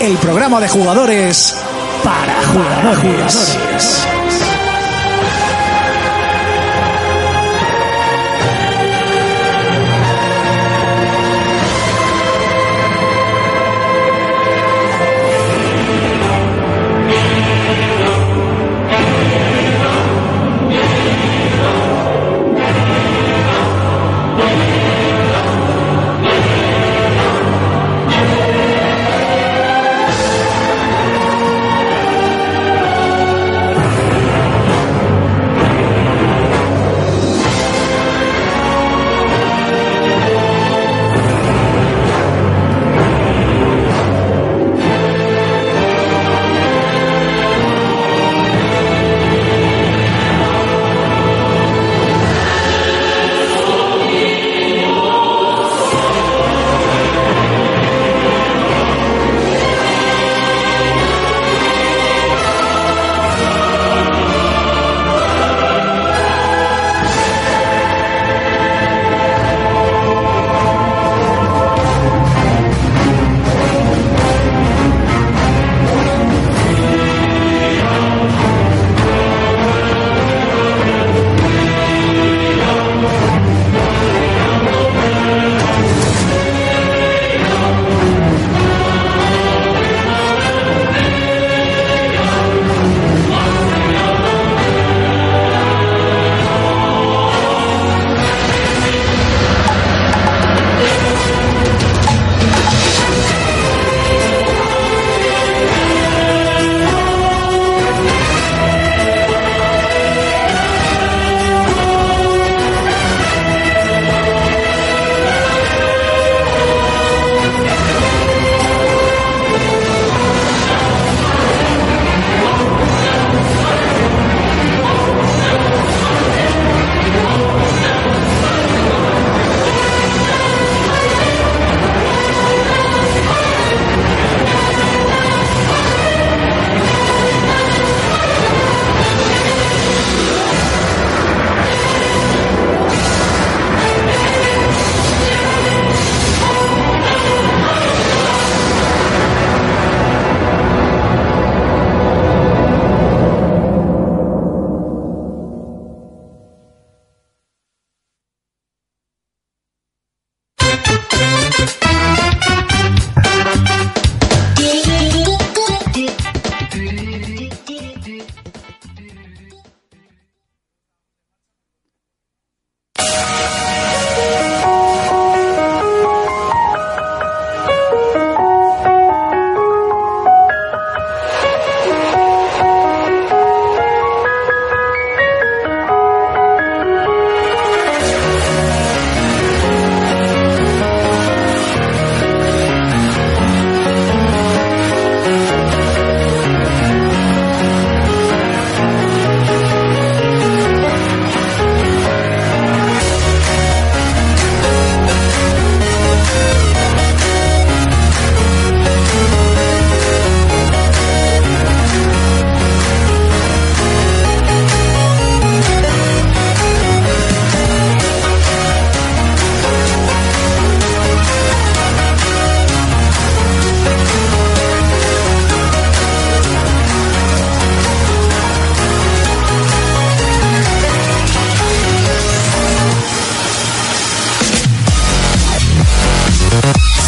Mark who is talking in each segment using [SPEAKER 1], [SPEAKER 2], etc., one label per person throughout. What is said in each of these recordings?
[SPEAKER 1] el programa de jugadores para jugadores.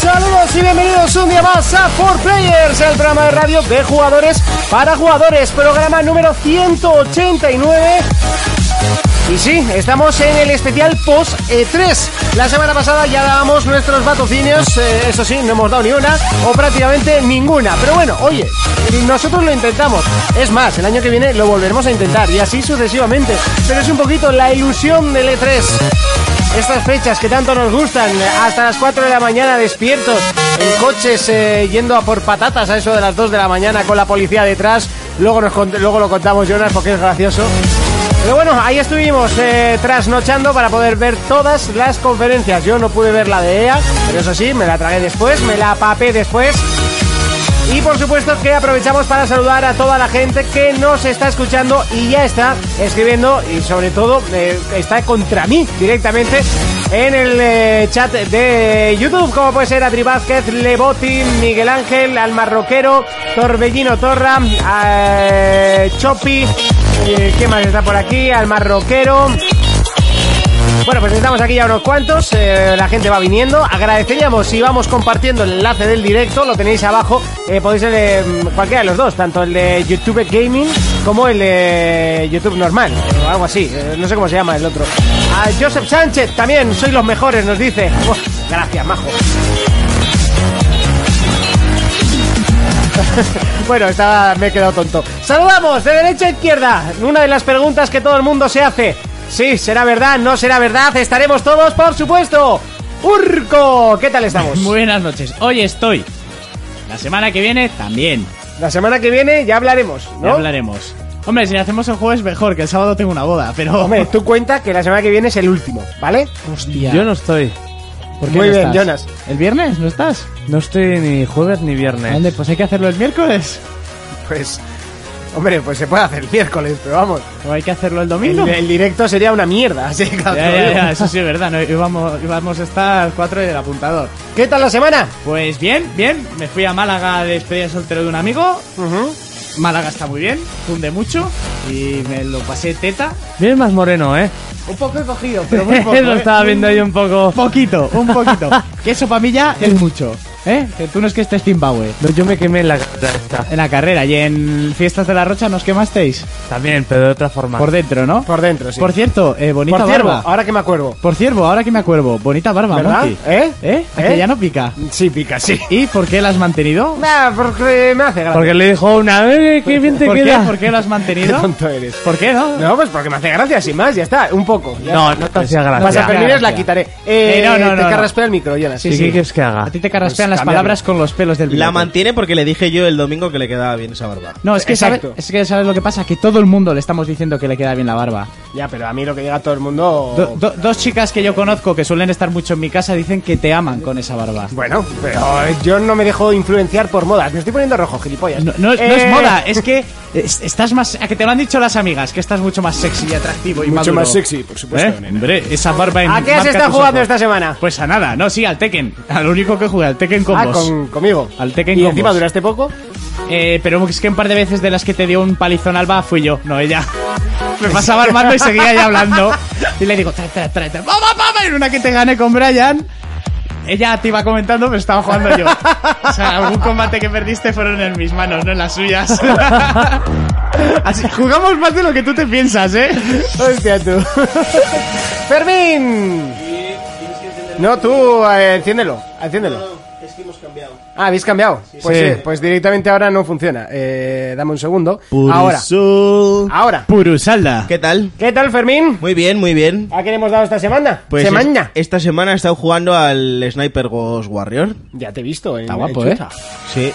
[SPEAKER 2] Saludos y bienvenidos un día más a 4 Players, el programa de radio de jugadores para jugadores, programa número 189. Y sí, estamos en el especial post E3. La semana pasada ya dábamos nuestros vaticinios, eh, eso sí, no hemos dado ni una o prácticamente ninguna. Pero bueno, oye, nosotros lo intentamos. Es más, el año que viene lo volveremos a intentar y así sucesivamente. Pero es un poquito la ilusión del E3. Estas fechas que tanto nos gustan, hasta las 4 de la mañana despiertos, en coches eh, yendo a por patatas a eso de las 2 de la mañana con la policía detrás. Luego, nos cont- luego lo contamos, Jonas, porque es gracioso. Pero bueno, ahí estuvimos eh, trasnochando para poder ver todas las E conferencias. Yo no pude ver la de EA, pero eso sí, me la tragué después, me la papé después. Y por supuesto que aprovechamos para saludar a toda la gente que nos está escuchando y ya está escribiendo y sobre todo eh, está contra mí directamente en el eh, chat de YouTube, como puede ser Adri Vázquez, Leboti, Miguel Ángel, Almarroquero, Torbellino Torra, eh, Chopi, eh, ¿qué más está por aquí? Almarroquero. Bueno, pues estamos aquí ya unos cuantos, eh, la gente va viniendo. Agradeceríamos si vamos compartiendo el enlace del directo, lo tenéis abajo. eh, podéis el de mm, cualquiera de los dos, tanto el de YouTube Gaming como el de YouTube normal, o algo así. eh, no sé cómo se llama el otro. A Joseph Sánchez también, sois los mejores, nos dice. Buah, gracias, majo. Bueno, estaba, me he quedado tonto. Saludamos de derecha a izquierda. Una de las preguntas que todo el mundo se hace. Sí, será verdad, no será verdad. Estaremos todos, por supuesto. Urco, ¿qué tal estamos?
[SPEAKER 3] Buenas noches, hoy estoy. La semana que viene también.
[SPEAKER 2] La semana que viene ya hablaremos, ¿no?
[SPEAKER 3] Ya hablaremos. Hombre, si lo hacemos el jueves mejor, que el sábado tengo una boda, pero.
[SPEAKER 2] Hombre, tú cuenta que la semana que viene es el último, ¿vale?
[SPEAKER 3] Hostia.
[SPEAKER 4] Yo no estoy.
[SPEAKER 3] ¿Por qué
[SPEAKER 2] Muy
[SPEAKER 3] no
[SPEAKER 2] bien,
[SPEAKER 3] estás?
[SPEAKER 2] Jonas.
[SPEAKER 3] ¿El viernes no estás?
[SPEAKER 4] No estoy ni jueves ni viernes.
[SPEAKER 3] ¿Dónde? Pues hay que hacerlo el miércoles.
[SPEAKER 2] Pues, hombre, pues se puede hacer el miércoles, pero vamos.
[SPEAKER 3] ¿O hay que hacerlo el domingo?
[SPEAKER 2] El, el directo sería una mierda, así que
[SPEAKER 3] Ya,
[SPEAKER 2] claro, te lo
[SPEAKER 3] ya,
[SPEAKER 2] digo.
[SPEAKER 3] ya, eso sí es verdad. No, íbamos, íbamos a estar cuatro en el apuntador.
[SPEAKER 2] ¿Qué tal la semana?
[SPEAKER 3] Pues bien, bien. Me fui a Málaga a despedir al soltero de un amigo. Málaga está muy bien, funde mucho. Y me lo pasé teta.
[SPEAKER 4] Vienes más moreno, ¿eh?
[SPEAKER 3] Un poco he cogido, pero muy poco.
[SPEAKER 4] Lo
[SPEAKER 3] ¿eh?
[SPEAKER 4] estaba viendo ahí un poco.
[SPEAKER 3] poquito, un poquito. que eso para mí ya es mucho. ¿Eh? Que tú no es que estés Zimbabue.
[SPEAKER 4] No, yo me quemé en la carrera esta.
[SPEAKER 3] En la carrera y en Fiestas de la Rocha nos quemasteis.
[SPEAKER 4] También, pero de otra forma.
[SPEAKER 3] Por dentro, ¿no?
[SPEAKER 2] Por dentro, sí.
[SPEAKER 3] Por cierto, eh, bonita
[SPEAKER 2] Por ciervo,
[SPEAKER 3] barba.
[SPEAKER 2] ahora que me acuerdo.
[SPEAKER 3] Por ciervo, ahora que me acuerdo. Bonita barba,
[SPEAKER 2] ¿Verdad?
[SPEAKER 3] Monty.
[SPEAKER 2] ¿Eh?
[SPEAKER 3] ¿Eh? ¿A que
[SPEAKER 2] ¿Eh?
[SPEAKER 3] ya no pica?
[SPEAKER 2] Sí, pica, sí.
[SPEAKER 3] ¿Y por qué la has mantenido?
[SPEAKER 2] Nah, Ah, porque me hace gracia.
[SPEAKER 4] Porque le dijo una vez qué bien te
[SPEAKER 3] ¿Por qué?
[SPEAKER 4] queda.
[SPEAKER 3] ¿Por qué la has
[SPEAKER 2] Qué
[SPEAKER 3] mantenido?
[SPEAKER 2] tonto eres.
[SPEAKER 3] ¿Por qué no?
[SPEAKER 2] No, pues porque me hace gracia, sin más, ya está, un poco. Ya
[SPEAKER 4] No, no te hacía
[SPEAKER 2] está. pues, Vas a
[SPEAKER 4] gracia.
[SPEAKER 3] hacer-
[SPEAKER 2] permitir, la
[SPEAKER 3] gracia.
[SPEAKER 2] quitaré. Eh,
[SPEAKER 3] Eh, no, no,
[SPEAKER 2] te
[SPEAKER 3] no,
[SPEAKER 2] carraspea el micro, Jonas.
[SPEAKER 4] ¿Y
[SPEAKER 3] Sí, sí.
[SPEAKER 4] qué quieres que haga?
[SPEAKER 3] A ti te
[SPEAKER 2] Pues
[SPEAKER 3] carraspean las
[SPEAKER 2] cambiarlo.
[SPEAKER 3] palabras con los pelos del
[SPEAKER 5] La
[SPEAKER 3] bigote.
[SPEAKER 5] mantiene porque le dije yo el domingo que le quedaba bien esa barba.
[SPEAKER 3] No, es que, sabes,
[SPEAKER 2] Exacto.
[SPEAKER 3] es que sabes lo que pasa, que todo el mundo le estamos diciendo que le queda bien la barba.
[SPEAKER 2] Ya, pero a mí lo que llega a todo el mundo.
[SPEAKER 3] Do- do- dos chicas que yo conozco que suelen estar mucho en mi casa dicen que te aman con esa barba.
[SPEAKER 2] Bueno, pero eh, yo no me dejo influenciar por modas. Me estoy poniendo rojo, gilipollas.
[SPEAKER 3] No, no- no
[SPEAKER 2] Eh,
[SPEAKER 3] es moda, es que es- estás más. A que te lo han dicho las amigas, que estás mucho más sexy y atractivo y
[SPEAKER 2] Mucho
[SPEAKER 3] maduro.
[SPEAKER 2] más sexy, por supuesto.
[SPEAKER 3] ¿Eh?
[SPEAKER 2] nena.
[SPEAKER 3] Hombre, esa barba en
[SPEAKER 2] ¿A qué has
[SPEAKER 3] marca
[SPEAKER 2] estado
[SPEAKER 3] tus
[SPEAKER 2] jugando
[SPEAKER 3] ojos.
[SPEAKER 2] esta semana?
[SPEAKER 3] Pues a nada, no, sí, al Tekken. Al único que jugué, al Tekken con
[SPEAKER 2] ah,
[SPEAKER 3] vos.
[SPEAKER 2] con- conmigo.
[SPEAKER 3] Al Tekken
[SPEAKER 2] ¿Y
[SPEAKER 3] con
[SPEAKER 2] encima
[SPEAKER 3] vos.
[SPEAKER 2] duraste poco?
[SPEAKER 3] Eh, pero es que un par de veces de las que te dio un palizón alba fui yo, no ella. Me pasaba armando y seguía ya hablando. Y le digo, trae, trae, trae, trae. ¡Vamos, vamos! En una que te gané con Brian. Ella te iba comentando, pero estaba jugando yo. O sea, algún combate que perdiste fueron en mis manos, no en las suyas. Así, jugamos más de lo que tú te piensas, ¿eh?
[SPEAKER 2] Hostia, tú. Fermín. No, tú, eh, enciéndelo, enciéndelo. Ah, habéis cambiado. Pues,
[SPEAKER 4] Sí.
[SPEAKER 2] eh, pues directamente ahora no funciona. Eh, dame un segundo. Ahora, ahora.
[SPEAKER 3] Purusalda.
[SPEAKER 5] Ah, ¿Qué tal?
[SPEAKER 2] ¿Qué tal, Fermín?
[SPEAKER 5] Muy bien, muy bien.
[SPEAKER 2] ¿A qué le hemos dado esta semana?
[SPEAKER 5] Pues es-
[SPEAKER 2] semana.
[SPEAKER 5] esta semana he estado jugando al Sniper Ghost Warrior.
[SPEAKER 2] Ya te he visto. en-
[SPEAKER 3] Está guapo,
[SPEAKER 2] en
[SPEAKER 3] ¿eh?
[SPEAKER 2] Chuta.
[SPEAKER 5] Sí.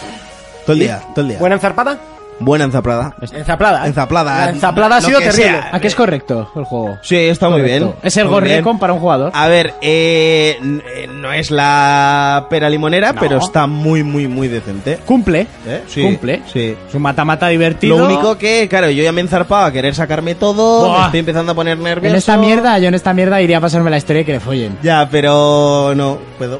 [SPEAKER 5] Todo el día, todo el día.
[SPEAKER 2] ¿Buena enzarpada?
[SPEAKER 5] Buena enzaplada.
[SPEAKER 2] Enzaplada. ¿eh?
[SPEAKER 5] Enzaplada.
[SPEAKER 2] La enzaplada ha
[SPEAKER 5] lo
[SPEAKER 2] sido
[SPEAKER 5] que
[SPEAKER 2] terrible.
[SPEAKER 5] sea.
[SPEAKER 3] ¿A qué es correcto el juego?
[SPEAKER 5] Sí, está muy bien.
[SPEAKER 3] Es el
[SPEAKER 5] Muy bien.
[SPEAKER 3] gorriacón para un jugador.
[SPEAKER 5] A ver, eh, n- eh, no es la pera limonera, pero está muy, muy, muy decente.
[SPEAKER 3] Cumple.
[SPEAKER 5] ¿Eh? Sí,
[SPEAKER 3] Cumple.
[SPEAKER 5] sí.
[SPEAKER 3] Es un mata-mata divertido.
[SPEAKER 5] Lo único que, claro, yo ya me he enzarpado a querer sacarme todo,
[SPEAKER 3] Buah.
[SPEAKER 5] me estoy empezando a poner nervioso.
[SPEAKER 3] En esta mierda, yo en esta mierda iría a pasarme la historia y que le follen.
[SPEAKER 5] Ya, pero no puedo.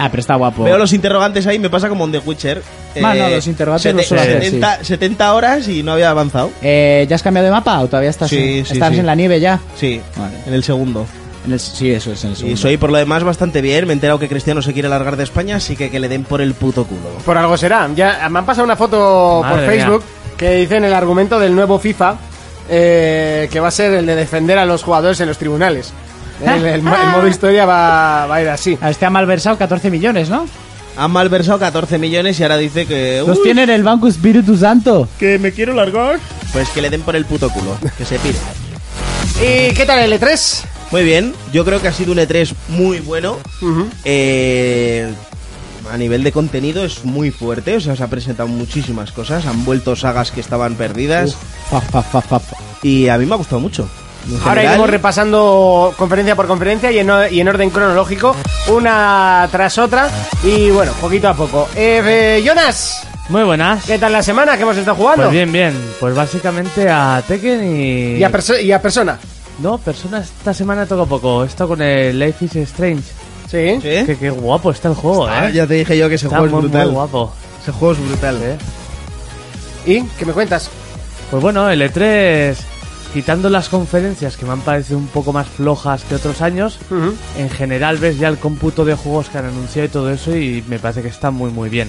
[SPEAKER 3] Ah, pero está guapo.
[SPEAKER 5] Veo los interrogantes ahí, me pasa como en The Witcher. Eh,
[SPEAKER 3] Ah, no, los interrogantes
[SPEAKER 5] sete-
[SPEAKER 3] los suelo hacer,
[SPEAKER 5] 70, 70 horas y no había avanzado.
[SPEAKER 3] Eh, ¿Ya has cambiado de mapa o todavía estás,
[SPEAKER 5] Sí,
[SPEAKER 3] en,
[SPEAKER 5] sí,
[SPEAKER 3] estás
[SPEAKER 5] sí.
[SPEAKER 3] en la nieve ya?
[SPEAKER 5] Sí,
[SPEAKER 3] Vale.
[SPEAKER 5] en el segundo.
[SPEAKER 3] En el- sí, eso es en el segundo.
[SPEAKER 5] Y soy por lo demás bastante bien. Me he enterado que Cristiano se quiere largar de España, así que que le den por el puto culo.
[SPEAKER 2] Por algo será. Ya me han pasado una foto
[SPEAKER 4] Madre
[SPEAKER 2] por Facebook que dicen el argumento del nuevo FIFA eh, que va a ser el de defender a los jugadores en los tribunales. El, el mo-
[SPEAKER 4] Ah.
[SPEAKER 2] el modo historia va, va a ir así.
[SPEAKER 3] A este ha malversado 14 millones, ¿no?
[SPEAKER 5] Han malversado 14 millones y ahora dice que.
[SPEAKER 3] Los
[SPEAKER 5] "Uy,
[SPEAKER 3] tiene en el Banco Espíritu Santo.
[SPEAKER 5] Que me quiero largar. Pues que le den por el puto culo. Que se pide.
[SPEAKER 2] ¿Y qué tal el E E3?
[SPEAKER 5] Muy bien, yo creo que ha sido un E3 muy bueno. Eh, a nivel de contenido es muy fuerte, o sea, se han presentado muchísimas cosas, han vuelto sagas que estaban perdidas
[SPEAKER 3] Fa, fa, fa, fa, fa.
[SPEAKER 5] y a mí me ha gustado mucho. En
[SPEAKER 2] Ahora
[SPEAKER 5] general,
[SPEAKER 2] iremos repasando conferencia por conferencia y en, o- y en orden cronológico, una tras otra y bueno, poquito a poco. Eh, eh, Jonas,
[SPEAKER 4] Muy buenas.
[SPEAKER 2] ¿Qué tal la semana que hemos estado jugando?
[SPEAKER 4] Pues bien, bien. Pues básicamente a Tekken y...
[SPEAKER 2] Y a, perso- y a persona.
[SPEAKER 4] No, Persona esta semana toca poco. Esto con el Life is Strange.
[SPEAKER 2] Sí.
[SPEAKER 5] ¿Sí?
[SPEAKER 4] Que qué guapo está el juego,
[SPEAKER 5] Ah,
[SPEAKER 4] eh.
[SPEAKER 5] ¿Eh? ya te dije yo que ese
[SPEAKER 4] está
[SPEAKER 5] juego
[SPEAKER 4] muy,
[SPEAKER 5] es
[SPEAKER 4] muy
[SPEAKER 5] brutal.
[SPEAKER 4] guapo.
[SPEAKER 5] ese juego es brutal, eh.
[SPEAKER 2] ¿Y qué me cuentas?
[SPEAKER 4] Pues bueno, el E3, quitando las conferencias que me han parecido un poco más flojas que otros años,
[SPEAKER 2] Ujú.
[SPEAKER 4] en general ves ya el cómputo de juegos que han anunciado y todo eso y me parece que está muy muy bien.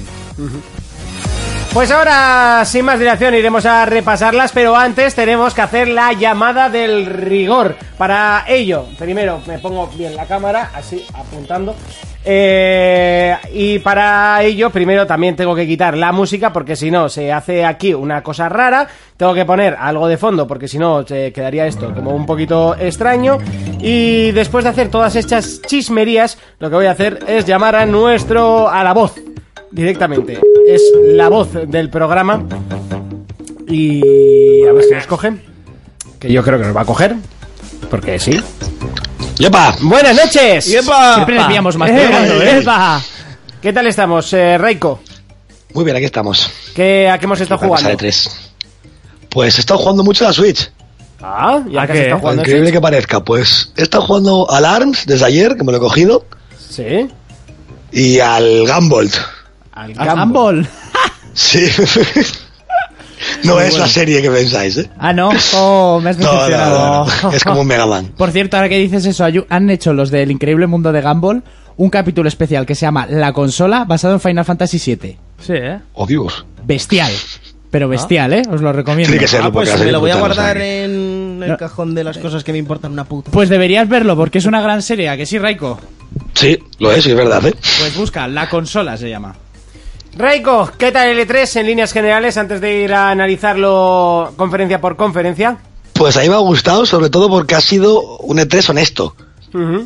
[SPEAKER 2] Pues ahora, sin más dilación, iremos a repasarlas, pero antes tenemos que hacer la llamada del rigor. Para ello, primero me pongo bien la cámara, así apuntando. Eh, y para ello, primero también tengo que quitar la música, porque si no, se hace aquí una cosa rara. Tengo que poner algo de fondo, porque si no, se quedaría esto como un poquito extraño. Y después de hacer todas estas chismerías, lo que voy a hacer es llamar a nuestro. a la voz directamente. Es la voz del programa. Y a ver si nos coge. Que yo creo que nos va a coger. Porque sí.
[SPEAKER 1] ¡Yepa!
[SPEAKER 2] Buenas noches.
[SPEAKER 3] Siempre desviamos más.
[SPEAKER 4] Eh,
[SPEAKER 3] pero bueno, ¿eh?
[SPEAKER 4] epa.
[SPEAKER 2] ¿Qué tal estamos, eh, Reiko?
[SPEAKER 1] Muy bien, aquí estamos.
[SPEAKER 2] ¿Qué, ¿A qué hemos estado
[SPEAKER 1] La cosa
[SPEAKER 2] jugando?
[SPEAKER 1] de tres. Pues he estado jugando mucho a la Switch.
[SPEAKER 2] Ah, ya
[SPEAKER 4] ¿A
[SPEAKER 2] que has
[SPEAKER 4] qué?
[SPEAKER 2] estado
[SPEAKER 1] Por
[SPEAKER 2] jugando.
[SPEAKER 1] increíble que parezca. Pues he estado jugando al ARMS desde ayer, que me lo he cogido,
[SPEAKER 2] Sí.
[SPEAKER 1] y al Gambolt.
[SPEAKER 2] Al
[SPEAKER 3] Al
[SPEAKER 2] campo.
[SPEAKER 3] handball.
[SPEAKER 1] Sí. no es la serie que pensáis, ¿eh?
[SPEAKER 3] Ah, no. Oh, me has
[SPEAKER 1] No, no,
[SPEAKER 3] decepcionado.
[SPEAKER 1] no, no. Es como un Mega Man.
[SPEAKER 3] Por cierto, ahora que dices eso, hay- han hecho los del increíble mundo de Gumball un capítulo especial que se llama La consola, basado en Final Fantasy VII.
[SPEAKER 4] Sí, eh.
[SPEAKER 1] Oh, Dios.
[SPEAKER 3] Bestial. Pero bestial, ¿eh? Os lo recomiendo.
[SPEAKER 1] Tiene que serlo,
[SPEAKER 5] Ah,
[SPEAKER 1] porque la
[SPEAKER 5] pues
[SPEAKER 1] serie
[SPEAKER 5] me lo voy a
[SPEAKER 1] brutal, o sea
[SPEAKER 5] guardar
[SPEAKER 1] que-
[SPEAKER 5] en el cajón de las cosas que me importan una puta.
[SPEAKER 3] Pues deberías verlo, porque es una gran serie, ¿a que sí, Raiko?
[SPEAKER 1] Sí, lo es, y es verdad, ¿eh?
[SPEAKER 3] Pues busca, La consola se llama.
[SPEAKER 2] Reiko, ¿qué tal el E3 en líneas generales antes de ir a analizarlo conferencia por conferencia?
[SPEAKER 1] Pues a mí me ha gustado, sobre todo porque ha sido un E3 honesto.
[SPEAKER 2] Ujú.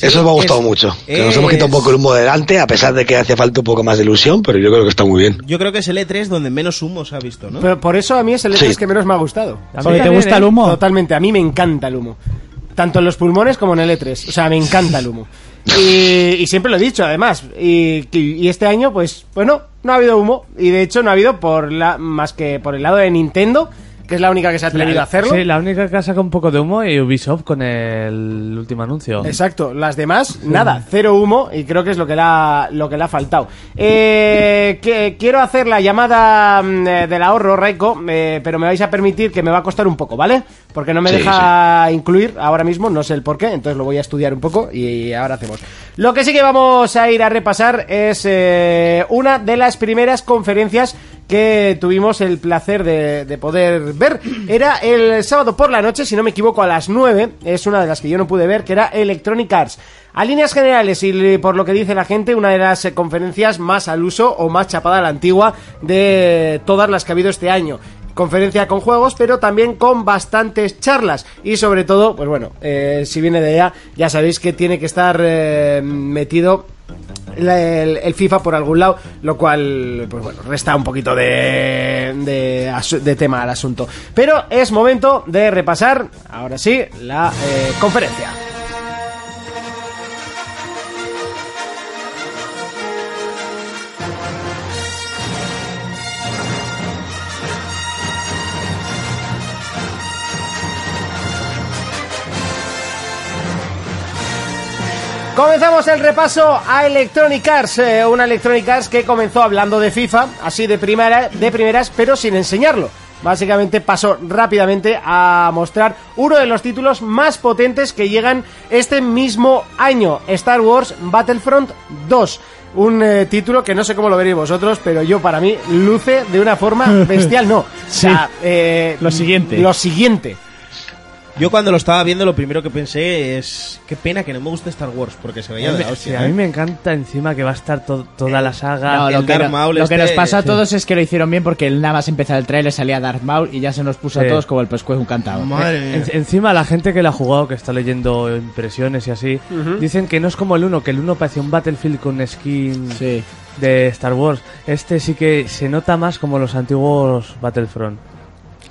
[SPEAKER 1] Eso me ha gustado
[SPEAKER 5] es-
[SPEAKER 1] mucho. Que nos hemos
[SPEAKER 5] es-
[SPEAKER 1] quitado un poco el humo delante, a pesar de que hacía falta un poco más de ilusión, pero yo creo que está muy bien.
[SPEAKER 5] Yo creo que es el E3 donde menos humo se ha visto, ¿no?
[SPEAKER 2] Pero por eso a mí es el E3
[SPEAKER 1] Sí.
[SPEAKER 2] que menos me ha gustado.
[SPEAKER 4] mí
[SPEAKER 3] Porque te
[SPEAKER 4] también,
[SPEAKER 3] gusta
[SPEAKER 4] ¿eh?
[SPEAKER 3] el humo.
[SPEAKER 2] Totalmente, a mí me encanta el humo. Tanto en los pulmones como en el E3. O sea, me encanta el humo. Y, y siempre lo he dicho, además. Y, y este año, pues, bueno, no ha habido humo. Y de hecho, no ha habido por la más que por el lado de Nintendo, que es la única que se ha atrevido a hacerlo.
[SPEAKER 4] Sí, la única que ha sacado un poco de humo y Ubisoft con el último anuncio.
[SPEAKER 2] Exacto, las demás, nada, cero humo y creo que es lo que le ha, lo que le ha faltado. Eh, que- quiero hacer la llamada mm, eh, del ahorro, Raiko, eh, pero me vais a permitir que me va a costar un poco, ¿vale? Porque no me
[SPEAKER 1] Sí,
[SPEAKER 2] deja incluir ahora mismo, no sé el por qué, entonces lo voy a estudiar un poco y ahora hacemos. Lo que sí que vamos a ir a repasar es eh, una de las primeras conferencias que tuvimos el placer de, de poder ver. Era el sábado por la noche, si no me equivoco, a las 9. Es una de las que yo no pude ver, que era Electronic Arts. A líneas generales y le- por lo que dice la gente, una de las eh, conferencias más al uso o más chapada a la antigua de todas las que ha habido este año. Conferencia con juegos, pero también con bastantes charlas. Y sobre todo, pues bueno, eh, si viene de allá, ya sabéis que tiene que estar eh, metido la- el, el FIFA por algún lado, lo cual, pues bueno, resta un poquito de, de, asu- de tema al asunto. Pero es momento de repasar, ahora sí, la eh, conferencia. Comenzamos el repaso a Electronic Arts, eh, una Electronic Arts que comenzó hablando de FIFA, así de, primera, de primeras, pero sin enseñarlo. Básicamente pasó rápidamente a mostrar uno de los títulos más potentes que llegan este mismo año, Star Wars Battlefront 2. Un eh, título que no sé cómo lo veréis vosotros, pero yo para mí luce de una forma bestial, no. O sea, eh,
[SPEAKER 3] lo siguiente.
[SPEAKER 2] Lo siguiente.
[SPEAKER 5] Yo cuando lo estaba viendo lo primero que pensé es qué pena que no me guste Star Wars porque se veía de la
[SPEAKER 4] Sí,
[SPEAKER 5] hostia.
[SPEAKER 4] a mí
[SPEAKER 5] ¿eh?
[SPEAKER 4] me encanta encima que va a estar to- toda la saga.
[SPEAKER 3] No,
[SPEAKER 5] el
[SPEAKER 3] lo que,
[SPEAKER 5] Darth
[SPEAKER 3] no-
[SPEAKER 5] Maul
[SPEAKER 3] lo que
[SPEAKER 5] este,
[SPEAKER 3] nos pasó a
[SPEAKER 5] sí.
[SPEAKER 3] todos es que lo hicieron bien porque nada más empezar el trailer salía Darth Maul y ya se nos puso a
[SPEAKER 4] Sí.
[SPEAKER 3] todos como el pescuezo un cantado.
[SPEAKER 5] Madre
[SPEAKER 4] En-
[SPEAKER 5] mía.
[SPEAKER 4] encima la gente que la ha jugado, que está leyendo impresiones y así, dicen que no es como el 1, que el 1 parecía un Battlefield con skin
[SPEAKER 3] Sí.
[SPEAKER 4] de Star Wars. Este sí que se nota más como los antiguos Battlefront.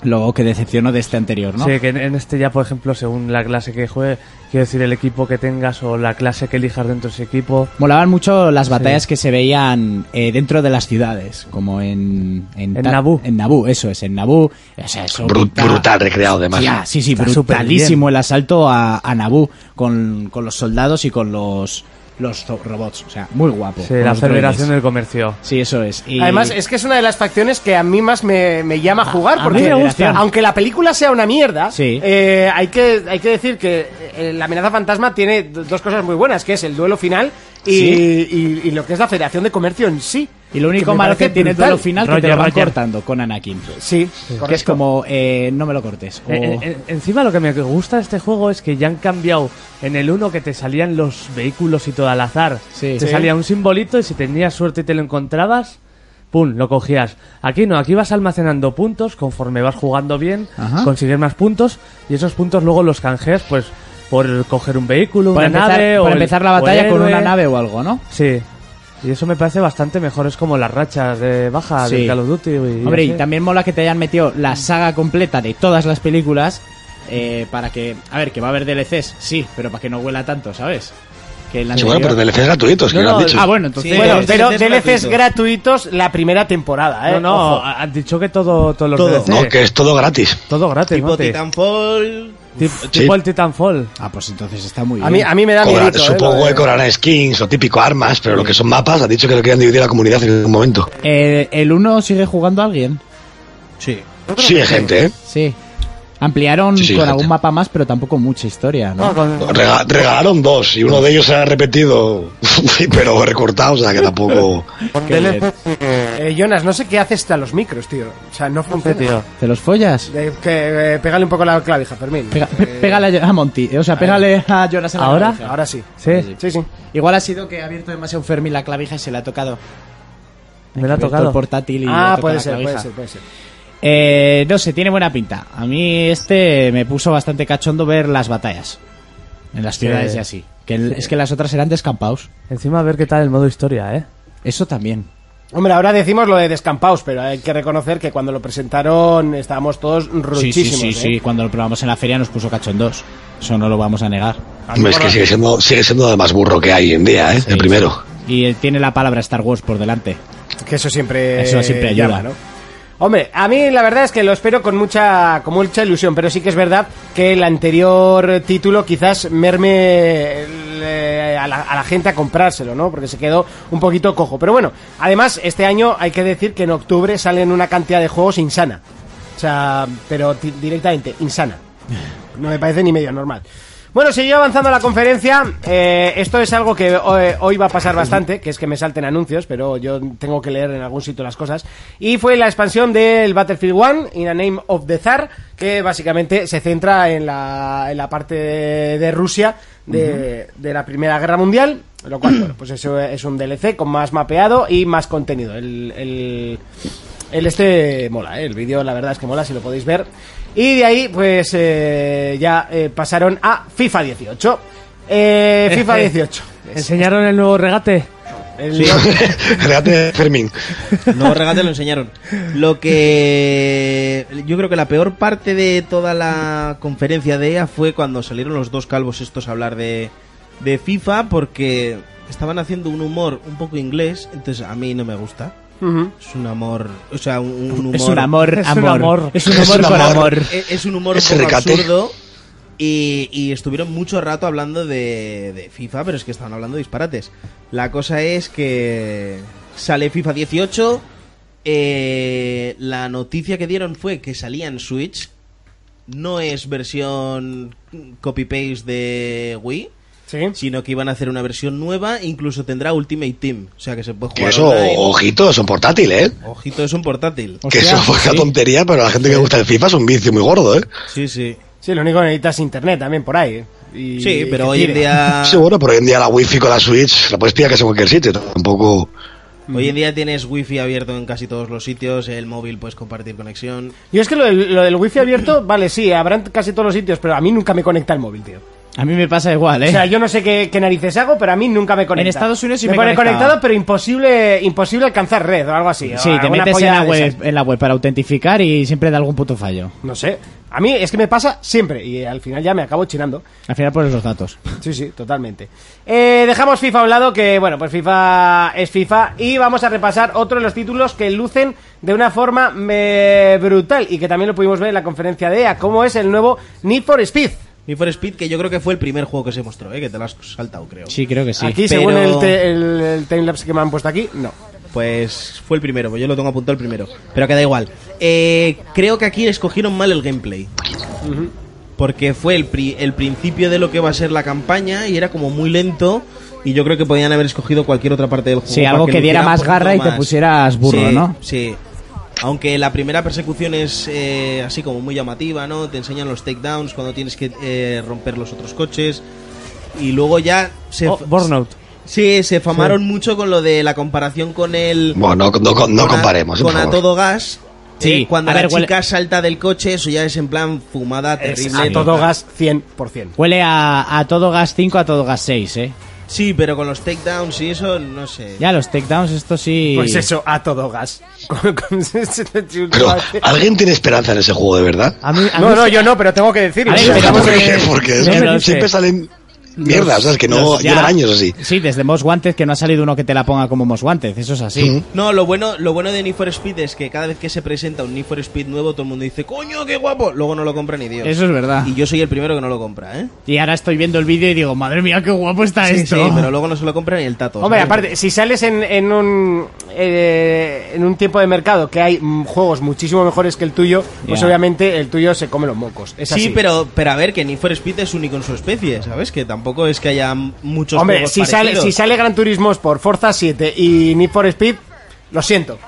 [SPEAKER 3] Lo que decepcionó de este anterior, ¿no?
[SPEAKER 4] Sí, que en, en este ya, por ejemplo, según la clase que juegue, quiero decir, el equipo que tengas o la clase que elijas dentro de ese equipo.
[SPEAKER 3] Molaban mucho las batallas que se veían eh, dentro de las ciudades, como en...
[SPEAKER 4] En
[SPEAKER 3] Ta-
[SPEAKER 4] Naboo.
[SPEAKER 3] En Naboo, eso es, en Nabú. O sea, eso
[SPEAKER 1] Bru-
[SPEAKER 3] está-
[SPEAKER 1] brutal recreado, además.
[SPEAKER 3] Tía, sí, sí,
[SPEAKER 4] Está
[SPEAKER 3] brutalísimo el asalto a, a Naboo con, con los soldados y con los, los zo- robots. O sea, muy guapo. Pues
[SPEAKER 4] Sí,
[SPEAKER 3] con
[SPEAKER 4] la
[SPEAKER 3] los droides.
[SPEAKER 4] Federación del Comercio.
[SPEAKER 3] Sí, eso es. Y- Ah,
[SPEAKER 2] Además, es que es una de las facciones que a mí más me, me llama a jugar,
[SPEAKER 3] a
[SPEAKER 2] porque
[SPEAKER 3] mí me gusta.
[SPEAKER 2] aunque la película sea una mierda,
[SPEAKER 3] Sí.
[SPEAKER 2] eh, hay, que, hay que decir que eh, la amenaza fantasma tiene do- dos cosas muy buenas, que es el duelo final y, y- y lo que es la Federación de Comercio en sí.
[SPEAKER 3] Y lo único
[SPEAKER 2] me
[SPEAKER 3] malo
[SPEAKER 2] parece
[SPEAKER 3] que tiene
[SPEAKER 2] brutal.
[SPEAKER 3] todo lo final que te
[SPEAKER 4] Roger,
[SPEAKER 3] lo van
[SPEAKER 4] Roger.
[SPEAKER 3] cortando con Anakin.
[SPEAKER 2] Sí, correcto.
[SPEAKER 3] Que es como, eh, no me lo cortes. o-
[SPEAKER 4] Eh, eh, eh, encima lo que me gusta de este juego es que ya han cambiado en el 1 que te salían los vehículos y todo al azar.
[SPEAKER 3] Sí.
[SPEAKER 4] te
[SPEAKER 3] Sí.
[SPEAKER 4] salía un simbolito y si tenías suerte y te lo encontrabas, ¡pum! lo cogías. Aquí no, aquí vas almacenando puntos conforme vas jugando bien,
[SPEAKER 3] Ajá.
[SPEAKER 4] consigues más puntos y esos puntos luego los canjeas pues por coger un vehículo,
[SPEAKER 3] por
[SPEAKER 4] una
[SPEAKER 3] empezar,
[SPEAKER 4] nave
[SPEAKER 3] por
[SPEAKER 4] o el-
[SPEAKER 3] empezar la
[SPEAKER 4] o el
[SPEAKER 3] batalla con
[SPEAKER 4] héroe.
[SPEAKER 3] una nave o algo, ¿no?
[SPEAKER 4] Sí. Y eso me parece bastante mejor, es como las rachas de baja
[SPEAKER 3] Sí.
[SPEAKER 4] del Call of Duty. y-
[SPEAKER 3] Hombre, y
[SPEAKER 4] no sé.
[SPEAKER 3] también mola que te hayan metido la saga completa de todas las películas eh, para que, a ver, que va a haber DLCs, sí, pero para que no huela tanto, ¿sabes? Que en la
[SPEAKER 1] Sí, bueno, pero
[SPEAKER 3] anterior-
[SPEAKER 1] DLC es gratuito, es que
[SPEAKER 4] No,
[SPEAKER 1] lo
[SPEAKER 4] no,
[SPEAKER 1] han dicho.
[SPEAKER 3] Ah, bueno, entonces...
[SPEAKER 5] Sí,
[SPEAKER 2] Bueno,
[SPEAKER 5] DLCs
[SPEAKER 2] pero
[SPEAKER 5] gratuitos.
[SPEAKER 2] DLCs gratuitos la primera temporada, ¿eh?
[SPEAKER 4] No, no,
[SPEAKER 2] Ojo.
[SPEAKER 4] ha- han dicho que todo, todos los
[SPEAKER 5] Todo.
[SPEAKER 4] DLCs.
[SPEAKER 1] No, que es todo gratis.
[SPEAKER 4] Todo gratis,
[SPEAKER 5] Tipo
[SPEAKER 4] Monty.
[SPEAKER 5] Titanfall.
[SPEAKER 4] Tip-
[SPEAKER 1] Sí.
[SPEAKER 4] Tipo el Titanfall.
[SPEAKER 3] Ah, pues entonces está muy bien.
[SPEAKER 2] A mí, a mí me da
[SPEAKER 1] Cobra-
[SPEAKER 2] miedo.
[SPEAKER 1] supongo que cobrarán skins o típico armas, pero lo que son mapas, ha dicho que lo querían dividir a la comunidad en algún momento.
[SPEAKER 3] Eh, ¿El 1 sigue jugando alguien?
[SPEAKER 5] Sí.
[SPEAKER 1] Sí, hay gente, ¿eh?
[SPEAKER 3] Sí. Ampliaron
[SPEAKER 1] Sí, sí,
[SPEAKER 3] con
[SPEAKER 1] gente.
[SPEAKER 3] algún mapa más, pero tampoco mucha historia, ¿no?
[SPEAKER 2] Ah.
[SPEAKER 1] Rega- regalaron dos y uno de ellos se ha repetido, pero recortado, o sea que tampoco.
[SPEAKER 3] Que le-
[SPEAKER 2] Eh, Jonas, no sé qué haces a los micros, tío. O sea, no funciona.
[SPEAKER 3] ¿Te los follas?
[SPEAKER 2] Eh, que, eh, pégale un poco la clavija, Fermín.
[SPEAKER 3] Pega- pe-
[SPEAKER 2] Eh,
[SPEAKER 3] pégale a Monty, eh, o sea, pégale a Jonas en la
[SPEAKER 4] ¿Ahora?
[SPEAKER 3] cabeza.
[SPEAKER 2] Ahora sí.
[SPEAKER 4] Sí,
[SPEAKER 2] Sí, sí.
[SPEAKER 3] Igual ha sido que ha abierto demasiado Fermi la clavija y se le ha tocado.
[SPEAKER 4] me lo ha
[SPEAKER 3] Abierto el
[SPEAKER 4] tocado.
[SPEAKER 3] portátil y le ha
[SPEAKER 2] Ah,
[SPEAKER 3] tocado
[SPEAKER 2] puede
[SPEAKER 3] la
[SPEAKER 2] ser, puede
[SPEAKER 3] clavija.
[SPEAKER 2] ser, puede ser.
[SPEAKER 3] Eh, no sé, tiene buena pinta. A mí este me puso bastante cachondo ver las batallas en las ciudades y así. Que el- Es que las otras eran descampados.
[SPEAKER 4] Encima a ver qué tal el modo historia, ¿eh?
[SPEAKER 3] Eso también.
[SPEAKER 2] Hombre, ahora decimos lo de descampados, pero hay que reconocer que cuando lo presentaron estábamos todos
[SPEAKER 3] Sí, sí,
[SPEAKER 2] ruchísimos.
[SPEAKER 3] sí,
[SPEAKER 2] ¿eh?
[SPEAKER 3] sí. Cuando lo probamos en la feria nos puso cachondos. Eso no lo vamos a negar.
[SPEAKER 1] Hombre, Es que sigue siendo, sigue siendo lo más burro que hay hoy en día, ¿eh? El primero.
[SPEAKER 3] Y él tiene la palabra Star Wars por delante.
[SPEAKER 2] Que eso siempre,
[SPEAKER 3] Eso siempre ayuda.
[SPEAKER 2] llama, ¿no? Hombre, a mí la verdad es que lo espero con mucha, con mucha ilusión, pero sí que es verdad que el anterior título quizás merme el, eh, a la, a la gente a comprárselo, ¿no? Porque se quedó un poquito cojo. Pero bueno, además este año hay que decir que en octubre salen una cantidad de juegos insana. O sea, pero ti- directamente, insana. No me parece ni medio normal. Bueno, siguió avanzando la conferencia. Eh, esto es algo que eh, hoy va a pasar bastante, que es que me salten anuncios, pero yo tengo que leer en algún sitio las cosas. Y fue la expansión del Battlefield 1, In a Name of the Tsar, que básicamente se centra en la, en la parte de, de Rusia de, de la Primera Guerra Mundial. Lo cual, bueno, pues eso es un DLC con más mapeado y más contenido. El, el, el este mola, ¿eh? el vídeo la verdad es que mola, si lo podéis ver. Y de ahí, pues eh, ya eh, pasaron a FIFA 18. Eh, FIFA 18. Es
[SPEAKER 4] Enseñaron el nuevo regate.
[SPEAKER 2] el-
[SPEAKER 1] Regate, Fermín.
[SPEAKER 5] No, regate lo enseñaron. Lo que. Yo creo que la peor parte de toda la conferencia de EA fue cuando salieron los dos calvos estos a hablar de, de FIFA, porque estaban haciendo un humor un poco inglés, entonces a mí no me gusta.
[SPEAKER 2] Ujú.
[SPEAKER 5] Es un amor. O sea, un, un humor.
[SPEAKER 3] Es un amor,
[SPEAKER 4] Es un
[SPEAKER 3] amor.
[SPEAKER 4] amor.
[SPEAKER 3] Es un
[SPEAKER 1] Es
[SPEAKER 3] amor
[SPEAKER 1] un
[SPEAKER 3] con
[SPEAKER 1] amor.
[SPEAKER 3] amor.
[SPEAKER 5] e- Es un humor un
[SPEAKER 1] Ese
[SPEAKER 5] poco
[SPEAKER 1] recate.
[SPEAKER 5] absurdo. Y, y estuvieron mucho rato hablando de, de FIFA, pero es que estaban hablando de disparates. La cosa es que sale FIFA 18. eh, la noticia que dieron fue que salía en Switch. No es versión copy-paste de Wii,
[SPEAKER 2] Sí.
[SPEAKER 5] sino que iban a hacer una versión nueva. Incluso tendrá Ultimate Team. O sea que se puede
[SPEAKER 1] Que
[SPEAKER 5] jugar.
[SPEAKER 1] eso,
[SPEAKER 5] online.
[SPEAKER 1] ojito, son portátiles, ¿eh?
[SPEAKER 5] Ojito, es un portátil.
[SPEAKER 1] que eso fue una tontería, pero a la gente que le gusta el FIFA es un vicio muy gordo, ¿eh?
[SPEAKER 5] Sí, sí.
[SPEAKER 2] Sí, lo único que necesitas es internet también por ahí. ¿eh? Y-
[SPEAKER 5] Sí, pero
[SPEAKER 2] que
[SPEAKER 5] hoy en
[SPEAKER 2] tire.
[SPEAKER 5] día.
[SPEAKER 1] Sí, bueno, pero hoy en día la wifi con la Switch la puedes pillar casi en cualquier sitio, ¿no? tampoco...
[SPEAKER 5] Hoy en día tienes wifi abierto en casi todos los sitios, el móvil puedes compartir conexión.
[SPEAKER 2] Yo es que lo del, lo del wifi abierto, vale, sí, habrán casi todos los sitios, pero a mí nunca me conecta el móvil, tío.
[SPEAKER 3] A mí me pasa igual, ¿eh?
[SPEAKER 2] O sea, yo no sé qué, qué narices hago, pero a mí nunca me conecta.
[SPEAKER 3] En Estados Unidos sí me
[SPEAKER 2] pone
[SPEAKER 3] conecta.
[SPEAKER 2] conectado, pero imposible, imposible alcanzar red o algo así. o
[SPEAKER 3] sí, te
[SPEAKER 2] alguna
[SPEAKER 3] metes en
[SPEAKER 2] polla
[SPEAKER 3] la,
[SPEAKER 2] de
[SPEAKER 3] web,
[SPEAKER 2] esas.
[SPEAKER 3] en la web para autentificar y siempre da algún puto fallo.
[SPEAKER 2] No sé. A mí es que me pasa siempre y eh, al final ya me acabo chinando.
[SPEAKER 3] Al final pones los datos.
[SPEAKER 2] Sí, sí, totalmente. Eh, dejamos FIFA a un lado, que bueno, pues FIFA es FIFA. Y vamos a repasar otro de los títulos que lucen de una forma eh, brutal y que también lo pudimos ver en la conferencia de EA, como es el nuevo Need for Speed.
[SPEAKER 5] Need for Speed, que yo creo que fue el primer juego que se mostró, ¿eh? que te lo has saltado, creo.
[SPEAKER 3] Sí, creo que sí.
[SPEAKER 2] aquí,
[SPEAKER 5] pero-
[SPEAKER 2] según el, te- el- el timelapse que me han puesto aquí, no.
[SPEAKER 5] Pues fue el primero, pues yo lo tengo apuntado el primero. Pero que da igual. Eh, creo que aquí escogieron mal el gameplay. Porque fue el, pri- el principio de lo que va a ser la campaña y era como muy lento. Y yo creo que podían haber escogido cualquier otra parte del juego.
[SPEAKER 3] Sí,
[SPEAKER 5] para
[SPEAKER 3] algo que diera
[SPEAKER 5] luciera
[SPEAKER 3] más
[SPEAKER 5] un poquito
[SPEAKER 3] garra y te
[SPEAKER 5] más.
[SPEAKER 3] pusieras burro,
[SPEAKER 5] Sí,
[SPEAKER 3] ¿no?
[SPEAKER 5] Sí. Aunque la primera persecución es eh, así como muy llamativa, ¿no? Te enseñan los takedowns cuando tienes que eh, romper los otros coches. Y luego ya se.
[SPEAKER 4] Oh, Burnout.
[SPEAKER 5] Sí, se famaron mucho con lo de la comparación con el.
[SPEAKER 1] Bueno, no, no- no
[SPEAKER 5] con a-
[SPEAKER 1] comparemos. ¿eh? por
[SPEAKER 5] Con a
[SPEAKER 1] favor.
[SPEAKER 5] todo gas.
[SPEAKER 3] Sí,
[SPEAKER 5] eh, cuando
[SPEAKER 3] a
[SPEAKER 5] la
[SPEAKER 3] ver, huele-
[SPEAKER 5] chica salta del coche, eso ya es en plan fumada terrible.
[SPEAKER 2] Es a todo gas 100%.
[SPEAKER 3] Huele a, a todo gas 5, a todo gas 6, ¿eh?
[SPEAKER 5] Sí, pero con los takedowns y eso, no sé.
[SPEAKER 3] Ya, los takedowns, esto sí.
[SPEAKER 2] Pues eso, a todo gas. Con- con-
[SPEAKER 1] Pero, ¿alguien tiene esperanza en ese juego de verdad?
[SPEAKER 3] A mí, a
[SPEAKER 2] no,
[SPEAKER 3] mí
[SPEAKER 2] no,
[SPEAKER 3] sí-
[SPEAKER 2] yo no, pero tengo que decirlo.
[SPEAKER 3] A ver,
[SPEAKER 1] Sí,
[SPEAKER 3] pero vamos
[SPEAKER 1] ¿por
[SPEAKER 3] a
[SPEAKER 1] qué?
[SPEAKER 3] ver.
[SPEAKER 1] Porque
[SPEAKER 3] No me lo
[SPEAKER 1] siempre
[SPEAKER 3] sé.
[SPEAKER 1] salen mierdas, ¿sabes? Que no
[SPEAKER 3] Los- ya.
[SPEAKER 1] llevan años así.
[SPEAKER 3] Sí, desde Most Wanted que no ha salido uno que te la ponga como Most Wanted, eso es así.
[SPEAKER 1] Ujú.
[SPEAKER 5] No, lo bueno, lo bueno de Need for Speed es que cada vez que se presenta un Need for Speed nuevo, todo el mundo dice, coño, qué guapo. Luego no lo compra ni Dios.
[SPEAKER 3] Eso es verdad.
[SPEAKER 5] Y yo soy el primero que no lo compra, ¿eh?
[SPEAKER 3] Y ahora estoy viendo el vídeo y digo, madre mía, qué guapo está
[SPEAKER 5] Sí,
[SPEAKER 3] esto.
[SPEAKER 5] sí, pero luego no se lo compra ni el tato.
[SPEAKER 2] Ah, Hombre,
[SPEAKER 5] ¿sabes?
[SPEAKER 2] aparte, si sales en, en un eh, en un tiempo de mercado que hay mm, juegos muchísimo mejores que el tuyo, pues
[SPEAKER 3] Ya.
[SPEAKER 2] obviamente el tuyo se come los mocos. Es así.
[SPEAKER 5] Sí, pero, pero a ver, que Need for Speed es único en su especie, ¿sabes? Que tampoco es que haya m- muchos
[SPEAKER 2] Hombre,
[SPEAKER 5] juegos
[SPEAKER 2] si sale,
[SPEAKER 5] parecidos.
[SPEAKER 2] si sale Gran Turismo por Forza 7 y Need for Speed, lo siento.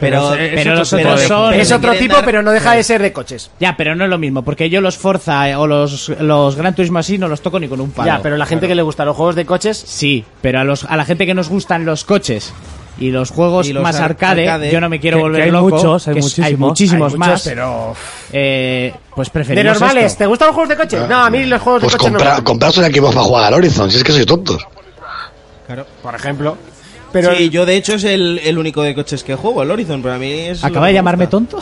[SPEAKER 5] pero,
[SPEAKER 3] pero los otros
[SPEAKER 5] pero-
[SPEAKER 3] son-
[SPEAKER 5] pero
[SPEAKER 2] Es
[SPEAKER 5] te
[SPEAKER 2] otro
[SPEAKER 5] pues, quieren
[SPEAKER 2] tipo,
[SPEAKER 5] dar-
[SPEAKER 2] pero no deja de ser de coches.
[SPEAKER 3] Ya, pero no es lo mismo, porque yo los Forza eh, o los, los Gran Turismo así no los toco ni con un palo.
[SPEAKER 2] ya, pero la gente que le gusta los juegos de coches,
[SPEAKER 3] Sí, pero a, los, a la gente que nos gustan los coches y los juegos
[SPEAKER 5] Y los
[SPEAKER 3] más
[SPEAKER 5] ar-
[SPEAKER 3] arcade,
[SPEAKER 5] arcade,
[SPEAKER 3] yo no me quiero
[SPEAKER 4] que-
[SPEAKER 3] volver
[SPEAKER 4] que hay
[SPEAKER 3] loco.
[SPEAKER 4] muchos, hay
[SPEAKER 3] que es-
[SPEAKER 4] muchísimos.
[SPEAKER 3] muchísimos
[SPEAKER 2] hay muchos,
[SPEAKER 3] más.
[SPEAKER 2] pero
[SPEAKER 3] eh, pues
[SPEAKER 2] de
[SPEAKER 3] preferimos
[SPEAKER 2] normales.
[SPEAKER 3] esto.
[SPEAKER 2] ¿Te gustan los juegos de coches? no, a mí los juegos
[SPEAKER 1] Pues
[SPEAKER 2] de coches
[SPEAKER 1] compra,
[SPEAKER 2] no. me gustan,
[SPEAKER 1] compraos el equipo para jugar al Horizon, si es que sois tontos.
[SPEAKER 5] Claro.
[SPEAKER 2] Por ejemplo, pero
[SPEAKER 5] sí, yo de hecho es el, el único de coches que juego, el Horizon, pero a mí es... lo
[SPEAKER 3] ¿Acaba
[SPEAKER 5] que
[SPEAKER 3] de
[SPEAKER 5] me
[SPEAKER 3] llamarme
[SPEAKER 5] gusta.
[SPEAKER 3] tonto?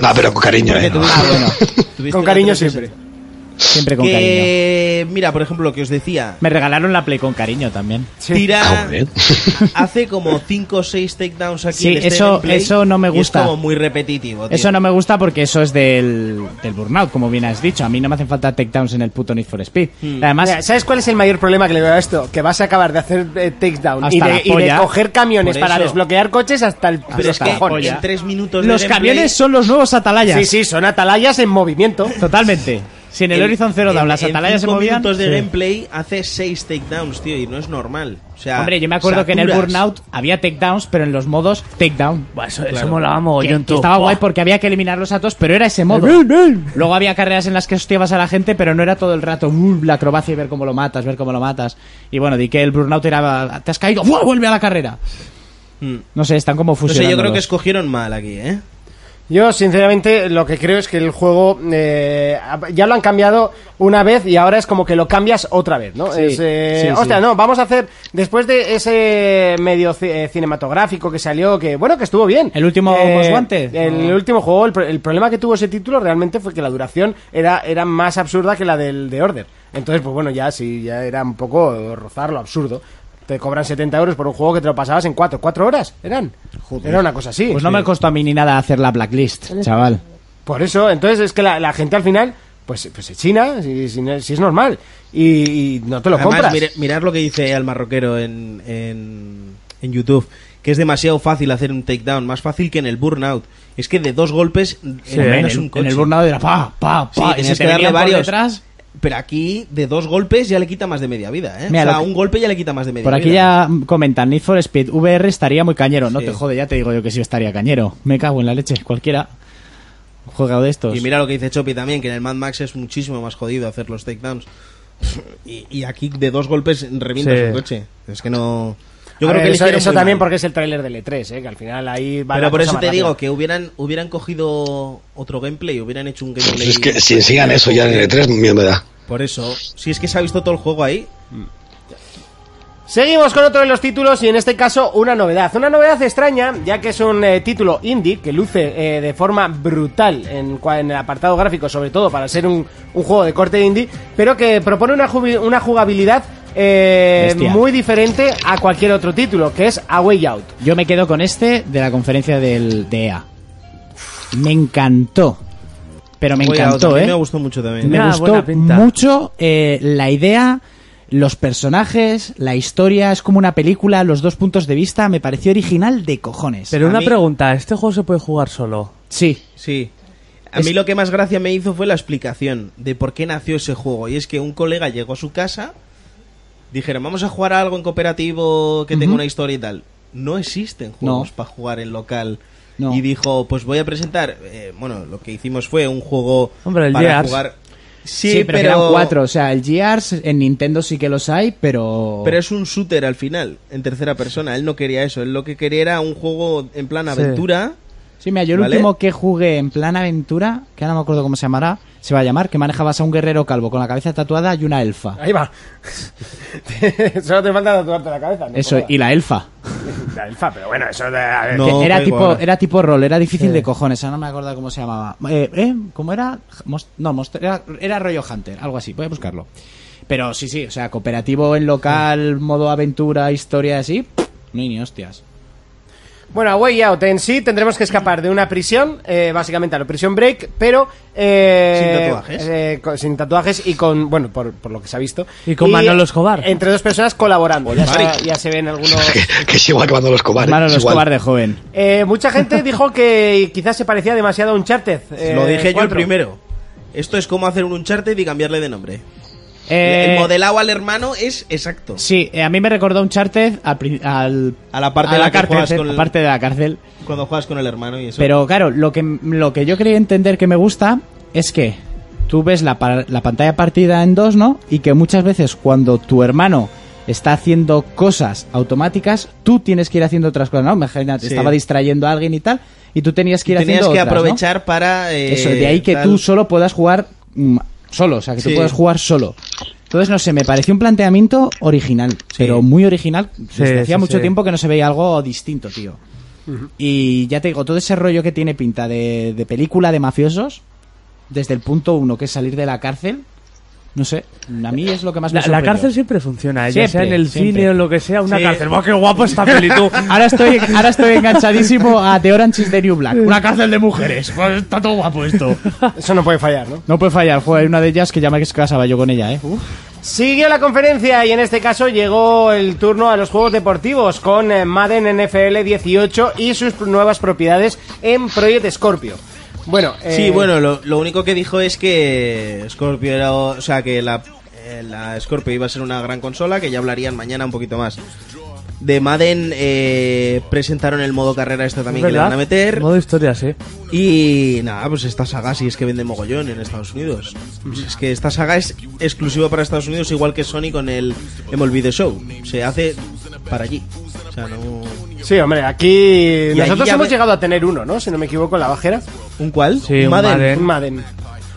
[SPEAKER 1] No, pero con cariño,
[SPEAKER 5] Porque
[SPEAKER 1] ¿eh?
[SPEAKER 3] Ah,
[SPEAKER 5] tuviste- tuviste
[SPEAKER 2] con
[SPEAKER 5] la
[SPEAKER 2] cariño
[SPEAKER 5] 360.
[SPEAKER 2] siempre.
[SPEAKER 3] Siempre con cariño.
[SPEAKER 5] Que, mira, por ejemplo, lo que os decía,
[SPEAKER 3] Me regalaron la Play con cariño también.
[SPEAKER 2] Sí.
[SPEAKER 5] tira...
[SPEAKER 1] Joder.
[SPEAKER 5] Hace como 5 o 6 takedowns aquí.
[SPEAKER 3] Sí,
[SPEAKER 5] en este
[SPEAKER 3] eso-
[SPEAKER 5] gameplay,
[SPEAKER 3] eso no me
[SPEAKER 5] y
[SPEAKER 3] gusta.
[SPEAKER 5] es como muy repetitivo. tío.
[SPEAKER 3] Eso no me gusta porque eso es del, del burnout, como bien has dicho. A mí no me hacen falta takedowns en el puto Need for Speed. Además,
[SPEAKER 2] Mira, ¿Sabes cuál es el mayor problema que le veo a esto? Que vas a acabar de hacer eh, takedown y
[SPEAKER 3] Hasta la
[SPEAKER 2] de, y de
[SPEAKER 3] polla.
[SPEAKER 2] coger camiones
[SPEAKER 5] Por
[SPEAKER 2] para
[SPEAKER 5] eso.
[SPEAKER 2] desbloquear coches hasta el
[SPEAKER 5] Pero es
[SPEAKER 2] hasta
[SPEAKER 5] que
[SPEAKER 2] la polla.
[SPEAKER 5] en 3 minutos de
[SPEAKER 3] los
[SPEAKER 5] gameplay-
[SPEAKER 3] camiones son los nuevos atalayas.
[SPEAKER 2] Sí, sí, son atalayas en movimiento.
[SPEAKER 3] Totalmente. Si en el Horizon Zero Dawn las atalayas se
[SPEAKER 5] cinco
[SPEAKER 3] movían...
[SPEAKER 5] minutos de
[SPEAKER 3] Sí.
[SPEAKER 5] gameplay hace 6 takedowns, tío, y no es normal. O sea,
[SPEAKER 3] Hombre, yo me acuerdo que en el
[SPEAKER 5] saturas.
[SPEAKER 3] Burnout había takedowns, pero en los modos takedown.
[SPEAKER 4] Buah, eso, eso molaba mogollón,
[SPEAKER 3] Que- que
[SPEAKER 4] tú.
[SPEAKER 3] estaba
[SPEAKER 4] Buah.
[SPEAKER 3] guay porque había que eliminarlos a todos, pero era ese modo.
[SPEAKER 2] Eh,
[SPEAKER 3] Luego había carreras en las que hostiabas a la gente, pero no era todo el rato "Uh, la acrobacia y ver cómo lo matas, ver cómo lo matas. Y bueno, di que el burnout era. Te has caído, ¡buah! vuelve a la carrera.
[SPEAKER 5] Mm.
[SPEAKER 3] No sé, están como
[SPEAKER 5] No sé,
[SPEAKER 3] fusionando.
[SPEAKER 5] yo creo que escogieron mal aquí, ¿eh?
[SPEAKER 2] Yo, sinceramente, lo que creo es que el juego eh, ya lo han cambiado una vez y ahora es como que lo cambias otra vez, ¿no? Es, eh,
[SPEAKER 3] sí, sí.
[SPEAKER 2] hostia, no, vamos a hacer, después de ese medio ci- eh, cinematográfico que salió, que bueno, que estuvo bien. Eh,
[SPEAKER 3] ¿El último Most Wanted?
[SPEAKER 2] El último juego, el, pro- el problema que tuvo ese título realmente fue que la duración era, era más absurda que la del de Order. Entonces, pues bueno, ya sí, ya era un poco eh, rozar lo absurdo. Te cobran 70 euros por un juego que te lo pasabas en 4, 4 horas, eran. Era una cosa así.
[SPEAKER 3] Pues no me costó a mí ni nada hacer la blacklist, chaval.
[SPEAKER 2] Por eso, entonces es que la, la gente al final, pues, pues se china, si, si no- si es normal, y, y no te lo
[SPEAKER 5] Además,
[SPEAKER 2] compras.
[SPEAKER 5] mire- mirad lo que dice al marroquero en, en, en YouTube, que es demasiado fácil hacer un takedown, más fácil que en el Burnout. Es que de dos golpes
[SPEAKER 3] Hombre, en,
[SPEAKER 5] eliminas
[SPEAKER 3] el,
[SPEAKER 5] un coche.
[SPEAKER 3] en el burnout era pa, pa,
[SPEAKER 5] Sí,
[SPEAKER 3] pa. y
[SPEAKER 5] tenías
[SPEAKER 3] se te
[SPEAKER 5] que darle
[SPEAKER 3] venían por
[SPEAKER 5] varios.
[SPEAKER 3] detrás.
[SPEAKER 5] Pero aquí, de dos golpes, ya le quita más de media vida, ¿eh?
[SPEAKER 3] Mira,
[SPEAKER 5] o sea,
[SPEAKER 3] lo que-
[SPEAKER 5] un golpe ya le quita más de media
[SPEAKER 3] Por aquí
[SPEAKER 5] vida.
[SPEAKER 3] ya mm, comentan, Need for Speed VR estaría muy cañero. No
[SPEAKER 5] Sí.
[SPEAKER 3] te jode, ya te digo yo que sí estaría cañero. Me cago en la leche, cualquiera. Un juego de estos.
[SPEAKER 5] Y mira lo que dice Chopi también, que en el Mad Max es muchísimo más jodido hacer los takedowns. Y, y aquí, de dos golpes, revientas
[SPEAKER 4] Sí.
[SPEAKER 5] un coche. Es que no... Yo
[SPEAKER 2] A
[SPEAKER 5] creo
[SPEAKER 2] ver,
[SPEAKER 5] que
[SPEAKER 2] Eh, eso,
[SPEAKER 5] eligieron
[SPEAKER 2] eso
[SPEAKER 5] muy
[SPEAKER 2] también
[SPEAKER 5] mal.
[SPEAKER 2] porque es el tráiler del E3, ¿eh? que al final ahí va la
[SPEAKER 5] Pero por
[SPEAKER 2] cosa
[SPEAKER 5] eso
[SPEAKER 2] más
[SPEAKER 5] te
[SPEAKER 2] rápida.
[SPEAKER 5] digo que hubieran, hubieran cogido otro gameplay, hubieran hecho un
[SPEAKER 1] Pues
[SPEAKER 5] gameplay.
[SPEAKER 1] es que si sigan eso ya en el E3, miedo E me da.
[SPEAKER 5] Por eso, si es que se ha visto todo el juego ahí,
[SPEAKER 2] Seguimos con otro de los títulos y en este caso una novedad. Una novedad extraña, ya que es un eh, título indie que luce eh, de forma brutal en, cua- en el apartado gráfico, sobre todo para ser un, un juego de corte indie, pero que propone una, jubi- una jugabilidad eh,
[SPEAKER 3] Bestia.
[SPEAKER 2] muy diferente a cualquier otro título, que es A Way Out.
[SPEAKER 3] Yo me quedo con este de la conferencia del, de EA. Me encantó. Pero me
[SPEAKER 5] Way Out,
[SPEAKER 3] encantó,
[SPEAKER 5] a mí
[SPEAKER 3] ¿eh?
[SPEAKER 5] me gustó mucho también.
[SPEAKER 3] Me
[SPEAKER 4] Ah,
[SPEAKER 3] gustó
[SPEAKER 4] buena pinta.
[SPEAKER 3] mucho eh, la idea, los personajes, la historia. Es como una película, los dos puntos de vista. Me pareció original de cojones.
[SPEAKER 4] Pero
[SPEAKER 5] A
[SPEAKER 4] una
[SPEAKER 5] mí-
[SPEAKER 4] pregunta, ¿este juego se puede jugar solo?
[SPEAKER 3] sí.
[SPEAKER 5] Sí. A mí lo que más gracia me hizo fue la explicación de por qué nació ese juego. Y es que un colega llegó a su casa, dijeron, vamos a jugar a algo en cooperativo que tenga una historia y tal. No existen juegos
[SPEAKER 3] No.
[SPEAKER 5] para jugar en local.
[SPEAKER 3] No.
[SPEAKER 5] Y dijo, pues voy a presentar... eh, bueno, lo que hicimos fue un juego
[SPEAKER 4] Hombre, el
[SPEAKER 5] para
[SPEAKER 4] Gears.
[SPEAKER 5] jugar... Sí,
[SPEAKER 3] Sí, pero, eran cuatro. O sea, el Gears en Nintendo sí que los hay, pero.
[SPEAKER 5] Pero es un shooter al final, en tercera persona. Él no quería eso. Él lo que quería era un juego en plan aventura.
[SPEAKER 3] Sí, mira, yo el
[SPEAKER 5] ¿Vale?
[SPEAKER 3] último que jugué en plan aventura, que ahora no me acuerdo cómo se llamará, se va a llamar, que manejabas a un guerrero calvo con la cabeza tatuada y una elfa.
[SPEAKER 2] Ahí va. Solo te falta tatuarte la cabeza. no
[SPEAKER 3] Eso,
[SPEAKER 2] jodas.
[SPEAKER 3] y la elfa.
[SPEAKER 2] La elfa, pero bueno, eso de... a ver,
[SPEAKER 5] No,
[SPEAKER 3] Que era
[SPEAKER 5] da
[SPEAKER 3] tipo
[SPEAKER 5] igual.
[SPEAKER 3] era tipo rol, era difícil de cojones, ahora no me acuerdo cómo se llamaba. Eh, eh, ¿Cómo era? Mos- no, Monster- era, era rollo Hunter, algo así, voy a buscarlo. Pero sí, sí, o sea, cooperativo en local, modo aventura, historia así, no hay ni hostias.
[SPEAKER 2] Bueno, a Way Out en sí tendremos que escapar de una prisión, eh, básicamente a la prisión break, pero... eh,
[SPEAKER 5] Sin tatuajes.
[SPEAKER 2] eh, co- sin tatuajes y con, bueno, por, por lo que se ha visto.
[SPEAKER 4] Y con Manolo Escobar.
[SPEAKER 2] Entre dos personas colaborando. Ya,
[SPEAKER 5] Mari.
[SPEAKER 2] se- ya se ven algunos...
[SPEAKER 1] Que, que se va acabando los cobardes.
[SPEAKER 3] Hermano, los
[SPEAKER 1] igual.
[SPEAKER 3] cobardes joven.
[SPEAKER 2] Eh, mucha gente dijo que quizás se parecía demasiado a Uncharted. eh,
[SPEAKER 5] lo dije yo el
[SPEAKER 2] cuatro.
[SPEAKER 5] primero. Esto es como hacer un Uncharted y cambiarle de nombre.
[SPEAKER 3] Eh,
[SPEAKER 5] el modelado al hermano es exacto.
[SPEAKER 3] Sí, eh, a mí me recordó un charter al, pri- al-
[SPEAKER 5] A la parte de la que juegas
[SPEAKER 3] cárcel,
[SPEAKER 5] con el-
[SPEAKER 3] a parte de la cárcel.
[SPEAKER 5] Cuando juegas con el hermano y eso.
[SPEAKER 3] Pero claro, lo que, lo que yo quería entender que me gusta es que tú ves la, par- la pantalla partida en dos, ¿no? Y que muchas veces cuando tu hermano está haciendo cosas automáticas, tú tienes que ir haciendo otras cosas, ¿no? Imagínate,
[SPEAKER 5] Sí.
[SPEAKER 3] estaba distrayendo a alguien y tal, y tú tenías que ir
[SPEAKER 5] tenías
[SPEAKER 3] haciendo
[SPEAKER 5] que
[SPEAKER 3] otras, ¿no?
[SPEAKER 5] aprovechar para. eh,
[SPEAKER 3] Eso, de ahí que
[SPEAKER 5] tal.
[SPEAKER 3] tú solo puedas jugar mm, solo, o sea, que
[SPEAKER 5] Sí.
[SPEAKER 3] tú puedas jugar solo. Entonces, no sé, me pareció un planteamiento original, pero muy original. Desde
[SPEAKER 4] Sí,
[SPEAKER 3] hacía
[SPEAKER 4] sí,
[SPEAKER 3] mucho
[SPEAKER 4] sí.
[SPEAKER 3] tiempo que no se veía algo distinto, tío. Y ya te digo, todo ese rollo que tiene pinta de, de película de mafiosos, desde el punto uno, que es salir de la cárcel, no sé, a mí es lo que más me
[SPEAKER 4] La, la
[SPEAKER 3] sorprendió.
[SPEAKER 4] cárcel siempre funciona, ¿eh? ya sea
[SPEAKER 3] Siempre,
[SPEAKER 4] en el
[SPEAKER 3] siempre.
[SPEAKER 4] cine o en lo que sea, una
[SPEAKER 5] Sí.
[SPEAKER 4] cárcel. ¡Buah, qué guapo esta peli, tú!
[SPEAKER 3] Ahora estoy, ahora estoy enganchadísimo a The Orange is the New Black. Una cárcel de mujeres. Pues está todo guapo esto.
[SPEAKER 2] Eso no puede fallar, ¿no?
[SPEAKER 3] No puede fallar, joder, hay una de ellas que ya me casaba yo con ella, ¿eh? Uf.
[SPEAKER 2] Siguió la conferencia y en este caso llegó el turno a los juegos deportivos con eh, Madden NFL 18 y sus nuevas propiedades en Project Scorpio. Bueno,
[SPEAKER 5] Sí,
[SPEAKER 2] eh,
[SPEAKER 5] bueno, lo, lo único que dijo es que Scorpio era. O sea, que la, eh, la Scorpio iba a ser una gran consola, que ya hablarían mañana un poquito más. De Madden eh, presentaron el modo carrera este también que le
[SPEAKER 4] ¿Verdad?
[SPEAKER 5] van a meter.
[SPEAKER 4] Modo historia, sí.
[SPEAKER 5] Y nada, pues esta saga sí es que vende mogollón en Estados Unidos. Pues es que esta saga es exclusiva para Estados Unidos, igual que Sony con el MLB The Show. Se hace para allí. O sea, no.
[SPEAKER 2] Sí, hombre, aquí
[SPEAKER 5] allí
[SPEAKER 2] nosotros
[SPEAKER 5] ya
[SPEAKER 2] hemos
[SPEAKER 5] ve-
[SPEAKER 2] llegado a tener uno, ¿no? Si no me equivoco, en la bajera.
[SPEAKER 5] ¿Un cuál?
[SPEAKER 4] Sí, un Madden.
[SPEAKER 2] Un Madden.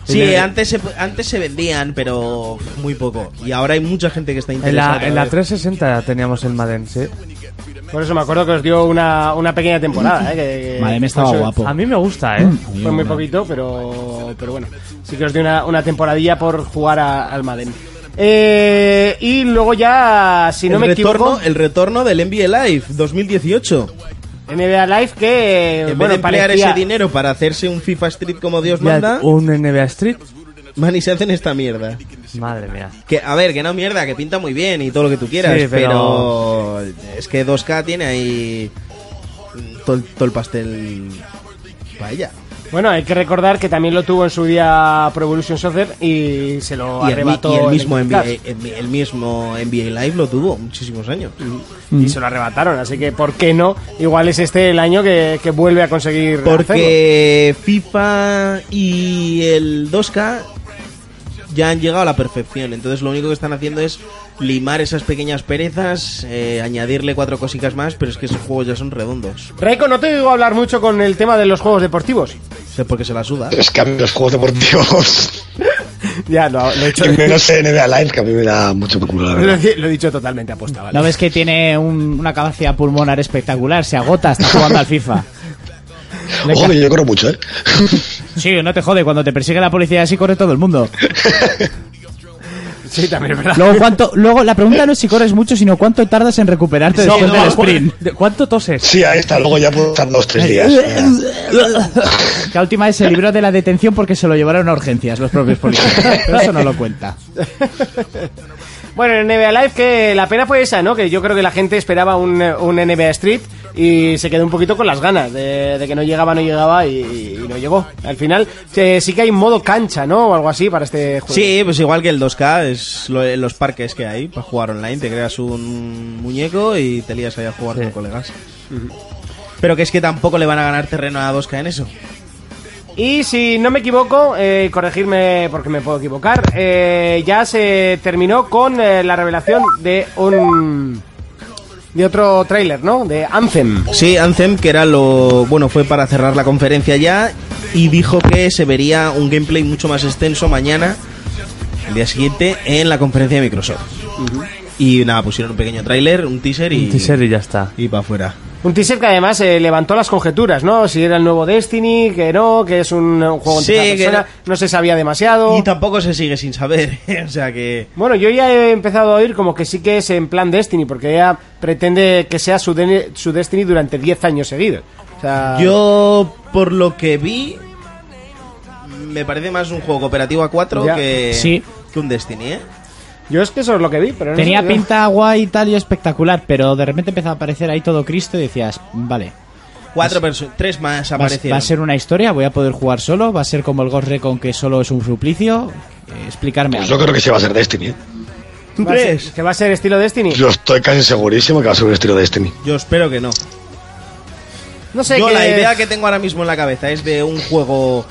[SPEAKER 5] Sí,
[SPEAKER 4] En el-
[SPEAKER 5] antes se, antes se vendían, pero muy poco. Y ahora hay mucha gente que está
[SPEAKER 4] En la,
[SPEAKER 5] interesada.
[SPEAKER 4] en la 360 teníamos el Madden, sí.
[SPEAKER 2] Por eso me acuerdo que os dio una, una pequeña temporada, ¿eh? Que- que-
[SPEAKER 3] Madden estaba
[SPEAKER 2] por eso-
[SPEAKER 3] guapo.
[SPEAKER 4] A mí me gusta, ¿eh?
[SPEAKER 2] Fue muy poquito, pero, pero bueno. Sí que os di una, una temporadilla por jugar a- al Madden. Eh, y luego ya, si no
[SPEAKER 5] el,
[SPEAKER 2] me
[SPEAKER 5] retorno,
[SPEAKER 2] equivoco,
[SPEAKER 5] el retorno del NBA Live 2018.
[SPEAKER 2] NBA Live que,
[SPEAKER 5] en
[SPEAKER 2] bueno,
[SPEAKER 5] vez de emplear
[SPEAKER 2] parecía-
[SPEAKER 5] ese dinero para hacerse un FIFA Street como Dios
[SPEAKER 4] Ya, uh.
[SPEAKER 5] manda,
[SPEAKER 4] un NBA Street.
[SPEAKER 5] man, y se hacen esta mierda.
[SPEAKER 4] Madre mía.
[SPEAKER 5] Que, a ver, que no mierda, que pinta muy bien y todo lo que tú quieras,
[SPEAKER 4] Sí,
[SPEAKER 5] pero...
[SPEAKER 4] pero-
[SPEAKER 5] es que 2K tiene ahí mm, todo el, todo el pastel vaya.
[SPEAKER 2] Bueno, hay que recordar que también lo tuvo en su día Pro Evolution Soccer y se lo
[SPEAKER 5] Y el, mi-
[SPEAKER 2] arrebató
[SPEAKER 5] y el
[SPEAKER 2] en
[SPEAKER 5] mismo
[SPEAKER 2] Xbox
[SPEAKER 5] NBA,
[SPEAKER 2] Plus.
[SPEAKER 5] eh, el mi- el mismo NBA Live lo tuvo muchísimos años.
[SPEAKER 2] y se lo arrebataron, así que ¿por qué no? Igual es este el año que, que vuelve a conseguir hacerlo.
[SPEAKER 5] Porque FIFA y el 2K ya han llegado a la perfección. Entonces lo único que están haciendo es limar esas pequeñas perezas, eh, añadirle cuatro cositas más, pero es que esos juegos ya son redondos.
[SPEAKER 2] Raiko, no te digo hablar mucho con el tema de los juegos deportivos.
[SPEAKER 5] Porque se la suda.
[SPEAKER 1] Es que a mí los juegos deportivos
[SPEAKER 2] Ya, lo, lo he hecho.
[SPEAKER 1] Y menos en NBA Live, que a mí me da mucho por culo, la
[SPEAKER 2] Lo,
[SPEAKER 1] verdad.
[SPEAKER 2] he- lo he dicho totalmente aposta, ¿vale?
[SPEAKER 3] ¿No ves que tiene un- una capacidad pulmonar espectacular? Se agota, está jugando al FIFA. Le
[SPEAKER 1] Ojo,
[SPEAKER 3] ca-
[SPEAKER 1] que yo corro mucho, ¿eh?
[SPEAKER 3] Sí, no te jode, cuando te persigue la policía así corre todo el mundo.
[SPEAKER 2] Sí, también es verdad.
[SPEAKER 3] Luego, ¿cuánto, luego la pregunta no es si corres mucho, sino cuánto tardas en recuperarte
[SPEAKER 5] Sí,
[SPEAKER 3] después
[SPEAKER 5] no, pues,
[SPEAKER 3] del
[SPEAKER 5] cu-
[SPEAKER 3] sprint.
[SPEAKER 4] ¿De ¿Cuánto toses?
[SPEAKER 1] Sí, ahí está, luego ya puedo estar dos, tres días.
[SPEAKER 3] La última vez se libró de la detención porque se lo llevaron a urgencias los propios policías. Pero eso no lo cuenta.
[SPEAKER 2] Bueno, en NBA Live que la pena fue esa, ¿no? Que yo creo que la gente esperaba un, un NBA Street y se quedó un poquito con las ganas de, de que no llegaba, no llegaba y, y no llegó. Al final que sí que hay modo cancha, ¿no? O algo así para este juego.
[SPEAKER 5] Sí, pues igual que el 2K, es lo- los parques que hay para jugar online. Te creas un muñeco y te lías ahí a jugar con colegas. Pero que es que tampoco le van a ganar terreno a 2K en eso.
[SPEAKER 2] Y si no me equivoco, eh, corregirme porque me puedo equivocar, eh, ya se terminó con eh, la revelación de un... De otro tráiler, ¿no? De Anthem.
[SPEAKER 5] Sí, Anthem, que era lo. Bueno, fue para cerrar la conferencia ya. Y dijo que se vería un gameplay mucho más extenso mañana, el día siguiente, en la conferencia de Microsoft. Y nada, pusieron un pequeño tráiler, un teaser y.
[SPEAKER 4] Un teaser y ya está.
[SPEAKER 5] Y para afuera.
[SPEAKER 2] Un teaser que además eh, levantó las conjeturas, ¿no? Si era el nuevo Destiny, que no, que es un, un juego en
[SPEAKER 5] Sí,
[SPEAKER 2] tercera
[SPEAKER 5] que
[SPEAKER 2] persona, no se sabía demasiado.
[SPEAKER 5] Y tampoco se sigue sin saber. o sea que.
[SPEAKER 2] Bueno, yo ya he empezado a oír como que sí que es en plan Destiny, porque ella pretende que sea su, de- su Destiny durante 10 años seguidos. O sea,
[SPEAKER 5] Yo, por lo que vi, me parece más un juego cooperativo a 4
[SPEAKER 2] Ya.
[SPEAKER 5] que,
[SPEAKER 3] Sí.
[SPEAKER 5] que un Destiny, ¿eh?
[SPEAKER 2] yo es que eso es lo que vi, pero no
[SPEAKER 3] Tenía
[SPEAKER 2] sé-
[SPEAKER 3] pinta guay y tal y espectacular, pero de repente empezó a aparecer ahí todo Cristo y decías, vale,
[SPEAKER 5] Cuatro personas, tres más
[SPEAKER 3] va, a-
[SPEAKER 5] aparecieron.
[SPEAKER 3] va a ser una historia, voy a poder jugar solo, va a ser como el Ghost Recon que solo es un suplicio. Eh, explicarme
[SPEAKER 1] Pues
[SPEAKER 3] algo.
[SPEAKER 1] yo creo que sí va a ser Destiny. ¿eh?
[SPEAKER 5] ¿Tú
[SPEAKER 2] va a ser-
[SPEAKER 5] crees?
[SPEAKER 2] que va a ser estilo Destiny.
[SPEAKER 1] Yo estoy casi segurísimo que va a ser un estilo Destiny.
[SPEAKER 5] Yo espero que no.
[SPEAKER 2] no sé
[SPEAKER 5] Yo
[SPEAKER 2] que-
[SPEAKER 5] la idea que tengo ahora mismo en la cabeza es de un juego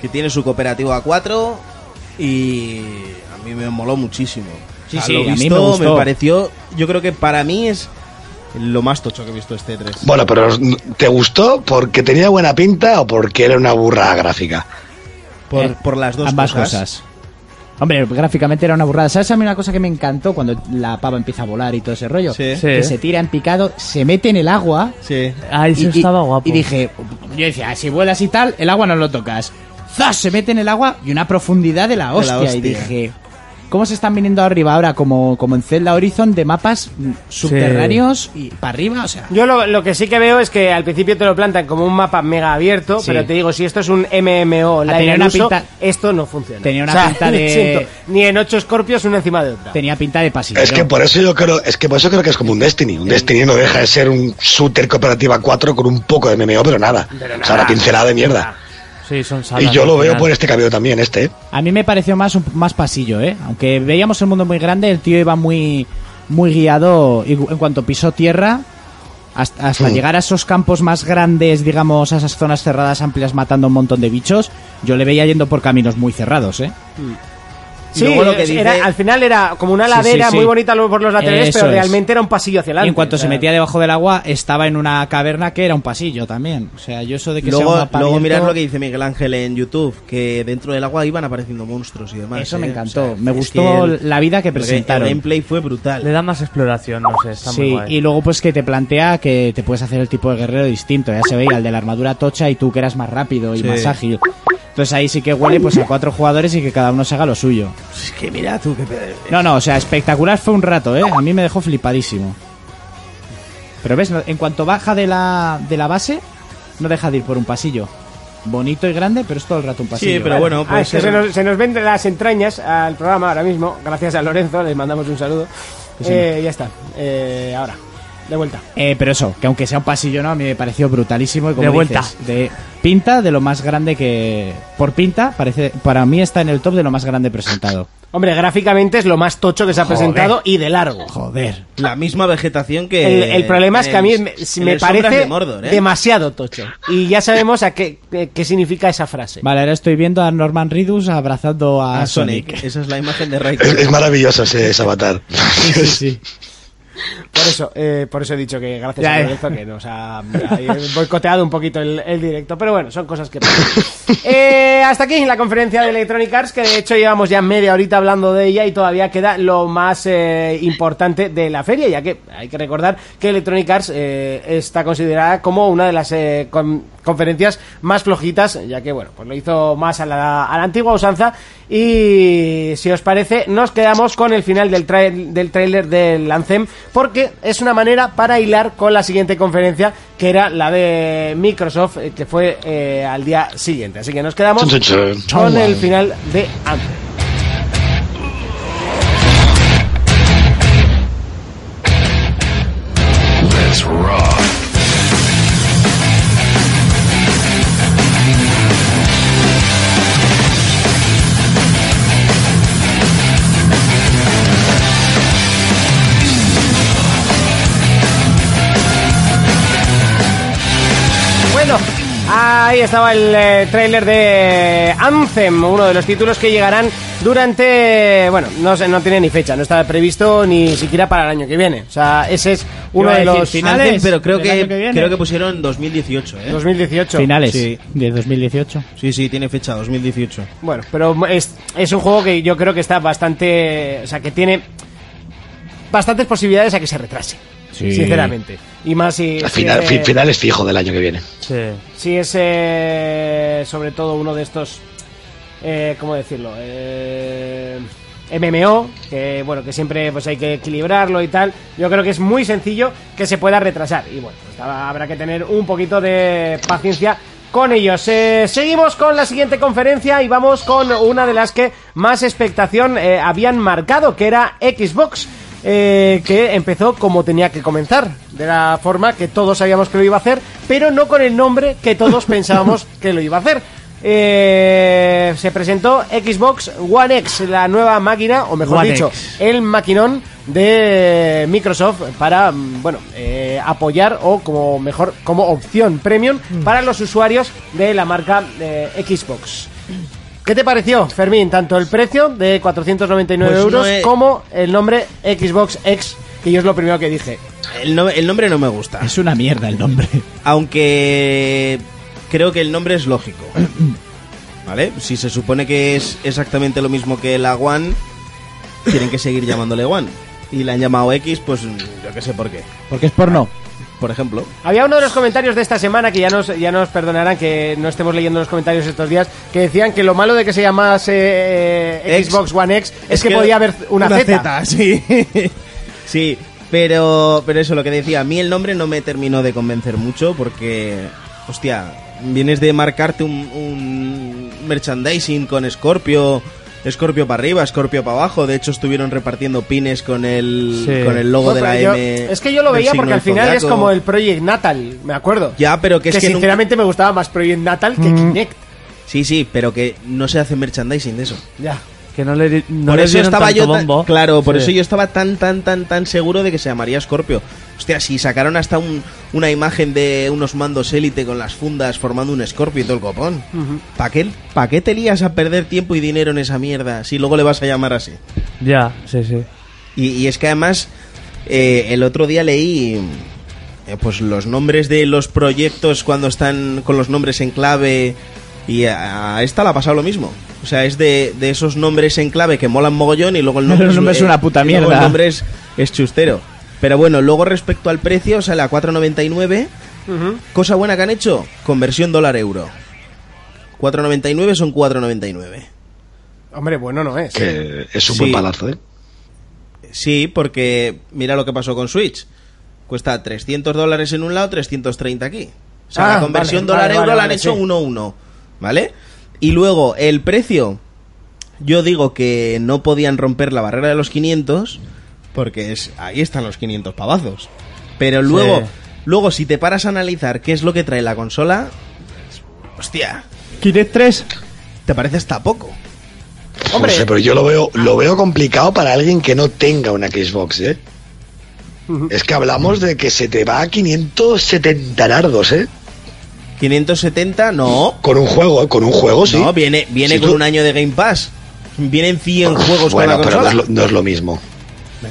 [SPEAKER 5] que tiene su cooperativo a 4 y a mí me moló muchísimo.
[SPEAKER 3] Sí,
[SPEAKER 5] O sea,
[SPEAKER 3] sí,
[SPEAKER 5] lo
[SPEAKER 3] a mí me
[SPEAKER 5] visto,
[SPEAKER 3] gustó.
[SPEAKER 5] me pareció, yo creo que para mí es lo más tocho que he visto este 3.
[SPEAKER 1] Bueno, pero ¿te gustó porque tenía buena pinta o porque era una burra gráfica?
[SPEAKER 5] Por,
[SPEAKER 3] Eh,
[SPEAKER 5] por las dos
[SPEAKER 3] ambas Hombre, gráficamente era una burrada. ¿Sabes a mí una cosa que me encantó cuando la pava empieza a volar y todo ese rollo?
[SPEAKER 5] Sí.
[SPEAKER 3] Que
[SPEAKER 4] Sí.
[SPEAKER 3] se tira en picado, se mete en el agua.
[SPEAKER 5] Sí.
[SPEAKER 4] Ah, eso
[SPEAKER 3] y-
[SPEAKER 4] estaba guapo.
[SPEAKER 3] Y dije, yo decía, "Ah, si vuelas y tal, el agua no lo tocas. ¡Zas! Se mete en el agua y una profundidad de la
[SPEAKER 5] De
[SPEAKER 3] hostia.
[SPEAKER 5] la
[SPEAKER 3] Y
[SPEAKER 5] hostia.
[SPEAKER 3] dije, ¿cómo se están viniendo arriba ahora? Como, como en Zelda Horizon de mapas mm, subterráneos y para arriba, o sea.
[SPEAKER 2] Yo lo, lo que sí que veo es que al principio te lo plantan como un mapa mega abierto,
[SPEAKER 3] Sí.
[SPEAKER 2] pero te digo, si esto es un MMO online
[SPEAKER 3] tenía
[SPEAKER 2] al
[SPEAKER 3] una
[SPEAKER 2] uso,
[SPEAKER 3] pinta-
[SPEAKER 2] esto no funciona.
[SPEAKER 3] tenía una
[SPEAKER 2] O sea,
[SPEAKER 3] pinta de-
[SPEAKER 2] lo siento, ni en ocho escorpios una encima de otra.
[SPEAKER 3] Tenía pinta de pasillo.
[SPEAKER 1] Es que por eso yo creo, es que por eso creo que es como un Destiny. Un Destiny no deja de ser un shooter cooperativa 4 con un poco de MMO, pero nada. O sea, una pincelada de mierda.
[SPEAKER 4] Sí, son
[SPEAKER 1] Y
[SPEAKER 4] salas
[SPEAKER 1] yo
[SPEAKER 4] al
[SPEAKER 1] lo veo
[SPEAKER 4] final.
[SPEAKER 1] por este camino también, este. ¿eh?
[SPEAKER 3] A mí me pareció más, un- más pasillo, ¿eh? Aunque veíamos el mundo muy grande, el tío iba muy, muy guiado y- en cuanto pisó tierra. Hasta, hasta
[SPEAKER 1] Hmm.
[SPEAKER 3] llegar a esos campos más grandes, digamos, a esas zonas cerradas amplias matando un montón de bichos, yo le veía yendo por caminos muy cerrados, ¿eh?
[SPEAKER 2] Sí,
[SPEAKER 5] Luego lo que
[SPEAKER 2] es-
[SPEAKER 5] dice-
[SPEAKER 2] era- al final era como una
[SPEAKER 3] Sí, sí,
[SPEAKER 2] ladera
[SPEAKER 3] sí.
[SPEAKER 2] muy bonita lo- por los laterales,
[SPEAKER 3] Eso
[SPEAKER 2] pero
[SPEAKER 3] es.
[SPEAKER 2] realmente era un pasillo hacia
[SPEAKER 3] Y
[SPEAKER 2] adelante.
[SPEAKER 3] en cuanto
[SPEAKER 2] o
[SPEAKER 3] se
[SPEAKER 2] sea,
[SPEAKER 3] metía debajo del agua, estaba en una caverna que era un pasillo también. O sea, yo eso de que sea un
[SPEAKER 5] Luego,
[SPEAKER 3] mapa
[SPEAKER 5] luego
[SPEAKER 3] abierto,
[SPEAKER 5] mirad lo que dice Miguel Ángel en YouTube, que dentro del agua iban apareciendo monstruos y demás.
[SPEAKER 3] Eso
[SPEAKER 5] ¿eh?
[SPEAKER 3] me
[SPEAKER 5] O
[SPEAKER 3] encantó.
[SPEAKER 5] sea,
[SPEAKER 3] Me
[SPEAKER 5] es
[SPEAKER 3] gustó
[SPEAKER 5] que el-
[SPEAKER 3] la vida que
[SPEAKER 5] porque
[SPEAKER 3] presentaron.
[SPEAKER 5] El gameplay fue
[SPEAKER 4] Le
[SPEAKER 5] brutal.
[SPEAKER 4] da más exploración, no sé, está muy
[SPEAKER 3] Sí,
[SPEAKER 4] guay.
[SPEAKER 3] y luego pues que te plantea que te puedes hacer el tipo de guerrero distinto, ya se veía, el de la armadura tocha y tú que eras más rápido y
[SPEAKER 5] Sí.
[SPEAKER 3] más ágil. Entonces ahí sí que huele pues a cuatro jugadores y que cada uno se haga lo suyo.
[SPEAKER 5] Es que mira tú, qué pedo.
[SPEAKER 3] No, no, o sea, espectacular fue un rato, ¿eh? A mí me dejó flipadísimo. Pero ves, No- en cuanto baja de la, de la base, no deja de ir por un pasillo. Bonito y grande, pero es todo el rato un pasillo.
[SPEAKER 5] Sí, pero bueno,
[SPEAKER 2] Ah,
[SPEAKER 5] puede
[SPEAKER 2] es que
[SPEAKER 5] ser-
[SPEAKER 2] se nos, se nos venden las entrañas al programa ahora mismo, gracias a Lorenzo, les mandamos un saludo. Eh, ya está, eh, ahora, de vuelta.
[SPEAKER 3] Eh, pero eso, que aunque sea un pasillo, no, a mí me pareció brutalísimo. Y como
[SPEAKER 4] De vuelta.
[SPEAKER 3] dices, de pinta de lo más grande que. Por pinta, parece para mí está en el top de lo más grande presentado.
[SPEAKER 2] Hombre, gráficamente es lo más tocho que se ha presentado y de largo.
[SPEAKER 3] Joder.
[SPEAKER 5] La misma vegetación que.
[SPEAKER 2] El, el problema es que a mí me,
[SPEAKER 5] en
[SPEAKER 2] si
[SPEAKER 5] Eh, el
[SPEAKER 2] me
[SPEAKER 5] Sombras
[SPEAKER 2] parece
[SPEAKER 5] de Mordor, ¿eh?
[SPEAKER 2] demasiado tocho. Y ya sabemos a qué, qué- qué significa esa frase.
[SPEAKER 3] Vale, ahora estoy viendo a Norman Reedus abrazando a,
[SPEAKER 5] Ah,
[SPEAKER 3] Sonic.
[SPEAKER 5] Sonic. Esa es la imagen de Raiko.
[SPEAKER 1] Es, es maravilloso ese, ese avatar.
[SPEAKER 2] Por eso, eh, por eso he dicho que gracias
[SPEAKER 3] Ya,
[SPEAKER 2] a
[SPEAKER 3] eh.
[SPEAKER 2] Lorenzo que nos ha ha boicoteado un poquito el, el directo. Pero bueno, son cosas que pasan. Eh, eh, hasta aquí la conferencia de Electronic Arts, que de hecho llevamos ya media horita hablando de ella y todavía queda lo más eh, importante de la feria, ya que hay que recordar que Electronic Arts eh, está considerada como una de las eh, con- conferencias más flojitas, ya que bueno, pues lo hizo más a la, a la antigua usanza. Y si os parece, nos quedamos con el final del, trai- del trailer del Anthem, porque es una manera para hilar con la siguiente conferencia, que era la de Microsoft, eh, que fue eh, al día siguiente. Así que nos quedamos
[SPEAKER 1] Chun, chun, chun.
[SPEAKER 2] con el final de Anthem. Bueno, ahí estaba el eh, tráiler de Anthem, uno de los títulos que llegarán durante, bueno, no sé, no tiene ni fecha, no está previsto ni siquiera para el año que viene. O sea, ese es uno
[SPEAKER 3] Iba a
[SPEAKER 2] de
[SPEAKER 3] decir
[SPEAKER 2] los
[SPEAKER 3] final. Finales
[SPEAKER 5] Anthem, pero creo
[SPEAKER 3] del
[SPEAKER 5] que,
[SPEAKER 3] año que viene.
[SPEAKER 5] creo que pusieron 2018, ¿eh?
[SPEAKER 2] 2018.
[SPEAKER 3] Finales
[SPEAKER 5] Sí.
[SPEAKER 3] de 2018.
[SPEAKER 5] Sí, sí, tiene fecha, 2018.
[SPEAKER 2] Bueno, pero es, es un juego que yo creo que está bastante, o sea, que tiene bastantes posibilidades a que se retrase. Sinceramente. Y más si...
[SPEAKER 1] Al
[SPEAKER 2] si,
[SPEAKER 1] final,
[SPEAKER 2] eh,
[SPEAKER 1] fi- final es fijo del año que viene.
[SPEAKER 4] Sí.
[SPEAKER 2] Sí, es eh, sobre todo uno de estos, eh, ¿cómo decirlo? Eh, MMO, que bueno, que siempre pues hay que equilibrarlo y tal. Yo creo que es muy sencillo que se pueda retrasar. Y bueno, pues, ha- habrá que tener un poquito de paciencia con ellos. Eh, seguimos con la siguiente conferencia y vamos con una de las que más expectación eh, habían marcado, que era Xbox eh, que empezó como tenía que comenzar, de la forma que todos sabíamos que lo iba a hacer, pero no con el nombre que todos pensábamos que lo iba a hacer. Eh, se presentó Xbox One X, la nueva máquina, o mejor
[SPEAKER 4] One
[SPEAKER 2] dicho,
[SPEAKER 4] X.
[SPEAKER 2] el maquinón de Microsoft para, mm, bueno, eh, apoyar o como mejor, como opción premium
[SPEAKER 5] Mm.
[SPEAKER 2] para los usuarios de la marca eh, Xbox. ¿Qué te pareció, Fermín? Tanto el precio de 499
[SPEAKER 5] Pues no
[SPEAKER 2] euros
[SPEAKER 5] he-
[SPEAKER 2] como el nombre Xbox X, que yo es lo primero que dije.
[SPEAKER 5] El, no- el nombre no me gusta,
[SPEAKER 3] Es una mierda el nombre.
[SPEAKER 5] aunque creo que el nombre es lógico. ¿Vale? Si se supone que es exactamente lo mismo que la One, tienen que seguir llamándole One. Y la han llamado X, pues yo qué sé por qué.
[SPEAKER 3] Porque es porno.
[SPEAKER 5] Por ejemplo.
[SPEAKER 2] Había uno de los comentarios de esta semana que ya nos, ya nos perdonarán que no estemos leyendo los comentarios estos días, que decían que lo malo de que se llamase eh,
[SPEAKER 5] X.
[SPEAKER 2] Xbox One X es, que, podía haber una, Z.
[SPEAKER 5] sí. sí, pero, pero eso, lo que decía, a mí el nombre no me terminó de convencer mucho porque, hostia, vienes de marcarte un, un merchandising con Scorpio. Scorpio para arriba, Scorpio para abajo. De hecho, estuvieron repartiendo pines con el,
[SPEAKER 4] Sí.
[SPEAKER 5] con el logo
[SPEAKER 2] No,
[SPEAKER 5] de la
[SPEAKER 2] pero yo-
[SPEAKER 5] M.
[SPEAKER 2] es que yo lo
[SPEAKER 5] del
[SPEAKER 2] veía
[SPEAKER 5] signo
[SPEAKER 2] porque al
[SPEAKER 5] del
[SPEAKER 2] final es
[SPEAKER 5] zodiaco.
[SPEAKER 2] como el Project Natal, me acuerdo.
[SPEAKER 5] Ya, pero que
[SPEAKER 2] que,
[SPEAKER 5] es que. nunca-
[SPEAKER 2] sinceramente me gustaba más Project Natal que Kinect.
[SPEAKER 5] Sí, sí, pero que no se hace merchandising de eso.
[SPEAKER 2] Ya.
[SPEAKER 4] Que no le, di- no
[SPEAKER 5] por
[SPEAKER 4] le
[SPEAKER 5] eso
[SPEAKER 4] dieron
[SPEAKER 5] estaba
[SPEAKER 4] tanto
[SPEAKER 5] yo tan-
[SPEAKER 4] bombo.
[SPEAKER 5] claro por
[SPEAKER 4] Sí.
[SPEAKER 5] eso yo estaba tan tan tan tan seguro de que se llamaría Scorpio Hostia, si sacaron hasta un- una imagen de unos mandos élite con las fundas formando un Scorpio y todo el copón ¿Para qué, pa' qué te lías a perder tiempo y dinero en esa mierda si luego le vas a llamar así?
[SPEAKER 4] Ya, sí, sí.
[SPEAKER 5] Y, y es que además eh, el otro día leí eh, pues los nombres de los proyectos cuando están con los nombres en clave y a, a esta la ha pasado lo mismo. O sea, es de, de esos nombres en clave que molan mogollón y luego el nombre, eh,
[SPEAKER 3] El nombre es una puta
[SPEAKER 5] y luego
[SPEAKER 3] mierda.
[SPEAKER 5] el nombre es, es chustero. Pero bueno, luego respecto al precio sale a 4.99. Cosa buena que han hecho, conversión dólar-euro. 4.99 son 4.99.
[SPEAKER 2] Hombre, bueno no es.
[SPEAKER 1] Que es un
[SPEAKER 5] Sí.
[SPEAKER 1] buen palazo, ¿eh?
[SPEAKER 5] Sí, porque mira lo que pasó con Switch. Cuesta 300 dólares en un lado, 330 aquí. O sea,
[SPEAKER 2] Ah,
[SPEAKER 5] la conversión
[SPEAKER 2] vale, vale,
[SPEAKER 5] dólar-euro
[SPEAKER 2] vale,
[SPEAKER 5] la han
[SPEAKER 2] vale,
[SPEAKER 5] hecho
[SPEAKER 2] sí.
[SPEAKER 5] 1-1. ¿Vale? Y luego, el precio. Yo digo que no podían romper la barrera de los 500, porque es, ahí están los 500 pavazos. Pero luego,
[SPEAKER 4] Sí.
[SPEAKER 5] luego, si te paras a analizar qué es lo que trae la consola, hostia,
[SPEAKER 3] Kinect 3.
[SPEAKER 5] te parece hasta poco.
[SPEAKER 2] Hombre.
[SPEAKER 1] No sé, pero yo lo veo, lo veo complicado para alguien que no tenga una Xbox, ¿eh? Es que hablamos de que se te va a 570 nardos, ¿eh?
[SPEAKER 5] 570, no.
[SPEAKER 1] Con un juego, ¿eh? Con un juego, sí.
[SPEAKER 5] No, viene, viene
[SPEAKER 1] Si
[SPEAKER 5] con
[SPEAKER 1] tú-
[SPEAKER 5] un año de Game Pass. Vienen 100 juegos
[SPEAKER 1] bueno,
[SPEAKER 5] con la
[SPEAKER 1] pero no
[SPEAKER 5] consola.
[SPEAKER 1] es, lo, no es lo mismo.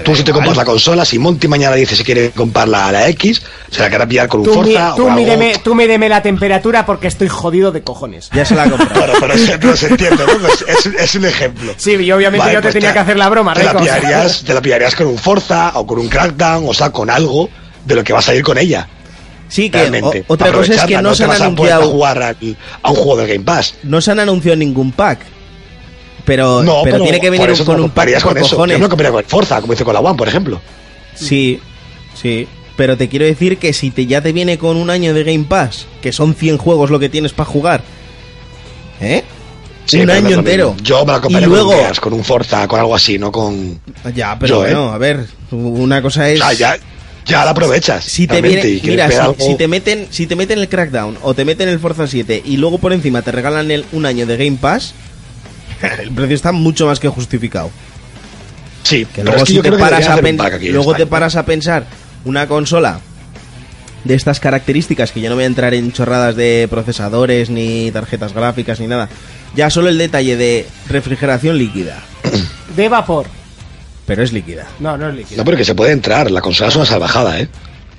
[SPEAKER 1] Tú si te compras la consola, si Monty mañana dice si quiere comprarla a la X, se la querrá pillar con un
[SPEAKER 2] Tú, mi-
[SPEAKER 1] Forza
[SPEAKER 2] tú
[SPEAKER 1] o algo.
[SPEAKER 2] mídeme, tú mídeme la temperatura porque estoy jodido de cojones.
[SPEAKER 5] Ya se la ha comprado.
[SPEAKER 1] Bueno, pero se, pero se entiende, ¿no? Es, es- es un ejemplo. pues
[SPEAKER 2] Sí, y obviamente yo te
[SPEAKER 5] pues
[SPEAKER 2] tenía que hacer la broma,
[SPEAKER 1] te la,
[SPEAKER 2] Rico.
[SPEAKER 1] pillarías, te la pillarías con un Forza o con un Crackdown, o sea, con algo de lo que vas a ir con ella.
[SPEAKER 5] Sí, que
[SPEAKER 1] Realmente.
[SPEAKER 5] o- otra cosa es que
[SPEAKER 1] Aprovecharla,
[SPEAKER 5] no, se
[SPEAKER 1] te
[SPEAKER 5] han
[SPEAKER 1] vas a poner a
[SPEAKER 5] anunciado.
[SPEAKER 1] jugar al- a un juego del Game Pass.
[SPEAKER 5] No se han anunciado ningún pack. Pero,
[SPEAKER 1] No,
[SPEAKER 5] pero, tiene que
[SPEAKER 1] por
[SPEAKER 5] venir un-
[SPEAKER 1] eso
[SPEAKER 5] con
[SPEAKER 1] no
[SPEAKER 5] un pack
[SPEAKER 1] comprarías
[SPEAKER 5] por
[SPEAKER 1] con eso.
[SPEAKER 5] cojones.
[SPEAKER 1] Yo no compraría con el Forza, como hice con la One, por ejemplo.
[SPEAKER 5] Sí, sí. Pero te quiero decir que si te, ya te viene con un año de Game Pass, que son 100 juegos lo que tienes para jugar. ¿Eh?
[SPEAKER 1] Sí,
[SPEAKER 5] un
[SPEAKER 1] pero no
[SPEAKER 5] año
[SPEAKER 1] es lo
[SPEAKER 5] entero.
[SPEAKER 1] mismo. Yo me la
[SPEAKER 5] y
[SPEAKER 1] compraría
[SPEAKER 5] luego,
[SPEAKER 1] con, un Gears, con un Forza, con algo así, no con...
[SPEAKER 5] Ya, pero
[SPEAKER 1] Yo, ¿eh?
[SPEAKER 5] bueno, a ver, una cosa
[SPEAKER 1] O
[SPEAKER 5] es...
[SPEAKER 1] sea, ya, ya la aprovechas.
[SPEAKER 5] Si te,
[SPEAKER 1] realmente,
[SPEAKER 5] viene,
[SPEAKER 1] y quieres
[SPEAKER 5] mira, si,
[SPEAKER 1] ver algo-
[SPEAKER 5] si te meten, si te meten el Crackdown o te meten el Forza 7 y luego por encima te regalan el, un año de Game Pass, el precio está mucho más que justificado.
[SPEAKER 1] Sí,
[SPEAKER 5] Que
[SPEAKER 1] pero
[SPEAKER 5] luego
[SPEAKER 1] es que
[SPEAKER 5] si
[SPEAKER 1] yo
[SPEAKER 5] te
[SPEAKER 1] creo que
[SPEAKER 5] paras
[SPEAKER 1] debería
[SPEAKER 5] a
[SPEAKER 1] hacer
[SPEAKER 5] pen-
[SPEAKER 1] un pack aquí en
[SPEAKER 5] luego te
[SPEAKER 1] España.
[SPEAKER 5] paras a pensar una consola de estas características que ya no voy a entrar en chorradas de procesadores ni tarjetas gráficas ni nada. Ya solo el detalle de refrigeración líquida,
[SPEAKER 2] De vapor.
[SPEAKER 5] pero es líquida.
[SPEAKER 2] No, no es líquido.
[SPEAKER 1] No, pero que se puede entrar. La consola es una salvajada, ¿eh?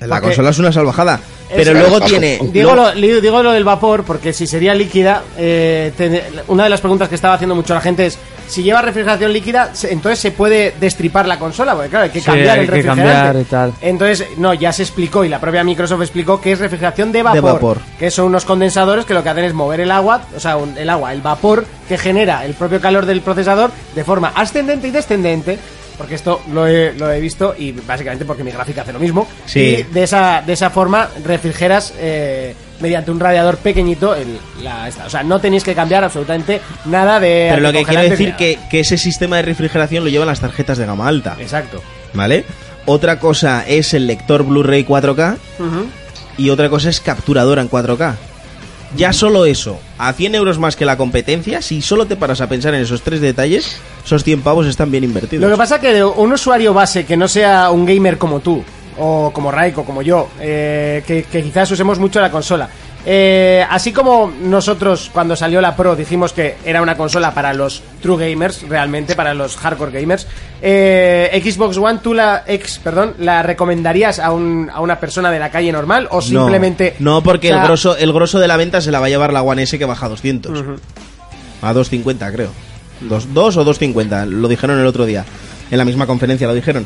[SPEAKER 5] La
[SPEAKER 2] Porque-
[SPEAKER 5] consola es una salvajada, pero
[SPEAKER 2] Es-
[SPEAKER 5] luego
[SPEAKER 1] Claro,
[SPEAKER 5] tiene
[SPEAKER 2] Digo
[SPEAKER 5] luego-
[SPEAKER 2] lo, li- digo lo del vapor porque si sería líquida, eh, ten- una de las preguntas que estaba haciendo mucho la gente es, si lleva refrigeración líquida, se- entonces se puede destripar la consola, porque claro, hay que
[SPEAKER 4] Sí,
[SPEAKER 2] cambiar
[SPEAKER 4] hay
[SPEAKER 2] el
[SPEAKER 4] que cambiar
[SPEAKER 2] refrigerante.
[SPEAKER 4] y tal.
[SPEAKER 2] Entonces, no, ya se explicó y la propia Microsoft explicó que es refrigeración de vapor,
[SPEAKER 5] vapor.
[SPEAKER 2] que son unos condensadores que lo que hacen es mover el agua, o sea, un- el agua, el vapor que genera el propio calor del procesador de forma ascendente y descendente. Porque esto lo he, lo he visto y básicamente porque mi gráfica hace lo mismo.
[SPEAKER 5] Sí.
[SPEAKER 2] Y de esa, de esa forma refrigeras eh, mediante un radiador pequeñito el- la, esta. O sea, no tenéis que cambiar absolutamente nada de...
[SPEAKER 5] Pero lo que quiero
[SPEAKER 2] anticongelantes ni
[SPEAKER 5] decir
[SPEAKER 2] nada.
[SPEAKER 5] que, que ese sistema de refrigeración lo llevan las tarjetas de gama alta,
[SPEAKER 2] Exacto.
[SPEAKER 5] ¿vale? Otra cosa es el lector Blu-ray 4K y otra cosa es capturadora en 4K. Ya solo eso, a 100 euros más que la competencia, si solo te paras a pensar en esos tres detalles, esos 100 pavos están bien invertidos.
[SPEAKER 2] Lo que pasa que un usuario base que no sea un gamer como tú, o como Raiko, como yo, eh, que, que quizás usemos mucho la consola. eh, así como nosotros cuando salió la Pro dijimos que era una consola para los true gamers, realmente para los hardcore gamers, eh, Xbox One, tú la X, perdón, la recomendarías a, un- a una persona de la calle normal o
[SPEAKER 5] No,
[SPEAKER 2] simplemente
[SPEAKER 5] No, porque
[SPEAKER 2] o sea,
[SPEAKER 5] el, grosso, el grosso de la venta se la va a llevar la One S que baja a 200. A 250, creo. 2, o 250, lo dijeron el otro día. En la misma conferencia lo dijeron.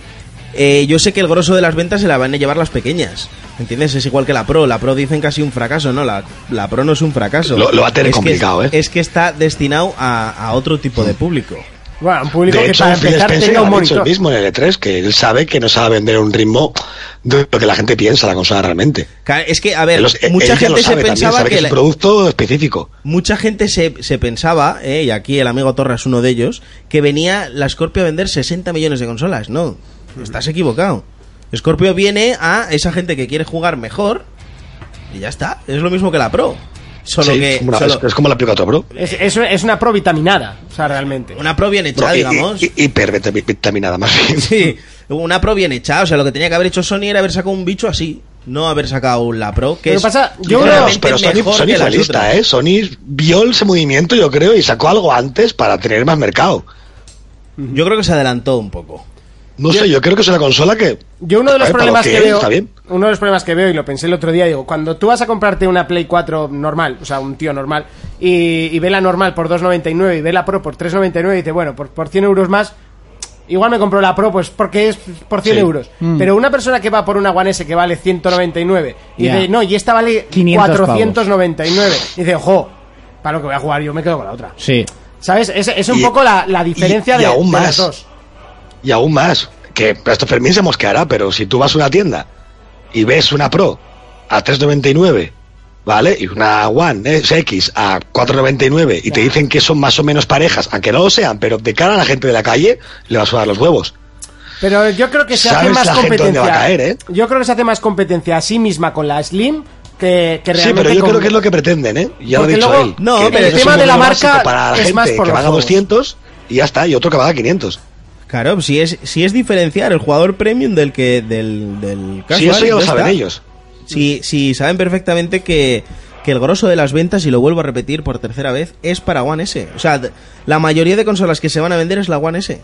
[SPEAKER 5] Eh, yo sé que el grosso de las ventas se la van a llevar las pequeñas. ¿Entiendes? Es igual que la Pro. La Pro dicen casi un fracaso, ¿no? La, la Pro no es un fracaso.
[SPEAKER 1] Lo- lo va a tener
[SPEAKER 5] Es que-
[SPEAKER 1] complicado, ¿eh? Mm.
[SPEAKER 5] Es que está destinado a, a otro tipo de público.
[SPEAKER 2] Bueno, un público
[SPEAKER 1] De
[SPEAKER 2] que
[SPEAKER 1] hecho,
[SPEAKER 2] para
[SPEAKER 1] Phil
[SPEAKER 2] empezar
[SPEAKER 1] Spencer
[SPEAKER 2] tenga un
[SPEAKER 1] ha dicho el
[SPEAKER 2] monitor.
[SPEAKER 1] mismo en el E3, que él sabe que no sabe vender a un ritmo de lo que la gente piensa la consola realmente.
[SPEAKER 5] Claro, Es que, a ver,
[SPEAKER 1] Él los- él
[SPEAKER 5] mucha
[SPEAKER 1] ya lo
[SPEAKER 5] gente se
[SPEAKER 1] sabe también,
[SPEAKER 5] pensaba
[SPEAKER 1] sabe que,
[SPEAKER 5] que,
[SPEAKER 1] es un
[SPEAKER 5] la-
[SPEAKER 1] producto específico.
[SPEAKER 5] Mucha gente se, se pensaba, eh, y aquí el amigo Torra es uno de ellos, que venía la Scorpio a vender 60 millones de consolas. No, estás equivocado. Scorpio viene a esa gente que quiere jugar mejor y ya está. Es lo mismo que la Pro. Solo
[SPEAKER 1] Sí,
[SPEAKER 5] que
[SPEAKER 1] es, como una-
[SPEAKER 5] solo-
[SPEAKER 1] es- es como la pica otro Pro.
[SPEAKER 2] Es, es- es una pro vitaminada, o sea, realmente.
[SPEAKER 5] una Pro bien hecha,
[SPEAKER 1] No, y-
[SPEAKER 5] digamos.
[SPEAKER 1] y- y- Hipervitaminada, más bien.
[SPEAKER 5] Sí, una Pro bien hecha. O sea, lo que tenía que haber hecho Sony era haber sacado un bicho así. No haber sacado la Pro, que
[SPEAKER 2] Lo que
[SPEAKER 5] es
[SPEAKER 2] pasa, yo
[SPEAKER 1] Pero-
[SPEAKER 5] claramente
[SPEAKER 1] pero Sony,
[SPEAKER 5] mejor
[SPEAKER 1] Sony
[SPEAKER 5] que
[SPEAKER 1] fue
[SPEAKER 5] las
[SPEAKER 1] lista,
[SPEAKER 5] otras.
[SPEAKER 1] ¿eh? Sony vio ese movimiento, yo creo, y sacó algo antes para tener más mercado.
[SPEAKER 5] Yo creo que se adelantó un poco.
[SPEAKER 1] No sé, yo creo que es una consola que.
[SPEAKER 2] Yo uno de los
[SPEAKER 1] Joder, para lo
[SPEAKER 2] problemas que,
[SPEAKER 1] que es,
[SPEAKER 2] veo,
[SPEAKER 1] está bien.
[SPEAKER 2] uno de los problemas que veo y lo pensé el otro día, digo, cuando tú vas a comprarte una Play 4 normal, o sea, un tío normal y, y ve la normal por 2.99 y ve la Pro por 3.99 y dice, bueno, por, por 100 euros más igual me compro la Pro pues porque es por 100
[SPEAKER 1] Sí. Mm.
[SPEAKER 2] euros. Pero una persona que va por una One S que vale 199 y
[SPEAKER 3] Ya.
[SPEAKER 2] dice, no, y esta vale
[SPEAKER 3] 500 pavos.
[SPEAKER 2] 499 y dice, ojo, para lo que voy a jugar yo me quedo con la otra.
[SPEAKER 3] Sí.
[SPEAKER 2] ¿Sabes? Es, es un
[SPEAKER 1] Y-
[SPEAKER 2] poco la, la diferencia
[SPEAKER 1] y
[SPEAKER 2] de,
[SPEAKER 1] aún
[SPEAKER 2] de las
[SPEAKER 1] más.
[SPEAKER 2] dos.
[SPEAKER 1] Y aún más, que esto Fermín se mosqueará, pero si tú vas a una tienda y ves una Pro a 3.99, ¿vale? Y una One eh, X a 4.99 y te dicen que son más o menos parejas, aunque no lo sean, pero de cara a la gente de la calle le vas a dar los huevos.
[SPEAKER 2] Pero yo creo que se hace
[SPEAKER 1] Sabes
[SPEAKER 2] más
[SPEAKER 1] la gente dónde
[SPEAKER 2] competencia.
[SPEAKER 1] va a caer, ¿eh?
[SPEAKER 2] Yo creo que se hace más competencia a sí misma con la Slim que, que
[SPEAKER 1] Sí,
[SPEAKER 2] realmente.
[SPEAKER 1] pero yo
[SPEAKER 2] con-
[SPEAKER 1] creo que es lo que pretenden, ¿eh? Ya lo ha
[SPEAKER 2] Porque
[SPEAKER 1] dicho
[SPEAKER 2] luego-
[SPEAKER 1] él.
[SPEAKER 5] No,
[SPEAKER 1] que
[SPEAKER 5] pero el
[SPEAKER 1] es un
[SPEAKER 5] tema de
[SPEAKER 1] modelo
[SPEAKER 2] la
[SPEAKER 1] básico
[SPEAKER 2] marca
[SPEAKER 1] para la
[SPEAKER 2] es
[SPEAKER 1] gente
[SPEAKER 2] más por los
[SPEAKER 1] que paga
[SPEAKER 2] juegos.
[SPEAKER 1] 200 y ya está, y otro que paga 500.
[SPEAKER 5] Claro, si es, si es diferenciar el jugador premium del que del, del casual.
[SPEAKER 1] sí, eso ya lo
[SPEAKER 5] está.
[SPEAKER 1] saben ellos.
[SPEAKER 5] Si, si saben perfectamente que, que el grosso de las ventas, y lo vuelvo a repetir por tercera vez, es para One S. O sea, d- la mayoría de consolas que se van a vender es la One S.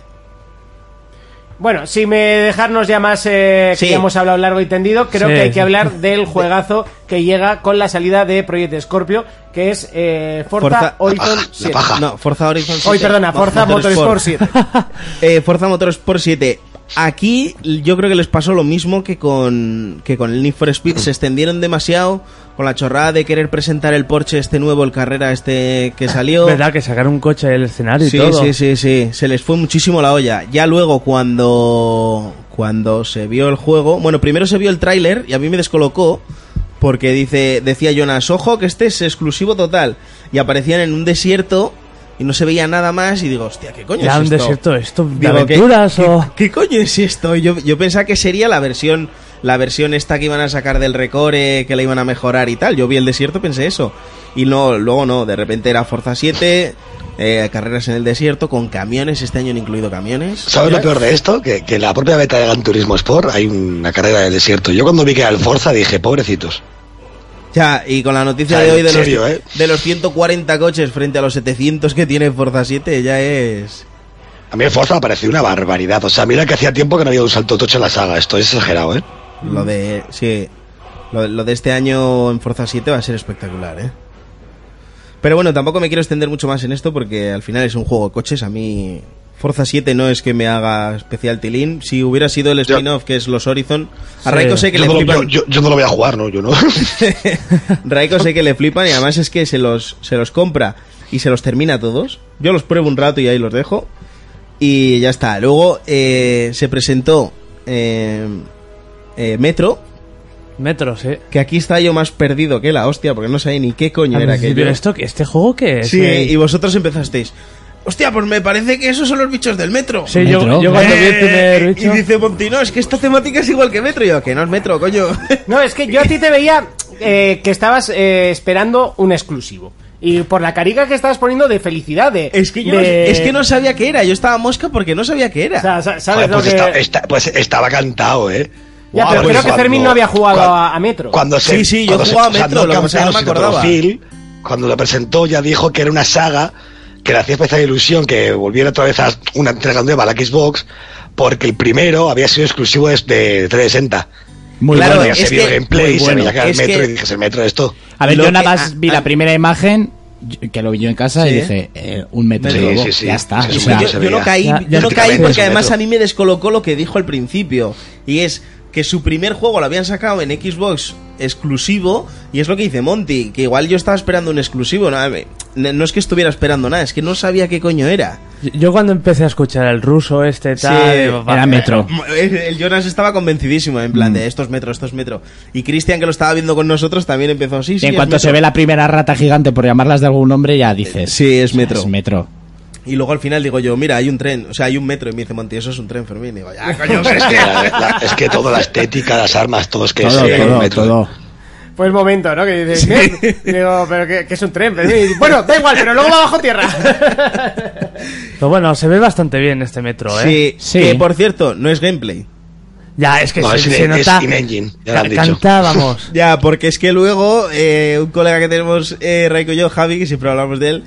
[SPEAKER 2] Bueno, si me dejarnos ya más, eh,
[SPEAKER 5] Sí.
[SPEAKER 2] que ya hemos hablado largo y tendido, creo
[SPEAKER 4] Sí.
[SPEAKER 2] que hay que hablar del juegazo que llega con la salida de Project Scorpio, que es eh, Forza,
[SPEAKER 5] Forza-
[SPEAKER 2] Horizon
[SPEAKER 1] Ah, la
[SPEAKER 2] 7.
[SPEAKER 1] paja.
[SPEAKER 5] No, Forza Horizon 7.
[SPEAKER 2] Hoy, perdona,
[SPEAKER 5] Mo-
[SPEAKER 2] Forza Motorsport 7.
[SPEAKER 5] Eh, Forza Motorsport 7. Aquí yo creo que les pasó lo mismo que con, que con el Need for Speed. Se extendieron demasiado con la chorrada de querer presentar el Porsche este nuevo, el Carrera este que salió.
[SPEAKER 4] ¿Verdad que sacaron un coche del escenario
[SPEAKER 5] Sí,
[SPEAKER 4] y todo?
[SPEAKER 5] sí, sí, sí. Se les fue muchísimo la olla. Ya luego cuando cuando se vio el juego, bueno, primero se vio el tráiler y a mí me descolocó porque dice decía Jonas, "Ojo que este es exclusivo total." Y aparecían en un desierto y no se veía nada más y digo, "Hostia, ¿qué coño
[SPEAKER 4] Era
[SPEAKER 5] es
[SPEAKER 4] un
[SPEAKER 5] esto?"
[SPEAKER 4] desierto esto, de
[SPEAKER 5] Digo, ¿qué-
[SPEAKER 4] aventuras
[SPEAKER 5] qué-
[SPEAKER 4] o...?
[SPEAKER 5] ¿Qué coño es esto? Yo, yo pensaba que sería la versión la versión esta que iban a sacar del recore, que la iban a mejorar y tal. Yo vi el desierto y pensé eso. Y no, luego no, de repente era Forza 7, eh, carreras en el desierto con camiones, este año han incluido camiones.
[SPEAKER 1] ¿Sabes lo peor de esto? Que, que en la propia beta de Gran Turismo Sport hay una carrera de desierto. Yo cuando vi que era el Forza dije, pobrecitos.
[SPEAKER 5] Ya, y con la noticia
[SPEAKER 1] O sea,
[SPEAKER 5] de hoy
[SPEAKER 1] en
[SPEAKER 5] de los,
[SPEAKER 1] serio, ¿eh?
[SPEAKER 5] de los 140 coches frente a los 700 que tiene Forza 7, ya es...
[SPEAKER 1] A mí el Forza me pareció una barbaridad. O sea, mira que hacía tiempo que no había un salto tocho en la saga. Esto es exagerado, ¿eh?
[SPEAKER 5] Lo de. Sí. Lo, lo de este año en Forza 7 va a ser espectacular, ¿eh? Pero bueno, tampoco me quiero extender mucho más en esto porque al final es un juego de coches. A mí. Forza 7 no es que me haga especial tilín. Si hubiera sido el
[SPEAKER 1] Yo-
[SPEAKER 5] spin-off que es los Horizon.
[SPEAKER 4] Sí.
[SPEAKER 5] A Raiko sé que
[SPEAKER 1] Yo
[SPEAKER 5] le
[SPEAKER 1] no, lo,
[SPEAKER 5] flipan.
[SPEAKER 1] yo- yo- yo no lo voy a jugar, ¿no? Yo no.
[SPEAKER 5] Raiko sé que le flipan y además es que se los, se los compra y se los termina todos. Yo los pruebo un rato y ahí los dejo. Y ya está. Luego eh, se presentó eh, eh, Metro,
[SPEAKER 4] Metros, eh.
[SPEAKER 5] Que aquí está yo más perdido que la hostia, porque no sabía ni qué coño
[SPEAKER 4] Al
[SPEAKER 5] era
[SPEAKER 4] principio,
[SPEAKER 5] aquello.
[SPEAKER 4] Ah, ¿esto, qué- ¿Este juego qué es?
[SPEAKER 5] Sí,
[SPEAKER 4] Eh,
[SPEAKER 5] y vosotros empezasteis. Hostia, pues me parece que esos son los bichos del metro.
[SPEAKER 4] sí, yo,
[SPEAKER 3] Metro.
[SPEAKER 4] yo cuando vi el primer
[SPEAKER 5] Eh, y
[SPEAKER 4] bicho-
[SPEAKER 5] dice Monti, no, es que esta temática es igual que metro. Y yo, que no es metro, coño.
[SPEAKER 2] No, es que yo a ti te veía eh, que estabas eh, esperando un exclusivo. Y por la carica que estabas poniendo de felicidad, de...
[SPEAKER 5] Es que, yo
[SPEAKER 2] de-
[SPEAKER 5] no, es que no sabía qué era. Yo estaba mosca porque no sabía qué era.
[SPEAKER 2] O sea, sa- ¿sabes
[SPEAKER 1] Joder,
[SPEAKER 2] lo
[SPEAKER 1] pues,
[SPEAKER 2] que...?
[SPEAKER 1] esta- esta- pues estaba cantado, ¿eh?
[SPEAKER 2] Ya,
[SPEAKER 1] Guau,
[SPEAKER 2] pero
[SPEAKER 1] pues
[SPEAKER 2] creo que Fermín no había jugado a- a Metro.
[SPEAKER 1] Cuando se,
[SPEAKER 5] Sí, sí, yo
[SPEAKER 1] cuando se-
[SPEAKER 5] jugaba a
[SPEAKER 1] o sea,
[SPEAKER 5] Metro, lo que pasa es que no me
[SPEAKER 1] sino
[SPEAKER 5] acordaba.
[SPEAKER 1] Phil, cuando lo presentó, ya dijo que era una saga que le hacía especial ilusión que volviera otra vez a una entrega nueva a la Xbox, porque el primero había sido exclusivo de, de 360.
[SPEAKER 3] Muy
[SPEAKER 5] Claro,
[SPEAKER 3] bueno.
[SPEAKER 1] ya se
[SPEAKER 5] es
[SPEAKER 1] vio
[SPEAKER 5] que-
[SPEAKER 1] gameplay,
[SPEAKER 5] muy
[SPEAKER 1] se
[SPEAKER 5] bueno.
[SPEAKER 1] veía que era el
[SPEAKER 5] Es
[SPEAKER 1] metro
[SPEAKER 5] que-
[SPEAKER 1] y dije, es el metro de esto.
[SPEAKER 3] A ver,
[SPEAKER 5] Lo
[SPEAKER 3] yo
[SPEAKER 5] que-
[SPEAKER 3] nada más
[SPEAKER 5] ah,
[SPEAKER 3] vi
[SPEAKER 5] ah.
[SPEAKER 3] la primera imagen, yo- que lo vi yo en casa,
[SPEAKER 5] Sí.
[SPEAKER 3] y dije, eh, un metro
[SPEAKER 1] Sí,
[SPEAKER 3] nuevo,
[SPEAKER 1] sí, sí.
[SPEAKER 3] ya está.
[SPEAKER 1] Sí,
[SPEAKER 3] o
[SPEAKER 1] sí,
[SPEAKER 3] sea,
[SPEAKER 1] yo-
[SPEAKER 5] yo, yo no
[SPEAKER 1] veía.
[SPEAKER 5] caí,
[SPEAKER 4] Ya-
[SPEAKER 5] yo
[SPEAKER 4] ya
[SPEAKER 5] no
[SPEAKER 1] prácticamente
[SPEAKER 5] caí
[SPEAKER 1] es
[SPEAKER 5] porque
[SPEAKER 1] un
[SPEAKER 5] además
[SPEAKER 1] metro.
[SPEAKER 5] a mí me descolocó lo que dijo al principio. Y es que su primer juego lo habían sacado en Xbox exclusivo. Y es lo que dice Monty, que igual yo estaba esperando un exclusivo. No, A ver, no no es que estuviera esperando nada, es que no sabía qué coño era.
[SPEAKER 4] Yo- Yo cuando empecé a escuchar el ruso este tal,
[SPEAKER 5] Sí,
[SPEAKER 4] digo, va,
[SPEAKER 3] era Metro. Mm.
[SPEAKER 5] El Jonas estaba convencidísimo, en plan de estos metros, estos metros. Y Cristian, que lo estaba viendo con nosotros, también empezó así.
[SPEAKER 3] y en cuanto se ve la primera rata gigante, por llamarlas de algún nombre, ya dices.
[SPEAKER 5] Sí, es
[SPEAKER 3] o sea,
[SPEAKER 5] metro.
[SPEAKER 3] Es metro.
[SPEAKER 5] Y luego al final digo yo, mira, hay un tren, o sea, hay un metro. Y me dice Monty, eso es un tren, Fermín. Y digo, ya, coño, pero es
[SPEAKER 1] Es que,
[SPEAKER 5] que-
[SPEAKER 1] la- la- es que toda la estética, las armas, todo es que
[SPEAKER 3] Todo,
[SPEAKER 1] se veía
[SPEAKER 3] todo,
[SPEAKER 1] el metro.
[SPEAKER 3] todo.
[SPEAKER 2] Fue el momento, ¿no? Que dices, ¿qué? Digo, pero que, que es un tren. pero- y- Bueno, da igual, pero luego va bajo tierra.
[SPEAKER 4] Pero bueno, se ve bastante bien este metro, ¿eh?
[SPEAKER 5] Sí,
[SPEAKER 3] Sí.
[SPEAKER 5] que por cierto, no es gameplay.
[SPEAKER 4] Ya, es que
[SPEAKER 1] No,
[SPEAKER 4] se,
[SPEAKER 1] es in-
[SPEAKER 4] se
[SPEAKER 1] es
[SPEAKER 4] nota...
[SPEAKER 1] in-engine, ya lo han
[SPEAKER 4] Ca-
[SPEAKER 1] dicho.
[SPEAKER 4] Cantábamos.
[SPEAKER 5] Ya, porque es que luego eh, un colega que tenemos, eh, Raiko y yo, Javi, que siempre hablamos de él,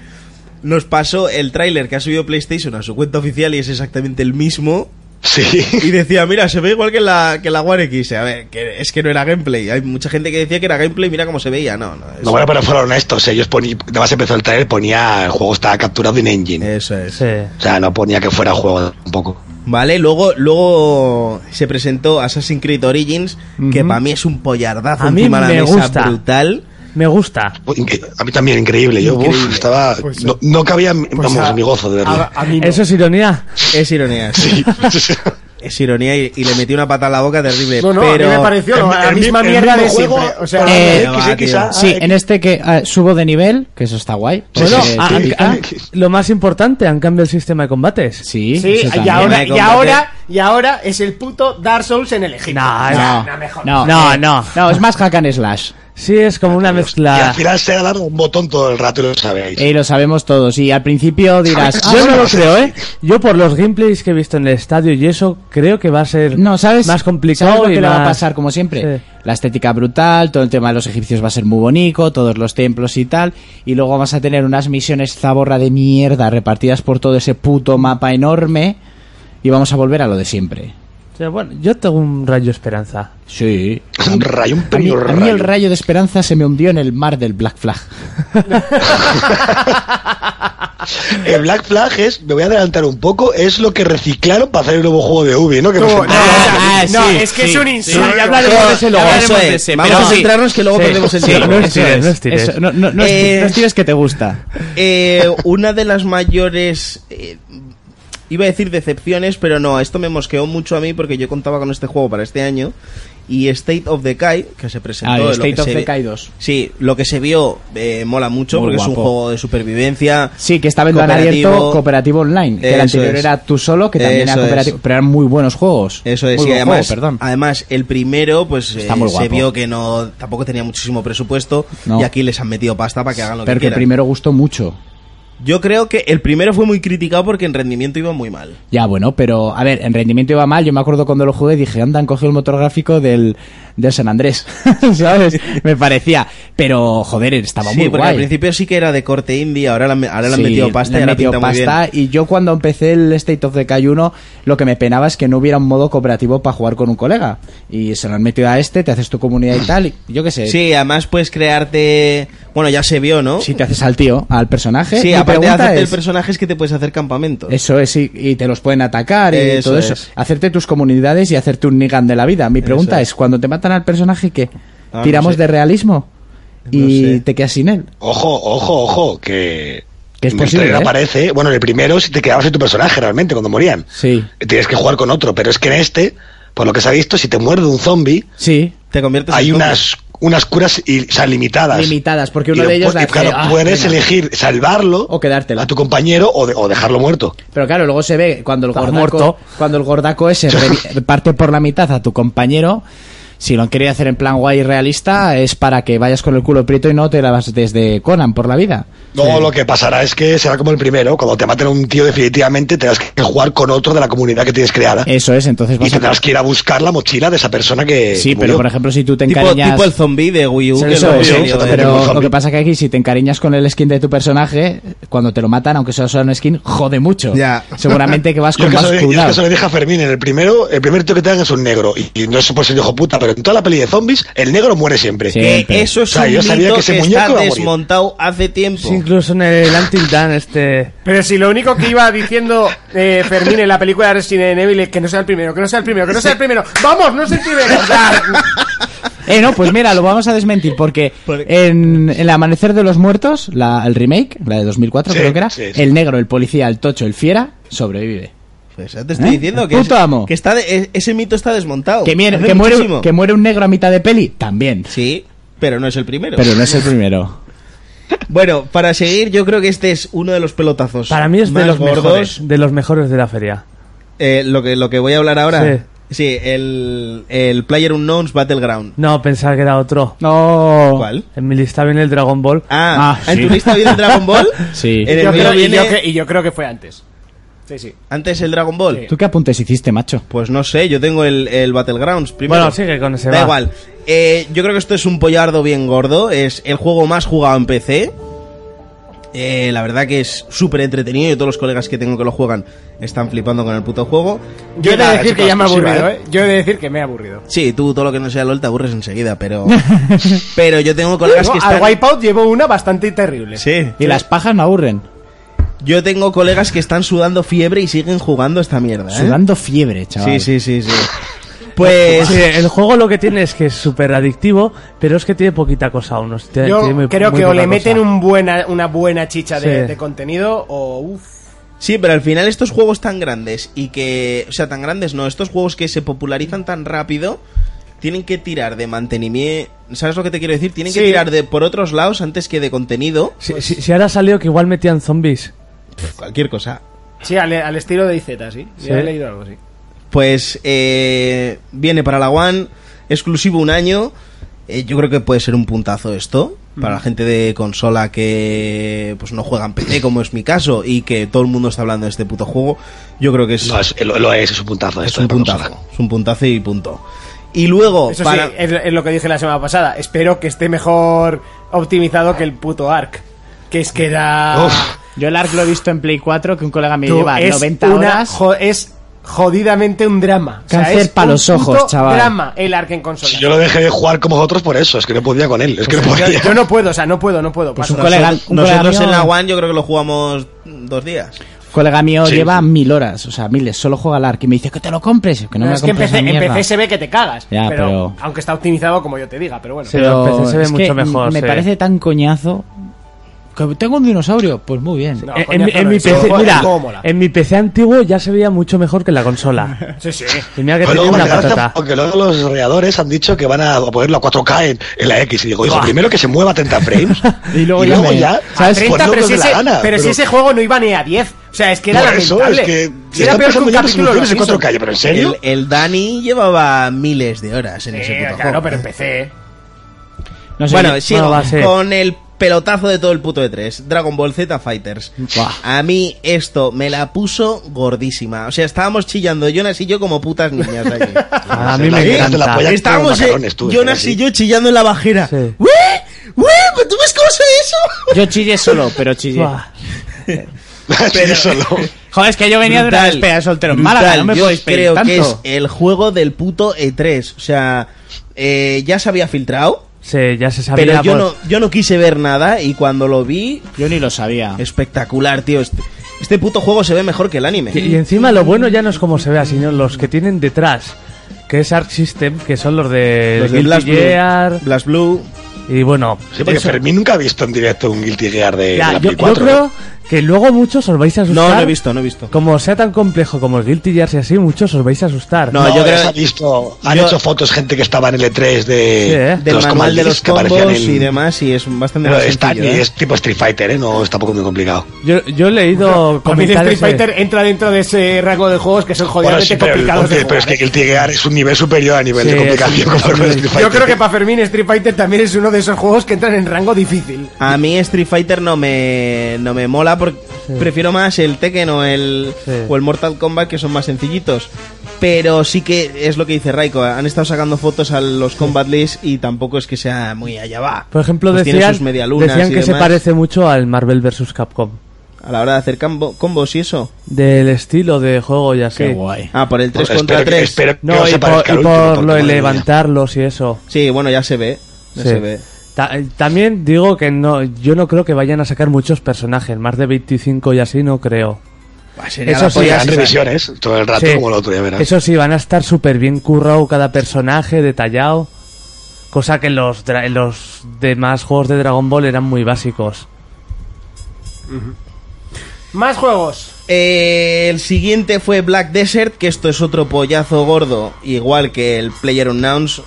[SPEAKER 5] nos pasó el tráiler que ha subido PlayStation a su cuenta oficial y es exactamente el mismo.
[SPEAKER 1] Sí.
[SPEAKER 5] Y decía, mira, se ve igual que la, que la One X. A ver, que es que no era gameplay. Hay mucha gente que decía que era gameplay, mira cómo se veía. No, no. Eso,
[SPEAKER 1] No, bueno, pero fueron honestos. Ellos ponían, nada más empezó el trailer, ponía el juego estaba capturado en
[SPEAKER 2] Eh.
[SPEAKER 1] engine.
[SPEAKER 5] eso es.
[SPEAKER 4] Sí.
[SPEAKER 1] O sea, no ponía que fuera juego tampoco.
[SPEAKER 5] Vale, luego, luego se presentó Assassin's Creed Origins, que para mí es un pollardazo
[SPEAKER 4] A mí
[SPEAKER 5] encima de la
[SPEAKER 4] me
[SPEAKER 5] mesa
[SPEAKER 4] gusta.
[SPEAKER 5] brutal.
[SPEAKER 4] Me gusta.
[SPEAKER 1] Inque- A mí también, increíble. Yo uf,
[SPEAKER 5] Increíble.
[SPEAKER 1] estaba. no, no cabía en mi- vamos,
[SPEAKER 2] Pues a-
[SPEAKER 1] en mi gozo, de verdad.
[SPEAKER 2] A, a mí no.
[SPEAKER 4] Eso es ironía.
[SPEAKER 5] Es ironía, sí.
[SPEAKER 1] Sí.
[SPEAKER 5] Es ironía y, y le metí una pata en la boca terrible.
[SPEAKER 2] No, no, a mí
[SPEAKER 5] pero
[SPEAKER 2] me pareció lo- la
[SPEAKER 1] El mi-
[SPEAKER 2] misma
[SPEAKER 1] el
[SPEAKER 2] mierda de
[SPEAKER 1] mismo juego,
[SPEAKER 2] siempre. O sea,
[SPEAKER 1] con la
[SPEAKER 3] eh,
[SPEAKER 1] X,
[SPEAKER 5] va,
[SPEAKER 1] X,
[SPEAKER 5] tío.
[SPEAKER 1] A,
[SPEAKER 3] Sí,
[SPEAKER 1] X.
[SPEAKER 3] en este que eh, subo de nivel, que eso está guay.
[SPEAKER 1] Sí,
[SPEAKER 3] Bueno,
[SPEAKER 1] sí,
[SPEAKER 3] ah,
[SPEAKER 1] sí.
[SPEAKER 3] ah,
[SPEAKER 4] Lo más importante, han cambiado el sistema de combates.
[SPEAKER 3] sí,
[SPEAKER 2] Sí,
[SPEAKER 3] eso
[SPEAKER 2] y
[SPEAKER 3] también.
[SPEAKER 2] ahora,
[SPEAKER 5] Hay
[SPEAKER 2] y,
[SPEAKER 5] combate.
[SPEAKER 2] ahora, y ahora es el puto Dark Souls en el Egipto.
[SPEAKER 4] No,
[SPEAKER 2] O sea,
[SPEAKER 3] No,
[SPEAKER 2] me jodas.
[SPEAKER 3] no,
[SPEAKER 4] No,
[SPEAKER 3] eh,
[SPEAKER 4] no.
[SPEAKER 3] No, es más hack and slash.
[SPEAKER 4] Sí, es como una
[SPEAKER 1] Y al
[SPEAKER 4] mezcla. ¿Eh?
[SPEAKER 1] final se ha dado un botón todo el rato y lo sabéis.
[SPEAKER 3] Y Eh, lo sabemos todos. Y al principio dirás, ah,
[SPEAKER 4] Yo no
[SPEAKER 3] bueno,
[SPEAKER 4] lo creo, ¿eh? Yo por los gameplays que he visto en el estadio y eso, creo que va a ser
[SPEAKER 3] No, ¿sabes?
[SPEAKER 4] más complicado
[SPEAKER 3] ¿Sabes lo
[SPEAKER 4] y
[SPEAKER 3] que le va a
[SPEAKER 4] más-
[SPEAKER 3] pasar, como siempre?
[SPEAKER 4] Sí.
[SPEAKER 3] La estética brutal, todo el tema de los egipcios va a ser muy bonito, todos los templos y tal. Y luego vas a tener unas misiones zaborra de mierda repartidas por todo ese puto mapa enorme. y vamos a volver a lo de siempre.
[SPEAKER 4] O sea, bueno, yo tengo un rayo de esperanza.
[SPEAKER 3] Oh. Sí.
[SPEAKER 1] Un rayo, un
[SPEAKER 3] A mí,
[SPEAKER 1] pequeño
[SPEAKER 3] a mí el
[SPEAKER 1] rayo.
[SPEAKER 3] rayo de esperanza se me hundió en el mar del Black Flag.
[SPEAKER 1] El Black Flag es, me voy a adelantar un poco, es lo que reciclaron para hacer el nuevo juego de Ubi, ¿no? Que
[SPEAKER 2] No,
[SPEAKER 1] presentaron.
[SPEAKER 2] no,
[SPEAKER 3] ah,
[SPEAKER 2] no,
[SPEAKER 3] sí,
[SPEAKER 2] es que es
[SPEAKER 3] sí,
[SPEAKER 2] un
[SPEAKER 3] sí.
[SPEAKER 2] insulto.
[SPEAKER 3] Ya hablaremos de ese luego.
[SPEAKER 5] Eso
[SPEAKER 3] Hablaremos
[SPEAKER 5] es.
[SPEAKER 3] de ese,
[SPEAKER 5] Vamos
[SPEAKER 3] pero
[SPEAKER 5] a
[SPEAKER 3] sí.
[SPEAKER 5] centrarnos que luego
[SPEAKER 3] Sí,
[SPEAKER 5] perdemos el
[SPEAKER 3] sí,
[SPEAKER 5] tiempo.
[SPEAKER 3] no
[SPEAKER 4] No
[SPEAKER 3] eso
[SPEAKER 4] estires,
[SPEAKER 3] es,
[SPEAKER 4] no estires.
[SPEAKER 3] eso, no- no- no
[SPEAKER 5] Eh,
[SPEAKER 3] esti- no estires que te gusta.
[SPEAKER 5] Eh, una de las mayores. eh, iba a decir decepciones, pero no, esto me mosqueó mucho a mí porque yo contaba con este juego para este año. Y State of the Kai, que se presentó.
[SPEAKER 3] Ah,
[SPEAKER 5] lo
[SPEAKER 3] el
[SPEAKER 5] que
[SPEAKER 3] State of
[SPEAKER 5] se
[SPEAKER 3] the
[SPEAKER 5] ve-
[SPEAKER 3] Kai 2.
[SPEAKER 5] Sí, lo que se vio eh, mola mucho
[SPEAKER 3] Muy
[SPEAKER 5] porque es un
[SPEAKER 3] guapo.
[SPEAKER 5] juego de supervivencia.
[SPEAKER 3] Sí, que estaba en plan
[SPEAKER 5] Cooperativo.
[SPEAKER 3] abierto cooperativo online. Que el
[SPEAKER 5] Eso
[SPEAKER 3] anterior
[SPEAKER 5] es.
[SPEAKER 3] era tú solo, que también
[SPEAKER 5] Eso
[SPEAKER 3] era cooperativo.
[SPEAKER 5] es.
[SPEAKER 3] Pero eran muy buenos juegos.
[SPEAKER 5] Eso es,
[SPEAKER 3] Muy
[SPEAKER 5] y
[SPEAKER 3] buen
[SPEAKER 5] además,
[SPEAKER 3] juego, perdón.
[SPEAKER 5] además el primero pues
[SPEAKER 3] Está
[SPEAKER 5] eh,
[SPEAKER 3] muy
[SPEAKER 5] se
[SPEAKER 3] guapo.
[SPEAKER 5] vio que no tampoco tenía muchísimo presupuesto
[SPEAKER 3] No.
[SPEAKER 5] y aquí les han metido pasta para que hagan lo
[SPEAKER 3] Pero
[SPEAKER 5] que
[SPEAKER 3] que el
[SPEAKER 5] quieran.
[SPEAKER 3] primero gustó mucho.
[SPEAKER 5] Yo creo que el primero fue muy criticado porque en rendimiento iba muy mal.
[SPEAKER 3] Ya, bueno, pero a ver, en rendimiento iba mal. Yo me acuerdo cuando lo jugué dije, anda, han cogido el motor gráfico del, del San Andrés. ¿Sabes? Me parecía. Pero, joder, estaba
[SPEAKER 5] sí,
[SPEAKER 3] muy
[SPEAKER 5] porque
[SPEAKER 3] guay.
[SPEAKER 5] al principio sí que era de corte indie, ahora le han, ahora le han
[SPEAKER 3] Sí,
[SPEAKER 5] metido pasta
[SPEAKER 3] le
[SPEAKER 5] y
[SPEAKER 3] han
[SPEAKER 5] ahora
[SPEAKER 3] metido
[SPEAKER 5] pinta muy bien.
[SPEAKER 3] pasta, Y yo cuando empecé el State of Decay 1, lo que me penaba es que no hubiera un modo cooperativo para jugar con un colega. Y se lo han metido a este, te haces tu comunidad y tal. y yo qué sé.
[SPEAKER 5] Sí, además puedes crearte... Bueno, ya se vio, ¿no?
[SPEAKER 3] Si te haces al tío, al personaje.
[SPEAKER 5] Sí,
[SPEAKER 3] mi
[SPEAKER 5] aparte de
[SPEAKER 3] pregunta
[SPEAKER 5] hacerte el
[SPEAKER 3] es-
[SPEAKER 5] personaje es que te puedes hacer campamento.
[SPEAKER 3] Eso es, y, y te los pueden atacar y
[SPEAKER 5] Eso
[SPEAKER 3] todo eso.
[SPEAKER 5] es.
[SPEAKER 3] Hacerte tus comunidades y hacerte un Nigan de la vida. Mi pregunta
[SPEAKER 5] es.
[SPEAKER 3] es, cuando te matan al personaje, ¿qué?
[SPEAKER 5] Ah, no
[SPEAKER 3] ¿Tiramos
[SPEAKER 5] sé.
[SPEAKER 3] de realismo? Y
[SPEAKER 5] No sé.
[SPEAKER 3] te quedas sin él.
[SPEAKER 1] Ojo, ojo, ojo, que...
[SPEAKER 3] Que es
[SPEAKER 1] en el
[SPEAKER 3] posible,
[SPEAKER 1] trailer
[SPEAKER 3] ¿eh?
[SPEAKER 1] aparece, bueno, en el primero si te quedabas en tu personaje realmente cuando morían.
[SPEAKER 3] Sí.
[SPEAKER 1] Tienes que jugar con otro, pero es que en este, por lo que se ha visto, si te muerde un zombie,
[SPEAKER 3] Sí.
[SPEAKER 5] Te conviertes en
[SPEAKER 1] hay
[SPEAKER 5] zombie.
[SPEAKER 1] unas unas curas y, o sea, limitadas.
[SPEAKER 3] Limitadas, porque uno
[SPEAKER 1] Y lo
[SPEAKER 3] de ellos...
[SPEAKER 1] pu-
[SPEAKER 3] la-
[SPEAKER 1] y claro,
[SPEAKER 3] Ah,
[SPEAKER 1] puedes
[SPEAKER 3] venga.
[SPEAKER 1] elegir salvarlo
[SPEAKER 3] O quedártelo.
[SPEAKER 1] a tu compañero o, de- o dejarlo muerto.
[SPEAKER 3] Pero claro, luego se ve cuando el
[SPEAKER 4] Estás
[SPEAKER 3] gordaco,
[SPEAKER 4] muerto.
[SPEAKER 3] cuando el gordaco ese revi- parte por la mitad a tu compañero. Si lo han querido hacer en plan guay y realista, es para que vayas con el culo prieto y no te la vas desde Conan por la vida.
[SPEAKER 1] No, lo que pasará es que será como el primero, cuando te maten a un tío definitivamente tendrás que jugar con otro de la comunidad que tienes
[SPEAKER 5] Ah.
[SPEAKER 1] creada
[SPEAKER 3] Eso es, entonces
[SPEAKER 1] y
[SPEAKER 3] Eh, pues vas a...
[SPEAKER 1] tendrás que ir a buscar la mochila de esa persona que
[SPEAKER 3] Sí,
[SPEAKER 1] que
[SPEAKER 3] pero
[SPEAKER 1] murió.
[SPEAKER 3] por ejemplo, si tú te
[SPEAKER 5] Tipo,
[SPEAKER 3] encariñas...
[SPEAKER 5] tipo el zombie de Wii U.
[SPEAKER 3] Sí,
[SPEAKER 5] que
[SPEAKER 3] eso,
[SPEAKER 5] luego
[SPEAKER 3] sí,
[SPEAKER 1] veo,
[SPEAKER 5] salió de-
[SPEAKER 1] yo también tengo
[SPEAKER 3] pero lo
[SPEAKER 1] zombie.
[SPEAKER 3] que pasa que aquí si te encariñas con el skin de tu personaje, cuando te lo matan, aunque sea solo un skin, jode mucho.
[SPEAKER 5] Ya.
[SPEAKER 3] Seguramente que vas
[SPEAKER 1] Yo
[SPEAKER 3] con
[SPEAKER 1] es que,
[SPEAKER 3] más
[SPEAKER 1] se lo- yo es que se
[SPEAKER 3] cuidado.
[SPEAKER 1] lo dije a Fermín, en el primero, el primer tío que te dan es un negro. Y, y no es por ser hijo puta, pero en toda la peli de zombies, el negro muere siempre.
[SPEAKER 3] Sí.
[SPEAKER 5] Que
[SPEAKER 3] Siempre.
[SPEAKER 5] eso es
[SPEAKER 1] O sea,
[SPEAKER 5] un
[SPEAKER 1] yo sabía
[SPEAKER 5] mito
[SPEAKER 1] que ese
[SPEAKER 5] que
[SPEAKER 1] muñeco
[SPEAKER 5] está
[SPEAKER 1] iba a morir.
[SPEAKER 5] desmontado hace tiempo.
[SPEAKER 4] Sí, incluso en el Until Dawn este...
[SPEAKER 2] Pero si lo único que iba diciendo eh, Fermín en la película de Resident Evil es que no sea el primero, que no sea el primero, que no sea el primero. ¡Vamos, no es el primero! O sea,
[SPEAKER 3] Eh, no, pues mira, lo vamos a desmentir porque en, en El Amanecer de los Muertos, la, el remake, la de 2004
[SPEAKER 1] Sí,
[SPEAKER 3] creo que era,
[SPEAKER 1] sí, sí.
[SPEAKER 3] el negro, el policía, el tocho, el fiera, sobrevive.
[SPEAKER 5] Pues ya te estoy
[SPEAKER 3] ¿Eh?
[SPEAKER 5] diciendo que,
[SPEAKER 3] Puto
[SPEAKER 5] es-
[SPEAKER 3] amo.
[SPEAKER 5] que está de- e- ese mito está desmontado.
[SPEAKER 3] Que, mie-
[SPEAKER 5] Hace
[SPEAKER 3] que muere,
[SPEAKER 5] muchísimo.
[SPEAKER 3] que muere un negro a mitad de peli, también.
[SPEAKER 5] Sí, pero no es el primero.
[SPEAKER 3] Pero no es el primero.
[SPEAKER 5] Bueno, para seguir, yo creo que este es uno de los pelotazos.
[SPEAKER 4] Para mí es de
[SPEAKER 5] más
[SPEAKER 4] los, mejores, de los mejores de la feria.
[SPEAKER 5] Eh, lo, que, lo que voy a hablar ahora. Sí, el, el Player Unknowns Battleground.
[SPEAKER 4] No, pensaba que era otro.
[SPEAKER 3] No.
[SPEAKER 5] ¿Cuál?
[SPEAKER 4] En mi lista viene el Dragon Ball.
[SPEAKER 5] Ah,
[SPEAKER 3] Ah,
[SPEAKER 5] ¿en
[SPEAKER 3] sí.
[SPEAKER 5] tu lista viene el Dragon Ball?
[SPEAKER 3] Sí.
[SPEAKER 5] En el
[SPEAKER 2] yo
[SPEAKER 5] mío
[SPEAKER 2] creo- y,
[SPEAKER 5] viene
[SPEAKER 2] yo cre- y yo creo que fue antes. Sí, sí.
[SPEAKER 5] antes el Dragon Ball.
[SPEAKER 3] ¿Tú qué apuntes hiciste, macho?
[SPEAKER 5] Pues no sé, yo tengo el, el Battlegrounds primero.
[SPEAKER 4] Bueno, sigue con ese,
[SPEAKER 5] Da
[SPEAKER 4] va.
[SPEAKER 5] igual. Eh, yo creo que esto es un pollardo bien gordo. Es el juego más jugado en PC. Eh, la verdad que es súper entretenido y todos los colegas que tengo que lo juegan están flipando con el puto juego.
[SPEAKER 2] Yo he de
[SPEAKER 1] Nada,
[SPEAKER 2] decir
[SPEAKER 1] es
[SPEAKER 2] que
[SPEAKER 1] una
[SPEAKER 2] ya
[SPEAKER 3] pues
[SPEAKER 2] me he
[SPEAKER 1] exclusiva,
[SPEAKER 2] aburrido,
[SPEAKER 1] ¿eh?
[SPEAKER 2] ¿eh? Yo he de decir que me he aburrido.
[SPEAKER 5] Sí, tú todo lo que no sea LOL te aburres enseguida, pero... pero yo tengo colegas
[SPEAKER 2] No,
[SPEAKER 5] que
[SPEAKER 2] Al
[SPEAKER 5] están...
[SPEAKER 2] Wipeout llevo una bastante terrible.
[SPEAKER 5] Sí.
[SPEAKER 3] Y las pajas no aburren.
[SPEAKER 5] Yo tengo colegas que están sudando fiebre y siguen jugando esta mierda. ¿eh?
[SPEAKER 3] Sudando fiebre, chaval.
[SPEAKER 5] Sí, sí, sí, sí. Pues...
[SPEAKER 4] Sí, eh, el juego lo que tiene es que es súper adictivo, pero es que tiene poquita cosa aún. Tiene-
[SPEAKER 2] Yo
[SPEAKER 4] tiene muy-
[SPEAKER 2] creo
[SPEAKER 4] muy
[SPEAKER 2] que o
[SPEAKER 4] poca
[SPEAKER 2] le meten
[SPEAKER 4] cosa.
[SPEAKER 2] un buena, una buena chicha de,
[SPEAKER 4] Sí.
[SPEAKER 2] de contenido o... Uf.
[SPEAKER 5] Sí, pero al final estos juegos tan grandes y que... O sea, tan grandes no, estos juegos que se popularizan tan rápido tienen que tirar de mantenimiento... ¿Sabes lo que te quiero decir? Tienen que
[SPEAKER 2] Sí.
[SPEAKER 5] tirar de por otros lados antes que de contenido.
[SPEAKER 4] Si, si- si ahora salió que igual metían zombies.
[SPEAKER 5] Cualquier cosa.
[SPEAKER 2] Sí, al, al estilo de IZ, sí. Ya
[SPEAKER 4] Sí.
[SPEAKER 2] he leído algo, sí.
[SPEAKER 5] Pues eh, viene para la One, exclusivo un año. Eh, yo creo que puede ser un puntazo esto. Para la gente de consola que pues no juega en PC, como es mi caso, y que todo el mundo está hablando de este puto juego, yo creo que es,
[SPEAKER 1] No, es, lo, lo es, es un puntazo.
[SPEAKER 5] es
[SPEAKER 1] esto,
[SPEAKER 5] un
[SPEAKER 1] de
[SPEAKER 5] puntazo.
[SPEAKER 1] consola.
[SPEAKER 5] Es un puntazo y punto. Y luego,
[SPEAKER 2] Eso
[SPEAKER 5] para...
[SPEAKER 2] sí, eh, es, es lo que dije la semana pasada. Espero que esté mejor optimizado que el puto Ark. Que es que era...
[SPEAKER 1] Uf.
[SPEAKER 3] Yo el Ark lo he visto en Play 4 que un colega me
[SPEAKER 2] Tú,
[SPEAKER 3] lleva
[SPEAKER 2] es
[SPEAKER 3] 90
[SPEAKER 2] una
[SPEAKER 3] horas.
[SPEAKER 2] jo- es jodidamente un drama. O sea,
[SPEAKER 6] Cáncer
[SPEAKER 2] es
[SPEAKER 6] pa'
[SPEAKER 2] un
[SPEAKER 6] los ojos,
[SPEAKER 2] puto
[SPEAKER 6] chaval.
[SPEAKER 2] drama el Arkham Console.
[SPEAKER 1] Si yo lo dejé de jugar como vosotros por eso, es que no podía con él, es que no
[SPEAKER 2] Pues yo,
[SPEAKER 1] podía.
[SPEAKER 2] yo no puedo, o sea, no puedo, no puedo.
[SPEAKER 6] Pues
[SPEAKER 2] paso.
[SPEAKER 6] un colega, un colega
[SPEAKER 5] Nosotros en la
[SPEAKER 6] mío,
[SPEAKER 5] One yo creo que lo jugamos dos días.
[SPEAKER 6] un colega mío
[SPEAKER 1] Sí.
[SPEAKER 6] lleva mil horas, o sea, miles, solo juega al Ark y me dice que te lo compres, que no,
[SPEAKER 2] No,
[SPEAKER 6] me
[SPEAKER 2] es que en
[SPEAKER 6] compres
[SPEAKER 2] PC,
[SPEAKER 6] una
[SPEAKER 2] en
[SPEAKER 6] mierda.
[SPEAKER 2] PC se ve que te cagas.
[SPEAKER 6] Ya,
[SPEAKER 2] pero,
[SPEAKER 6] pero-
[SPEAKER 2] Aunque está optimizado como yo te diga, pero bueno.
[SPEAKER 4] Sí. Pero en PC se ve
[SPEAKER 6] es que
[SPEAKER 4] mucho mejor,
[SPEAKER 6] Me
[SPEAKER 4] sí.
[SPEAKER 6] parece tan coñazo. Que tengo un dinosaurio, pues muy bien.
[SPEAKER 2] No,
[SPEAKER 4] Eh, En,
[SPEAKER 2] coñazo,
[SPEAKER 4] en
[SPEAKER 2] no
[SPEAKER 4] mi
[SPEAKER 2] es.
[SPEAKER 4] PC,
[SPEAKER 2] Joder,
[SPEAKER 4] mira,
[SPEAKER 2] cómo mola.
[SPEAKER 4] en mi PC antiguo ya se veía mucho mejor que en la consola.
[SPEAKER 2] Sí, sí.
[SPEAKER 4] Y mira que
[SPEAKER 1] Pero
[SPEAKER 4] tenía
[SPEAKER 1] luego,
[SPEAKER 4] una
[SPEAKER 1] me hace-
[SPEAKER 4] patata.
[SPEAKER 1] porque luego los readores han dicho que van a ponerlo a 4K en, en la X. Y digo, hijo, primero que se mueva a 30 frames.
[SPEAKER 6] Y luego ya me-
[SPEAKER 1] ¿sabes?
[SPEAKER 2] A 30,
[SPEAKER 1] Ponlo
[SPEAKER 2] pero, si
[SPEAKER 1] donde
[SPEAKER 2] ese,
[SPEAKER 1] la gana,
[SPEAKER 2] pero si ese juego no iba ni a 10. O sea, es que era
[SPEAKER 1] Por eso,
[SPEAKER 2] lamentable.
[SPEAKER 1] es que
[SPEAKER 2] Si era peor
[SPEAKER 1] están
[SPEAKER 2] que
[SPEAKER 1] pensando
[SPEAKER 2] un
[SPEAKER 1] ya en
[SPEAKER 2] capítulo de los
[SPEAKER 1] resoluciones en
[SPEAKER 2] Simpsons.
[SPEAKER 1] 4K. Yo, pero en serio.
[SPEAKER 5] El, el Dani llevaba miles de horas en
[SPEAKER 2] Sí,
[SPEAKER 5] ese puto
[SPEAKER 2] claro,
[SPEAKER 5] juego.
[SPEAKER 2] pero empecé.
[SPEAKER 6] No sé,
[SPEAKER 5] bueno,
[SPEAKER 6] yo-
[SPEAKER 5] sigo
[SPEAKER 4] va a ser.
[SPEAKER 5] con el pelotazo de todo el puto E3. Dragon Ball Z Fighters.
[SPEAKER 6] Buah.
[SPEAKER 5] A mí esto me la puso gordísima. O sea, estábamos chillando Jonas y yo como putas niñas allí.
[SPEAKER 3] Ah.
[SPEAKER 4] A mí
[SPEAKER 1] Las
[SPEAKER 4] me
[SPEAKER 1] ideas de la
[SPEAKER 4] encanta.
[SPEAKER 1] polla- Ya
[SPEAKER 5] estábamos eh,
[SPEAKER 1] como macarrones, tú,
[SPEAKER 5] Jonas
[SPEAKER 1] así.
[SPEAKER 5] y yo chillando en la bajera.
[SPEAKER 4] Sí.
[SPEAKER 5] ¡Wey! ¡Wey! ¿Tú ves cómo se ve eso?
[SPEAKER 6] yo chillé solo, pero chillé.
[SPEAKER 4] Buah.
[SPEAKER 1] Sí, solo.
[SPEAKER 3] Joder, es que yo venía de una
[SPEAKER 5] Brutal,
[SPEAKER 3] despedida de soltero en
[SPEAKER 5] brutal.
[SPEAKER 3] Málaga, no me
[SPEAKER 5] Yo
[SPEAKER 3] podéis pedir
[SPEAKER 5] creo
[SPEAKER 3] tanto.
[SPEAKER 5] que es el juego del puto E3. O sea, eh, ya se había filtrado,
[SPEAKER 4] Sí, ya se sabía.
[SPEAKER 5] pero yo
[SPEAKER 4] por-
[SPEAKER 5] no, yo no quise ver nada y cuando lo vi,
[SPEAKER 6] Yo ni lo sabía.
[SPEAKER 5] Ah. espectacular, tío. Este, este puto juego se ve mejor que el anime.
[SPEAKER 4] Y, y encima lo bueno ya no es como se vea, sino los que tienen detrás, que es Arc System, que son los de,
[SPEAKER 5] Los de
[SPEAKER 4] Guilty
[SPEAKER 5] Blast Blue,
[SPEAKER 4] Gear,
[SPEAKER 5] Blast Blue.
[SPEAKER 4] y bueno.
[SPEAKER 1] Sí, porque
[SPEAKER 4] eso.
[SPEAKER 1] Fermín nunca ha visto en directo un Guilty Gear de, de
[SPEAKER 4] Ya,
[SPEAKER 1] la
[SPEAKER 4] yo,
[SPEAKER 1] Play
[SPEAKER 4] yo
[SPEAKER 1] 4.
[SPEAKER 4] creo que luego muchos os vais a asustar.
[SPEAKER 5] No, no he visto, no he visto.
[SPEAKER 4] Como sea tan complejo como el Guilty Gear y así, muchos os vais a asustar.
[SPEAKER 5] No, yo creo-
[SPEAKER 1] se ha visto, han
[SPEAKER 5] yo-
[SPEAKER 1] hecho fotos gente que estaba en el E3
[SPEAKER 4] Sí, ¿eh?
[SPEAKER 5] Del
[SPEAKER 1] de,
[SPEAKER 5] manual de
[SPEAKER 1] comandos
[SPEAKER 5] los
[SPEAKER 1] que aparecían
[SPEAKER 5] combos
[SPEAKER 1] en-
[SPEAKER 5] y demás, y es bastante
[SPEAKER 1] Pero
[SPEAKER 5] más
[SPEAKER 1] está,
[SPEAKER 5] sencillo,
[SPEAKER 1] y
[SPEAKER 5] ¿eh?
[SPEAKER 1] es tipo Street Fighter, ¿eh? No, es tampoco muy complicado.
[SPEAKER 4] Yo, yo he leído
[SPEAKER 2] A mí el
[SPEAKER 4] comentarios.
[SPEAKER 2] Street Fighter entra dentro de ese rango de juegos que son
[SPEAKER 1] Bueno,
[SPEAKER 2] jodidamente
[SPEAKER 1] sí, pero,
[SPEAKER 2] complicados
[SPEAKER 1] porque-
[SPEAKER 2] de
[SPEAKER 1] pero
[SPEAKER 2] jugar,
[SPEAKER 1] es que
[SPEAKER 2] ¿eh?
[SPEAKER 1] Guilty Gear es un nivel superior a nivel
[SPEAKER 4] Sí,
[SPEAKER 1] de
[SPEAKER 4] es
[SPEAKER 1] complicación comparado con Street Fighter.
[SPEAKER 2] Yo creo que para Fermín Street Fighter también es uno de esos juegos que entran en rango difícil.
[SPEAKER 5] A mí Street Fighter no me, no me mola porque prefiero más el Tekken o el,
[SPEAKER 4] Sí.
[SPEAKER 5] o el Mortal Kombat que son más sencillitos. Pero sí que es lo que dice Raiko, han estado sacando fotos a los combat list y tampoco es que sea muy allá va.
[SPEAKER 4] Por ejemplo,
[SPEAKER 5] Pues tiene
[SPEAKER 4] decían,
[SPEAKER 5] sus medialunas
[SPEAKER 4] decían
[SPEAKER 5] y
[SPEAKER 4] que se
[SPEAKER 5] demás.
[SPEAKER 4] parece mucho al Marvel vs. Capcom.
[SPEAKER 5] a la hora de hacer cambo- combos y eso.
[SPEAKER 4] Del estilo de juego y así.
[SPEAKER 6] Qué guay.
[SPEAKER 5] Ah, por el 3
[SPEAKER 1] Bueno,
[SPEAKER 5] contra
[SPEAKER 1] espero que-
[SPEAKER 5] 3.
[SPEAKER 1] espero que
[SPEAKER 4] No,
[SPEAKER 1] no
[SPEAKER 4] y
[SPEAKER 1] se
[SPEAKER 4] por,
[SPEAKER 1] parezca al
[SPEAKER 4] y
[SPEAKER 1] último,
[SPEAKER 4] por lo de
[SPEAKER 1] porque madre mía.
[SPEAKER 4] levantarlos y eso.
[SPEAKER 5] Sí, bueno, ya se ve. Ya
[SPEAKER 4] Sí.
[SPEAKER 5] se ve.
[SPEAKER 4] Ta- eh, también digo que no, yo no creo que vayan a sacar muchos personajes, más de 25 y así no creo.
[SPEAKER 5] Buah, sería
[SPEAKER 4] Eso
[SPEAKER 5] la
[SPEAKER 4] sí,
[SPEAKER 5] polla
[SPEAKER 1] Oigan,
[SPEAKER 5] si sa-
[SPEAKER 1] revisiones todo el rato
[SPEAKER 4] Sí.
[SPEAKER 1] como el otro, ya verás.
[SPEAKER 4] Eso sí, van a estar súper bien currado cada personaje, detallado. Cosa que en los, dra- en los demás juegos de Dragon Ball eran muy básicos.
[SPEAKER 2] Más juegos.
[SPEAKER 5] Eh, el siguiente fue Black Desert, que esto es otro pollazo gordo, igual que el Player Unknowns.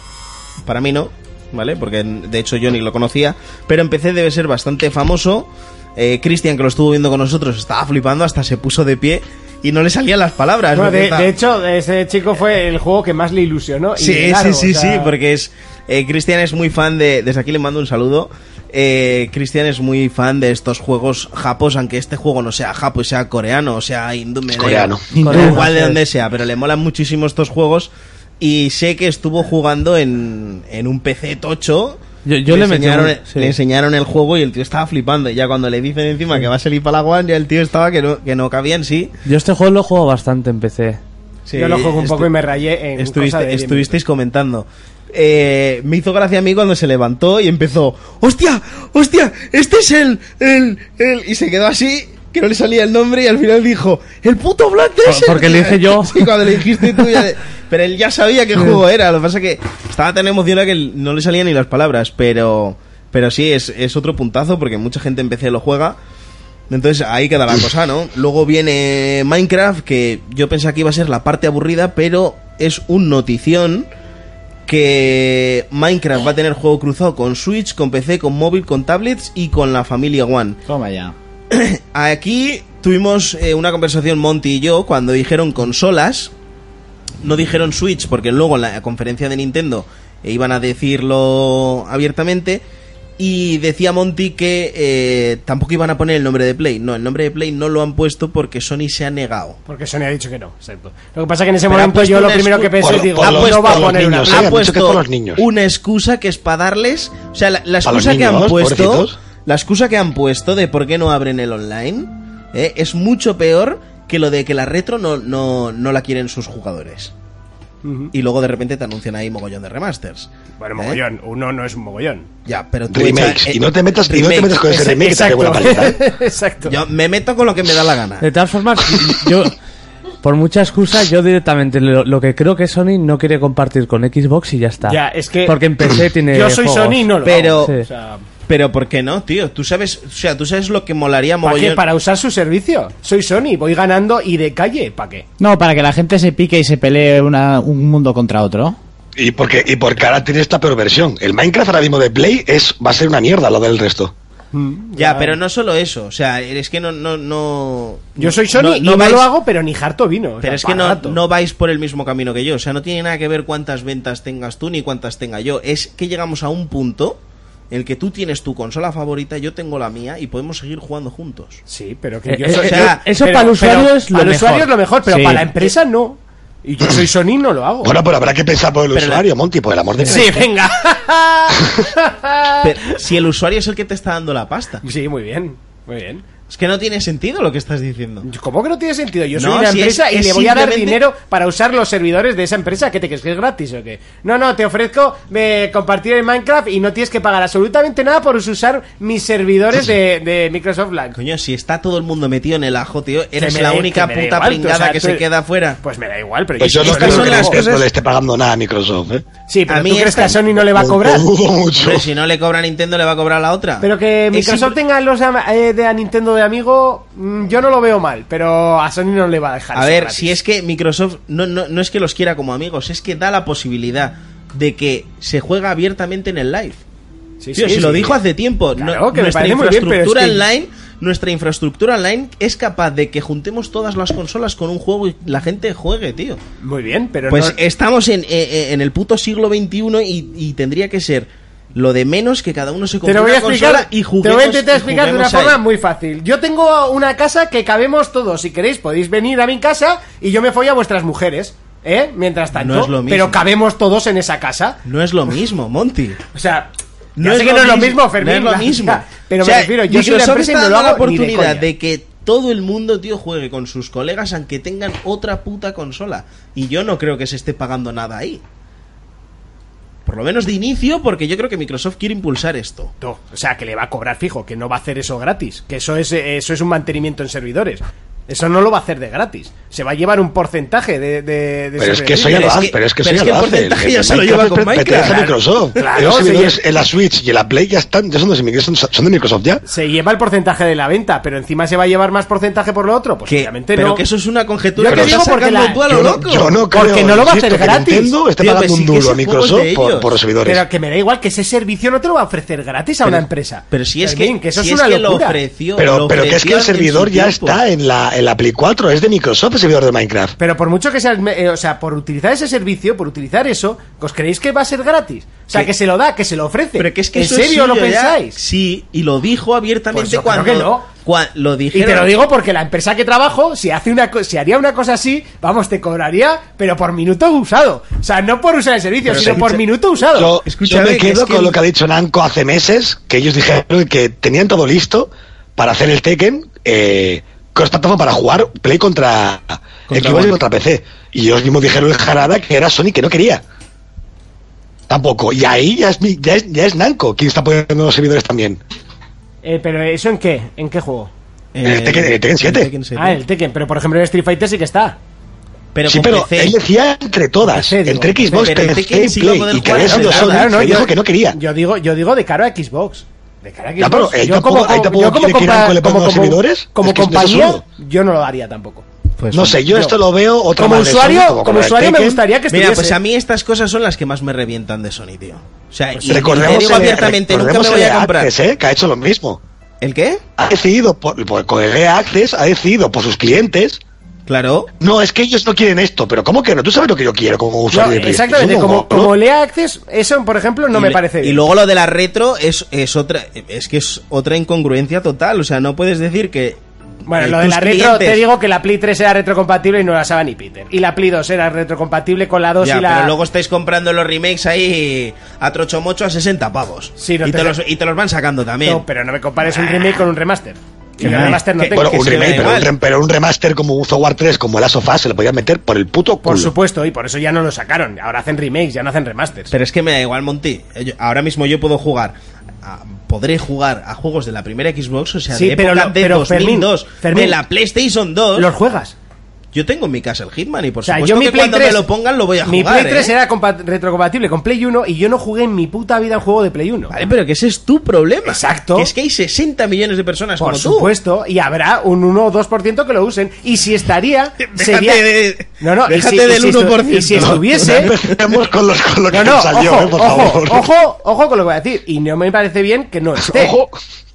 [SPEAKER 5] Para mí no, ¿vale? Porque en- de hecho yo ni lo conocía. Pero en PC debe ser bastante famoso. Eh, Cristian, que lo estuvo viendo con nosotros, estaba flipando, hasta se puso de pie y no le salían las palabras.
[SPEAKER 2] Bueno,
[SPEAKER 5] porque
[SPEAKER 2] de,
[SPEAKER 5] está-
[SPEAKER 2] de hecho, ese chico fue el juego que más le ilusionó. y de
[SPEAKER 5] Sí,
[SPEAKER 2] largo,
[SPEAKER 5] sí, sí,
[SPEAKER 2] o sea,
[SPEAKER 5] sí, porque es. eh, Cristian es muy fan de. Desde aquí le mando un saludo. Eh, Cristian es muy fan de estos juegos japos, aunque este juego no sea japo y sea coreano, o sea hindú, me da
[SPEAKER 1] Coreano.
[SPEAKER 5] igual.
[SPEAKER 4] Coreano,
[SPEAKER 5] igual de
[SPEAKER 4] sí.
[SPEAKER 5] donde sea, pero le molan muchísimo estos juegos. Y sé que estuvo jugando en, en un PC tocho.
[SPEAKER 4] Yo- yo le metí
[SPEAKER 5] enseñaron,
[SPEAKER 4] un- sí.
[SPEAKER 5] le enseñaron el juego y el tío estaba flipando. Y ya cuando le dicen encima que va a salir para la One, ya el tío estaba que no, que no cabía en sí.
[SPEAKER 4] Yo este juego lo juego bastante en PC.
[SPEAKER 5] Sí,
[SPEAKER 2] yo lo juego un
[SPEAKER 5] estu-
[SPEAKER 2] poco y me rayé en cosa de
[SPEAKER 5] Estuviste,
[SPEAKER 2] diez
[SPEAKER 5] estuvisteis comentando. Eh, me hizo gracia a mí cuando se levantó y empezó: ¡Hostia! ¡Hostia! ¡Este es el, el, el-". Y se quedó así, que no le salía el nombre y al final dijo: ¡El puto Black Desert!
[SPEAKER 4] porque le dije yo.
[SPEAKER 5] Sí, cuando le dijiste tú ya. Pero él ya sabía qué juego era. Lo que pasa es que estaba tan emocionado que él- no le salían ni las palabras. Pero, pero sí, es, es otro puntazo porque mucha gente en PC lo juega. Entonces ahí queda la cosa, ¿no? Luego viene Minecraft, que yo pensaba que iba a ser la parte aburrida, pero es un notición que Minecraft va a tener juego cruzado con Switch, con PC, con móvil, con tablets y con la familia One.
[SPEAKER 6] Toma ya.
[SPEAKER 5] Aquí tuvimos eh, una conversación Monty y yo cuando dijeron consolas, no dijeron Switch porque luego en la conferencia de Nintendo eh, iban a decirlo abiertamente y decía Monty que eh, tampoco iban a poner el nombre de Play. No, el nombre de Play no lo han puesto porque Sony se ha negado.
[SPEAKER 2] Porque Sony ha dicho que no, exacto. Lo que pasa es que en ese
[SPEAKER 5] Pero ha
[SPEAKER 2] momento
[SPEAKER 5] puesto
[SPEAKER 2] yo lo
[SPEAKER 5] una
[SPEAKER 2] primero que pensé
[SPEAKER 5] excu-
[SPEAKER 1] por
[SPEAKER 2] es
[SPEAKER 1] lo-
[SPEAKER 2] digo,
[SPEAKER 1] por
[SPEAKER 2] ah,
[SPEAKER 1] los-
[SPEAKER 2] pues no va
[SPEAKER 1] por
[SPEAKER 2] a
[SPEAKER 1] los
[SPEAKER 2] poner una
[SPEAKER 1] niños,
[SPEAKER 2] placa.
[SPEAKER 1] ¿eh?
[SPEAKER 5] ha
[SPEAKER 1] han dicho que es
[SPEAKER 5] puesto
[SPEAKER 1] para los niños.
[SPEAKER 5] una excusa que es para darles, o sea, la, la
[SPEAKER 1] Para los
[SPEAKER 5] excusa que han
[SPEAKER 1] niños,
[SPEAKER 5] puesto,
[SPEAKER 1] pobrecitos.
[SPEAKER 5] la excusa que han puesto de por qué no abren el online eh, es mucho peor que lo de que la retro no, no, no la quieren sus jugadores. Y luego de repente te anuncian ahí mogollón de remasters.
[SPEAKER 2] Bueno,
[SPEAKER 5] ¿Eh?
[SPEAKER 2] mogollón. Uno no es un mogollón.
[SPEAKER 5] Ya, pero tú
[SPEAKER 1] Remakes.
[SPEAKER 5] echa- eh,
[SPEAKER 1] y no te metas, y no te
[SPEAKER 5] remakes.
[SPEAKER 1] metas con ese
[SPEAKER 2] Ese-
[SPEAKER 1] remake que te hace buena paliza. ¿eh?
[SPEAKER 2] Exacto.
[SPEAKER 5] Yo me meto con lo que me da la gana.
[SPEAKER 4] De todas formas, yo, por mucha excusa, yo directamente lo, lo que creo que Sony no quiere compartir con Xbox y ya está.
[SPEAKER 2] Ya, es que-
[SPEAKER 4] Porque en PC tiene.
[SPEAKER 2] Yo soy
[SPEAKER 4] juegos.
[SPEAKER 2] Sony y no lo
[SPEAKER 5] Pero,
[SPEAKER 4] Sí.
[SPEAKER 2] hago. O sea,
[SPEAKER 5] pero ¿por qué no, tío? Tú sabes, o sea, tú sabes lo que molaría
[SPEAKER 2] ¿Para qué?
[SPEAKER 5] mogollón.
[SPEAKER 2] Para usar su servicio. Soy Sony, voy ganando y de calle, ¿para qué?
[SPEAKER 6] No, para que la gente se pique y se pelee una- un mundo contra otro.
[SPEAKER 1] Y porque, y porque ahora tiene esta peor versión. El Minecraft ahora mismo de Play es, va a ser una mierda lo del resto.
[SPEAKER 5] Ya, pero no solo eso, o sea, es que no, no, no.
[SPEAKER 2] Yo soy Sony y no
[SPEAKER 5] vais-
[SPEAKER 2] lo hago, pero ni harto vino. o
[SPEAKER 5] Pero
[SPEAKER 2] sea,
[SPEAKER 5] es que
[SPEAKER 2] pa'
[SPEAKER 5] no,
[SPEAKER 2] rato.
[SPEAKER 5] no vais por el mismo camino que yo. O sea, no tiene nada que ver cuántas ventas tengas tú ni cuántas tenga yo. Es que llegamos a un punto en el que tú tienes tu consola favorita, yo tengo la mía y podemos seguir jugando juntos.
[SPEAKER 2] Sí, pero que yo
[SPEAKER 4] Eh,
[SPEAKER 2] soy-
[SPEAKER 5] eh, eh,
[SPEAKER 4] eso
[SPEAKER 2] pero-
[SPEAKER 4] para el usuario
[SPEAKER 2] pero
[SPEAKER 4] es lo
[SPEAKER 2] Para el
[SPEAKER 4] mejor.
[SPEAKER 2] usuario es lo mejor, pero
[SPEAKER 6] Sí.
[SPEAKER 2] para la empresa no. Y yo soy Sony no lo hago.
[SPEAKER 1] Bueno, pero habrá que pensar por el
[SPEAKER 5] Pero la-
[SPEAKER 1] usuario, Monty, por el amor de Dios.
[SPEAKER 2] sí, venga.
[SPEAKER 5] Pero si el usuario es el que te está dando la pasta.
[SPEAKER 2] sí, muy bien. Muy bien.
[SPEAKER 5] Es que no tiene sentido lo que estás diciendo.
[SPEAKER 2] ¿Cómo que no tiene sentido? Yo soy
[SPEAKER 5] No,
[SPEAKER 2] una
[SPEAKER 5] si es-
[SPEAKER 2] empresa y
[SPEAKER 5] es
[SPEAKER 2] le voy a dar
[SPEAKER 5] simplemente-
[SPEAKER 2] dinero para usar los servidores de esa empresa. ¿Qué te crees que es gratis o qué? No, no, te ofrezco eh, compartir el Minecraft y no tienes que pagar absolutamente nada por usar mis servidores de, de Microsoft Live.
[SPEAKER 5] Coño, si está todo el mundo metido en el ajo, tío, eres
[SPEAKER 2] me
[SPEAKER 5] la
[SPEAKER 2] da-
[SPEAKER 5] única
[SPEAKER 2] que me da
[SPEAKER 5] puta
[SPEAKER 2] igual, tú,
[SPEAKER 5] pringada
[SPEAKER 2] o sea,
[SPEAKER 5] que
[SPEAKER 2] tú-
[SPEAKER 5] se queda afuera.
[SPEAKER 2] Pues me da igual, pero
[SPEAKER 1] Pues yo no
[SPEAKER 5] Estas
[SPEAKER 1] creo
[SPEAKER 5] son
[SPEAKER 1] que,
[SPEAKER 5] las
[SPEAKER 1] no- que
[SPEAKER 5] cosas-
[SPEAKER 1] no le esté pagando nada a Microsoft. ¿eh?
[SPEAKER 2] Sí, pero
[SPEAKER 5] a mí
[SPEAKER 2] ¿tú crees
[SPEAKER 5] esta-
[SPEAKER 2] que a Sony no le va a cobrar?
[SPEAKER 1] Lo dudo mucho.
[SPEAKER 5] Hombre, si no le cobra a Nintendo, le va a cobrar a la otra.
[SPEAKER 2] Pero que
[SPEAKER 5] Es
[SPEAKER 2] Microsoft
[SPEAKER 5] simple-
[SPEAKER 2] tenga los am- eh, de a Nintendo de amigo, mm, yo no lo veo mal, pero a Sony no le va a dejar.
[SPEAKER 5] A
[SPEAKER 2] eso
[SPEAKER 5] ver,
[SPEAKER 2] gratis.
[SPEAKER 5] si es que Microsoft no, no, no es que los quiera como amigos, es que da la posibilidad de que se juega abiertamente en el live.
[SPEAKER 2] Sí,
[SPEAKER 5] Tío,
[SPEAKER 2] sí,
[SPEAKER 5] si lo
[SPEAKER 2] sí.
[SPEAKER 5] dijo hace tiempo,
[SPEAKER 2] Claro,
[SPEAKER 5] no-
[SPEAKER 2] que me
[SPEAKER 5] nuestra
[SPEAKER 2] parece muy bien, pero es
[SPEAKER 5] infraestructura
[SPEAKER 2] que-
[SPEAKER 5] online, nuestra infraestructura online es capaz de que juntemos todas las consolas con un juego y la gente juegue, tío.
[SPEAKER 2] Muy bien, pero
[SPEAKER 5] Pues
[SPEAKER 2] no-
[SPEAKER 5] estamos en, eh, eh, en el puto siglo XXI y, y tendría que ser lo de menos que cada uno se compre
[SPEAKER 2] Te lo voy a
[SPEAKER 5] una
[SPEAKER 2] explicar
[SPEAKER 5] consola y
[SPEAKER 2] te
[SPEAKER 5] juguemos,
[SPEAKER 2] lo voy a intentar
[SPEAKER 5] y
[SPEAKER 2] explicar de una
[SPEAKER 5] juguemos ahí.
[SPEAKER 2] forma muy fácil. Yo tengo una casa que cabemos todos. Si queréis, podéis venir a mi casa y yo me follo a vuestras mujeres. ¿Eh? Mientras tanto.
[SPEAKER 5] No es lo mismo.
[SPEAKER 2] Pero cabemos todos en esa casa.
[SPEAKER 5] No es lo mismo, Monty.
[SPEAKER 2] O sea.
[SPEAKER 5] No
[SPEAKER 2] ya
[SPEAKER 5] es,
[SPEAKER 2] sé que
[SPEAKER 5] lo
[SPEAKER 2] no es lo
[SPEAKER 5] mismo,
[SPEAKER 2] mismo, Fermín.
[SPEAKER 5] No es
[SPEAKER 2] la-
[SPEAKER 5] lo mismo.
[SPEAKER 2] Pero
[SPEAKER 5] O sea,
[SPEAKER 2] me refiero, yo soy la
[SPEAKER 5] Microsoft
[SPEAKER 2] empresa y
[SPEAKER 5] está
[SPEAKER 2] no lo
[SPEAKER 5] dando
[SPEAKER 2] hago
[SPEAKER 5] la
[SPEAKER 2] ni de coña.
[SPEAKER 5] oportunidad de, que todo el mundo, tío, juegue con sus colegas aunque tengan otra puta consola. Y yo no creo que se esté pagando nada ahí. Por lo menos de inicio, porque yo creo que Microsoft quiere impulsar esto.
[SPEAKER 2] No, o sea, que le va a cobrar fijo, que no va a hacer eso gratis, que eso es, eh, eso es un mantenimiento en servidores. Eso no lo va a hacer de gratis. Se va a llevar un porcentaje de... de- de
[SPEAKER 1] Pero es que
[SPEAKER 2] servidores.
[SPEAKER 1] eso ya
[SPEAKER 5] Pero
[SPEAKER 1] lo
[SPEAKER 5] es
[SPEAKER 1] hace,
[SPEAKER 5] que-
[SPEAKER 1] pero es que eso
[SPEAKER 5] pero
[SPEAKER 1] ya
[SPEAKER 5] es que
[SPEAKER 1] lo
[SPEAKER 5] el
[SPEAKER 1] hace.
[SPEAKER 5] porcentaje ya
[SPEAKER 1] El
[SPEAKER 5] se lo lleva con
[SPEAKER 1] Minecraft es-
[SPEAKER 2] Minecraft.
[SPEAKER 1] pertenece a Microsoft.
[SPEAKER 2] Claro,
[SPEAKER 1] Los
[SPEAKER 2] sí,
[SPEAKER 1] servidores
[SPEAKER 2] ya-
[SPEAKER 1] en la Switch y en la Play ya están, ya son de Microsoft, son de Microsoft ya.
[SPEAKER 2] Se lleva el porcentaje de la venta, pero encima se va a llevar más porcentaje por lo otro. Pues
[SPEAKER 5] Que-
[SPEAKER 2] obviamente
[SPEAKER 5] pero
[SPEAKER 2] no.
[SPEAKER 5] que eso es una conjetura
[SPEAKER 2] Yo
[SPEAKER 5] que
[SPEAKER 2] te
[SPEAKER 5] estás
[SPEAKER 2] digo porque
[SPEAKER 5] sacando
[SPEAKER 2] la-
[SPEAKER 5] tú a lo
[SPEAKER 1] yo,
[SPEAKER 5] loco.
[SPEAKER 1] No, yo no creo,
[SPEAKER 2] Porque no lo va a
[SPEAKER 1] insisto,
[SPEAKER 2] hacer
[SPEAKER 1] que
[SPEAKER 2] gratis.
[SPEAKER 1] Nintendo esté
[SPEAKER 5] Tío,
[SPEAKER 1] pagando
[SPEAKER 5] pues sí
[SPEAKER 1] un
[SPEAKER 5] que
[SPEAKER 1] duro
[SPEAKER 5] ese
[SPEAKER 1] a
[SPEAKER 5] juego es
[SPEAKER 1] Microsoft
[SPEAKER 5] de
[SPEAKER 1] por,
[SPEAKER 5] ellos.
[SPEAKER 1] por los servidores.
[SPEAKER 2] Pero que me da igual que ese servicio no te lo va a ofrecer gratis a una empresa.
[SPEAKER 5] Pero si es
[SPEAKER 2] Fermín,
[SPEAKER 5] que,
[SPEAKER 2] eso
[SPEAKER 5] si
[SPEAKER 2] es
[SPEAKER 5] es
[SPEAKER 2] una
[SPEAKER 5] que lo
[SPEAKER 2] locura.
[SPEAKER 5] ofreció.
[SPEAKER 1] Pero,
[SPEAKER 5] lo
[SPEAKER 1] pero que es que
[SPEAKER 5] ofrecieron
[SPEAKER 1] el
[SPEAKER 5] en su
[SPEAKER 1] servidor ya
[SPEAKER 5] tiempo.
[SPEAKER 1] está ¿eh? en la, en la Play 4, es de Microsoft el servidor de Minecraft.
[SPEAKER 2] Pero por mucho que sea, el me- eh, o sea, por utilizar ese servicio, por utilizar eso, ¿os creéis que va a ser gratis? O sea,
[SPEAKER 5] Que-
[SPEAKER 2] que se lo da, que se lo ofrece.
[SPEAKER 5] Pero que es que
[SPEAKER 2] ¿En
[SPEAKER 5] eso es
[SPEAKER 2] serio lo
[SPEAKER 5] suyo ya.
[SPEAKER 2] pensáis?
[SPEAKER 5] Sí, y lo dijo abiertamente
[SPEAKER 2] Pues yo creo
[SPEAKER 5] cuando,
[SPEAKER 2] que no.
[SPEAKER 5] cua- lo
[SPEAKER 2] Y
[SPEAKER 5] dijeron.
[SPEAKER 2] te lo digo porque la empresa que trabajo, si hace una co- si haría una cosa así, vamos, te cobraría, pero por minuto usado. O sea, no por usar el servicio,
[SPEAKER 5] Pero
[SPEAKER 2] sino
[SPEAKER 5] escucha-
[SPEAKER 2] por minuto usado.
[SPEAKER 1] Yo,
[SPEAKER 5] escúchame,
[SPEAKER 1] yo me
[SPEAKER 5] que
[SPEAKER 1] quedo
[SPEAKER 5] es que
[SPEAKER 1] con
[SPEAKER 5] el-
[SPEAKER 1] lo que ha dicho Namco hace meses, que ellos dijeron que tenían todo listo para hacer el Tekken, eh, con esta plataforma para jugar Play contra, Xbox y contra PC. Y ellos mismos dijeron en Jarada que era Sony que no quería. Tampoco. Y ahí ya es, mi- ya es, ya es Namco quien está poniendo los servidores también.
[SPEAKER 2] Eh, pero ¿eso en qué? ¿En qué juego?
[SPEAKER 5] Eh,
[SPEAKER 1] en el Eh, Tekken- en el Tekken 7.
[SPEAKER 2] Ah, el Tekken, pero por ejemplo el Street Fighter sí que está.
[SPEAKER 5] Pero
[SPEAKER 1] sí,
[SPEAKER 5] con
[SPEAKER 1] pero
[SPEAKER 5] PC.
[SPEAKER 1] él decía entre todas,
[SPEAKER 2] PC, digo,
[SPEAKER 1] entre Xbox,
[SPEAKER 5] pero el
[SPEAKER 1] PC
[SPEAKER 5] Tekken sí
[SPEAKER 1] y
[SPEAKER 5] va a
[SPEAKER 1] Play,
[SPEAKER 5] poder
[SPEAKER 1] y que
[SPEAKER 5] jugar,
[SPEAKER 1] había sido
[SPEAKER 5] claro,
[SPEAKER 1] Sony,
[SPEAKER 5] claro,
[SPEAKER 1] que
[SPEAKER 2] yo-
[SPEAKER 1] dijo que no quería.
[SPEAKER 2] Yo digo, yo digo de cara a Xbox. De cara a Xbox.
[SPEAKER 1] Ya, pero ahí
[SPEAKER 2] Yo
[SPEAKER 1] tampoco- ahí tampoco quiere que Namco le ponga los servidores.
[SPEAKER 2] como
[SPEAKER 1] Es que es
[SPEAKER 2] compañía,
[SPEAKER 1] absurdo.
[SPEAKER 2] yo no lo daría tampoco.
[SPEAKER 1] no sé, yo,
[SPEAKER 2] yo-
[SPEAKER 1] esto lo veo otro
[SPEAKER 2] Como
[SPEAKER 1] mal de
[SPEAKER 2] usuario,
[SPEAKER 1] Sony,
[SPEAKER 2] como,
[SPEAKER 1] el
[SPEAKER 2] usuario me
[SPEAKER 1] Tekken.
[SPEAKER 2] gustaría que estuviese.
[SPEAKER 5] Mira, pues a mí estas cosas son las que más me revientan de Sony, tío. O sea, y- y te
[SPEAKER 1] Pues Recordemos
[SPEAKER 5] digo
[SPEAKER 1] el- E
[SPEAKER 5] abiertamente, nunca
[SPEAKER 1] recordemos
[SPEAKER 5] me voy
[SPEAKER 1] el
[SPEAKER 5] a comprar.
[SPEAKER 1] Access, ¿eh? que ha hecho lo mismo.
[SPEAKER 5] ¿El qué?
[SPEAKER 1] Ha decidido, por, por- con el E EA Access, ha decidido por sus clientes.
[SPEAKER 5] Claro.
[SPEAKER 1] No, es que ellos no quieren esto, pero ¿cómo que no? Tú sabes lo que yo quiero como
[SPEAKER 2] No,
[SPEAKER 1] usuario de PlayStation,
[SPEAKER 2] exactamente,
[SPEAKER 1] ¿no?
[SPEAKER 2] como,
[SPEAKER 1] ¿No?
[SPEAKER 2] como E lea Access, eso por ejemplo no
[SPEAKER 5] Y
[SPEAKER 2] me
[SPEAKER 5] le-
[SPEAKER 2] parece
[SPEAKER 5] Y
[SPEAKER 2] bien.
[SPEAKER 5] luego lo de la retro es, es otra es que es otra incongruencia total, o sea, no puedes decir que
[SPEAKER 2] Bueno,
[SPEAKER 5] eh,
[SPEAKER 2] lo de
[SPEAKER 5] tus
[SPEAKER 2] la retro, te
[SPEAKER 5] clientes-
[SPEAKER 2] digo que la Play 3 era retrocompatible y no la usaba ni Peter. Y la Play 2 era retrocompatible con la 2
[SPEAKER 5] Ya,
[SPEAKER 2] y la.
[SPEAKER 5] pero luego estáis comprando los remakes ahí a trochomocho a 60 pavos.
[SPEAKER 2] Sí, no
[SPEAKER 5] y,
[SPEAKER 2] te-
[SPEAKER 5] te los, y te los van sacando también.
[SPEAKER 2] No, pero no me compares un remake con un remaster. Que el remaster no
[SPEAKER 5] que-
[SPEAKER 2] tengo.
[SPEAKER 1] Bueno,
[SPEAKER 5] que
[SPEAKER 1] un
[SPEAKER 5] se
[SPEAKER 1] remake,
[SPEAKER 5] vea
[SPEAKER 1] pero un,
[SPEAKER 5] igual.
[SPEAKER 1] rem- pero un remaster como un War 3, como Last of Us, se le podía meter por el puto culo.
[SPEAKER 2] Por supuesto, ¿eh? y por eso ya no lo sacaron. Ahora hacen remakes, ya no hacen remasters.
[SPEAKER 5] Pero es que me da igual, Monty. Yo- ahora mismo yo puedo jugar. a- podré jugar a juegos de la primera Xbox, o sea,
[SPEAKER 2] Sí,
[SPEAKER 5] de
[SPEAKER 2] pero
[SPEAKER 5] época
[SPEAKER 2] la-
[SPEAKER 5] de
[SPEAKER 2] pero, Fermín,
[SPEAKER 5] 2002,
[SPEAKER 2] Fermín.
[SPEAKER 5] de la PlayStation 2.
[SPEAKER 2] Los juegas.
[SPEAKER 5] Yo tengo en mi casa el Hitman y por
[SPEAKER 2] O sea,
[SPEAKER 5] supuesto
[SPEAKER 2] yo mi
[SPEAKER 5] que
[SPEAKER 2] Play
[SPEAKER 5] cuando
[SPEAKER 2] 3
[SPEAKER 5] me lo pongan lo voy a
[SPEAKER 2] Mi
[SPEAKER 5] jugar.
[SPEAKER 2] Play 3
[SPEAKER 5] ¿eh?
[SPEAKER 2] era compa- retrocompatible con Play 1 y yo no jugué en mi puta vida un juego de Play 1.
[SPEAKER 5] Vale, pero que ese es tu problema.
[SPEAKER 2] Exacto.
[SPEAKER 5] Que es que hay 60 millones de personas
[SPEAKER 2] Por
[SPEAKER 5] como
[SPEAKER 2] supuesto, y habrá un 1 o 2% que lo usen. Y si estaría,
[SPEAKER 5] tú. Déjate
[SPEAKER 2] sería.
[SPEAKER 5] de-
[SPEAKER 2] No, no, y
[SPEAKER 5] déjate
[SPEAKER 2] si, y
[SPEAKER 5] del
[SPEAKER 2] si estu-
[SPEAKER 5] 1%.
[SPEAKER 2] y si
[SPEAKER 1] No
[SPEAKER 2] estuviese.
[SPEAKER 1] empecemos con, los, con lo que
[SPEAKER 2] No, no,
[SPEAKER 1] nos salió,
[SPEAKER 2] ojo,
[SPEAKER 1] eh, por
[SPEAKER 2] ojo,
[SPEAKER 1] favor.
[SPEAKER 2] ojo, ojo con lo que voy a decir. Y no me parece bien que no esté.
[SPEAKER 1] Ojo.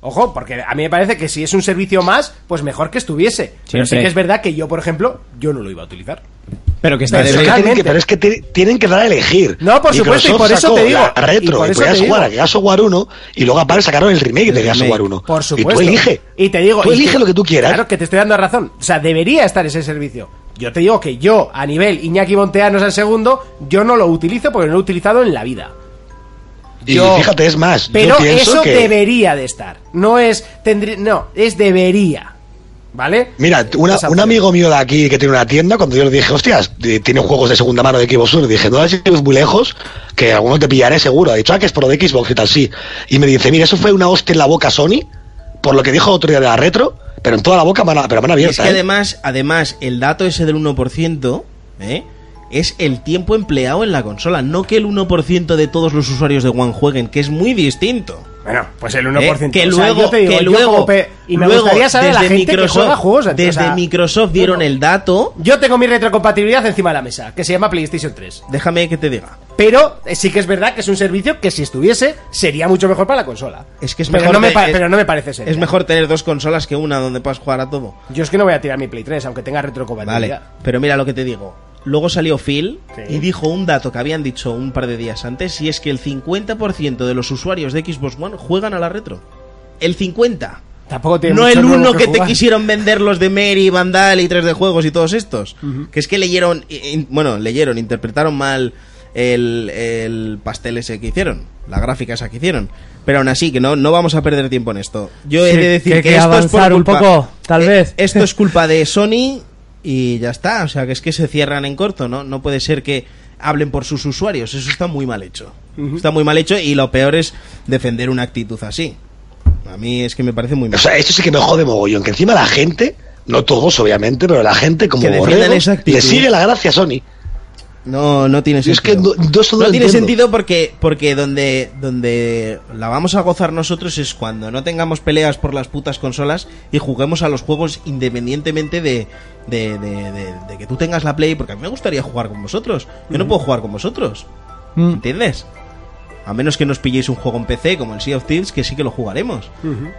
[SPEAKER 2] Ojo, porque a mí me parece que si es un servicio más, pues mejor que estuviese. Pero sí
[SPEAKER 6] Siempre.
[SPEAKER 2] que es verdad que yo, por ejemplo, yo no lo iba a utilizar.
[SPEAKER 6] Pero que está
[SPEAKER 1] Pero es, que tienen
[SPEAKER 2] Totalmente.
[SPEAKER 1] que, Ah, pero es que ti- tienen que dar a elegir.
[SPEAKER 2] No, por supuesto, y por eso
[SPEAKER 1] sacó
[SPEAKER 2] te digo.
[SPEAKER 1] la
[SPEAKER 2] Y por
[SPEAKER 1] retro, y,
[SPEAKER 2] eso
[SPEAKER 1] podías
[SPEAKER 2] te
[SPEAKER 1] jugar a
[SPEAKER 2] digo.
[SPEAKER 1] Gears of War 1 y luego aparte sacaron el remake de Gears of War 1.
[SPEAKER 2] Por
[SPEAKER 1] Y
[SPEAKER 2] supuesto.
[SPEAKER 1] tú elige.
[SPEAKER 2] Y te digo.
[SPEAKER 1] Tú
[SPEAKER 2] y
[SPEAKER 1] elige lo que tú quieras.
[SPEAKER 2] Claro, que te estoy dando razón. O sea, debería estar ese servicio. Yo te digo que yo, a nivel Iñaki Monteanos al segundo, yo no lo utilizo porque no lo he utilizado en la vida.
[SPEAKER 1] y
[SPEAKER 2] yo-
[SPEAKER 1] fíjate, es más. yo
[SPEAKER 2] Pero
[SPEAKER 1] pienso
[SPEAKER 2] eso
[SPEAKER 1] que-
[SPEAKER 2] debería de estar. No es tendría, no, es debería. ¿Vale?
[SPEAKER 1] Mira, una-
[SPEAKER 2] Esa
[SPEAKER 1] un
[SPEAKER 2] opción.
[SPEAKER 1] amigo mío de aquí que tiene una tienda, cuando yo le dije, hostias, eh, tiene juegos de segunda mano de Xbox One, dije, no las lleves muy lejos, que alguno te pillaré seguro. Ha dicho, ah, que es por lo de Xbox y tal, sí. Y me dice, mira, eso fue una hostia en la boca Sony, por lo que dijo otro día de la retro, pero en toda la boca, mano- pero mano
[SPEAKER 5] Y
[SPEAKER 1] abierta.
[SPEAKER 5] es que
[SPEAKER 1] ¿eh?
[SPEAKER 5] además, además, el dato ese del 1%, ¿eh? Es el tiempo empleado en la consola, no que el 1% de todos los usuarios de One jueguen, que es muy distinto.
[SPEAKER 2] Bueno, pues el 1%.
[SPEAKER 5] ¿Eh? Que
[SPEAKER 2] O sea,
[SPEAKER 5] luego,
[SPEAKER 2] yo te digo,
[SPEAKER 5] que
[SPEAKER 2] yo
[SPEAKER 5] luego,
[SPEAKER 2] como pe- y me
[SPEAKER 5] luego,
[SPEAKER 2] gustaría saber a la
[SPEAKER 5] desde
[SPEAKER 2] gente que
[SPEAKER 5] Microsoft,
[SPEAKER 2] juega juegos. entonces,
[SPEAKER 5] desde
[SPEAKER 2] o sea,
[SPEAKER 5] Microsoft dieron el dato.
[SPEAKER 2] Yo tengo mi retrocompatibilidad encima de la mesa, que se llama PlayStation 3.
[SPEAKER 5] Déjame que te diga.
[SPEAKER 2] Pero eh, sí que es verdad que es un servicio que si estuviese sería mucho mejor para la consola.
[SPEAKER 5] Es que es
[SPEAKER 2] pero
[SPEAKER 5] mejor
[SPEAKER 2] No me
[SPEAKER 5] de-
[SPEAKER 2] pa-
[SPEAKER 5] es-
[SPEAKER 2] pero no me parece ser. ¿eh?
[SPEAKER 5] Es mejor tener dos consolas que una donde puedas jugar a todo.
[SPEAKER 2] Yo es que no voy a tirar mi Play 3, aunque tenga
[SPEAKER 5] Vale,
[SPEAKER 2] retrocompatibilidad.
[SPEAKER 5] pero mira lo que te digo. Luego salió Phil
[SPEAKER 2] Sí.
[SPEAKER 5] y dijo un dato que habían dicho un par de días antes y es que el 50% de los usuarios de Xbox One juegan a la retro. El 50.
[SPEAKER 2] Tampoco tiene
[SPEAKER 5] No
[SPEAKER 2] mucho
[SPEAKER 5] el
[SPEAKER 2] nuevo
[SPEAKER 5] uno que te
[SPEAKER 2] jugar.
[SPEAKER 5] quisieron vender los de Mary, Vandal y 3 de juegos y todos estos. Que es que leyeron, i- in- bueno, leyeron, interpretaron mal el, el pastel ese que hicieron, la gráfica esa que hicieron. Pero aún así, que no, no vamos a perder tiempo en esto. Yo he
[SPEAKER 4] Sí,
[SPEAKER 5] de decir
[SPEAKER 4] que
[SPEAKER 5] que,
[SPEAKER 4] hay que
[SPEAKER 5] esto es
[SPEAKER 4] avanzar
[SPEAKER 5] por
[SPEAKER 4] un
[SPEAKER 5] culpa-
[SPEAKER 4] poco, tal
[SPEAKER 5] eh,
[SPEAKER 4] vez.
[SPEAKER 5] Esto es culpa de Sony y ya está. O sea, que es que se cierran en corto, ¿no? No puede ser que hablen por sus usuarios. Eso está muy mal hecho. Está muy mal hecho y lo peor es defender una actitud así. A mí es que me parece muy mal.
[SPEAKER 1] O sea, esto sí que me jode mogollón. Que encima la gente, no todos obviamente, pero la gente como
[SPEAKER 5] Que defiendan
[SPEAKER 1] borrego,
[SPEAKER 5] esa actitud.
[SPEAKER 1] le sigue la gracia a Sony.
[SPEAKER 5] No, no tiene
[SPEAKER 1] Yo es
[SPEAKER 5] sentido.
[SPEAKER 1] que no- yo eso no
[SPEAKER 5] No
[SPEAKER 1] lo
[SPEAKER 5] tiene
[SPEAKER 1] entiendo.
[SPEAKER 5] sentido porque, porque donde, donde la vamos a gozar nosotros es cuando no tengamos peleas por las putas consolas y juguemos a los juegos independientemente de, de, de- de- de que tú tengas la Play, porque a mí me gustaría jugar con vosotros. Yo
[SPEAKER 1] Mm.
[SPEAKER 5] no puedo jugar con vosotros. Mm. ¿Entiendes? A menos que nos pilléis un juego en PC como el Sea of Thieves, que sí que lo jugaremos.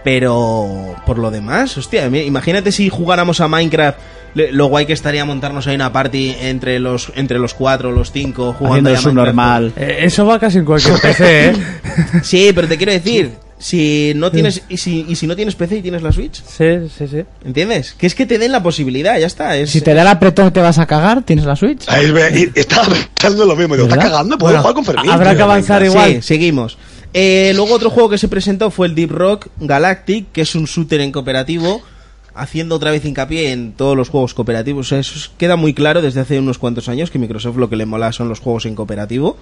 [SPEAKER 5] Pero por lo demás, hostia, mi- imagínate si jugáramos a Minecraft, le- lo guay que estaría montarnos ahí una party entre los entre los cuatro, los cinco, jugando
[SPEAKER 6] Haciendo
[SPEAKER 5] ahí
[SPEAKER 6] el
[SPEAKER 5] a
[SPEAKER 6] subnormal.
[SPEAKER 5] Minecraft.
[SPEAKER 4] Eh, eso va casi en cualquier PC, ¿eh?
[SPEAKER 5] Sí, pero te quiero decir, si no tienes y si, y si no tienes PC y tienes la Switch,
[SPEAKER 4] Sí, sí, sí.
[SPEAKER 5] ¿entiendes? Que es que te den la posibilidad, ya está. Es,
[SPEAKER 6] Si te da el apretón y te vas a cagar, ¿tienes la Switch?
[SPEAKER 1] Ahí ve- y Estaba pensando lo mismo. Digo,
[SPEAKER 6] ¿Verdad?
[SPEAKER 1] ¿estás cagando? Puedo
[SPEAKER 4] Bueno,
[SPEAKER 1] jugar con Fermín.
[SPEAKER 4] habrá
[SPEAKER 1] tío,
[SPEAKER 4] que avanzar
[SPEAKER 1] venga.
[SPEAKER 5] Sí,
[SPEAKER 4] igual.
[SPEAKER 5] seguimos. Eh, luego otro juego que se presentó fue el Deep Rock Galactic, que es un shooter en cooperativo, haciendo otra vez hincapié en todos los juegos cooperativos. O sea, eso es- queda muy claro desde hace unos cuantos años que Microsoft lo que le mola son los juegos en cooperativo.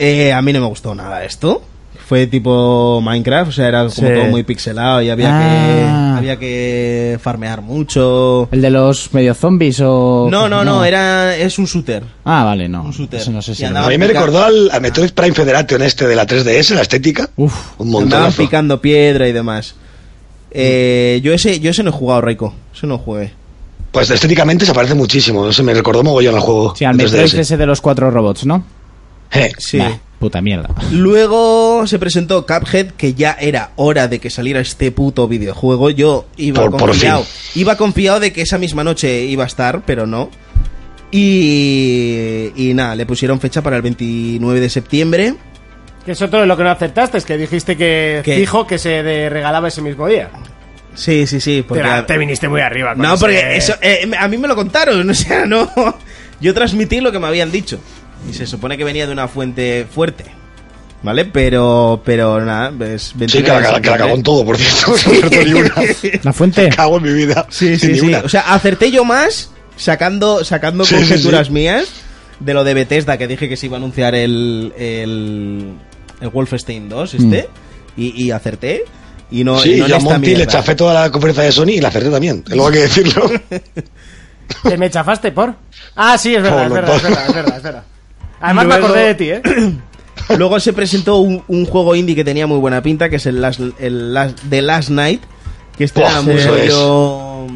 [SPEAKER 5] Eh, a mí no me gustó nada esto. Fue tipo Minecraft, o sea, era como
[SPEAKER 4] Sí.
[SPEAKER 5] todo muy pixelado y había,
[SPEAKER 6] Ah.
[SPEAKER 5] que, había que farmear mucho.
[SPEAKER 6] ¿El de los medio zombies o.?
[SPEAKER 5] No, no, no, era, es un shooter.
[SPEAKER 6] Ah, vale, no.
[SPEAKER 5] Un shooter.
[SPEAKER 6] Eso no sé
[SPEAKER 5] Y
[SPEAKER 6] si.
[SPEAKER 5] andaba-
[SPEAKER 1] A mí me recordó al a Metroid Prime Federation este de la 3DS, la estética.
[SPEAKER 6] Uf.
[SPEAKER 1] un
[SPEAKER 5] Andaban
[SPEAKER 1] montón.
[SPEAKER 5] picando piedra y demás. Eh, yo ese yo ese no he jugado, Raiko. Ese no jugué.
[SPEAKER 1] Pues estéticamente se parece muchísimo. No sé, me recordó mogollón al juego.
[SPEAKER 6] Sí, al
[SPEAKER 1] de
[SPEAKER 6] Metroid
[SPEAKER 1] 3DS.
[SPEAKER 6] ese de los cuatro robots, ¿no?
[SPEAKER 1] Eh,
[SPEAKER 5] Sí.
[SPEAKER 6] Bah, puta mierda.
[SPEAKER 5] Luego se presentó Cuphead, que ya era hora de que saliera este puto videojuego. Yo iba
[SPEAKER 1] Por- por
[SPEAKER 5] confiado. iba confiado de que esa misma noche iba a estar, pero no. Y, y nada, le pusieron fecha para el 29 de septiembre.
[SPEAKER 2] Que es otro de lo que no acertaste, es que dijiste que
[SPEAKER 5] ¿Qué?
[SPEAKER 2] dijo que se de- regalaba ese mismo día.
[SPEAKER 5] Sí, sí, sí.
[SPEAKER 2] Te,
[SPEAKER 5] Porque
[SPEAKER 2] la- te viniste muy arriba. con
[SPEAKER 5] No,
[SPEAKER 2] ese-
[SPEAKER 5] porque eso, eh, a mí me lo contaron, o sea, no. Yo transmití lo que me habían dicho. Y se supone que venía de una fuente fuerte. ¿Vale? Pero, pero nada, es 21
[SPEAKER 1] Sí, que la,
[SPEAKER 5] de
[SPEAKER 1] que la- que la
[SPEAKER 5] septiembre.
[SPEAKER 1] cagó en todo, por cierto. No acertó ni una.
[SPEAKER 6] La fuente.
[SPEAKER 1] Cago en mi vida.
[SPEAKER 5] Sí,
[SPEAKER 1] Ni
[SPEAKER 5] sí, sí.
[SPEAKER 1] una.
[SPEAKER 5] O sea, acerté yo más sacando, sacando
[SPEAKER 1] Sí, sí,
[SPEAKER 5] conjeturas
[SPEAKER 1] sí.
[SPEAKER 5] mías de lo de Bethesda, que dije que se iba a anunciar el, el, el Wolfenstein 2, este, y, y acerté. Y no,
[SPEAKER 1] Mm. sí,
[SPEAKER 5] y no en
[SPEAKER 1] yo a
[SPEAKER 5] esta
[SPEAKER 1] Monty le
[SPEAKER 5] mierda.
[SPEAKER 1] chafé toda la conferencia de Sony y la acerté también. Tengo que decirlo.
[SPEAKER 2] ¿Te me chafaste por? Ah, sí, es verdad, es
[SPEAKER 1] Por lo
[SPEAKER 2] verdad, es
[SPEAKER 1] tanto.
[SPEAKER 2] verdad, es verdad, es verdad. Además me
[SPEAKER 5] Luego-
[SPEAKER 2] acordé de ti, ¿eh?
[SPEAKER 5] Luego se presentó un, un juego indie que tenía muy buena pinta, que es el, Last, el Last- The Last Night, que este
[SPEAKER 1] Buah,
[SPEAKER 5] era muy
[SPEAKER 1] eso es.
[SPEAKER 5] rollo,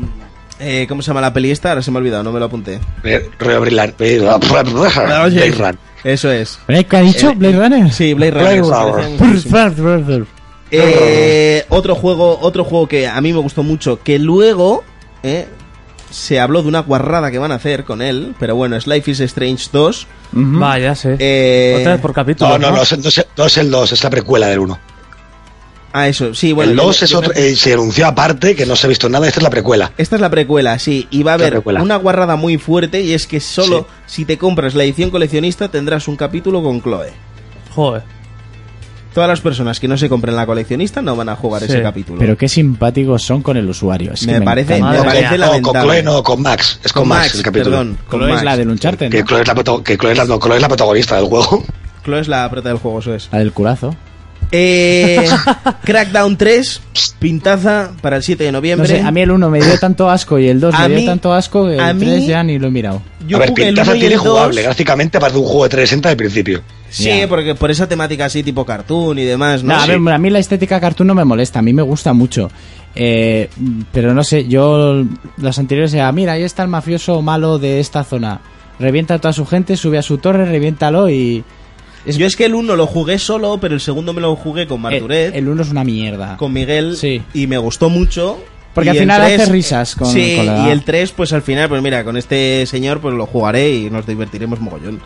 [SPEAKER 5] eh, ¿Cómo se llama la peli esta? Ahora se me ha olvidado, no me lo apunté.
[SPEAKER 1] Re- reobrirla- eh, Blade Runner.
[SPEAKER 5] Eso es.
[SPEAKER 6] ¿Qué ha dicho? ¿Blade Runner?
[SPEAKER 5] Eh, Sí, Blade
[SPEAKER 1] Blade
[SPEAKER 5] Runner. se
[SPEAKER 1] Runner.
[SPEAKER 5] parecen muchísimo. Eh, otro juego, otro juego que a mí me gustó mucho, que luego eh, se habló de una guarrada que van a hacer con él, pero bueno, es Life is Strange 2.
[SPEAKER 4] Vaya, sé.
[SPEAKER 5] Eh,
[SPEAKER 4] Otra vez por capítulo.
[SPEAKER 1] ¿Mm? No, no, no, es- no es, no es el 2, es la precuela del 1.
[SPEAKER 5] Ah, eso, sí, bueno.
[SPEAKER 1] el
[SPEAKER 5] yo-
[SPEAKER 1] 2 es
[SPEAKER 5] yo
[SPEAKER 1] otro,
[SPEAKER 5] creo-
[SPEAKER 1] eh, se anunció aparte que no se ha visto nada, esta es la precuela.
[SPEAKER 5] Esta es la precuela, sí, y va a
[SPEAKER 1] Es la
[SPEAKER 5] haber
[SPEAKER 1] precuela.
[SPEAKER 5] una guarrada muy fuerte y es que solo si te compras la edición coleccionista tendrás un capítulo con Chloe.
[SPEAKER 4] Joder.
[SPEAKER 5] Todas las personas que no se compren la coleccionista no van a jugar
[SPEAKER 4] Sí,
[SPEAKER 5] ese capítulo.
[SPEAKER 6] Pero qué simpáticos son con el usuario. Es que
[SPEAKER 5] Me parece-
[SPEAKER 6] encanta.
[SPEAKER 5] me
[SPEAKER 1] No,
[SPEAKER 4] Madre
[SPEAKER 5] parece
[SPEAKER 4] mía.
[SPEAKER 1] no, con
[SPEAKER 5] lamentable.
[SPEAKER 1] Chloe no, con Max. Es con,
[SPEAKER 5] con
[SPEAKER 1] Max,
[SPEAKER 5] Max,
[SPEAKER 1] el capítulo.
[SPEAKER 5] perdón, con
[SPEAKER 6] Chloe
[SPEAKER 5] Max.
[SPEAKER 6] es la del Uncharted,
[SPEAKER 1] Que
[SPEAKER 6] ¿no?
[SPEAKER 1] Chloe es la, proto- que Chloe es la- no, Chloe es la protagonista del juego.
[SPEAKER 5] Chloe es la prota del juego, eso es.
[SPEAKER 6] La del curazo.
[SPEAKER 5] Eh, Crackdown 3, pintaza para el 7 de
[SPEAKER 6] No
[SPEAKER 5] noviembre.
[SPEAKER 6] sé, a mí el 1 me dio tanto asco y el 2
[SPEAKER 5] A
[SPEAKER 6] me dio
[SPEAKER 5] mí-
[SPEAKER 6] tanto asco que
[SPEAKER 5] a
[SPEAKER 6] el
[SPEAKER 5] mí-
[SPEAKER 6] 3 ya ni lo he mirado.
[SPEAKER 5] Yo
[SPEAKER 1] a ver,
[SPEAKER 5] jugué el
[SPEAKER 1] pintaza
[SPEAKER 5] 1 y
[SPEAKER 1] tiene
[SPEAKER 5] el 2.
[SPEAKER 1] jugable. Gráficamente parece un juego de 360 del principio.
[SPEAKER 5] Sí,
[SPEAKER 6] Ya.
[SPEAKER 5] porque por esa temática así tipo cartoon y demás, ¿no?
[SPEAKER 6] No, a,
[SPEAKER 5] Sí.
[SPEAKER 6] ver, a mí la estética cartoon no me molesta, a mí me gusta mucho. Eh, pero no sé, yo los anteriores era, mira, ahí está el mafioso malo de esta zona. Revienta a toda su gente, sube a su torre, reviéntalo y... eh, es-
[SPEAKER 5] Yo es que el 1 lo jugué solo, pero el segundo me lo jugué
[SPEAKER 6] Eh,
[SPEAKER 5] con Marturet,
[SPEAKER 6] el, el uno es una mierda.
[SPEAKER 5] Ah, con Miguel,
[SPEAKER 6] Sí.
[SPEAKER 5] y me gustó mucho.
[SPEAKER 6] Porque
[SPEAKER 5] Y
[SPEAKER 6] al
[SPEAKER 5] el
[SPEAKER 6] final
[SPEAKER 5] tres-
[SPEAKER 6] haces risas con-
[SPEAKER 5] Sí,
[SPEAKER 6] con la-
[SPEAKER 5] y el 3, pues al final, pues mira, con este señor pues lo jugaré y nos divertiremos mogollón.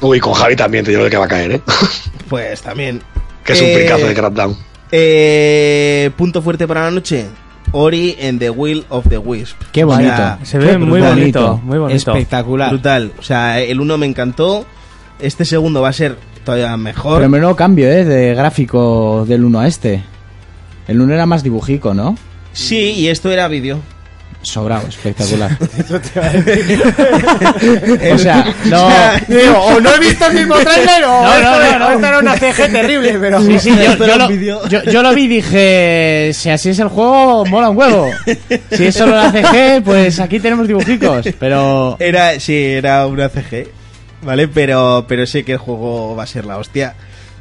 [SPEAKER 1] Uy, con Javi también te digo el que va a caer, ¿eh?
[SPEAKER 5] Pues también.
[SPEAKER 1] que es un
[SPEAKER 5] Eh,
[SPEAKER 1] fricazo de Crackdown.
[SPEAKER 5] eh, punto fuerte para la noche. Ori and the Will of the Wisp.
[SPEAKER 6] Qué bonito.
[SPEAKER 5] O sea,
[SPEAKER 4] Se ve
[SPEAKER 6] Qué
[SPEAKER 4] muy
[SPEAKER 6] brutalito.
[SPEAKER 4] bonito, muy bonito.
[SPEAKER 6] Espectacular.
[SPEAKER 5] Brutal. O sea, el uno me encantó. Este segundo va a ser todavía mejor.
[SPEAKER 6] Pero menudo cambio, ¿eh? De gráfico del 1 a este. El 1 era más dibujico, ¿no?
[SPEAKER 5] Sí, y esto era vídeo.
[SPEAKER 6] Sobrado, espectacular. o sea, no...
[SPEAKER 2] Digo, o no he visto el mismo trailer o
[SPEAKER 3] No, no,
[SPEAKER 2] esto,
[SPEAKER 3] no,
[SPEAKER 2] o
[SPEAKER 3] no.
[SPEAKER 2] esto era una CG terrible, pero...
[SPEAKER 6] Sí, sí, yo,
[SPEAKER 5] Esto era
[SPEAKER 6] yo
[SPEAKER 5] un
[SPEAKER 6] lo,
[SPEAKER 5] vídeo.
[SPEAKER 6] yo- yo lo vi y dije, si así es el juego, mola un huevo. Si es solo la CG, pues aquí tenemos dibujicos. Pero
[SPEAKER 5] Era, sí, era una CG. ¿Vale? Pero, pero sé que el juego va a ser la hostia.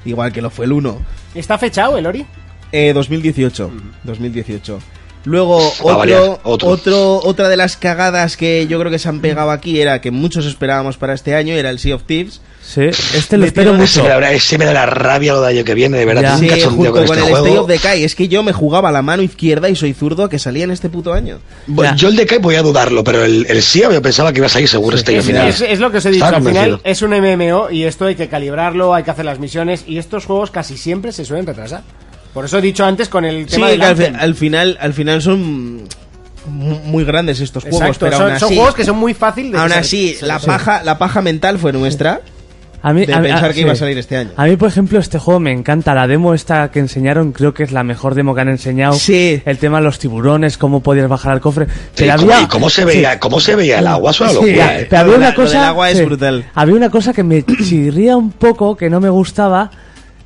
[SPEAKER 5] Igual que lo fue el 1.
[SPEAKER 2] ¿Está fechado el Ori?
[SPEAKER 5] Eh, 2018. 2018. Luego,
[SPEAKER 1] Va a variar,
[SPEAKER 5] otro,
[SPEAKER 1] otro.
[SPEAKER 5] otro- otra de las cagadas que yo creo que se han pegado aquí era que muchos esperábamos para este año, era el Sea of Thieves.
[SPEAKER 4] Sí, este lo
[SPEAKER 5] Le
[SPEAKER 4] espero
[SPEAKER 5] tiene-
[SPEAKER 4] mucho.
[SPEAKER 1] Ese me, da, ese me da la rabia lo de año que viene, de verdad.
[SPEAKER 4] Ya.
[SPEAKER 1] tengo
[SPEAKER 5] Sí,
[SPEAKER 1] un cachondeo
[SPEAKER 5] junto
[SPEAKER 1] con
[SPEAKER 5] con,
[SPEAKER 1] este
[SPEAKER 5] el State
[SPEAKER 1] juego.
[SPEAKER 5] of Decay. Es que yo me jugaba la mano izquierda y soy zurdo que salía en este puto año.
[SPEAKER 1] Bueno,
[SPEAKER 4] Ya.
[SPEAKER 1] Yo el de voy a dudarlo, pero el, el SIA yo pensaba que iba a salir seguro este año
[SPEAKER 2] Es,
[SPEAKER 1] final.
[SPEAKER 2] es- es lo que os he dicho,
[SPEAKER 1] Estaba
[SPEAKER 2] al final
[SPEAKER 1] convencido.
[SPEAKER 2] es un MMO y esto hay que calibrarlo, hay que hacer las misiones y estos juegos casi siempre se suelen retrasar. Por eso he dicho antes con el
[SPEAKER 5] Sí,
[SPEAKER 2] tema del
[SPEAKER 5] que al, fi-
[SPEAKER 2] Anthem.
[SPEAKER 5] al final, al final son mu- muy grandes estos juegos,
[SPEAKER 2] Exacto,
[SPEAKER 5] pero
[SPEAKER 2] son,
[SPEAKER 5] aún
[SPEAKER 2] son
[SPEAKER 5] así,
[SPEAKER 2] juegos que son muy fáciles de
[SPEAKER 5] aún
[SPEAKER 2] que se-
[SPEAKER 5] así
[SPEAKER 2] se-
[SPEAKER 5] la
[SPEAKER 2] se-
[SPEAKER 5] paja, la paja mental fue nuestra
[SPEAKER 4] A mí,
[SPEAKER 5] de
[SPEAKER 4] a mí-
[SPEAKER 5] pensar
[SPEAKER 4] ah,
[SPEAKER 5] que
[SPEAKER 4] sí.
[SPEAKER 5] iba a salir este año.
[SPEAKER 4] A mí, por ejemplo, este juego me encanta. La demo esta que enseñaron creo que es la mejor demo que han enseñado.
[SPEAKER 5] Sí.
[SPEAKER 4] El tema de los tiburones, cómo podías bajar al cofre.
[SPEAKER 1] Sí,
[SPEAKER 4] Pero
[SPEAKER 1] y cómo-
[SPEAKER 4] había-
[SPEAKER 1] ¿Y cómo se veía,
[SPEAKER 4] Sí.
[SPEAKER 1] cómo se veía el agua? Es una
[SPEAKER 5] Sí,
[SPEAKER 1] locura,
[SPEAKER 5] ya.
[SPEAKER 1] ¿eh?
[SPEAKER 4] Pero había
[SPEAKER 5] Lo de la-
[SPEAKER 4] una
[SPEAKER 5] lo del
[SPEAKER 4] cosa.
[SPEAKER 5] agua es brutal.
[SPEAKER 4] Había una cosa que me chirría un poco, que no me gustaba,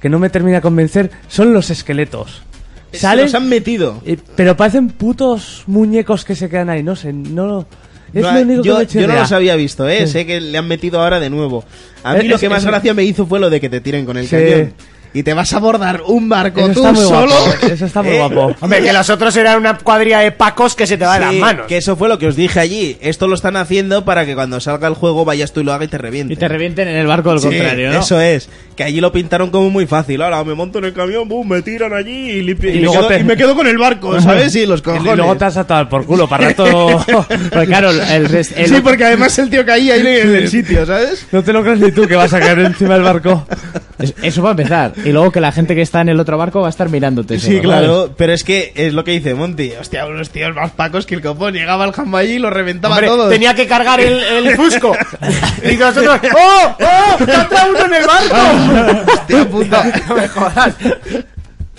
[SPEAKER 4] que no me termina de convencer, son los esqueletos.
[SPEAKER 5] Se
[SPEAKER 4] Salen,
[SPEAKER 5] los han metido.
[SPEAKER 4] eh, pero parecen putos muñecos que se quedan ahí, no sé, no lo- Es
[SPEAKER 5] No
[SPEAKER 4] lo
[SPEAKER 5] ha-
[SPEAKER 4] único que
[SPEAKER 5] yo,
[SPEAKER 4] me
[SPEAKER 5] yo no
[SPEAKER 4] chirría.
[SPEAKER 5] los había visto, ¿eh?
[SPEAKER 4] Sí.
[SPEAKER 5] sé que le han metido ahora de nuevo. A mí
[SPEAKER 4] Eh,
[SPEAKER 5] lo
[SPEAKER 4] es-
[SPEAKER 5] que más
[SPEAKER 4] es-
[SPEAKER 5] gracia me hizo fue lo de que te tiren con el
[SPEAKER 4] Sí.
[SPEAKER 5] cañón y te vas a abordar un barco
[SPEAKER 4] Eso
[SPEAKER 5] tú
[SPEAKER 4] está muy
[SPEAKER 5] solo.
[SPEAKER 4] guapo. Eso está muy
[SPEAKER 5] ¿Eh?
[SPEAKER 4] guapo.
[SPEAKER 2] Hombre, que los otros eran una cuadrilla de pacos que se te va de
[SPEAKER 5] Sí,
[SPEAKER 2] las manos.
[SPEAKER 5] Que eso fue lo que os dije allí. Esto lo están haciendo para que cuando salga el juego vayas tú y lo hagas y te reviente.
[SPEAKER 6] y te revienten en el barco del
[SPEAKER 5] Sí,
[SPEAKER 6] contrario, ¿no?
[SPEAKER 5] Eso es. Que allí lo pintaron como muy fácil. Ahora me monto en el camión, boom, me tiran allí y,
[SPEAKER 4] Y
[SPEAKER 5] limpio- y me,
[SPEAKER 4] luego
[SPEAKER 5] quedo,
[SPEAKER 4] te-
[SPEAKER 5] y me quedo con el barco, ¿sabes? Y los cojones.
[SPEAKER 4] Y luego te has atado por culo para rato. Pues
[SPEAKER 6] Porque claro, el, rest- el-
[SPEAKER 5] Sí, porque además el tío caía ahí en el sitio, ¿sabes?
[SPEAKER 4] no te lo crees ni tú que vas a caer encima del barco.
[SPEAKER 6] es- eso va a empezar. y luego que la gente que está en el otro barco va a estar mirándote.
[SPEAKER 5] Sí,
[SPEAKER 6] solo, ¿vale?
[SPEAKER 5] claro, pero es que es lo que dice Monty. Hostia, unos tíos más pacos que el copón. Llegaba al jambo allí y lo reventaba
[SPEAKER 2] Hombre,
[SPEAKER 5] todo.
[SPEAKER 2] tenía que cargar el, el fusco. y nosotros, ¡oh! ¡oh! ¡Que entra uno en el barco!
[SPEAKER 5] Hostia puta. No me jodas.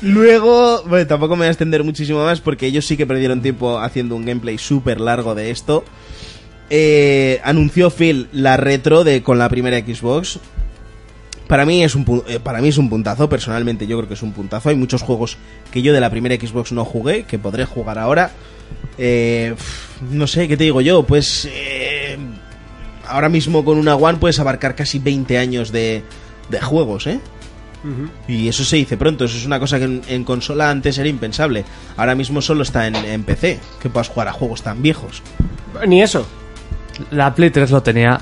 [SPEAKER 5] Luego, bueno, tampoco me voy a extender muchísimo más porque ellos sí que perdieron tiempo haciendo un gameplay súper largo de esto. Eh, anunció Phil la retro de con la primera Xbox. Para mí, es un, pu- eh, para mí es un puntazo, personalmente yo creo que es un puntazo. Hay muchos juegos que yo de la primera Xbox no jugué, que podré jugar ahora. Eh, pf, no sé, ¿qué te digo yo? Pues eh, ahora mismo con una One puedes abarcar casi 20 años de, de juegos, ¿eh? Y eso se dice pronto, eso es una cosa que en, en consola antes era impensable. Ahora mismo solo está en, en PC, que puedas jugar a juegos tan viejos.
[SPEAKER 2] Ni eso.
[SPEAKER 4] La Play 3 lo tenía.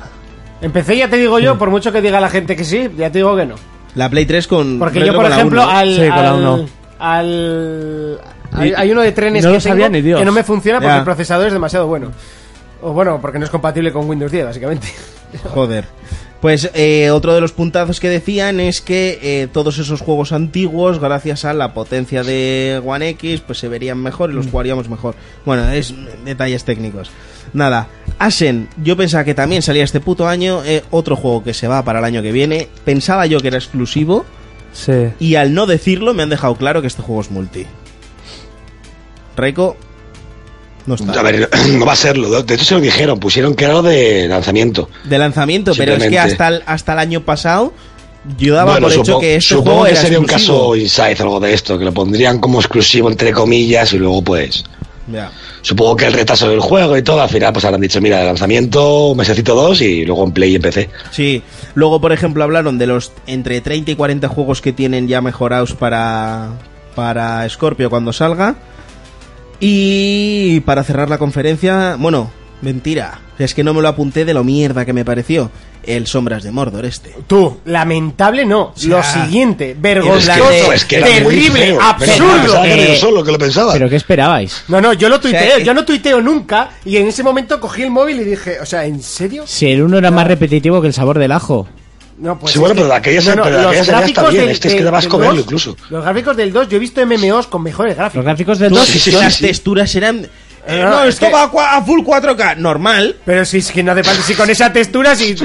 [SPEAKER 2] Empecé, ya te digo yo, por mucho que diga la gente que sí, ya te digo que no.
[SPEAKER 5] La Play 3 con...
[SPEAKER 2] Porque
[SPEAKER 5] creo
[SPEAKER 2] yo,
[SPEAKER 5] que
[SPEAKER 2] por
[SPEAKER 5] con la
[SPEAKER 2] ejemplo,
[SPEAKER 5] 1, ¿eh?
[SPEAKER 2] al.
[SPEAKER 4] Sí, con la
[SPEAKER 2] al-
[SPEAKER 4] uno.
[SPEAKER 2] al- hay,
[SPEAKER 4] Y-
[SPEAKER 2] hay uno de trenes
[SPEAKER 4] no
[SPEAKER 2] que
[SPEAKER 4] lo sabía
[SPEAKER 2] tengo
[SPEAKER 4] ni Dios.
[SPEAKER 2] que no me funciona porque
[SPEAKER 5] Ya.
[SPEAKER 2] el procesador es demasiado bueno. O bueno, porque no es compatible con Windows 10, básicamente.
[SPEAKER 5] Joder. Pues eh, otro de los puntazos que decían es que eh, todos esos juegos antiguos, gracias a la potencia de One X, pues se verían mejor y los jugaríamos mejor. Bueno, es detalles técnicos. Nada, Asen, yo pensaba que también salía este puto año, eh, otro juego que se va para el año que viene. Pensaba yo que era exclusivo
[SPEAKER 4] Sí.
[SPEAKER 5] y al no decirlo me han dejado claro que este juego es multi. Reiko, no está.
[SPEAKER 1] A ver, no va a serlo. De hecho, se lo dijeron, pusieron que era lo de lanzamiento.
[SPEAKER 5] de lanzamiento, pero es que
[SPEAKER 1] Simplemente.
[SPEAKER 5] hasta el, hasta el año pasado yo daba por hecho
[SPEAKER 1] supo-
[SPEAKER 5] que este
[SPEAKER 1] supongo
[SPEAKER 5] juego
[SPEAKER 1] que
[SPEAKER 5] era
[SPEAKER 1] sería
[SPEAKER 5] exclusivo.
[SPEAKER 1] un caso Inside o algo de esto, que lo pondrían como exclusivo entre comillas y luego pues
[SPEAKER 5] Ya.
[SPEAKER 1] supongo que el retazo del juego y todo, al final pues habrán dicho, mira, lanzamiento, un mesecito dos y luego en Play y en PC.
[SPEAKER 5] Sí, luego por ejemplo hablaron de los entre 30 y 40 juegos que tienen ya mejorados para para Scorpio cuando salga. Y para cerrar la conferencia, bueno, mentira, es que no me lo apunté de lo mierda que me pareció el Sombras de Mordor este.
[SPEAKER 2] Tú, lamentable no. lo siguiente,
[SPEAKER 5] la
[SPEAKER 2] vergonzoso,
[SPEAKER 5] de-
[SPEAKER 1] pues, que era muy
[SPEAKER 2] terrible,
[SPEAKER 1] feo, pero
[SPEAKER 2] absurdo.
[SPEAKER 1] pensaba que era yo
[SPEAKER 6] Eh,
[SPEAKER 1] solo que lo pensaba.
[SPEAKER 6] Pero ¿qué esperabais?
[SPEAKER 2] No, no, yo lo
[SPEAKER 5] sea,
[SPEAKER 2] tuiteé,
[SPEAKER 5] eh,
[SPEAKER 2] yo no tuiteo nunca. Y en ese momento cogí el móvil y dije, o sea, ¿en serio?
[SPEAKER 6] Si el uno era más repetitivo que el sabor del ajo.
[SPEAKER 2] No, pues
[SPEAKER 1] Sí, bueno,
[SPEAKER 2] es que-
[SPEAKER 1] pero de aquella- pero de
[SPEAKER 2] los
[SPEAKER 1] aquella ya está
[SPEAKER 2] gráficos
[SPEAKER 1] bien,
[SPEAKER 2] del-
[SPEAKER 1] este es
[SPEAKER 2] del-
[SPEAKER 1] que daba
[SPEAKER 2] del
[SPEAKER 1] asco verlo
[SPEAKER 2] 2,
[SPEAKER 1] incluso.
[SPEAKER 2] Los gráficos del 2, yo he visto MMOs con mejores
[SPEAKER 6] Los
[SPEAKER 2] gráficos.
[SPEAKER 6] gráficos del 2
[SPEAKER 1] Sí, sí, sí,
[SPEAKER 5] Las
[SPEAKER 1] sí. Ah,
[SPEAKER 5] texturas eran... eh,
[SPEAKER 2] No,
[SPEAKER 5] no,
[SPEAKER 2] es
[SPEAKER 5] esto
[SPEAKER 2] que-
[SPEAKER 5] va a cua- a full 4K, normal.
[SPEAKER 2] Pero si es que no hace falta, si con esa textura, si no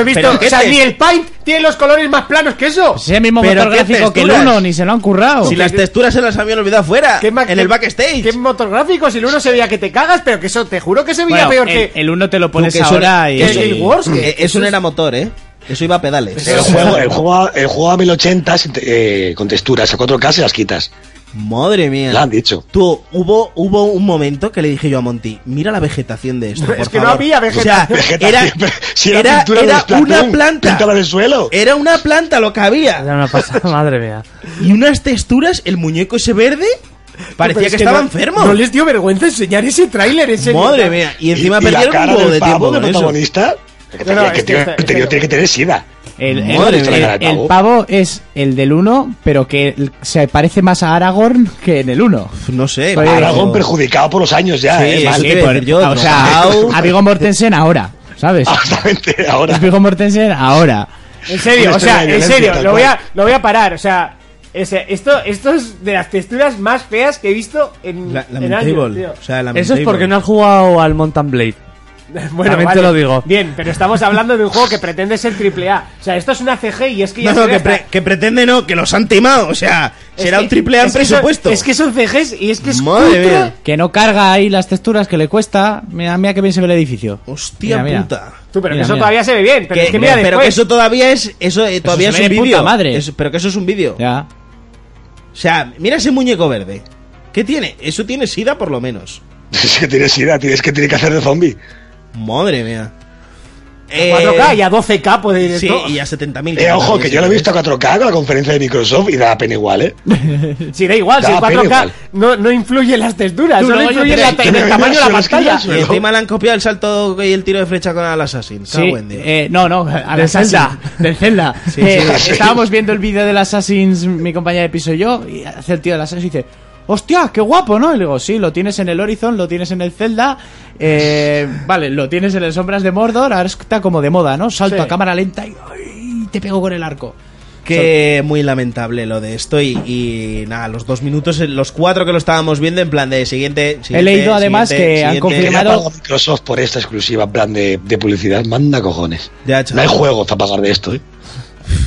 [SPEAKER 2] he visto,
[SPEAKER 5] Pero,
[SPEAKER 2] o
[SPEAKER 5] ¿qué
[SPEAKER 2] sea,
[SPEAKER 5] te-
[SPEAKER 2] ni el Paint tiene los colores más planos que eso.
[SPEAKER 6] Es el mismo
[SPEAKER 5] Pero
[SPEAKER 6] motor
[SPEAKER 5] qué
[SPEAKER 6] gráfico que el
[SPEAKER 5] texturas.
[SPEAKER 6] 1, ni se lo han currado.
[SPEAKER 5] Si las texturas se las habían olvidado fuera,
[SPEAKER 2] Oh. ¿Qué ma-
[SPEAKER 5] en el
[SPEAKER 2] qué-
[SPEAKER 5] backstage.
[SPEAKER 2] ¿Qué motor gráfico? Si el uno se veía que te cagas, pero que eso te juro que se veía
[SPEAKER 6] Bueno,
[SPEAKER 5] eh,
[SPEAKER 2] peor
[SPEAKER 6] el-
[SPEAKER 2] que.
[SPEAKER 6] el 1 te lo pones
[SPEAKER 5] que eso
[SPEAKER 6] ahora
[SPEAKER 5] era-
[SPEAKER 6] y...
[SPEAKER 2] que es el Wars, que-
[SPEAKER 5] Eh, eso no era motor, ¿eh? Eso iba a pedales.
[SPEAKER 1] el juego, el juego, el juego a 1080 sin te- eh, con texturas a 4K se las quitas.
[SPEAKER 5] Madre mía.
[SPEAKER 1] Lo han dicho.
[SPEAKER 5] Tú, hubo, hubo un momento que le dije yo a Monty, mira la vegetación de esto.
[SPEAKER 2] Es
[SPEAKER 5] por
[SPEAKER 2] que no
[SPEAKER 5] favor".
[SPEAKER 2] había vegeta-
[SPEAKER 5] O sea, era,
[SPEAKER 1] Vegetación, si era
[SPEAKER 5] era-
[SPEAKER 1] pintura de
[SPEAKER 5] era
[SPEAKER 1] Splatoon,
[SPEAKER 5] una planta. Eh,
[SPEAKER 1] pintada en el suelo.
[SPEAKER 5] Era una planta lo que había.
[SPEAKER 4] Era una pasada, madre mía.
[SPEAKER 5] Y unas texturas, el muñeco ese verde, parecía
[SPEAKER 2] Pero
[SPEAKER 5] que,
[SPEAKER 2] es
[SPEAKER 5] estaba
[SPEAKER 2] no-
[SPEAKER 5] enfermo.
[SPEAKER 2] No les dio vergüenza enseñar ese tráiler, ese.
[SPEAKER 5] Madre mía. Y encima
[SPEAKER 1] la
[SPEAKER 5] perdieron
[SPEAKER 1] cara
[SPEAKER 5] un huevo
[SPEAKER 1] del
[SPEAKER 5] de tiempo
[SPEAKER 1] pavo
[SPEAKER 5] con
[SPEAKER 1] del
[SPEAKER 5] eso.
[SPEAKER 1] protagonista. Que,
[SPEAKER 2] No, no,
[SPEAKER 1] tenía- que
[SPEAKER 2] este-
[SPEAKER 1] tiene-
[SPEAKER 2] este-
[SPEAKER 1] que
[SPEAKER 2] este
[SPEAKER 1] tenía-
[SPEAKER 2] no.
[SPEAKER 1] tiene que tener sida.
[SPEAKER 6] El, el-
[SPEAKER 5] Madre
[SPEAKER 6] el-
[SPEAKER 1] mía.
[SPEAKER 6] el pavo es el del 1, pero que el- se parece más a Aragorn que en el 1.
[SPEAKER 5] No sé.
[SPEAKER 6] Soy
[SPEAKER 5] pero-
[SPEAKER 1] Aragón perjudicado por los años ya,
[SPEAKER 5] Sí,
[SPEAKER 1] eh,
[SPEAKER 5] eso
[SPEAKER 1] mal.
[SPEAKER 5] te iba a decir yo,
[SPEAKER 6] o sea,
[SPEAKER 5] tronjao.
[SPEAKER 6] a Viggo Mortensen ahora, ¿sabes?
[SPEAKER 1] Exactamente, ahora.
[SPEAKER 6] Es Viggo Mortensen ahora.
[SPEAKER 2] En serio,
[SPEAKER 1] Una
[SPEAKER 2] o sea,
[SPEAKER 1] escena de
[SPEAKER 2] en
[SPEAKER 1] violencia,
[SPEAKER 2] serio,
[SPEAKER 1] tal
[SPEAKER 2] lo voy, a,
[SPEAKER 1] cual.
[SPEAKER 2] lo voy a parar, o sea, ese- esto, esto es de las texturas más feas que he visto en,
[SPEAKER 5] La-
[SPEAKER 2] en años,
[SPEAKER 5] lamentable.
[SPEAKER 2] tío.
[SPEAKER 5] O sea, lamentable.
[SPEAKER 4] Eso es porque no has jugado al Mountain Blade.
[SPEAKER 2] Bueno,
[SPEAKER 4] También te lo digo.
[SPEAKER 2] Bien, pero estamos hablando de un juego que pretende ser triple A. O sea, esto es una CG y es que ya
[SPEAKER 5] No,
[SPEAKER 2] se
[SPEAKER 5] no,
[SPEAKER 2] ve
[SPEAKER 5] que,
[SPEAKER 2] hasta-
[SPEAKER 5] pre- que pretende no, que los han timado. O sea,
[SPEAKER 2] es
[SPEAKER 5] será
[SPEAKER 2] que-
[SPEAKER 5] un triple A en
[SPEAKER 2] es que son-
[SPEAKER 5] presupuesto.
[SPEAKER 2] es que son CGs y es que es
[SPEAKER 5] Madre
[SPEAKER 2] cutre.
[SPEAKER 5] mía.
[SPEAKER 6] Que no carga ahí las texturas que le cuesta. Mira, mira qué bien se ve el edificio.
[SPEAKER 5] Hostia
[SPEAKER 6] Mira, mira.
[SPEAKER 5] puta.
[SPEAKER 2] Tú, pero que
[SPEAKER 6] Mira,
[SPEAKER 2] eso
[SPEAKER 6] mira.
[SPEAKER 2] todavía se ve bien, pero
[SPEAKER 5] Que-
[SPEAKER 2] es que mira
[SPEAKER 5] pero que
[SPEAKER 2] después.
[SPEAKER 5] eso todavía es eso eh, todavía
[SPEAKER 6] se
[SPEAKER 5] es
[SPEAKER 6] ve
[SPEAKER 5] un
[SPEAKER 6] de puta
[SPEAKER 5] vídeo
[SPEAKER 6] madre.
[SPEAKER 5] Es- pero que eso es un vídeo
[SPEAKER 6] Ya.
[SPEAKER 5] o sea mira ese muñeco verde qué tiene eso tiene sida por lo menos
[SPEAKER 1] Es que tiene sida, tienes que tiene que hacer de zombie.
[SPEAKER 5] madre mía Eh,
[SPEAKER 2] 4K y a 12K puede ir
[SPEAKER 5] sí,
[SPEAKER 2] esto.
[SPEAKER 5] y a 70.000
[SPEAKER 1] Eh, ojo, que yo lo he visto a 4K con la conferencia de Microsoft y da pena igual, ¿eh?
[SPEAKER 2] Sí, da igual,
[SPEAKER 1] Da
[SPEAKER 2] si el
[SPEAKER 1] pena
[SPEAKER 2] 4K
[SPEAKER 1] igual.
[SPEAKER 2] no, no influye en las texturas,
[SPEAKER 6] Tú,
[SPEAKER 2] solo
[SPEAKER 6] luego yo
[SPEAKER 2] influye en,
[SPEAKER 6] creo-
[SPEAKER 2] la- en el
[SPEAKER 1] creo-
[SPEAKER 2] tamaño de la
[SPEAKER 1] creo que
[SPEAKER 2] pantalla.
[SPEAKER 1] es
[SPEAKER 5] y encima le han copiado el salto y el tiro de flecha con el Assassin.
[SPEAKER 6] Sí,
[SPEAKER 5] Cago en Dios.
[SPEAKER 6] eh, no, no, a la
[SPEAKER 4] Del Zelda.
[SPEAKER 6] Zelda. Del Zelda. Eh, Estábamos viendo el vídeo del Assassin's, mi compañera de piso y yo, y hace el tío del Assassin's y dice, hostia, qué guapo, ¿no? Y le digo, sí, lo tienes en el Horizon, lo tienes en el Zelda, eh, vale, lo tienes en las sombras de Mordor, ahora está como de moda, ¿no? Salto
[SPEAKER 2] Sí.
[SPEAKER 6] a cámara lenta y ¡ay! te pego con el arco.
[SPEAKER 5] Que muy lamentable lo de esto y, y nada, los dos minutos, eh, los cuatro que lo estábamos viendo en plan de siguiente. siguiente,
[SPEAKER 3] leído además
[SPEAKER 5] siguiente,
[SPEAKER 3] que han
[SPEAKER 5] siguiente.
[SPEAKER 1] ¿Qué
[SPEAKER 3] confirmado-
[SPEAKER 1] ha
[SPEAKER 3] Primero-
[SPEAKER 1] pagado Microsoft por esta exclusiva en plan de, de publicidad? Manda cojones.
[SPEAKER 5] Ya,
[SPEAKER 1] No
[SPEAKER 5] chaval.
[SPEAKER 1] hay juegos para pagar de esto, ¿eh?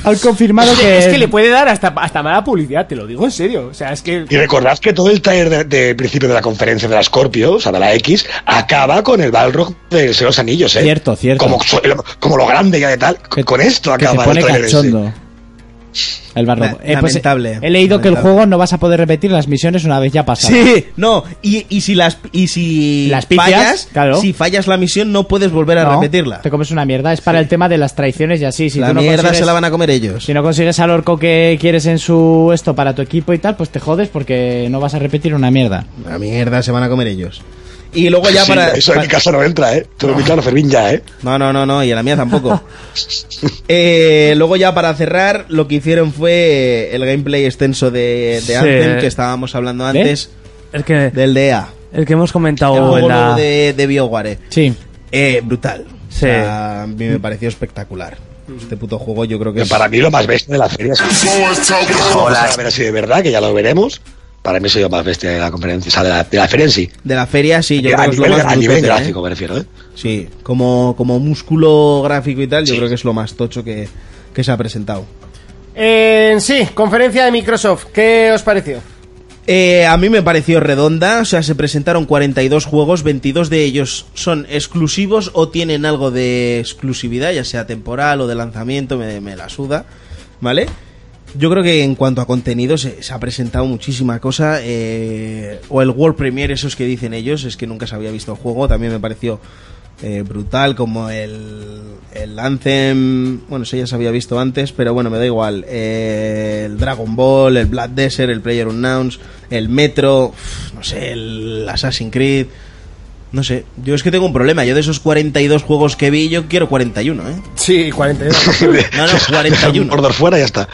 [SPEAKER 3] Han confirmado
[SPEAKER 2] Es
[SPEAKER 5] Eh,
[SPEAKER 2] que, es que le puede dar hasta, hasta mala publicidad, te lo digo en serio. O sea, es que.
[SPEAKER 1] Y recordad que todo el taller de, de principio de la conferencia de la Scorpio, o sea, de la X, acaba con el Balrog de los Anillos, ¿eh?
[SPEAKER 6] Cierto, cierto.
[SPEAKER 1] Como, so- como lo grande ya de tal,
[SPEAKER 6] Que-
[SPEAKER 1] con esto
[SPEAKER 6] Que se
[SPEAKER 1] acaba
[SPEAKER 6] pone
[SPEAKER 1] el trailer
[SPEAKER 6] cachondo. El barro. Eh, pues,
[SPEAKER 5] La- lamentable.
[SPEAKER 6] he leído que el
[SPEAKER 5] Lamentable.
[SPEAKER 6] juego no vas a poder repetir las misiones una vez ya pasadas.
[SPEAKER 5] Sí, no, y, y si las y si
[SPEAKER 6] Las picias,
[SPEAKER 5] fallas,
[SPEAKER 6] claro.
[SPEAKER 5] si fallas la misión no puedes volver a
[SPEAKER 6] No,
[SPEAKER 5] repetirla.
[SPEAKER 6] Te comes una mierda. Es para el tema de las traiciones y así. Si
[SPEAKER 5] la
[SPEAKER 6] tú no
[SPEAKER 5] mierda
[SPEAKER 6] consigues-
[SPEAKER 5] se la van a comer ellos.
[SPEAKER 6] Si no consigues al orco que quieres en su esto para tu equipo y tal, pues te jodes porque no vas a repetir una mierda.
[SPEAKER 5] La mierda se van a comer ellos. Y luego
[SPEAKER 1] ese.
[SPEAKER 5] ya
[SPEAKER 1] Sí,
[SPEAKER 5] para,
[SPEAKER 1] eso en
[SPEAKER 5] pa- Ah.
[SPEAKER 1] mi casa no entra, ¿eh? Tú lo vi claro, Fermín, ya, ¿eh?
[SPEAKER 5] No, no, no, no, y a la mía tampoco. Eh, luego ya para cerrar, lo que hicieron fue eh, el gameplay extenso de, de
[SPEAKER 4] Sí.
[SPEAKER 5] Anthem, que estábamos hablando
[SPEAKER 6] ¿Eh?
[SPEAKER 5] antes,
[SPEAKER 4] El que,
[SPEAKER 5] del DEA.
[SPEAKER 4] el que hemos
[SPEAKER 5] El
[SPEAKER 4] comentado
[SPEAKER 5] juego
[SPEAKER 4] en
[SPEAKER 5] nuevo
[SPEAKER 4] la...
[SPEAKER 5] de, de BioWare.
[SPEAKER 6] Sí.
[SPEAKER 5] Eh, brutal.
[SPEAKER 4] Sí.
[SPEAKER 5] O sea, a mí me pareció espectacular. Este puto juego yo creo que
[SPEAKER 1] Que
[SPEAKER 5] es...
[SPEAKER 1] para mí lo más bestia de la feria es. Hola. A ver así de verdad, que ya lo veremos. Para mí soy lo más bestia de la conferencia, o sea, de la, de la feria en sí.
[SPEAKER 5] De la feria, sí, yo creo
[SPEAKER 1] a
[SPEAKER 5] que es lo
[SPEAKER 1] nivel,
[SPEAKER 5] más
[SPEAKER 1] a nivel
[SPEAKER 5] brutote, ¿eh?
[SPEAKER 1] gráfico, me refiero, ¿eh?
[SPEAKER 5] Sí, como, como músculo gráfico y tal, yo creo que es lo más tocho que, que se ha presentado.
[SPEAKER 2] Eh, sí, conferencia de Microsoft. ¿Qué os pareció?
[SPEAKER 5] Eh, a mí me pareció redonda, o sea, se presentaron 42 juegos, 22 de ellos son exclusivos o tienen algo de exclusividad, ya sea temporal o de lanzamiento, me, me la suda, ¿vale? Yo creo que en cuanto a contenido se, se ha presentado muchísima cosa, eh, o el World Premiere, esos que dicen ellos, es que nunca se había visto el juego, también me pareció eh, brutal, como el, el Anthem, bueno, ese ya se había visto antes, pero bueno, me da igual. eh, el Dragon Ball, el Black Desert, el Player Unknowns, el Metro, uf, no sé, el Assassin's Creed. No sé, yo es que tengo un problema. Yo de esos 42 juegos que vi, yo quiero 41, ¿eh?
[SPEAKER 2] Sí, 42.
[SPEAKER 5] No, no, 41.
[SPEAKER 1] Mordor fuera y ya está.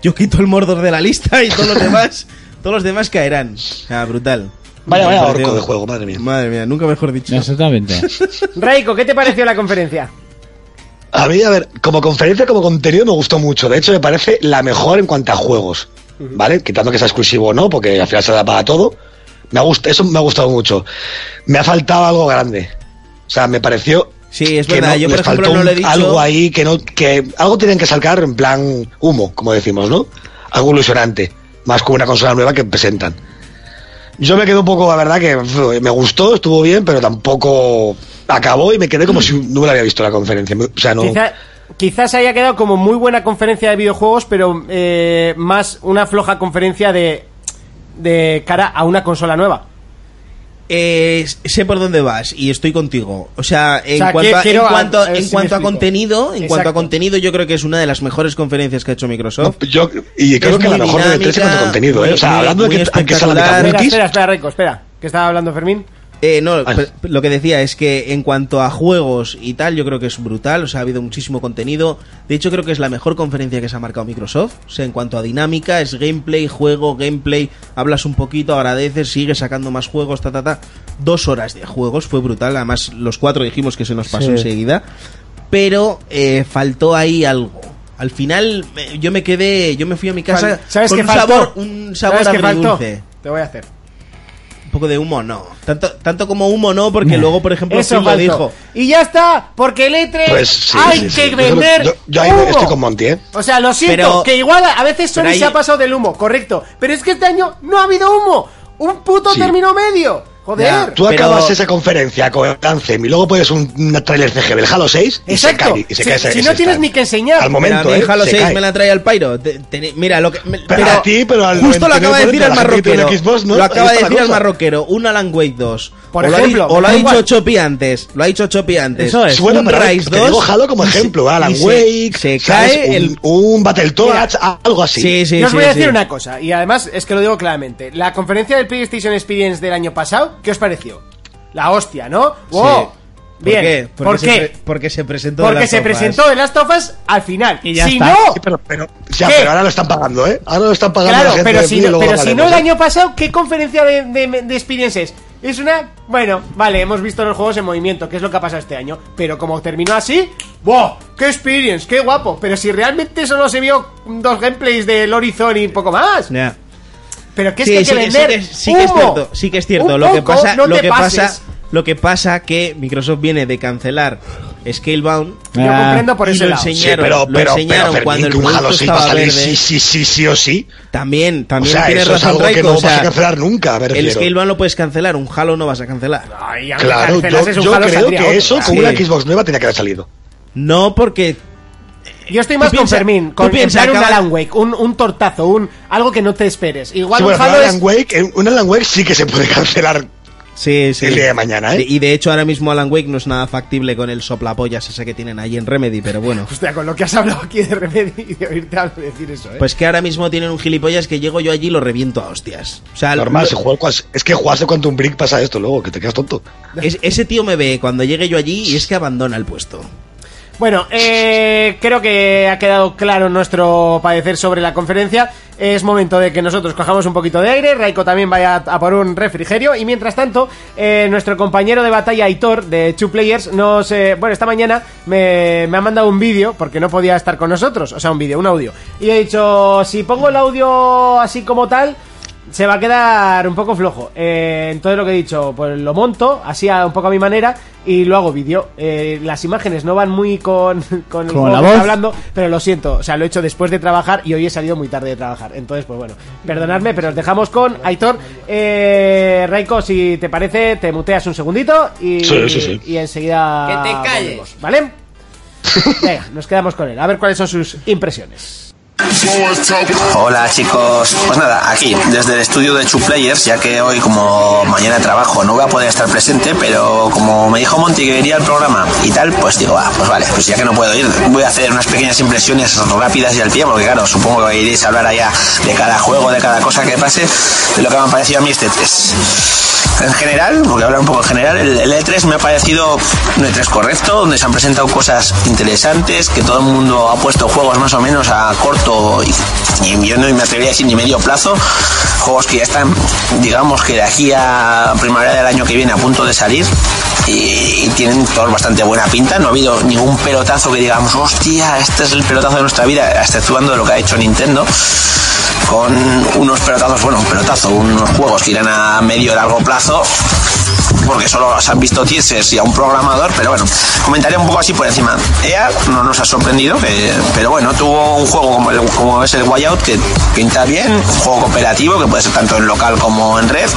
[SPEAKER 5] Yo quito el Mordor de la lista y todos los demás, todos los demás caerán. Ah, brutal.
[SPEAKER 1] Vaya, vaya
[SPEAKER 5] Me pareció-
[SPEAKER 1] orco de juego, madre mía.
[SPEAKER 5] Madre mía, nunca mejor dicho.
[SPEAKER 6] Exactamente.
[SPEAKER 2] Raiko, ¿qué te pareció la conferencia?
[SPEAKER 1] A mí, a ver, como conferencia, como contenido me gustó mucho. De hecho, me parece la mejor en cuanto a juegos. ¿Vale? Quitando que sea exclusivo o no, porque al final se da para todo. Me ha gust- eso me ha gustado mucho. Me ha faltado algo grande. O sea, me pareció
[SPEAKER 5] Sí, es
[SPEAKER 1] que
[SPEAKER 5] verdad.
[SPEAKER 1] no,
[SPEAKER 5] yo, por
[SPEAKER 1] les
[SPEAKER 5] ejemplo,
[SPEAKER 1] faltó
[SPEAKER 5] no le he
[SPEAKER 1] un-
[SPEAKER 5] dicho.
[SPEAKER 1] algo ahí que no, que algo tienen que sacar en plan humo, como decimos, ¿no? Algo ilusionante, más como una consola nueva que presentan. Yo me quedo un poco, la verdad, que uf, me gustó, estuvo bien, pero tampoco acabó y me quedé como si no me la había visto la conferencia. O sea, no.
[SPEAKER 2] Quizá- quizás haya quedado como muy buena conferencia de videojuegos, pero eh, más una floja conferencia de, de cara a una consola nueva.
[SPEAKER 5] Eh, sé por dónde vas y estoy contigo. O sea, en
[SPEAKER 2] O sea,
[SPEAKER 5] cuanto, a,
[SPEAKER 2] quiero-
[SPEAKER 5] en cuanto,
[SPEAKER 2] a ver
[SPEAKER 5] en
[SPEAKER 2] si
[SPEAKER 5] cuanto
[SPEAKER 2] me
[SPEAKER 5] a
[SPEAKER 2] explico.
[SPEAKER 5] contenido, en cuanto a
[SPEAKER 2] Exacto.
[SPEAKER 5] contenido, yo creo que es una de las mejores conferencias que ha hecho Microsoft.
[SPEAKER 1] Yo, y
[SPEAKER 5] Es
[SPEAKER 1] creo que a lo
[SPEAKER 5] muy
[SPEAKER 1] mejor de
[SPEAKER 5] dinámica,
[SPEAKER 1] tres cuanto contenido, ¿eh? O sea,
[SPEAKER 5] muy-
[SPEAKER 1] hablando de
[SPEAKER 5] muy
[SPEAKER 1] que, aunque sea la mitad
[SPEAKER 5] espectacular.
[SPEAKER 2] Espera,
[SPEAKER 1] multis,
[SPEAKER 2] espera, espera, Raiko, espera. Que estaba hablando Fermín.
[SPEAKER 5] Eh, no,
[SPEAKER 1] Ay.
[SPEAKER 5] pero lo que decía es que en cuanto a juegos y tal, yo creo que es brutal. O sea, ha habido muchísimo contenido. De hecho, creo que es la mejor conferencia que se ha marcado Microsoft. O sea, en cuanto a dinámica, es gameplay, juego, gameplay. Hablas un poquito, agradeces, sigues sacando más juegos, ta, ta, ta. Dos horas de juegos, fue brutal. Además, los cuatro dijimos que se nos pasó
[SPEAKER 4] Sí.
[SPEAKER 5] enseguida. Pero eh, faltó ahí algo. Al final, me- yo me quedé, yo me fui a mi casa
[SPEAKER 2] Fal- ¿Sabes
[SPEAKER 5] con
[SPEAKER 2] qué
[SPEAKER 5] un
[SPEAKER 2] faltó?
[SPEAKER 5] sabor, un sabor
[SPEAKER 2] ¿Sabes qué faltó?
[SPEAKER 5] agridulce.
[SPEAKER 2] Te voy a hacer.
[SPEAKER 5] Un poco de humo no. Tanto, tanto como humo no, porque luego, por ejemplo,
[SPEAKER 2] Eso
[SPEAKER 5] Phil lo
[SPEAKER 2] faltó.
[SPEAKER 5] dijo.
[SPEAKER 2] Y ya está, porque el E3
[SPEAKER 1] Pues sí,
[SPEAKER 2] hay
[SPEAKER 1] sí, sí.
[SPEAKER 2] que
[SPEAKER 1] Yo creo que-
[SPEAKER 2] vender.
[SPEAKER 1] yo- yo ahí
[SPEAKER 2] humo.
[SPEAKER 1] estoy con Monty, ¿eh?
[SPEAKER 2] O sea, lo siento,
[SPEAKER 5] Pero-
[SPEAKER 2] que igual a veces Sony
[SPEAKER 5] pero ahí-
[SPEAKER 2] se ha pasado del humo, correcto. Pero es que este año no ha habido humo. Un puto
[SPEAKER 1] Sí.
[SPEAKER 2] término medio. Joder.
[SPEAKER 5] Ya,
[SPEAKER 1] Tú
[SPEAKER 5] Pero-
[SPEAKER 1] acabas esa conferencia con el Anthem y luego puedes un, un trailer CG del Halo 6 y se
[SPEAKER 2] Exacto.
[SPEAKER 1] cae. y se
[SPEAKER 2] Si-
[SPEAKER 1] cae ese-
[SPEAKER 2] si
[SPEAKER 1] ese
[SPEAKER 2] no tienes
[SPEAKER 1] stand.
[SPEAKER 2] ni que enseñar.
[SPEAKER 1] Al
[SPEAKER 5] Pero a
[SPEAKER 1] momento,
[SPEAKER 5] mí
[SPEAKER 1] eh,
[SPEAKER 5] Halo
[SPEAKER 1] se
[SPEAKER 5] 6
[SPEAKER 1] cae.
[SPEAKER 5] me la trae al Pyro. Te- te- mira, lo que. me-
[SPEAKER 1] Pero a ti, pero al
[SPEAKER 5] Justo lo acaba de
[SPEAKER 1] 99%
[SPEAKER 5] decir al
[SPEAKER 1] de la gente que tiene
[SPEAKER 5] marroquero.
[SPEAKER 1] Xbox, ¿no?
[SPEAKER 5] Lo
[SPEAKER 1] Ahí
[SPEAKER 5] acaba de
[SPEAKER 1] está la
[SPEAKER 5] decir al
[SPEAKER 1] cosa.
[SPEAKER 5] marroquero. Un Alan Wake 2.
[SPEAKER 2] Por
[SPEAKER 5] O lo ha
[SPEAKER 2] ejemplo,
[SPEAKER 5] di- o lo ha
[SPEAKER 2] da
[SPEAKER 5] dicho
[SPEAKER 2] igual.
[SPEAKER 5] Chopi antes. Lo ha dicho Chopi antes.
[SPEAKER 4] Eso es.
[SPEAKER 1] Bueno,
[SPEAKER 5] un
[SPEAKER 1] pero
[SPEAKER 5] Rise
[SPEAKER 1] te digo
[SPEAKER 5] 2.
[SPEAKER 1] Halo como
[SPEAKER 5] y se-
[SPEAKER 1] ejemplo, Alan
[SPEAKER 5] y se-
[SPEAKER 1] Wake,
[SPEAKER 5] Se
[SPEAKER 1] ¿sabes?
[SPEAKER 5] cae
[SPEAKER 1] un,
[SPEAKER 5] el.
[SPEAKER 1] un Battletoads, algo así.
[SPEAKER 5] Sí, sí,
[SPEAKER 2] Yo os
[SPEAKER 5] sí,
[SPEAKER 2] voy a decir
[SPEAKER 5] sí.
[SPEAKER 2] una cosa, y además es que lo digo claramente. La conferencia del PlayStation Experience del año pasado, ¿qué os pareció? La hostia, ¿no? ¡Wow!
[SPEAKER 5] ¿Por
[SPEAKER 2] Bien.
[SPEAKER 5] qué?
[SPEAKER 2] ¿Por
[SPEAKER 5] Porque se
[SPEAKER 2] qué?
[SPEAKER 5] pre- Porque se presentó. de
[SPEAKER 2] Porque
[SPEAKER 5] las
[SPEAKER 2] se
[SPEAKER 5] sofás.
[SPEAKER 2] presentó de las tofas al final.
[SPEAKER 4] Y ya
[SPEAKER 2] si
[SPEAKER 4] está.
[SPEAKER 2] no,
[SPEAKER 1] Sí, pero, pero- ya,
[SPEAKER 2] ¡Oh! ¿Qué?
[SPEAKER 1] pero ahora lo están pagando, ¿eh? Ahora lo están pagando
[SPEAKER 2] claro,
[SPEAKER 1] la gente
[SPEAKER 2] pero
[SPEAKER 1] de
[SPEAKER 2] si
[SPEAKER 1] Play y
[SPEAKER 2] no,
[SPEAKER 1] luego
[SPEAKER 2] pero
[SPEAKER 1] lo
[SPEAKER 2] si no el
[SPEAKER 1] hablaremos, ¿eh?
[SPEAKER 2] año pasado, ¿qué conferencia de, de, de Experience es? Es una. Bueno, vale, hemos visto los juegos en movimiento, que es lo que ha pasado este año. Pero como terminó así. ¡Wow! ¡Qué experience! ¡Qué guapo! Pero si realmente solo se vio dos gameplays del Horizon y poco más.
[SPEAKER 5] Ya.
[SPEAKER 2] Pero que es
[SPEAKER 5] Sí,
[SPEAKER 2] que hay que
[SPEAKER 5] sí que- sí
[SPEAKER 2] vender.
[SPEAKER 5] que- sí que es
[SPEAKER 2] humo.
[SPEAKER 5] cierto, sí que es cierto.
[SPEAKER 2] Un
[SPEAKER 5] Lo que
[SPEAKER 2] poco,
[SPEAKER 5] pasa,
[SPEAKER 2] no
[SPEAKER 5] lo
[SPEAKER 2] te
[SPEAKER 5] que
[SPEAKER 2] pases.
[SPEAKER 5] pasa, lo que pasa que Microsoft viene de cancelar Scalebound.
[SPEAKER 2] Yo
[SPEAKER 6] Ah,
[SPEAKER 2] comprendo por
[SPEAKER 5] y
[SPEAKER 2] ese
[SPEAKER 5] lo
[SPEAKER 2] lado.
[SPEAKER 5] enseñé.
[SPEAKER 1] Sí, pero,
[SPEAKER 5] enseñaron- lo
[SPEAKER 1] pero,
[SPEAKER 5] enseñaron
[SPEAKER 1] pero Fermín,
[SPEAKER 5] cuando el
[SPEAKER 1] que un Halo
[SPEAKER 5] producto
[SPEAKER 1] 6 va a
[SPEAKER 5] estaba
[SPEAKER 1] salir
[SPEAKER 5] verde.
[SPEAKER 1] sí, sí, sí, sí o sí.
[SPEAKER 5] También,
[SPEAKER 1] O
[SPEAKER 5] también
[SPEAKER 1] sea,
[SPEAKER 5] tienes
[SPEAKER 1] eso es
[SPEAKER 5] razón,
[SPEAKER 1] algo que
[SPEAKER 5] Raiko,
[SPEAKER 1] no
[SPEAKER 5] o sea,
[SPEAKER 1] vas a cancelar nunca, me
[SPEAKER 5] El
[SPEAKER 1] refiero.
[SPEAKER 5] Scalebound lo puedes cancelar, un Halo no vas a cancelar.
[SPEAKER 2] Ay, aunque
[SPEAKER 1] Claro, yo,
[SPEAKER 2] cancelases un
[SPEAKER 1] yo
[SPEAKER 2] Halo,
[SPEAKER 1] creo
[SPEAKER 2] saldría
[SPEAKER 1] que
[SPEAKER 2] otro.
[SPEAKER 1] eso con
[SPEAKER 5] Sí.
[SPEAKER 1] una Xbox nueva tenía que haber salido.
[SPEAKER 5] No porque
[SPEAKER 2] Yo estoy más
[SPEAKER 5] Tú
[SPEAKER 2] con
[SPEAKER 5] piensa-
[SPEAKER 2] Fermín,
[SPEAKER 5] tú
[SPEAKER 2] con
[SPEAKER 5] piensa,
[SPEAKER 2] pensar un
[SPEAKER 5] acaba-
[SPEAKER 2] Alan Wake, un, un tortazo, un algo que no te esperes. Igual
[SPEAKER 1] Sí,
[SPEAKER 2] un
[SPEAKER 1] bueno,
[SPEAKER 2] Halo
[SPEAKER 1] un
[SPEAKER 2] es
[SPEAKER 1] Alan Wake, eh, un Alan Wake sí que se puede cancelar.
[SPEAKER 5] Sí, sí.
[SPEAKER 1] El día de mañana, ¿eh?
[SPEAKER 5] Y de hecho ahora mismo Alan Wake no es nada factible con el soplapollas ese que tienen ahí en Remedy, pero bueno.
[SPEAKER 2] Hostia, con lo que has hablado aquí de Remedy y de oírte hablar decir eso, ¿eh?
[SPEAKER 5] Pues que ahora mismo tienen un gilipollas que llego yo allí y lo reviento a hostias. O sea,
[SPEAKER 1] Normal,
[SPEAKER 5] lo-
[SPEAKER 1] si juegas cual- es que jugaste Quantum Break pasa esto luego, que te quedas tonto.
[SPEAKER 5] es- ese tío me ve cuando llegue yo allí y es que abandona el puesto.
[SPEAKER 2] Bueno, eh, creo que ha quedado claro nuestro padecer sobre la conferencia. Es momento de que nosotros cojamos un poquito de aire, Raiko también vaya a por un refrigerio y mientras tanto, eh, nuestro compañero de batalla Aitor de Two Players nos... eh, bueno, esta mañana me, me ha mandado un vídeo porque no podía estar con nosotros, o sea, un vídeo, un audio. Y he dicho, si pongo el audio así como tal, se va a quedar un poco flojo. Eh, entonces lo que he dicho, pues lo monto, así a- un poco a mi manera, y lo hago vídeo. Eh, las imágenes no van muy con, con el
[SPEAKER 6] Con
[SPEAKER 2] juego
[SPEAKER 6] la
[SPEAKER 2] que
[SPEAKER 6] voz.
[SPEAKER 2] está hablando, pero lo siento, o sea, lo he hecho después de trabajar y hoy he salido muy tarde de trabajar. Entonces, pues bueno, perdonadme, pero os dejamos con Aitor. Eh, Raiko, si te parece, te muteas un segundito y,
[SPEAKER 1] Sí, sí, sí.
[SPEAKER 2] y enseguida...
[SPEAKER 7] Que te calles.
[SPEAKER 2] volvemos, ¿Vale? Venga, nos quedamos con él. A ver cuáles son sus impresiones.
[SPEAKER 8] Hola chicos, pues nada, aquí desde el estudio de Two Players, ya que hoy como mañana trabajo no voy a poder estar presente, pero como me dijo Monty que venía al programa y tal, pues digo, ah, pues vale, pues ya que no puedo ir, voy a hacer unas pequeñas impresiones rápidas y al pie, porque claro, supongo que iréis a hablar allá de cada juego, de cada cosa que pase, de lo que me ha parecido a mí este 3 en general, porque hablar un poco en general, el, el E3 me ha parecido un E3 correcto, donde se han presentado cosas interesantes, que todo el mundo ha puesto juegos más o menos a corto y, y yo no me atrevería a decir ni medio plazo, juegos que ya están, digamos que de aquí a primavera del año que viene a punto de salir y, y tienen todos bastante buena pinta, no ha habido ningún pelotazo que digamos, hostia, este es el pelotazo de nuestra vida, exceptuando de lo que ha hecho Nintendo con unos pelotazos, bueno, un pelotazo, unos juegos que irán a medio y largo plazo, porque solo se han visto teasers y a un programador, pero bueno, comentaré un poco así por encima. EA no nos ha sorprendido, que- pero bueno, tuvo un juego como, el- como es el Whiteout que pinta bien, un juego cooperativo que puede ser tanto en local como en red.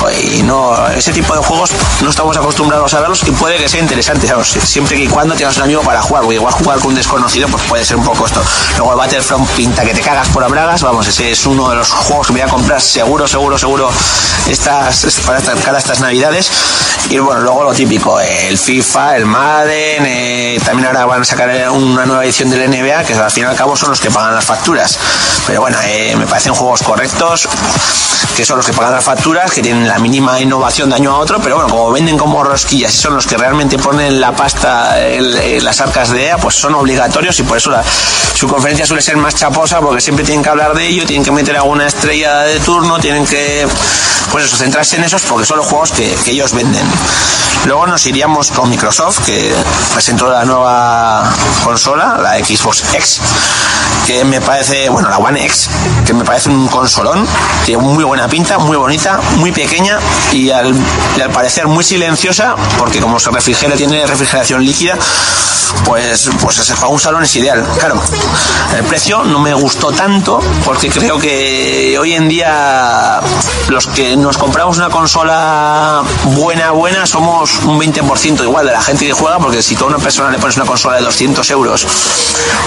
[SPEAKER 8] Joder, Y no, ese tipo de juegos no estamos acostumbrados a verlos y puede que sea interesante, ¿sabes? siempre que y cuando tengas un amigo para jugar, porque igual jugar con un desconocido pues puede ser un poco esto. Luego el Battlefront pinta que te cagas por abragas, vamos, ese es uno de los juegos que me voy a comprar seguro, seguro, seguro estas para estas, para estas navidades. Y bueno, luego lo típico, eh, el FIFA, el Madden, eh, también ahora van a sacar eh, una nueva edición del NBA, que al fin y al cabo son los que pagan las facturas. Pero bueno, eh, me parecen juegos correctos, que son los que pagan las facturas, que tienen la mínima innovación de año a otro, pero bueno, como venden como rosquillas y son los que realmente ponen la pasta en, en las arcas de EA, pues son obligatorios y por eso la- su conferencia suele ser más chaposa porque siempre tienen que hablar de ello, tienen que meter alguna estrella de turno, tienen que pues eso, centrarse en esos porque son los juegos que, que ellos venden. Luego nos iríamos con Microsoft, que presentó la nueva consola, la Xbox X, que me parece, bueno, la One X, que me parece un consolón, tiene muy buena pinta, muy bonita, muy pequeña y al, y al parecer muy silenciosa, porque como se refrigera, tiene refrigeración líquida, pues, pues ese para un salón es ideal. Claro, el precio no me gustó tanto, porque creo que hoy en día los que nos compramos una consola buena, buena, somos un 20% igual de la gente que juega, porque si tú a una persona le pones una consola de 200 euros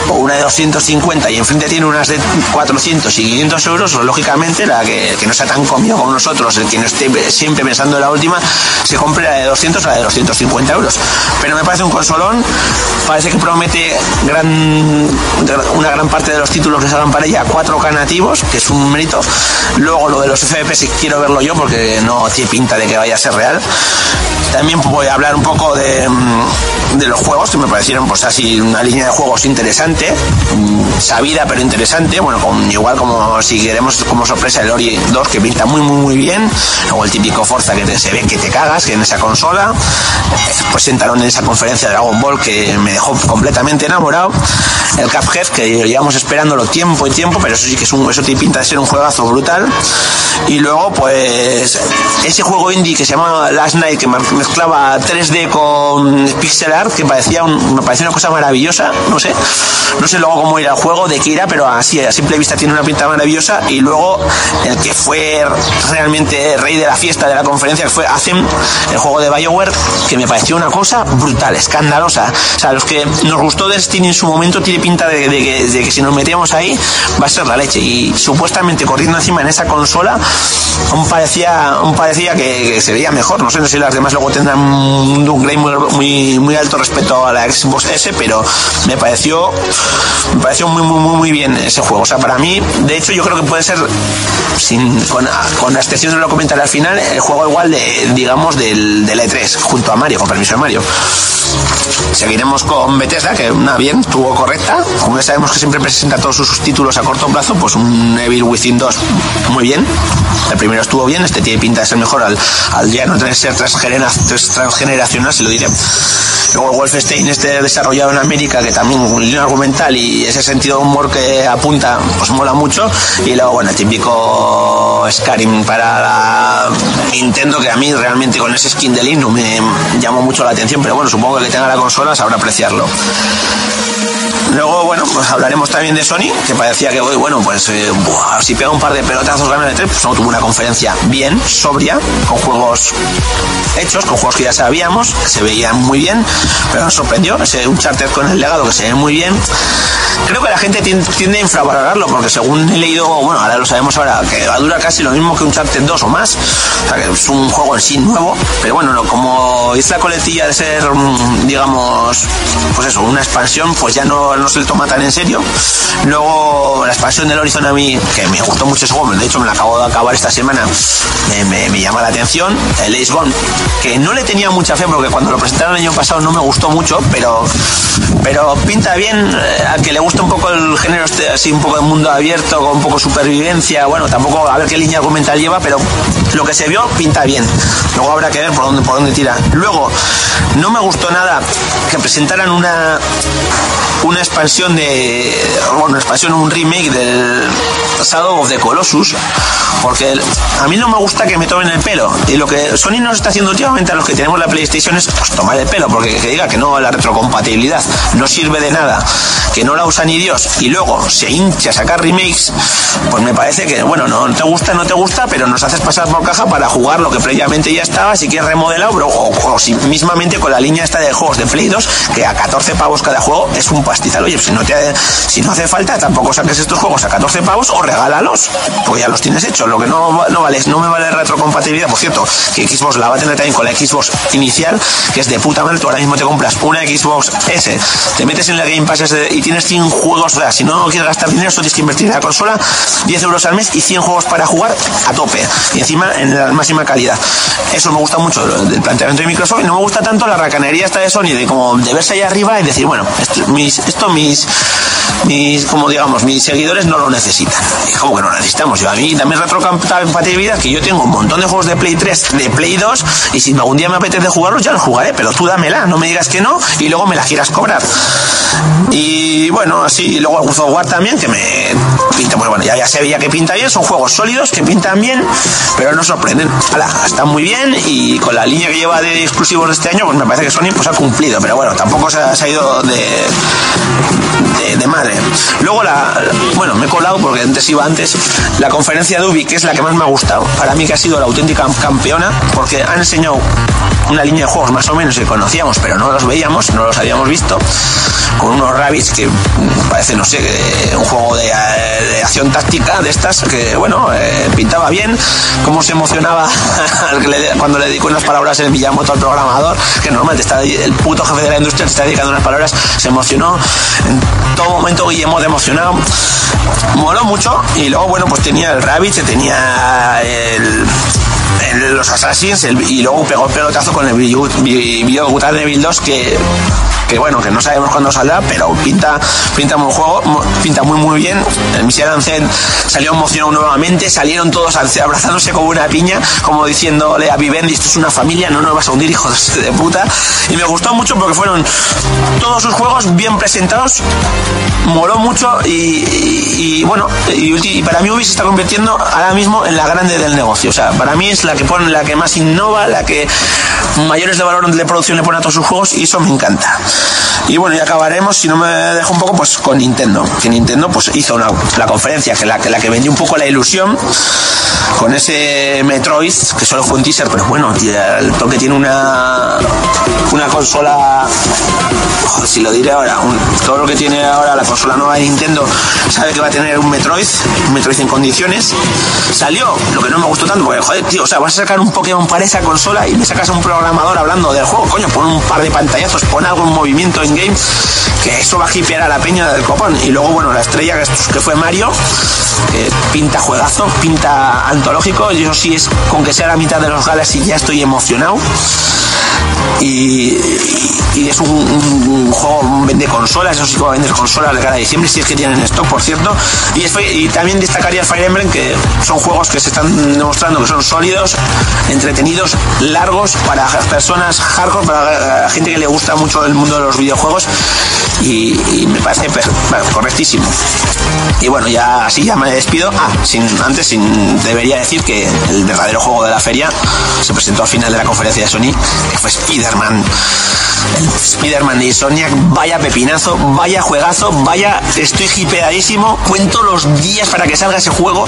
[SPEAKER 8] o una de 250 y enfrente tiene unas de 400 y 500 euros, pues, lógicamente la que, el que no sea tan comido como nosotros, el que no esté siempre pensando en la última, se compre la de 200 o la de 250 euros. Pero me parece un consolón, parece que promete gran, gra- una gran parte de los títulos que salgan para ella, 4K nativos, que es un mérito. Luego lo de los FPS quiero verlo yo porque no tiene pinta de que vaya a ser real. También voy a hablar un poco de, mm, de los juegos que me parecieron pues así una línea de juegos interesante, mm, sabida pero interesante, bueno, con, igual como si queremos como sorpresa el Ori 2 que pinta muy muy muy bien, luego el típico Forza que te- se ve que te cagas, que en esa consola, eh, pues sentaron en esa conferencia de Dragon Ball que me dejó completamente enamorado, el Cuphead que llevamos esperándolo tiempo y tiempo, pero eso sí que es un, eso te pinta de ser un juegazo brutal, y luego pues ese juego indie que se llama Last Night que mar- mezclaba 3D con pixel art que parecía un- me parecía una cosa maravillosa no sé no sé luego cómo irá el juego de qué irá pero así a simple vista tiene una pinta maravillosa y luego el que fue realmente rey de la fiesta de la conferencia que fue Hacen el juego de Bioware que me pareció una cosa brutal escandalosa o sea los que nos gustó Destiny en su momento tiene pinta de, de que, de que si nos metíamos ahí va a ser la leche y supuestamente corriendo encima en esa consola aún parecía, aún parecía que, que se veía mejor. No sé, no sé si las demás luego tendrán un downgrade muy, muy, muy alto respecto a la Xbox S, pero me pareció, me pareció muy, muy, muy, muy bien ese juego. O sea, para mí, de hecho, yo creo que puede ser, sin, con, con la excepción de lo comentaré al final, el juego igual de, digamos, del, del E3, junto a Mario, con permiso de Mario. Seguiremos con Bethesda, que una bien, tuvo correcta. Como ya sabemos que siempre presenta todos sus títulos a corto plazo, pues un Evil Within 2 muy bien. El primero estuvo bien, este tiene pinta de ser mejor al, al ya no tener ser transgenera- trans- transgeneracional, se lo diré. Luego el Wolfenstein, este desarrollado en América, que también un línea argumental y ese sentido de humor que apunta, pues mola mucho. Y luego, bueno, el típico Skyrim para la Nintendo, que a mí realmente con ese skin de Link no me llamó mucho la atención, pero bueno, supongo que el que tenga la consola sabrá apreciarlo. Luego, bueno, pues hablaremos también de Sony, que parecía que hoy, bueno, pues eh, buah, si pega un par de pelotazos gana de tres, pues no tuvo una conferencia bien, sobria, con juegos hechos, con juegos que ya sabíamos, que se veían muy bien, pero nos sorprendió ese Uncharted con el legado que se ve muy bien. Creo que la gente tien- tiende a infravalorarlo, porque según he leído, bueno, ahora lo sabemos ahora, que va a durar casi lo mismo que Uncharted 2 o más, o sea que es un juego en sí nuevo, pero bueno, no, como hizo la coletilla de ser, mm, digamos, pues eso, una expansión, pues ya no, no se le toma tan en serio. Luego, la expansión del Horizon a mí, que me gustó mucho ese juego, de hecho me la acabo de acabar esta semana, me, me- me llama la atención. El Ace Gone, que no le tenía mucha fe porque cuando lo presentaron el año pasado no me gustó mucho, pero, pero pinta bien. eh, A que le gusta un poco el género este, así un poco de mundo abierto, con un poco supervivencia, bueno, tampoco a ver qué línea argumental lleva, pero lo que se vio pinta bien. Luego habrá que ver por dónde, por dónde tira. Luego, no me gustó nada que presentaran una una expansión de bueno, una expansión, un remake del Shadow of the Colossus, porque el- a mí no me gusta que me tomen el pelo. Y lo que Sony nos está haciendo últimamente a los que tenemos la PlayStation es pues, tomar el pelo, porque que diga que no la retrocompatibilidad no sirve de nada, que no la usa ni Dios, y luego se hincha a sacar remakes, pues me parece que, bueno, no te gusta, no te gusta, pero nos haces pasar por caja para jugar lo que previamente ya estaba, si quieres remodelado, pero- o, o si mismamente con la línea esta de juegos de Play 2, que a 14 pavos cada juego es un pastizal. Oye, si no, te, si no hace falta, tampoco saques estos juegos a 14 pavos o regálalos, porque ya los tienes hechos. Lo que no, va- no vale, no me vale retrocompatibilidad, por cierto, que Xbox la va a tener también con la Xbox inicial, que es de puta madre. Tú ahora mismo te compras una Xbox S, te metes en la Game Pass SD y tienes 100 juegos. O sea, si no quieres gastar dinero, solo tienes que invertir en la consola 10 euros al mes y 100 juegos para jugar a tope y encima en la máxima calidad. Eso me gusta mucho lo del planteamiento de Microsoft y no me gusta tanto la racanería esta de Sony de como de verse ahí arriba y decir, bueno, esto mis, esto mis, mis como digamos, mis seguidores no lo necesitan. Y como que no lo necesitamos. Yo a mí también retrocompatibilidad que yo tengo un montón de juegos de Play 3, de Play 2 y si algún día me apetece jugarlos ya los jugaré, pero tú dámela, no me digas que no y luego me la quieras cobrar. Y bueno, así, y luego el God of War también, que me pinta, pues bueno, ya, ya se veía que pinta bien, son juegos sólidos que pintan bien, pero no sorprenden. Hala, están muy bien y con la línea que lleva de exclusivos de este año, pues me parece que Sony pues ha cumplido, pero bueno, tampoco se ha, se ha ido de, de, de madre. Luego la, la- bueno, me he colado porque antes iba antes, la conferencia de Ubi, que es la que más me ha gustado, para mí que ha sido la auténtica campeona, porque han enseñado una línea de juegos más o menos que conocíamos, pero no los veíamos, no los habíamos visto, con unos rabbits que mm, parece, no sé, que un juego de, eh, de acción táctica de estas, que bueno, eh, pintaba bien, cómo se emocionaba al que le- cuando le dedicó unas palabras el Villamoto al programador, que normal, te está, el puto jefe de la industria te está dedicando unas palabras, se emocionó, en todo momento Guillermo de emocionado, moló mucho, y luego, bueno, pues tenía el rabbit, que tenía el el- los Assassins el- y luego pegó el pelotazo con el Bio Bi- Bio Gutar Devil 2 que, que bueno, que no sabemos cuándo saldrá, pero pinta, pinta muy juego, mu- pinta muy muy bien. El Michel Ancel salió emocionado nuevamente, salieron todos alce- abrazándose como una piña, como diciéndole a Vivendi, esto es una familia, no nos vas a hundir, hijos de puta. Y me gustó mucho porque fueron todos sus juegos bien presentados, moló mucho y, y- y, bueno, y, ulti- y para mí Ubi se está convirtiendo ahora mismo en la grande del negocio. O sea, para mí es la que pone, la que más innova, la que mayores de valor de producción le pone a todos sus juegos y eso me encanta. Y bueno, y acabaremos, si no me dejo un poco, pues con Nintendo. Que Nintendo pues hizo una, la conferencia que la, que la que vendió un poco la ilusión con ese Metroid, que solo fue un teaser, pero bueno, tía, el toque tiene una una consola joder, si lo diré ahora, un- todo lo que tiene ahora la consola nueva de Nintendo sabe que va a tener un Metroid, un Metroid en condiciones. Salió, lo que no me gustó tanto, porque joder, tío, o sea, vas a sacar un Pokémon para esa consola y me sacas a un programador hablando del juego, coño, pon un par de pantallazos, pon algo en movimiento en game, que eso va a hipear a la peña del copón. Y luego, bueno, la estrella que es- que fue Mario, que pinta juegazo, pinta antológico, yo sí es con que sea la mitad de los Galaxy ya estoy emocionado y, y es un, un- un juego un vende consolas, eso sí que va a vender consolas de cara a diciembre, si es que tienen stock, por cierto. Y, es- y también destacaría Fire Emblem, que son juegos que se están demostrando que son sólidos, entretenidos, largos para personas hardcore, para eh, gente que le gusta mucho el mundo de los videojuegos. Y, y me parece per- correctísimo. Y bueno, ya así ya me despido. Ah, sin, antes sin, debería decir que el verdadero juego de la feria se presentó al final de la conferencia de Sony, que fue Spider-Man. El Spider-Man de Insomniac, vaya pepinazo, vaya juegazo, vaya, estoy hipeadísimo, cuento los días para que salga ese juego.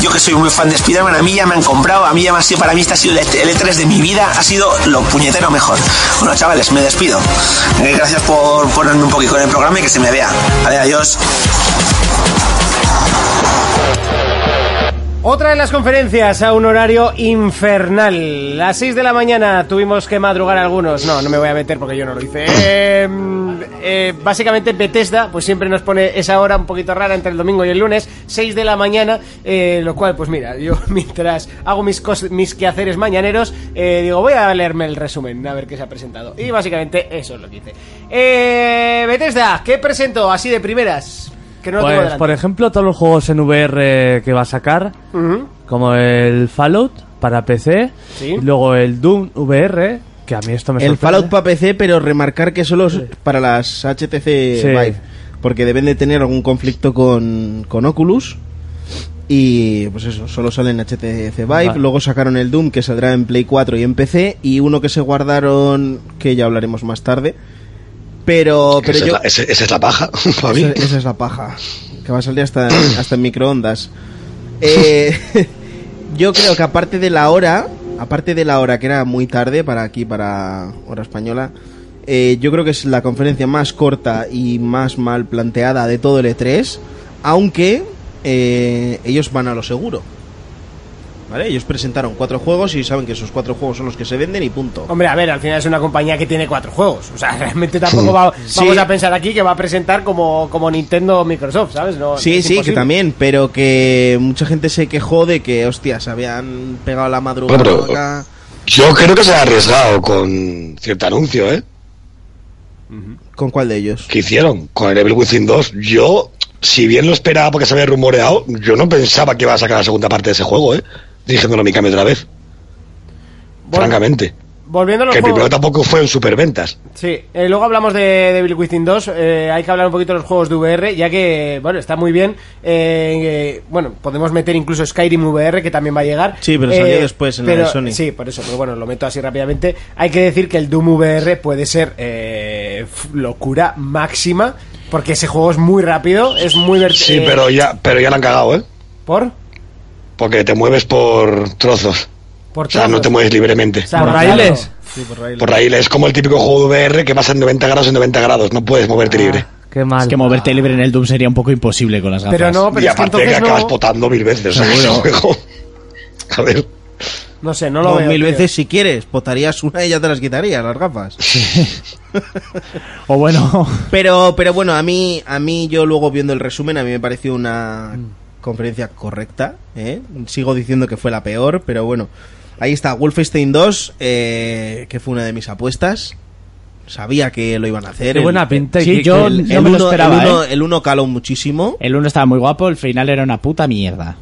[SPEAKER 8] Yo que soy muy fan de Spider-Man, a mí ya me han comprado, a mí ya me ha sido, para mí este ha sido el E3 de mi vida, ha sido lo puñetero mejor. Bueno, chavales, me despido. Eh, Gracias por ponerme un poquito en el programa y que se me vea. Vale, adiós.
[SPEAKER 2] Otra de las conferencias a un horario infernal. Las 6 de la mañana tuvimos que madrugar algunos. No, no me voy a meter porque yo no lo hice. Eh, eh, básicamente Bethesda, pues siempre nos pone esa hora un poquito rara entre el domingo y el lunes, 6 de la mañana, eh, lo cual, pues mira, yo mientras hago mis, cos- mis quehaceres mañaneros, eh, digo, voy a leerme el resumen, a ver qué se ha presentado. Y básicamente eso es lo que hice. Eh, Bethesda, ¿qué presentó así de primeras? Que no lo tengo
[SPEAKER 4] Pues,
[SPEAKER 2] delante.
[SPEAKER 4] por ejemplo, todos los juegos en VR que va a sacar,
[SPEAKER 2] Ujú.
[SPEAKER 4] como el Fallout para PC,
[SPEAKER 2] Sí.
[SPEAKER 4] y luego el Doom VR, que a mí esto me
[SPEAKER 5] El
[SPEAKER 4] sorprende.
[SPEAKER 5] Fallout para PC, pero remarcar que solo es para las HTC Vive. Porque deben de tener algún conflicto con, con Oculus. Y pues eso, solo sale en HTC Vive.
[SPEAKER 4] Vale.
[SPEAKER 5] Luego sacaron el Doom que saldrá en Play 4 y en PC. Y uno que se guardaron, que ya hablaremos más tarde. Pero, pero
[SPEAKER 1] esa,
[SPEAKER 5] yo.
[SPEAKER 1] es la, ese- esa es la paja, para mí.
[SPEAKER 5] Esa, esa es la paja. Que va a salir hasta, hasta en microondas. Eh, yo creo que aparte de la hora, aparte de la hora que era muy tarde para aquí, para hora española, eh, yo creo que es la conferencia más corta y más mal planteada de todo el E3. Aunque eh, ellos van a lo seguro. ¿Vale? Ellos presentaron cuatro juegos y saben que esos cuatro juegos son los que se venden y punto.
[SPEAKER 2] Hombre, a ver, al final es una compañía que tiene cuatro juegos. O sea, realmente tampoco va-
[SPEAKER 5] Sí.
[SPEAKER 2] vamos a pensar aquí que va a presentar como, como Nintendo o Microsoft, ¿sabes? No,
[SPEAKER 5] Sí,
[SPEAKER 2] es
[SPEAKER 5] sí, que
[SPEAKER 2] ¿eh? imposible.
[SPEAKER 5] también, pero que mucha gente se quejó de que, hostias, habían pegado la madrugada.
[SPEAKER 1] Bueno, pero-
[SPEAKER 5] acá.
[SPEAKER 1] Yo creo que se ha arriesgado con cierto anuncio, ¿eh?
[SPEAKER 5] ¿Con cuál de ellos?
[SPEAKER 1] que hicieron con el Evil Within 2, yo, si bien lo esperaba porque se había rumoreado, yo no pensaba que iba a sacar la segunda parte de ese juego, ¿eh? Diciéndolo mi cambio otra vez,
[SPEAKER 2] Vol-
[SPEAKER 1] francamente.
[SPEAKER 2] Volviendo a los
[SPEAKER 1] Que el
[SPEAKER 2] juegos.
[SPEAKER 1] primero tampoco fue en superventas.
[SPEAKER 2] Sí, eh, luego hablamos de Devil Within 2. eh, hay que hablar un poquito de los juegos de VR, ya que, bueno, está muy bien. eh, eh, bueno, podemos meter incluso Skyrim VR, que también va a llegar. Eh,
[SPEAKER 5] Sí, pero salió después en la
[SPEAKER 2] pero-
[SPEAKER 5] de Sony.
[SPEAKER 2] Sí, por eso, pero bueno, lo meto así rápidamente. Hay que decir que el Doom VR puede ser eh, f- locura máxima, porque ese juego es muy rápido, es muy vertical.
[SPEAKER 1] Sí, pero ya, pero ya la han cagado, ¿eh?
[SPEAKER 2] ¿Por?
[SPEAKER 1] Porque te mueves por trozos.
[SPEAKER 2] Por
[SPEAKER 1] O sea, no
[SPEAKER 2] trozos.
[SPEAKER 1] te mueves libremente.
[SPEAKER 2] O sea,
[SPEAKER 4] ¿Por
[SPEAKER 2] claro.
[SPEAKER 4] raíles?
[SPEAKER 1] Por ahí es como el típico juego de VR que vas en 90 grados en 90 grados, no puedes moverte
[SPEAKER 2] Ah.
[SPEAKER 1] libre.
[SPEAKER 4] Ah, Qué mal.
[SPEAKER 6] Es que moverte libre en el Doom sería un poco imposible con las gafas.
[SPEAKER 2] Pero no, pero
[SPEAKER 1] y
[SPEAKER 2] es que
[SPEAKER 1] aparte que
[SPEAKER 2] entonces
[SPEAKER 1] acabas
[SPEAKER 2] no,
[SPEAKER 1] potando mil veces.
[SPEAKER 6] Seguro.
[SPEAKER 1] ese juego. A ver,
[SPEAKER 2] no sé, no lo
[SPEAKER 5] Con
[SPEAKER 2] veo.
[SPEAKER 5] mil
[SPEAKER 2] tío.
[SPEAKER 5] veces si quieres, potarías una y ya te las quitarías, las gafas.
[SPEAKER 6] O bueno,
[SPEAKER 5] Pero, pero bueno, a mí, a mí yo luego viendo el resumen, a mí me pareció una conferencia correcta. ¿eh? Sigo diciendo que fue la peor, pero bueno. Ahí está, Wolfenstein 2, eh, que fue una de mis apuestas. Sabía que lo iban a hacer.
[SPEAKER 4] Qué
[SPEAKER 5] El-
[SPEAKER 4] buena pinta. y
[SPEAKER 6] Sí,
[SPEAKER 4] qué-
[SPEAKER 6] yo-
[SPEAKER 4] qué-
[SPEAKER 5] El,
[SPEAKER 6] No me lo
[SPEAKER 5] uno-
[SPEAKER 6] esperaba,
[SPEAKER 5] el uno- ¿eh? el uno caló muchísimo.
[SPEAKER 6] El uno estaba muy guapo, el final era una puta mierda.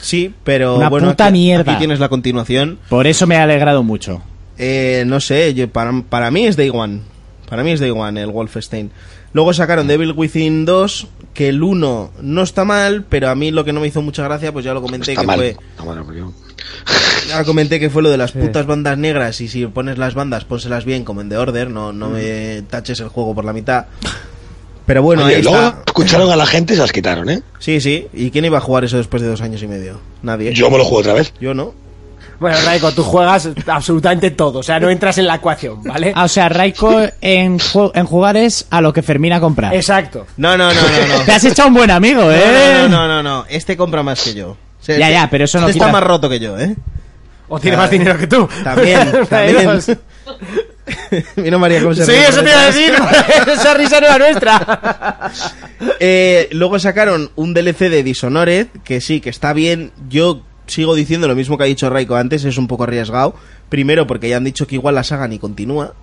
[SPEAKER 5] Sí, pero
[SPEAKER 6] Una
[SPEAKER 5] bueno,
[SPEAKER 6] puta
[SPEAKER 5] aquí-
[SPEAKER 6] mierda.
[SPEAKER 5] aquí tienes la continuación.
[SPEAKER 6] Por eso me ha alegrado mucho.
[SPEAKER 5] Eh, no sé, yo- para, para mí es Day One. Para mí es Day One el Wolfenstein. Luego sacaron
[SPEAKER 6] Mm.
[SPEAKER 5] Devil Within 2, que el 1 no está mal, pero a mí lo que no me hizo mucha gracia, pues ya lo comenté,
[SPEAKER 1] Está
[SPEAKER 5] que
[SPEAKER 1] mal.
[SPEAKER 5] fue,
[SPEAKER 1] Está mal, porque yo-
[SPEAKER 5] ya comenté que fue lo de las putas bandas negras y si pones las bandas, pónselas bien como en The Order, no, no
[SPEAKER 6] Mm.
[SPEAKER 5] me taches el juego por la mitad. Pero bueno,
[SPEAKER 1] Oye,
[SPEAKER 5] ahí
[SPEAKER 1] luego
[SPEAKER 5] está.
[SPEAKER 1] escucharon a la gente y se las quitaron, ¿eh?
[SPEAKER 5] Sí, sí. ¿Y quién iba a jugar eso después de dos años y medio? Nadie.
[SPEAKER 1] Yo me lo juego otra vez.
[SPEAKER 5] Yo no.
[SPEAKER 2] Bueno, Raico, tú juegas absolutamente todo, o sea, no entras en la ecuación, ¿vale?
[SPEAKER 6] Ah, o sea, Raiko en, ju- en jugar es a lo que Fermín ha
[SPEAKER 5] Ah.
[SPEAKER 6] comprado.
[SPEAKER 2] Exacto.
[SPEAKER 5] No, no, no, no, no.
[SPEAKER 6] Te has hecho un buen amigo, ¿eh?
[SPEAKER 5] No, no, no, no, no. Este compra más que yo. O sea,
[SPEAKER 6] Ya,
[SPEAKER 5] este-
[SPEAKER 6] ya, pero eso no
[SPEAKER 5] este
[SPEAKER 6] quita-
[SPEAKER 5] está más roto que yo, ¿eh?
[SPEAKER 2] O tiene
[SPEAKER 5] Claro.
[SPEAKER 2] más dinero que tú.
[SPEAKER 5] También, también.
[SPEAKER 2] Sí,
[SPEAKER 5] Mira María cómo se ríe.
[SPEAKER 2] eso te iba a decir. Esa risa no era nuestra.
[SPEAKER 5] Eh, luego sacaron un DLC de Dishonored, que sí, que está bien. Yo sigo diciendo lo mismo que ha dicho Raiko antes, es un poco arriesgado. Primero porque ya han dicho que igual la saga ni continúa,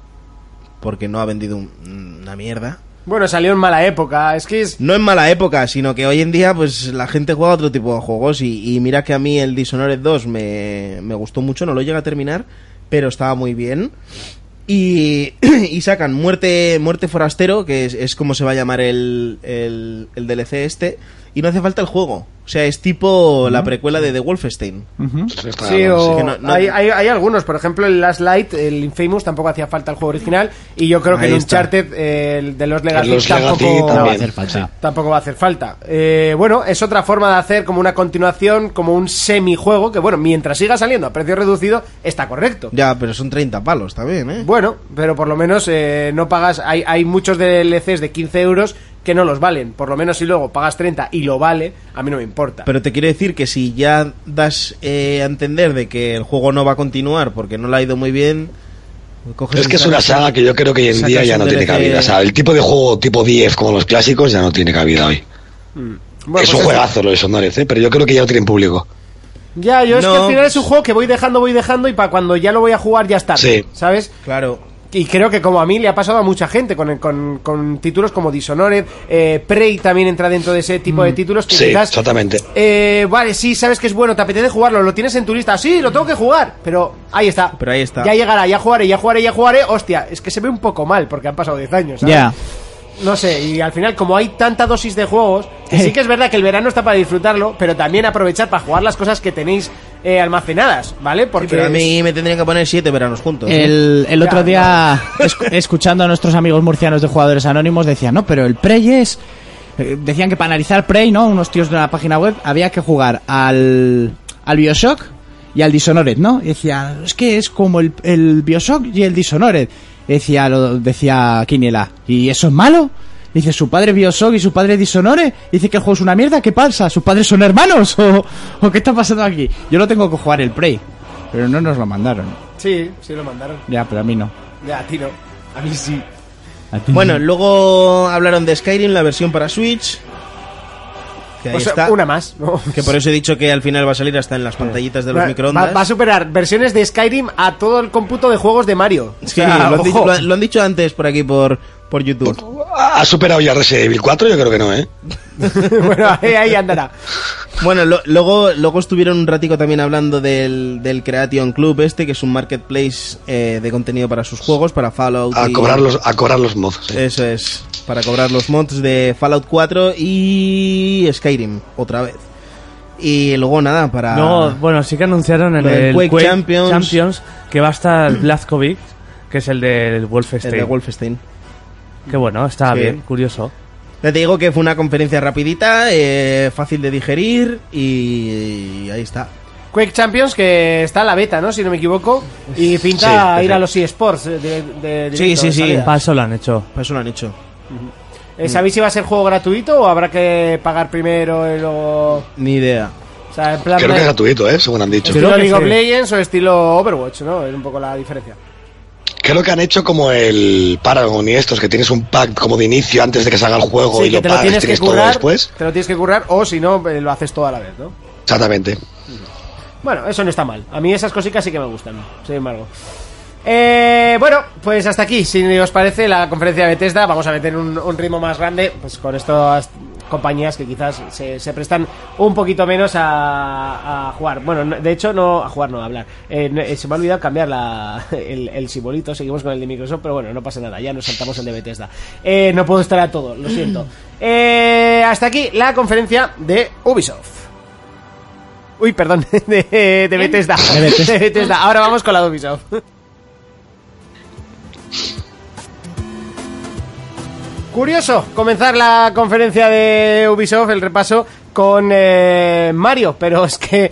[SPEAKER 5] porque no ha vendido un- una mierda.
[SPEAKER 2] Bueno, salió en mala época. Es que es.
[SPEAKER 5] No en mala época, sino que hoy en día pues la gente juega otro tipo de juegos y, y mira que a mí el Dishonored 2 me, me gustó mucho, no lo llega a terminar, pero estaba muy bien. Y, y sacan Muerte, Muerte Forastero, que es, es como se va a llamar el, el, el DLC este, y no hace falta el juego. O sea, es tipo la precuela de The Wolfenstein.
[SPEAKER 1] Está-
[SPEAKER 2] Sí, o
[SPEAKER 5] que no- no-
[SPEAKER 2] Hay, hay- hay algunos, por ejemplo, el Last Light, el Infamous, tampoco hacía falta el juego original. Y yo creo que
[SPEAKER 5] Ahí
[SPEAKER 2] el
[SPEAKER 5] está.
[SPEAKER 2] Uncharted, eh, el de los
[SPEAKER 1] El
[SPEAKER 2] Legacy,
[SPEAKER 1] Lost Legacy
[SPEAKER 2] tampoco,
[SPEAKER 1] también.
[SPEAKER 6] No va a hacer falta.
[SPEAKER 2] tampoco va a hacer falta. Eh, bueno, es otra forma de hacer como una continuación, como un semijuego, que bueno, mientras siga saliendo a precio reducido, está correcto.
[SPEAKER 5] Ya, pero son 30 palos también, ¿eh?
[SPEAKER 2] Bueno, pero por lo menos eh, no pagas. Hay, hay muchos DLCs de 15 euros que no los valen. Por lo menos si luego pagas 30 y lo vale, a mí no me importa.
[SPEAKER 5] Pero te quiero decir que si ya das eh, a entender de que el juego no va a continuar porque no le ha ido muy bien...
[SPEAKER 2] pues
[SPEAKER 5] pues coges
[SPEAKER 1] Es que
[SPEAKER 5] un
[SPEAKER 1] es una
[SPEAKER 5] Uncharted-
[SPEAKER 1] saga que yo creo que hoy en
[SPEAKER 5] sacas
[SPEAKER 1] día ya
[SPEAKER 5] un
[SPEAKER 1] no tiene
[SPEAKER 5] DLC.
[SPEAKER 1] cabida. O sea, el tipo de juego tipo 10 como los clásicos ya no tiene cabida hoy.
[SPEAKER 2] Bueno,
[SPEAKER 1] es
[SPEAKER 2] pues
[SPEAKER 1] un
[SPEAKER 2] eso.
[SPEAKER 1] juegazo lo de Sonores, ¿eh? pero yo creo que ya no tienen público.
[SPEAKER 2] Ya, yo es
[SPEAKER 5] No.
[SPEAKER 2] que al final es un juego que voy dejando, voy dejando y para cuando ya lo voy a jugar ya está.
[SPEAKER 1] Sí.
[SPEAKER 2] ¿Sabes?
[SPEAKER 5] Claro,
[SPEAKER 2] Y creo que como a mí le ha pasado a mucha gente con, con, con títulos como Dishonored, eh, Prey también entra dentro de ese tipo de títulos que
[SPEAKER 1] Mm. Sí,
[SPEAKER 2] quizás...
[SPEAKER 1] exactamente.
[SPEAKER 2] eh, vale, sí, sabes que es bueno, te apetece jugarlo, lo tienes en tu lista, sí, lo tengo que jugar, pero ahí está.
[SPEAKER 5] Pero ahí está.
[SPEAKER 2] Ya llegará, ya jugaré, ya jugaré, ya jugaré, hostia, es que se ve un poco mal porque han pasado 10 años. ¿sabes?
[SPEAKER 6] Ya.
[SPEAKER 2] No sé, y al final como hay tanta dosis de juegos, que sí que es verdad que el verano está para disfrutarlo, pero también aprovechar para jugar las cosas que tenéis eh, almacenadas, ¿vale? Porque...
[SPEAKER 5] pero a mí me tendrían que poner siete veranos juntos. ¿eh?
[SPEAKER 6] El, el otro
[SPEAKER 2] Ya,
[SPEAKER 6] día, esc- escuchando a nuestros amigos murcianos de jugadores anónimos, decían, no, pero el Prey es... eh, Decían que para analizar Prey, ¿no? Unos tíos de la página web, había que jugar al, al Bioshock y al Dishonored, ¿no? Y decían, es que es como el, el Bioshock y el Dishonored. Y Decía, lo, decía Quiniela, ¿y eso es malo? Dice, su padre Bioshock y su padre Dishonored. Dice que el juego es una mierda, ¿qué pasa? ¿Sus padres son hermanos? ¿O, o qué está pasando aquí? Yo lo tengo que jugar el Prey, pero no nos lo mandaron.
[SPEAKER 2] Sí, sí lo mandaron.
[SPEAKER 6] Ya, pero a mí no.
[SPEAKER 2] Ya, a ti no. A mí sí.
[SPEAKER 5] Bueno, luego hablaron de Skyrim, la versión para Switch. Que ahí
[SPEAKER 2] O sea,
[SPEAKER 5] está.
[SPEAKER 2] una más, ¿no?
[SPEAKER 5] Que por eso he dicho que al final va a salir hasta en las pantallitas de los
[SPEAKER 2] Va-
[SPEAKER 5] microondas.
[SPEAKER 2] Va, va a superar versiones de Skyrim a todo el cómputo de juegos de Mario. O
[SPEAKER 5] Sí,
[SPEAKER 2] sea,
[SPEAKER 5] lo, han
[SPEAKER 2] ojo.
[SPEAKER 5] dicho, lo han- lo han dicho antes por aquí, por, por YouTube.
[SPEAKER 1] ¿Ha superado ya Resident Evil 4? Yo creo que no, ¿eh?
[SPEAKER 2] bueno, ahí, ahí andará.
[SPEAKER 5] Bueno, lo- luego, luego estuvieron un ratico también hablando del, del Creation Club este, que es un marketplace eh, de contenido para sus juegos, para Fallout.
[SPEAKER 1] A
[SPEAKER 5] y-
[SPEAKER 1] Ah, cobrar los, a cobrar los mods. sí.
[SPEAKER 5] Eso es, para cobrar los mods de Fallout 4 y Skyrim, otra vez. Y luego nada, para...
[SPEAKER 4] No, bueno, sí que anunciaron en
[SPEAKER 5] Lo del
[SPEAKER 4] el
[SPEAKER 5] Quake
[SPEAKER 4] Quake,
[SPEAKER 5] Champions.
[SPEAKER 4] Champions. que va a estar Blazkowicz, que es el del Wolfenstein.
[SPEAKER 5] el de Wolfenstein.
[SPEAKER 4] Que bueno, está
[SPEAKER 5] Sí.
[SPEAKER 4] bien, curioso.
[SPEAKER 5] Ya te digo que fue una conferencia rapidita, eh, fácil de digerir y ahí está.
[SPEAKER 2] Quake Champions, que está en la beta, ¿no? Si no me equivoco. Y pinta
[SPEAKER 1] Sí,
[SPEAKER 2] ir a
[SPEAKER 1] sí.
[SPEAKER 2] los eSports. De, de- de directo,
[SPEAKER 5] Sí, sí,
[SPEAKER 2] de
[SPEAKER 5] sí.
[SPEAKER 2] salida.
[SPEAKER 4] Para eso lo han hecho.
[SPEAKER 5] Para eso lo han hecho.
[SPEAKER 2] Eh, ¿Sabéis si va a ser juego gratuito o habrá que pagar primero y luego...?
[SPEAKER 5] Ni idea.
[SPEAKER 2] O sea, en plan...
[SPEAKER 1] Creo que
[SPEAKER 2] de-
[SPEAKER 1] es gratuito, ¿eh? Según han dicho.
[SPEAKER 2] estilo
[SPEAKER 4] Creo que
[SPEAKER 2] League of
[SPEAKER 4] sí.
[SPEAKER 2] Legends o estilo Overwatch, ¿no? Es un poco la diferencia.
[SPEAKER 1] Creo que han hecho como el Paragon y estos, que tienes un pack como de inicio antes de que salga el juego y
[SPEAKER 2] que
[SPEAKER 1] lo
[SPEAKER 2] te lo
[SPEAKER 1] pagas,
[SPEAKER 2] tienes
[SPEAKER 1] tienes,
[SPEAKER 2] que
[SPEAKER 1] todo
[SPEAKER 2] currar,
[SPEAKER 1] después.
[SPEAKER 2] te lo tienes que currar o si no eh, lo haces todo a la vez, ¿no?
[SPEAKER 1] Exactamente.
[SPEAKER 2] Bueno, eso no está mal. A mí esas cositas sí que me gustan, sin embargo. Eh, bueno, pues hasta aquí, si os parece, la conferencia de Bethesda. Vamos a meter un, un ritmo más grande pues con estas compañías que quizás se, se prestan un poquito menos a, a jugar. Bueno, no- de hecho, no a jugar, no a hablar. Eh, no, eh, se me ha olvidado cambiar la- el, el simbolito. Seguimos con el de Microsoft, pero bueno, no pasa nada. Ya nos saltamos el de Bethesda. Eh, no puedo estar a todo, lo siento. Eh, hasta aquí la conferencia de Ubisoft. Uy, perdón, de, de Bethesda.
[SPEAKER 6] De Bethesda.
[SPEAKER 2] De Bethesda. Ahora vamos con la de Ubisoft. Curioso comenzar la conferencia de Ubisoft, el repaso, con eh, Mario, pero es que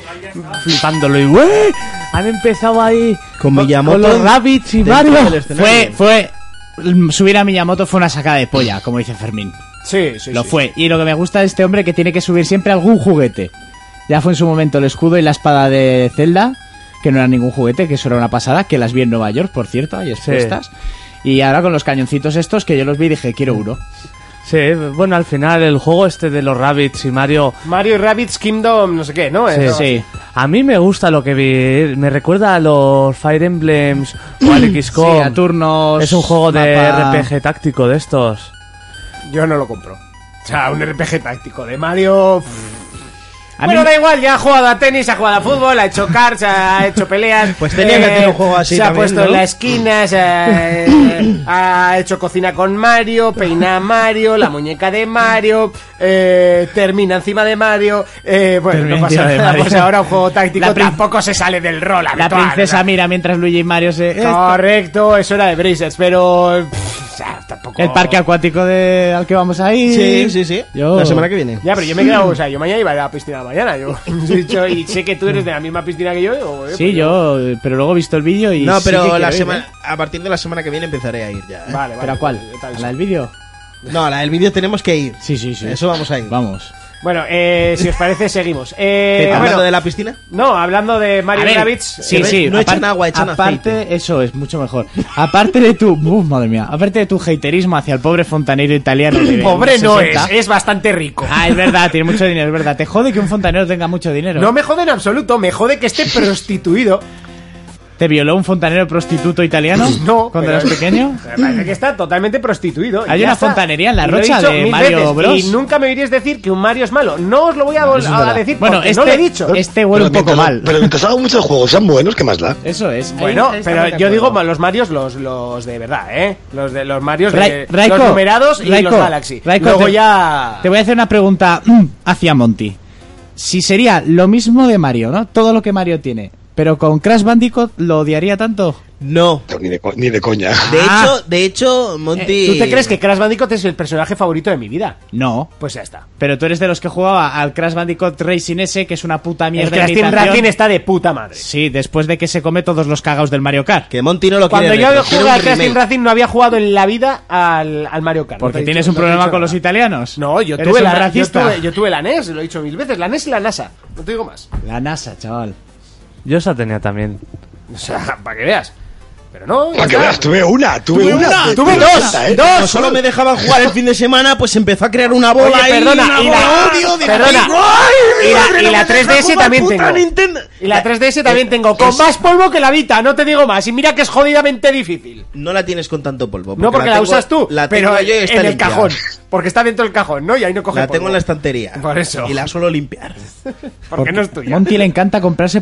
[SPEAKER 4] flipándolo y ¡Ué! Han empezado ahí
[SPEAKER 5] Con Miyamoto.
[SPEAKER 4] los rabbits y
[SPEAKER 5] Dentro
[SPEAKER 4] Mario.
[SPEAKER 5] del escenario.
[SPEAKER 4] Fue,
[SPEAKER 3] Fue.
[SPEAKER 5] Fue-
[SPEAKER 3] Subir a Miyamoto fue una sacada de polla, como dice Fermín.
[SPEAKER 2] sí, sí,
[SPEAKER 3] Lo
[SPEAKER 2] sí.
[SPEAKER 3] fue. Y lo que me gusta de este hombre que tiene que subir siempre algún juguete.
[SPEAKER 6] Ya fue en su momento el escudo y la espada de Zelda, que no era ningún juguete, que eso era una pasada, que las vi en Nueva York, por cierto, ahí expuestas. Y ahora con los cañoncitos estos que yo los vi y dije, quiero uno.
[SPEAKER 4] Sí, bueno, al final el juego este de los rabbits y Mario.
[SPEAKER 2] Mario y Rabbids Kingdom, no sé qué, ¿no? Eh,
[SPEAKER 4] Sí,
[SPEAKER 2] Eso.
[SPEAKER 4] sí. A mí me gusta lo que vi. Me recuerda a los Fire Emblems o al
[SPEAKER 6] Sí,
[SPEAKER 4] XCOM.
[SPEAKER 6] a turnos.
[SPEAKER 4] es un juego de
[SPEAKER 6] mapa.
[SPEAKER 4] RPG táctico de estos.
[SPEAKER 2] Yo no lo compro. O sea, un RPG táctico de Mario. pff.
[SPEAKER 6] A
[SPEAKER 2] bueno,
[SPEAKER 6] mí-
[SPEAKER 2] da igual, ya ha jugado a tenis, ha jugado a fútbol, ha hecho cars, ha hecho peleas. eh,
[SPEAKER 5] Pues tenía que hacer un juego así
[SPEAKER 2] Se ha
[SPEAKER 5] también,
[SPEAKER 2] puesto en
[SPEAKER 5] ¿no?
[SPEAKER 2] la esquina, se ha, eh, ha hecho cocina con Mario, peina a Mario, la muñeca de Mario, eh, termina encima de Mario. eh, bueno,
[SPEAKER 3] Termina
[SPEAKER 2] no pasa
[SPEAKER 3] encima de
[SPEAKER 2] nada,
[SPEAKER 3] Mario.
[SPEAKER 2] pues ahora un juego táctico
[SPEAKER 3] La prin-
[SPEAKER 2] tampoco se sale del rol
[SPEAKER 3] La
[SPEAKER 2] habitual,
[SPEAKER 3] princesa
[SPEAKER 2] o sea.
[SPEAKER 3] mira mientras Luigi y Mario se.
[SPEAKER 2] Correcto, eso era de Brazers, pero. pff, o sea, tampoco.
[SPEAKER 3] El parque acuático de al que vamos a ir.
[SPEAKER 5] Sí, sí, sí.
[SPEAKER 3] eh, Yo-
[SPEAKER 5] La semana que viene.
[SPEAKER 2] Ya, pero yo me he quedado, o sea, yo mañana iba a la piscina de la mañana, yo. Yo he dicho, y sé que tú eres de la misma piscina que yo. digo, eh,
[SPEAKER 3] Sí,
[SPEAKER 2] pues
[SPEAKER 3] yo, pero luego he visto el vídeo y.
[SPEAKER 5] No,
[SPEAKER 3] sí que
[SPEAKER 5] pero
[SPEAKER 3] quiero
[SPEAKER 5] la
[SPEAKER 3] ir,
[SPEAKER 5] semana,
[SPEAKER 3] ¿eh?
[SPEAKER 5] a partir de la semana que viene empezaré a ir ya. ¿eh?
[SPEAKER 2] Vale, vale.
[SPEAKER 3] ¿Pero a cuál?
[SPEAKER 2] yo
[SPEAKER 3] ¿A
[SPEAKER 2] tal-
[SPEAKER 3] la del vídeo?
[SPEAKER 5] No, la del vídeo tenemos que ir.
[SPEAKER 3] Sí, sí, sí.
[SPEAKER 5] Eso vamos a ir.
[SPEAKER 3] Vamos.
[SPEAKER 2] Bueno, eh, si os parece, seguimos. Eh,
[SPEAKER 5] ¿Hablando
[SPEAKER 2] bueno,
[SPEAKER 5] de la piscina?
[SPEAKER 2] no, hablando de
[SPEAKER 3] A
[SPEAKER 2] Mario eh,
[SPEAKER 3] ver,
[SPEAKER 2] Rabbits.
[SPEAKER 3] sí,
[SPEAKER 5] que no-
[SPEAKER 3] sí.
[SPEAKER 5] eh, no echan
[SPEAKER 3] aparte-
[SPEAKER 5] agua, echan
[SPEAKER 3] Aparte,
[SPEAKER 5] aceite.
[SPEAKER 3] eso es mucho mejor. Aparte de tu. Uf, madre mía. Aparte de tu haterismo hacia el pobre fontanero italiano. de
[SPEAKER 2] Pobre
[SPEAKER 3] los
[SPEAKER 2] no es,
[SPEAKER 5] eh.
[SPEAKER 3] 60.
[SPEAKER 2] eh, es bastante rico.
[SPEAKER 3] Ah, es verdad, tiene mucho dinero, es verdad. Te jode que un fontanero tenga mucho dinero.
[SPEAKER 2] No me jode en absoluto, me jode que esté prostituido.
[SPEAKER 3] ¿Te violó un fontanero prostituto italiano?
[SPEAKER 2] No.
[SPEAKER 3] Cuando
[SPEAKER 2] pero-
[SPEAKER 3] eras pequeño.
[SPEAKER 2] Me parece que está totalmente prostituido. y
[SPEAKER 3] Hay
[SPEAKER 2] ya
[SPEAKER 3] una
[SPEAKER 2] está.
[SPEAKER 3] fontanería en La
[SPEAKER 2] Y lo he
[SPEAKER 3] Rocha
[SPEAKER 2] dicho
[SPEAKER 3] de
[SPEAKER 2] mil
[SPEAKER 3] Mario
[SPEAKER 2] veces,
[SPEAKER 3] Bros.
[SPEAKER 2] Y nunca me oiréis decir que un Mario es malo. No os lo voy a, vol-
[SPEAKER 6] Eso es
[SPEAKER 2] a
[SPEAKER 6] verdad.
[SPEAKER 2] decir
[SPEAKER 3] Bueno,
[SPEAKER 2] porque
[SPEAKER 3] este,
[SPEAKER 2] no lo he dicho.
[SPEAKER 3] este huele un
[SPEAKER 1] Pero
[SPEAKER 3] poco
[SPEAKER 1] mientras-
[SPEAKER 3] mal.
[SPEAKER 1] Pero mientras hago muchos juegos sean buenos, ¿qué más da?
[SPEAKER 3] Eso es. Ahí-
[SPEAKER 2] Bueno,
[SPEAKER 3] ahí estamos
[SPEAKER 2] pero
[SPEAKER 3] de
[SPEAKER 2] yo digo
[SPEAKER 3] acuerdo.
[SPEAKER 2] los Marios, los, los de verdad, ¿eh? Los de los Marios, de,
[SPEAKER 3] Rai- Raiko,
[SPEAKER 2] eh, los numerados y
[SPEAKER 3] Raiko,
[SPEAKER 2] los Galaxy.
[SPEAKER 3] Raiko,
[SPEAKER 2] Luego
[SPEAKER 3] te-
[SPEAKER 2] ya.
[SPEAKER 3] Te voy a hacer una pregunta mm, hacia Monty. Si sería lo mismo de Mario, ¿no? Todo lo que Mario tiene. Pero con Crash Bandicoot lo odiaría tanto.
[SPEAKER 5] No.
[SPEAKER 1] Pero Ni de, co- ni de coña.
[SPEAKER 5] De
[SPEAKER 3] Ah.
[SPEAKER 5] hecho, de hecho, Monty.
[SPEAKER 2] ¿Tú te crees que Crash Bandicoot es el personaje favorito de mi vida?
[SPEAKER 3] No.
[SPEAKER 2] Pues ya está.
[SPEAKER 3] Pero tú eres de los que jugaba al Crash Bandicoot Racing S, que es una puta
[SPEAKER 2] El
[SPEAKER 3] mierda.
[SPEAKER 2] Crash Team
[SPEAKER 3] imitación.
[SPEAKER 2] Racing está de puta madre.
[SPEAKER 3] Sí, después de que se come todos los cagaos del Mario Kart.
[SPEAKER 5] Que Monty no lo
[SPEAKER 2] Cuando
[SPEAKER 5] quiere.
[SPEAKER 2] yo
[SPEAKER 5] retro, quiere
[SPEAKER 2] jugué al
[SPEAKER 5] un
[SPEAKER 2] Crash Team
[SPEAKER 5] remake.
[SPEAKER 2] Racing no había jugado en la vida al, al Mario Kart. No
[SPEAKER 3] Porque
[SPEAKER 2] te he
[SPEAKER 3] tienes
[SPEAKER 2] dicho-
[SPEAKER 3] un
[SPEAKER 2] no te he
[SPEAKER 3] problema
[SPEAKER 2] dicho
[SPEAKER 3] con los
[SPEAKER 2] nada.
[SPEAKER 3] italianos.
[SPEAKER 2] No, yo
[SPEAKER 3] Eres
[SPEAKER 2] tuve,
[SPEAKER 3] un
[SPEAKER 2] la, yo,
[SPEAKER 3] racista.
[SPEAKER 2] tuve, yo tuve la NES, lo he dicho mil veces, la NES y la NASA. No te digo más.
[SPEAKER 3] La NASA, chaval.
[SPEAKER 4] Yo esa tenía también.
[SPEAKER 2] O sea, para que veas. Pero no. ya
[SPEAKER 1] Para que
[SPEAKER 2] está.
[SPEAKER 1] veas, tuve una, tuve,
[SPEAKER 2] Tuve
[SPEAKER 1] una.
[SPEAKER 2] una,
[SPEAKER 1] te-
[SPEAKER 2] tuve
[SPEAKER 1] te-
[SPEAKER 2] dos,
[SPEAKER 1] te- ¿eh?
[SPEAKER 5] No solo me dejaban jugar el fin de semana, pues empezó a crear una
[SPEAKER 2] Oye,
[SPEAKER 5] bola ahí,
[SPEAKER 2] perdona,
[SPEAKER 5] una
[SPEAKER 2] y
[SPEAKER 5] bola
[SPEAKER 2] la,
[SPEAKER 5] odio de
[SPEAKER 2] perdona,
[SPEAKER 5] amigo. ¡Ay,
[SPEAKER 2] y la-
[SPEAKER 5] madre,
[SPEAKER 2] y la
[SPEAKER 5] no me deja
[SPEAKER 2] 3DS
[SPEAKER 5] jugar,
[SPEAKER 2] también
[SPEAKER 5] puta
[SPEAKER 2] tengo.
[SPEAKER 5] Nintendo.
[SPEAKER 2] Y la 3DS también tengo. Con más polvo que la Vita, no te digo más. Y mira que es jodidamente difícil.
[SPEAKER 5] No la tienes con tanto polvo.
[SPEAKER 2] No porque la,
[SPEAKER 5] tengo-
[SPEAKER 2] usas tú,
[SPEAKER 5] la tengo
[SPEAKER 2] pero
[SPEAKER 5] yo y está
[SPEAKER 2] en el
[SPEAKER 5] limpia.
[SPEAKER 2] cajón. Porque está dentro del cajón, ¿no? Y ahí no coge
[SPEAKER 5] La tengo
[SPEAKER 2] polvo.
[SPEAKER 5] en la estantería.
[SPEAKER 2] Por eso.
[SPEAKER 5] Y la suelo limpiar.
[SPEAKER 2] Porque no es tuya.
[SPEAKER 3] Monty le encanta comprarse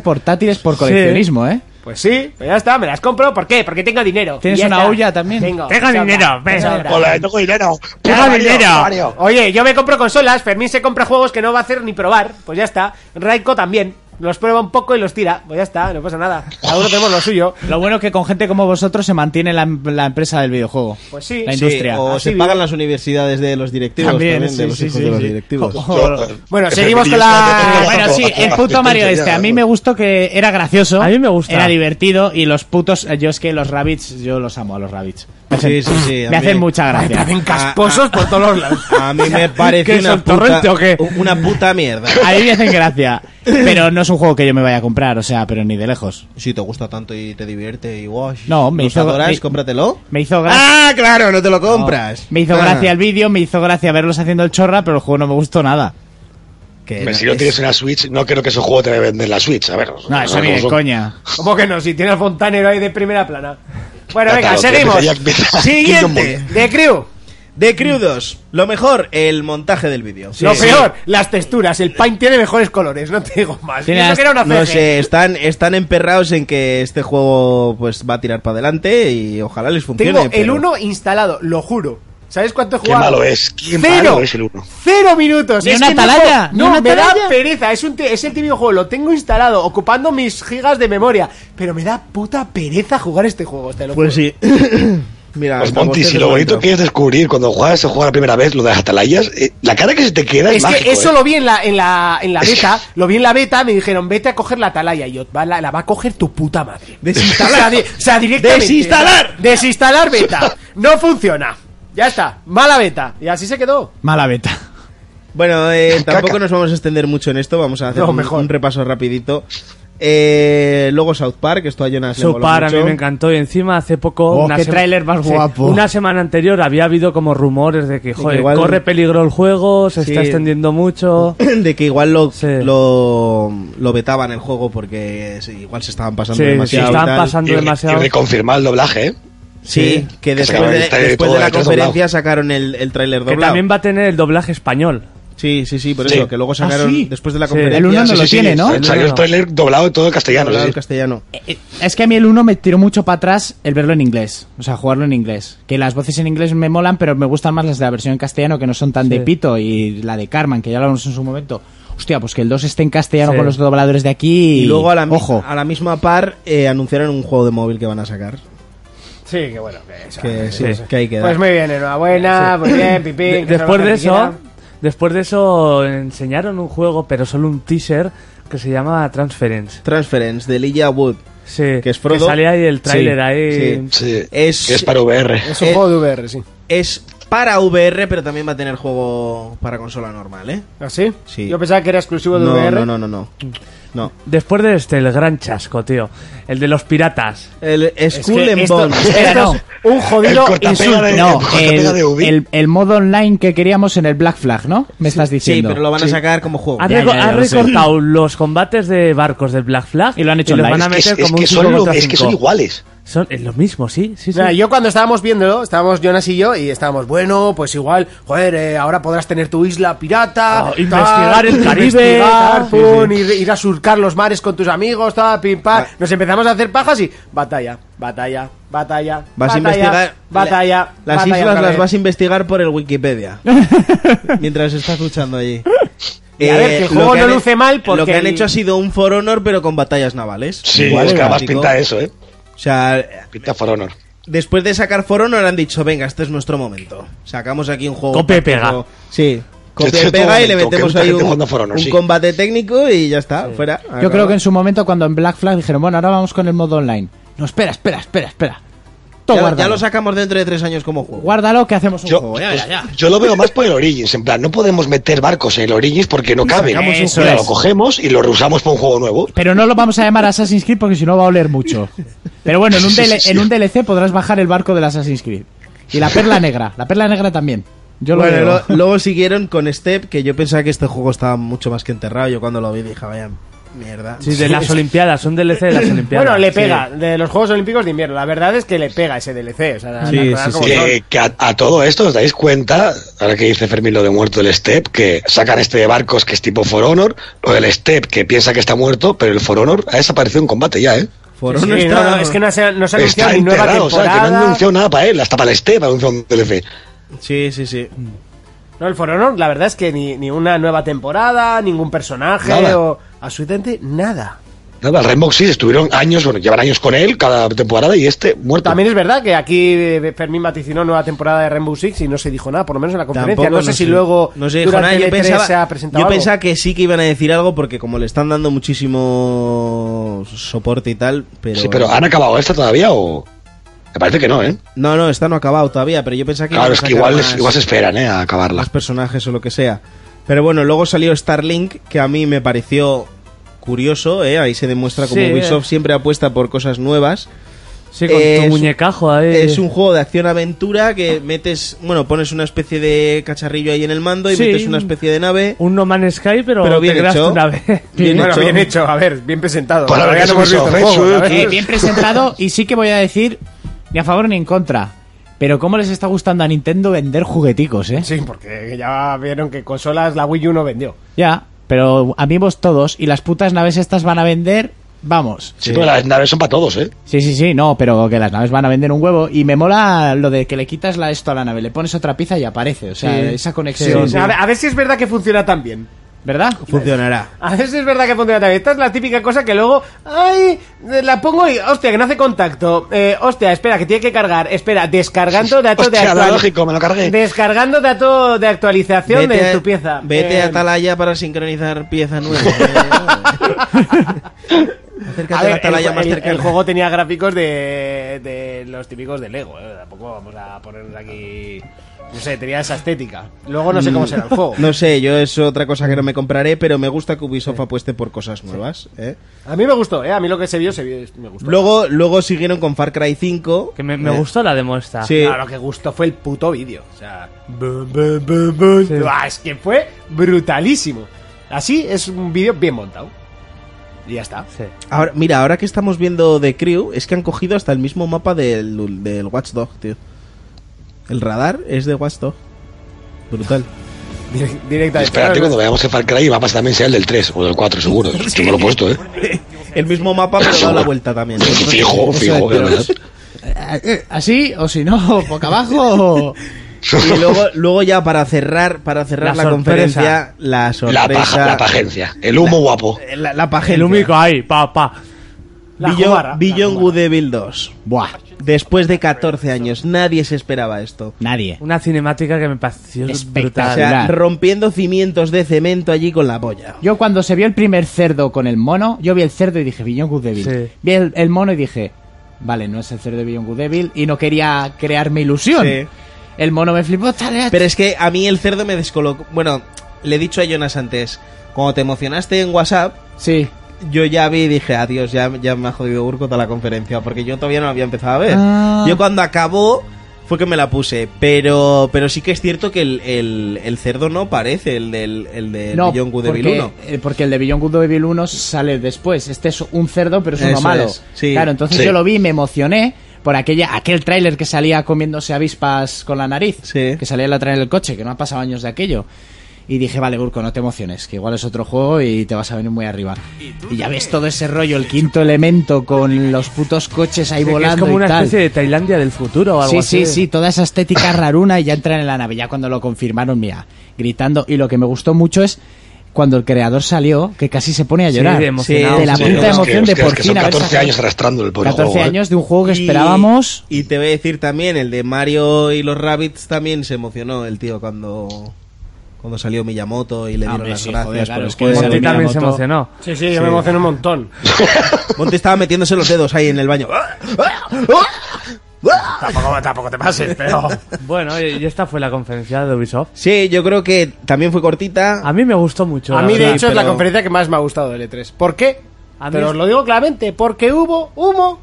[SPEAKER 3] portátiles por coleccionismo, ¿eh?
[SPEAKER 2] Pues sí, pues ya está, me las compro. ¿Por qué? Porque tengo dinero.
[SPEAKER 3] ¿Tienes
[SPEAKER 2] Y ya
[SPEAKER 3] una
[SPEAKER 2] está.
[SPEAKER 3] olla también?
[SPEAKER 2] Tengo.
[SPEAKER 3] Tengo
[SPEAKER 2] sobra,
[SPEAKER 3] dinero, ves.
[SPEAKER 2] sobra.
[SPEAKER 1] Hola, eh, tengo dinero.
[SPEAKER 3] Tengo
[SPEAKER 1] Mario,
[SPEAKER 3] dinero.
[SPEAKER 1] Mario.
[SPEAKER 2] Oye, yo me compro consolas, Fermín se compra juegos que no va a hacer ni probar, pues ya está. Raiko también, los prueba un poco y los tira, pues ya está, no pasa nada. Cada uno tenemos lo suyo.
[SPEAKER 3] Lo bueno es que con gente como vosotros se mantiene la, la empresa del videojuego.
[SPEAKER 2] Pues sí.
[SPEAKER 3] La
[SPEAKER 2] Sí,
[SPEAKER 3] industria.
[SPEAKER 5] o
[SPEAKER 2] Así
[SPEAKER 5] se
[SPEAKER 2] vive.
[SPEAKER 5] pagan las universidades de los directivos. También,
[SPEAKER 3] También,
[SPEAKER 5] de
[SPEAKER 3] sí,
[SPEAKER 5] los
[SPEAKER 3] sí,
[SPEAKER 5] hijos
[SPEAKER 3] sí,
[SPEAKER 5] de los
[SPEAKER 3] sí.
[SPEAKER 5] directivos.
[SPEAKER 1] Yo, eh,
[SPEAKER 2] Bueno,
[SPEAKER 1] que
[SPEAKER 2] seguimos
[SPEAKER 1] me
[SPEAKER 2] con
[SPEAKER 1] pillas,
[SPEAKER 2] la-
[SPEAKER 6] Ah,
[SPEAKER 1] no tengo
[SPEAKER 3] Bueno, sí,
[SPEAKER 1] tampoco, pues.
[SPEAKER 3] el
[SPEAKER 1] venga,
[SPEAKER 3] puto
[SPEAKER 1] que
[SPEAKER 3] Mario
[SPEAKER 1] te-
[SPEAKER 3] este. A mí me gustó que era gracioso.
[SPEAKER 4] A mí me gusta.
[SPEAKER 3] Era divertido y los putos... eh, Yo es que los rabbits, yo los amo a los rabbits. Me hacen,
[SPEAKER 5] Sí, sí, sí, a
[SPEAKER 3] me
[SPEAKER 5] mí-
[SPEAKER 3] hacen mucha gracia.
[SPEAKER 2] Ven casposos por todos los lados.
[SPEAKER 5] Ah, A mí me parece
[SPEAKER 3] ¿Qué,
[SPEAKER 5] una
[SPEAKER 3] son
[SPEAKER 5] puta,
[SPEAKER 3] torrente o qué?
[SPEAKER 5] una puta mierda.
[SPEAKER 3] A mí me hacen gracia. Pero no es un juego que yo me vaya a comprar, o sea, pero ni de lejos.
[SPEAKER 5] Si te gusta tanto y te divierte y wow,
[SPEAKER 3] No, me
[SPEAKER 5] los
[SPEAKER 3] hizo-
[SPEAKER 5] adoras,
[SPEAKER 3] me-
[SPEAKER 5] cómpratelo.
[SPEAKER 3] Me hizo gracia.
[SPEAKER 5] Ah, claro, no te lo compras.
[SPEAKER 3] Me hizo
[SPEAKER 5] Ah.
[SPEAKER 3] gracia el vídeo, me hizo gracia verlos haciendo el chorra, pero el juego no me gustó nada.
[SPEAKER 5] Que
[SPEAKER 1] Hombre,
[SPEAKER 5] no-
[SPEAKER 1] si no
[SPEAKER 5] es-
[SPEAKER 1] tienes una Switch, no creo que ese juego te vaya a vender la Switch. A ver,
[SPEAKER 3] No, eso ni de
[SPEAKER 1] son-
[SPEAKER 3] coña.
[SPEAKER 2] ¿Cómo que no? Si tiene al fontanero ahí de primera plana. Bueno,
[SPEAKER 1] Ya
[SPEAKER 2] venga,
[SPEAKER 1] está, lo
[SPEAKER 2] seguimos.
[SPEAKER 1] que empieza, ya empieza.
[SPEAKER 2] Siguiente,
[SPEAKER 1] Kingdom
[SPEAKER 2] de Crew.
[SPEAKER 5] The Crew 2. Lo mejor, el montaje del vídeo.
[SPEAKER 2] Lo peor, las texturas. El paint tiene mejores colores, no te digo más.
[SPEAKER 6] Tiene
[SPEAKER 2] Y eso
[SPEAKER 6] las-
[SPEAKER 2] que era una
[SPEAKER 5] No
[SPEAKER 2] CG.
[SPEAKER 5] sé, están, están emperrados en que este juego pues va a tirar para adelante y ojalá les funcione.
[SPEAKER 2] Tengo el
[SPEAKER 5] pero-
[SPEAKER 2] 1 instalado, lo juro. ¿Sabes cuánto he
[SPEAKER 1] Qué
[SPEAKER 2] jugado?
[SPEAKER 1] malo es, qué
[SPEAKER 2] Cero.
[SPEAKER 1] malo es el uno.
[SPEAKER 2] Cero minutos.
[SPEAKER 6] Ni
[SPEAKER 2] Es
[SPEAKER 6] una
[SPEAKER 2] que no
[SPEAKER 6] atalaya,
[SPEAKER 2] puedo-
[SPEAKER 6] ni
[SPEAKER 2] No,
[SPEAKER 6] una
[SPEAKER 2] me da
[SPEAKER 6] atalaya.
[SPEAKER 2] pereza. Es, un, t- es el típico juego. Lo tengo instalado, ocupando mis gigas de memoria. Pero me da puta pereza jugar este juego. Te lo
[SPEAKER 5] Pues
[SPEAKER 2] juro.
[SPEAKER 5] sí. Mira,
[SPEAKER 1] Pues
[SPEAKER 5] hasta
[SPEAKER 1] Monty,
[SPEAKER 5] botes
[SPEAKER 1] si
[SPEAKER 5] de
[SPEAKER 1] lo
[SPEAKER 5] momento.
[SPEAKER 1] bonito que es descubrir cuando juegas ese juego la primera vez, lo de las atalayas, eh, la cara que se te queda es,
[SPEAKER 2] Es
[SPEAKER 1] mágico,
[SPEAKER 2] que eso
[SPEAKER 1] eh.
[SPEAKER 2] lo vi en la, en la, en la
[SPEAKER 1] Es que-
[SPEAKER 2] beta. Lo vi en la beta. Me dijeron, vete a coger la atalaya. Y yo, "Va, la, la va a coger tu puta madre.
[SPEAKER 5] Desinstalar.
[SPEAKER 2] O sea, di- o sea, directamente.
[SPEAKER 5] Desinstalar.
[SPEAKER 2] Desinstalar beta. No funciona. Ya está. Mala beta. Y así se quedó.
[SPEAKER 6] Mala beta.
[SPEAKER 5] Bueno, eh, tampoco
[SPEAKER 1] Caca.
[SPEAKER 5] nos vamos a extender mucho en esto. Vamos a hacer
[SPEAKER 2] No,
[SPEAKER 5] un,
[SPEAKER 2] mejor.
[SPEAKER 5] un repaso rapidito. Eh, luego South Park, esto a Jonas le
[SPEAKER 4] South
[SPEAKER 5] moló
[SPEAKER 4] Park a mí
[SPEAKER 5] mucho.
[SPEAKER 4] me encantó y encima hace poco
[SPEAKER 6] Oh,
[SPEAKER 4] una
[SPEAKER 6] qué
[SPEAKER 4] sema-
[SPEAKER 6] tráiler más guapo.
[SPEAKER 4] una semana anterior había habido como rumores de que joder,
[SPEAKER 5] igual-
[SPEAKER 4] corre peligro el juego se
[SPEAKER 5] Sí.
[SPEAKER 4] está extendiendo mucho
[SPEAKER 5] De que igual lo,
[SPEAKER 4] Sí.
[SPEAKER 5] lo, lo vetaban el juego porque sí, igual se estaban pasando
[SPEAKER 4] Sí, se
[SPEAKER 5] demasiado. y
[SPEAKER 4] estaban
[SPEAKER 5] tal.
[SPEAKER 4] pasando
[SPEAKER 1] Y,
[SPEAKER 4] demasiado
[SPEAKER 1] y reconfirmar el doblaje, ¿eh?
[SPEAKER 5] Sí,
[SPEAKER 1] Sí,
[SPEAKER 5] que
[SPEAKER 1] que se
[SPEAKER 5] después de,
[SPEAKER 1] está ahí
[SPEAKER 5] después
[SPEAKER 1] todo
[SPEAKER 5] de la
[SPEAKER 1] el tres
[SPEAKER 5] conferencia
[SPEAKER 1] doblado.
[SPEAKER 5] sacaron el, el tráiler
[SPEAKER 4] que
[SPEAKER 5] doblado.
[SPEAKER 4] también va a tener el doblaje español
[SPEAKER 5] Sí, sí, sí, por
[SPEAKER 1] Sí.
[SPEAKER 5] eso, que luego sacaron
[SPEAKER 6] sí.
[SPEAKER 5] después de la
[SPEAKER 4] Sí.
[SPEAKER 5] conferencia.
[SPEAKER 6] El uno no
[SPEAKER 5] sí,
[SPEAKER 6] lo
[SPEAKER 5] sí, sí,
[SPEAKER 6] tiene, ¿no?
[SPEAKER 5] sí,
[SPEAKER 1] Salió
[SPEAKER 4] no,
[SPEAKER 1] el
[SPEAKER 4] no.
[SPEAKER 1] tráiler doblado todo en castellano.
[SPEAKER 5] hablado
[SPEAKER 1] sí,
[SPEAKER 5] en
[SPEAKER 1] sí.
[SPEAKER 5] castellano.
[SPEAKER 6] Eh, Es que a mí el 1 me tiró mucho para atrás el verlo en inglés, o sea, jugarlo en inglés. Que las voces en inglés me molan, pero me gustan más las de la versión en castellano, que no son tan de pito, y la de Carmen, que ya hablamos en su momento. Hostia, pues que el 2 esté en castellano
[SPEAKER 4] Sí.
[SPEAKER 6] con los dobladores de aquí.
[SPEAKER 5] Y luego a la, mi-
[SPEAKER 6] Ojo.
[SPEAKER 5] a la misma par eh, anunciaron un juego de móvil que van a sacar.
[SPEAKER 2] Sí, que bueno. Que eso.
[SPEAKER 5] Que, sí, que hay que dar.
[SPEAKER 2] Pues muy bien, enhorabuena, muy bien, pipín.
[SPEAKER 4] De-
[SPEAKER 2] que se
[SPEAKER 4] después
[SPEAKER 2] lo
[SPEAKER 4] de
[SPEAKER 2] que quiera.
[SPEAKER 4] eso después de eso enseñaron un juego pero solo un teaser que se llama Transference
[SPEAKER 5] Transference de Elijah Wood.
[SPEAKER 4] sí,
[SPEAKER 5] Que es Frodo.
[SPEAKER 4] salía ahí el tráiler
[SPEAKER 5] Sí,
[SPEAKER 4] ahí
[SPEAKER 1] Sí,
[SPEAKER 5] Es-
[SPEAKER 1] que es para VR.
[SPEAKER 2] Es un
[SPEAKER 5] Eh,
[SPEAKER 2] juego de VR, sí.
[SPEAKER 5] Es para VR, pero también va a tener juego para consola normal, ¿eh?
[SPEAKER 2] ¿Ah, sí?
[SPEAKER 5] Sí.
[SPEAKER 2] Yo pensaba que era exclusivo de
[SPEAKER 5] no,
[SPEAKER 2] VR.
[SPEAKER 5] no, no, no, no. No.
[SPEAKER 4] después de este el gran chasco tío el de los piratas
[SPEAKER 5] El School
[SPEAKER 2] que
[SPEAKER 5] and
[SPEAKER 2] esto-
[SPEAKER 5] Bones.
[SPEAKER 2] esto
[SPEAKER 6] Espera, no.
[SPEAKER 2] es un jodido
[SPEAKER 1] El cortapega
[SPEAKER 2] insulto.
[SPEAKER 1] de-
[SPEAKER 6] No,
[SPEAKER 1] Porque
[SPEAKER 6] el,
[SPEAKER 1] pega de Ubi.
[SPEAKER 6] el- el modo online que queríamos en el Black Flag, ¿no? Me estás
[SPEAKER 5] Sí,
[SPEAKER 6] diciendo.
[SPEAKER 5] pero lo van a sacar como juego.
[SPEAKER 4] Han,
[SPEAKER 6] Ya,
[SPEAKER 4] reco-
[SPEAKER 6] ya, ya
[SPEAKER 4] han
[SPEAKER 6] lo sé.
[SPEAKER 4] recortado los combates de barcos del Black Flag
[SPEAKER 6] Y lo han hecho
[SPEAKER 4] los
[SPEAKER 6] online.
[SPEAKER 4] van a
[SPEAKER 1] Es que-
[SPEAKER 4] meter
[SPEAKER 1] es
[SPEAKER 4] como
[SPEAKER 1] que
[SPEAKER 4] un
[SPEAKER 1] son
[SPEAKER 4] 5
[SPEAKER 1] lo-
[SPEAKER 4] contra
[SPEAKER 1] es que
[SPEAKER 4] 5.
[SPEAKER 1] son iguales.
[SPEAKER 4] Son- es lo mismo, sí, sí, sí.
[SPEAKER 2] Mira, yo cuando estábamos viéndolo, estábamos Jonas y yo, y estábamos, bueno, pues igual, joder, eh, ahora podrás tener tu isla pirata,
[SPEAKER 4] Ah, investigar el Caribe,
[SPEAKER 2] investigar,
[SPEAKER 4] tal,
[SPEAKER 2] pum, Ir, ir a surcar los mares con tus amigos, tal, pim, pam. Nos empezamos a hacer pajas y batalla, batalla, batalla,
[SPEAKER 5] Vas
[SPEAKER 2] batalla,
[SPEAKER 5] a investigar.
[SPEAKER 2] batalla,
[SPEAKER 5] Las
[SPEAKER 2] batalla
[SPEAKER 5] islas
[SPEAKER 2] otra
[SPEAKER 5] las
[SPEAKER 2] vez.
[SPEAKER 5] vas a investigar por el Wikipedia. mientras estás luchando allí. Eh,
[SPEAKER 2] Y a ver, que el
[SPEAKER 5] lo
[SPEAKER 2] juego
[SPEAKER 5] que
[SPEAKER 2] no
[SPEAKER 5] han-
[SPEAKER 2] luce mal porque
[SPEAKER 5] Lo que han
[SPEAKER 2] el-
[SPEAKER 5] hecho ha sido un For Honor, pero con batallas navales.
[SPEAKER 1] Sí,
[SPEAKER 5] Igual,
[SPEAKER 1] es que además
[SPEAKER 5] chico.
[SPEAKER 1] pinta eso, ¿eh?
[SPEAKER 5] O sea,
[SPEAKER 1] Pinta For Honor.
[SPEAKER 5] después de sacar For Honor han dicho, venga, este es nuestro momento. Sacamos aquí un juego.
[SPEAKER 4] Copia y
[SPEAKER 5] táctico". Sí. Copia
[SPEAKER 1] Este
[SPEAKER 5] y
[SPEAKER 1] es tu
[SPEAKER 5] pega y le
[SPEAKER 1] momento, que
[SPEAKER 5] metemos
[SPEAKER 1] mucha
[SPEAKER 5] ahí
[SPEAKER 1] gente
[SPEAKER 5] un,
[SPEAKER 1] jugando a For Honor,
[SPEAKER 5] un
[SPEAKER 1] sí.
[SPEAKER 5] combate técnico y ya está, fuera.
[SPEAKER 6] Yo creo que en su momento, cuando en Black Flag dijeron, bueno, ahora vamos con el modo online. No, espera, espera, espera, espera. Todo
[SPEAKER 5] ya, ya
[SPEAKER 6] guárdalo.
[SPEAKER 5] lo sacamos dentro de tres años como juego.
[SPEAKER 6] Guárdalo que hacemos un
[SPEAKER 1] Yo, pues,
[SPEAKER 6] juego. Ya, ya, ya.
[SPEAKER 1] yo lo veo más por el Origins. En plan, no podemos meter barcos en el Origins porque no caben.
[SPEAKER 6] sacamos un
[SPEAKER 1] Mira,
[SPEAKER 6] juego.
[SPEAKER 1] lo cogemos y lo reusamos para un juego nuevo.
[SPEAKER 6] Pero no lo vamos a llamar Assassin's Creed porque si no va a oler mucho. Pero bueno, en un,
[SPEAKER 1] Sí, sí,
[SPEAKER 6] DL
[SPEAKER 1] sí.
[SPEAKER 6] en un DLC podrás bajar el barco del Assassin's Creed. Y la perla negra, la perla negra también. Yo lo
[SPEAKER 5] Bueno,
[SPEAKER 6] veo.
[SPEAKER 5] lo- luego siguieron con Step, que yo pensaba que este juego estaba mucho más que enterrado. Yo cuando lo vi dije, vaya mierda.
[SPEAKER 4] Sí, de las Olimpiadas, son DLC de las Olimpiadas.
[SPEAKER 2] Bueno, le
[SPEAKER 4] Sí.
[SPEAKER 2] pega, de los Juegos Olímpicos de Invierno, la verdad es que le pega ese DLC, o sea, la-
[SPEAKER 5] Sí,
[SPEAKER 2] la- la-
[SPEAKER 5] sí,
[SPEAKER 2] como
[SPEAKER 5] sí.
[SPEAKER 2] son.
[SPEAKER 1] Que, que a, a todo esto os dais cuenta, ahora que dice Fermín lo de muerto del Step, que sacan este de barcos que es tipo For Honor, o del Step que piensa que está muerto, pero el For Honor ha desaparecido en combate ya, ¿eh?
[SPEAKER 5] For
[SPEAKER 2] Sí,
[SPEAKER 5] Honor
[SPEAKER 2] sí,
[SPEAKER 5] está-
[SPEAKER 2] no, no, es que no se, no se ha anunciado
[SPEAKER 1] Está
[SPEAKER 2] ni nueva
[SPEAKER 1] enterrado, o sea, que no
[SPEAKER 2] temporada.
[SPEAKER 1] han anunciado nada para él, hasta para el Step anunció un DLC.
[SPEAKER 5] Sí, sí, sí.
[SPEAKER 2] No, el For Honor, la verdad es que ni, ni una nueva temporada, ningún personaje
[SPEAKER 1] Nada.
[SPEAKER 2] o absolutamente nada.
[SPEAKER 1] Nada, el Rainbow Six estuvieron años, bueno, llevan años con él cada temporada y este muerto.
[SPEAKER 2] También es verdad que aquí eh, Fermín vaticinó nueva temporada de Rainbow Six y no se dijo nada, por lo menos en la conferencia.
[SPEAKER 5] Tampoco,
[SPEAKER 2] no sé si luego
[SPEAKER 5] no sé,
[SPEAKER 2] durante
[SPEAKER 5] Jonah,
[SPEAKER 2] el
[SPEAKER 5] yo
[SPEAKER 2] E3
[SPEAKER 5] pensaba,
[SPEAKER 2] se ha presentado
[SPEAKER 5] yo
[SPEAKER 2] algo.
[SPEAKER 5] pensaba que sí que iban a decir algo porque como le están dando muchísimo soporte y tal, pero,
[SPEAKER 1] Sí, pero ¿han acabado esta todavía o...? Me parece que no, ¿eh?
[SPEAKER 5] no, no, está no ha acabado todavía, pero yo pensaba que iban
[SPEAKER 1] Claro,
[SPEAKER 5] a
[SPEAKER 1] es que
[SPEAKER 5] sacar
[SPEAKER 1] igual,
[SPEAKER 5] más,
[SPEAKER 1] es- igual se esperan, ¿eh? A acabarla.
[SPEAKER 5] más personajes o lo que sea. Pero bueno, luego salió Starlink que a mí me pareció curioso, ¿eh? ahí se demuestra como
[SPEAKER 4] Sí,
[SPEAKER 5] Ubisoft
[SPEAKER 4] eh.
[SPEAKER 5] siempre apuesta por cosas nuevas.
[SPEAKER 4] Sí, con
[SPEAKER 5] Eh,
[SPEAKER 4] tu
[SPEAKER 5] es-
[SPEAKER 4] muñecajo ahí.
[SPEAKER 5] Es un juego de acción-aventura que metes, bueno, pones una especie de cacharrillo ahí en el mando y
[SPEAKER 4] Sí.
[SPEAKER 5] metes una especie de nave.
[SPEAKER 4] Un No Man's Sky, pero,
[SPEAKER 5] Pero bien
[SPEAKER 4] te creas
[SPEAKER 5] hecho.
[SPEAKER 4] tu nave.
[SPEAKER 5] Bien
[SPEAKER 2] bueno,
[SPEAKER 5] hecho.
[SPEAKER 2] bien hecho, a ver, bien presentado.
[SPEAKER 1] Para ver
[SPEAKER 2] Todavía
[SPEAKER 1] que
[SPEAKER 2] no hemos
[SPEAKER 1] somos
[SPEAKER 2] visto el juego,
[SPEAKER 1] ofensos,
[SPEAKER 2] ¿sabes?
[SPEAKER 1] ¿eh?
[SPEAKER 3] Eh, bien presentado y sí que voy a decir ni a favor ni en contra. Pero cómo les está gustando a Nintendo vender jugueticos, ¿eh?
[SPEAKER 2] Sí, porque ya vieron que consolas la Wii U no vendió.
[SPEAKER 3] Ya, pero amigos todos y las putas naves estas van a vender, vamos.
[SPEAKER 1] Sí, pero las naves son para todos, ¿eh?
[SPEAKER 3] Sí, sí, sí, no, pero que las naves van a vender un huevo y me mola lo de que le quitas la esto a la nave, le pones otra pieza y aparece, o sea, esa conexión,
[SPEAKER 2] O sea, a, ver, a ver si es verdad que funciona tan bien.
[SPEAKER 3] ¿verdad?
[SPEAKER 5] Funcionará.
[SPEAKER 2] A ver si es verdad que funciona tan bien. Esta es la típica cosa que luego, ay, la pongo y, hostia, que no hace contacto. Eh, hostia, espera, que tiene que cargar. Espera, descargando datos de
[SPEAKER 1] Hostia,
[SPEAKER 2] actualización.
[SPEAKER 1] lógico, me lo cargué.
[SPEAKER 2] Descargando datos de actualización de
[SPEAKER 5] a-
[SPEAKER 2] tu pieza.
[SPEAKER 5] vete
[SPEAKER 2] Eh,
[SPEAKER 5] a Atalaya para sincronizar pieza nueva. ¿eh? Acércate
[SPEAKER 2] a
[SPEAKER 5] a,
[SPEAKER 2] ver, el,
[SPEAKER 5] la Atalaya más
[SPEAKER 2] el-
[SPEAKER 5] cercana.
[SPEAKER 2] el juego tenía gráficos de, de los típicos de Lego. ¿eh? Tampoco vamos a poner aquí. No sé, tenía esa estética. Luego no sé cómo será el juego.
[SPEAKER 5] No sé, yo es otra cosa que no me compraré, pero me gusta que Ubisoft apueste por cosas nuevas. ¿eh?
[SPEAKER 2] A mí me gustó, ¿eh? A mí lo que se vio, se vio, me gustó.
[SPEAKER 5] Luego, luego siguieron con Far Cry 5.
[SPEAKER 4] Que me, me
[SPEAKER 5] ¿eh?
[SPEAKER 4] gustó la demo esta.
[SPEAKER 5] Sí.
[SPEAKER 2] No, lo que gustó fue el puto vídeo. O sea, bum, bum, bum, bum. Buah, es que fue brutalísimo. Así es un vídeo bien montado. Y ya está.
[SPEAKER 4] Sí.
[SPEAKER 5] Ahora, mira, ahora que estamos viendo The Crew, es que han cogido hasta el mismo mapa del, del Watch Dog, tío. El radar es de Watch Dog. Brutal.
[SPEAKER 2] Dire- directamente.
[SPEAKER 1] Espérate cuando veamos que Far Cry va a pasar también sea el del 3 o del 4, seguro. Yo me lo he puesto, ¿eh?
[SPEAKER 5] El mismo mapa, pero da la vuelta también.
[SPEAKER 1] Fijo, fijo, de verdad.
[SPEAKER 3] Así o si no, boca abajo. o-
[SPEAKER 5] Y luego, luego ya para cerrar, para cerrar la,
[SPEAKER 4] La sorpresa.
[SPEAKER 5] conferencia, la sorpresa.
[SPEAKER 1] La paja, la pagencia. El humo guapo.
[SPEAKER 5] eh, La, la paja.
[SPEAKER 4] El único ahí, pa, pa.
[SPEAKER 2] La
[SPEAKER 5] Billion,
[SPEAKER 2] jugada, la
[SPEAKER 5] Billion
[SPEAKER 2] jugada.
[SPEAKER 5] Good Evil 2.
[SPEAKER 3] Buah,
[SPEAKER 5] Después de 14 años, nadie se esperaba esto.
[SPEAKER 3] nadie.
[SPEAKER 4] Una cinemática que me pareció
[SPEAKER 3] Espectacular.
[SPEAKER 5] O
[SPEAKER 4] brutal.
[SPEAKER 5] sea,
[SPEAKER 3] Claro.
[SPEAKER 5] rompiendo cimientos de cemento allí con la polla.
[SPEAKER 3] Yo cuando se vio el primer cerdo con el mono, yo vi el cerdo y dije, Beyond Good Devil.
[SPEAKER 4] Sí.
[SPEAKER 3] Vi el, el mono y dije, vale, no es el cerdo de Beyond Good Devil y no quería crearme ilusión.
[SPEAKER 5] Sí.
[SPEAKER 3] El mono me flipó. tarea-
[SPEAKER 5] Pero es que a mí el cerdo me descolocó. Bueno, le he dicho a Jonas antes, cuando te emocionaste en WhatsApp,
[SPEAKER 3] Sí.
[SPEAKER 5] yo ya vi y dije, adiós, ya, ya me ha jodido Urco toda la conferencia, porque yo todavía no la había empezado a ver.
[SPEAKER 3] Ah.
[SPEAKER 5] Yo cuando acabó fue que me la puse, pero pero sí que es cierto que el, el- el cerdo no parece el del el de
[SPEAKER 3] No,
[SPEAKER 5] Beyond Good
[SPEAKER 3] porque,
[SPEAKER 5] Evil 1.
[SPEAKER 3] eh, porque el de Beyond Good Devil 1 sale después. Este es un cerdo, pero es uno
[SPEAKER 5] Eso
[SPEAKER 3] malo.
[SPEAKER 5] es, sí.
[SPEAKER 3] Claro, entonces
[SPEAKER 1] Sí.
[SPEAKER 3] yo lo vi y me emocioné por aquella aquel tráiler que salía comiéndose avispas con la nariz.
[SPEAKER 5] Sí.
[SPEAKER 3] Que salía la traer del coche, que no han pasado años de aquello. Y dije, vale, Burko, no te emociones, que igual es otro juego y te vas a venir muy arriba. Y ya ves todo ese rollo, el quinto elemento con los putos coches ahí
[SPEAKER 4] Sí, que
[SPEAKER 3] volando
[SPEAKER 4] es como
[SPEAKER 3] y
[SPEAKER 4] una
[SPEAKER 3] tal.
[SPEAKER 4] especie de Tailandia del futuro o algo
[SPEAKER 3] Sí,
[SPEAKER 4] así.
[SPEAKER 3] sí, sí, toda esa estética raruna y ya entran en la nave. Ya cuando lo confirmaron, mira, gritando. Y lo que me gustó mucho es cuando el creador salió, que casi se pone a
[SPEAKER 4] Sí,
[SPEAKER 3] llorar.
[SPEAKER 4] de emocionado.
[SPEAKER 3] de la
[SPEAKER 1] Sí,
[SPEAKER 3] puta
[SPEAKER 1] es que-
[SPEAKER 3] emoción
[SPEAKER 1] es
[SPEAKER 3] de
[SPEAKER 1] que-
[SPEAKER 3] por
[SPEAKER 1] es que son
[SPEAKER 3] fin haber
[SPEAKER 1] 14
[SPEAKER 3] sacado-
[SPEAKER 1] años arrastrando el pobre
[SPEAKER 3] 14
[SPEAKER 1] juego, ¿eh?
[SPEAKER 3] años de un juego que
[SPEAKER 5] Y-
[SPEAKER 3] esperábamos.
[SPEAKER 5] Y te voy a decir también, el de Mario y los Rabbits también se emocionó el tío cuando, cuando salió Miyamoto y le dieron
[SPEAKER 3] Hombre,
[SPEAKER 5] las
[SPEAKER 3] sí,
[SPEAKER 5] gracias
[SPEAKER 3] joder, claro,
[SPEAKER 5] por el
[SPEAKER 3] es que
[SPEAKER 5] juego.
[SPEAKER 3] se
[SPEAKER 4] Monty
[SPEAKER 3] Miyamoto.
[SPEAKER 4] también se emocionó.
[SPEAKER 2] Sí, sí, yo me emocioné un montón.
[SPEAKER 5] Monty estaba metiéndose los dedos ahí en el baño.
[SPEAKER 2] tampoco, tampoco te pases, pero.
[SPEAKER 4] Bueno, y y esta fue la conferencia de Ubisoft.
[SPEAKER 5] Sí, yo creo que también fue
[SPEAKER 4] A
[SPEAKER 5] cortita.
[SPEAKER 4] mí me gustó mucho.
[SPEAKER 2] A mí, de
[SPEAKER 4] verdad.
[SPEAKER 2] hecho, es la
[SPEAKER 5] pero-
[SPEAKER 2] conferencia que más me ha gustado del E3. ¿Por qué?
[SPEAKER 4] A mí
[SPEAKER 2] Pero
[SPEAKER 4] es-
[SPEAKER 2] os lo digo claramente, porque hubo humo,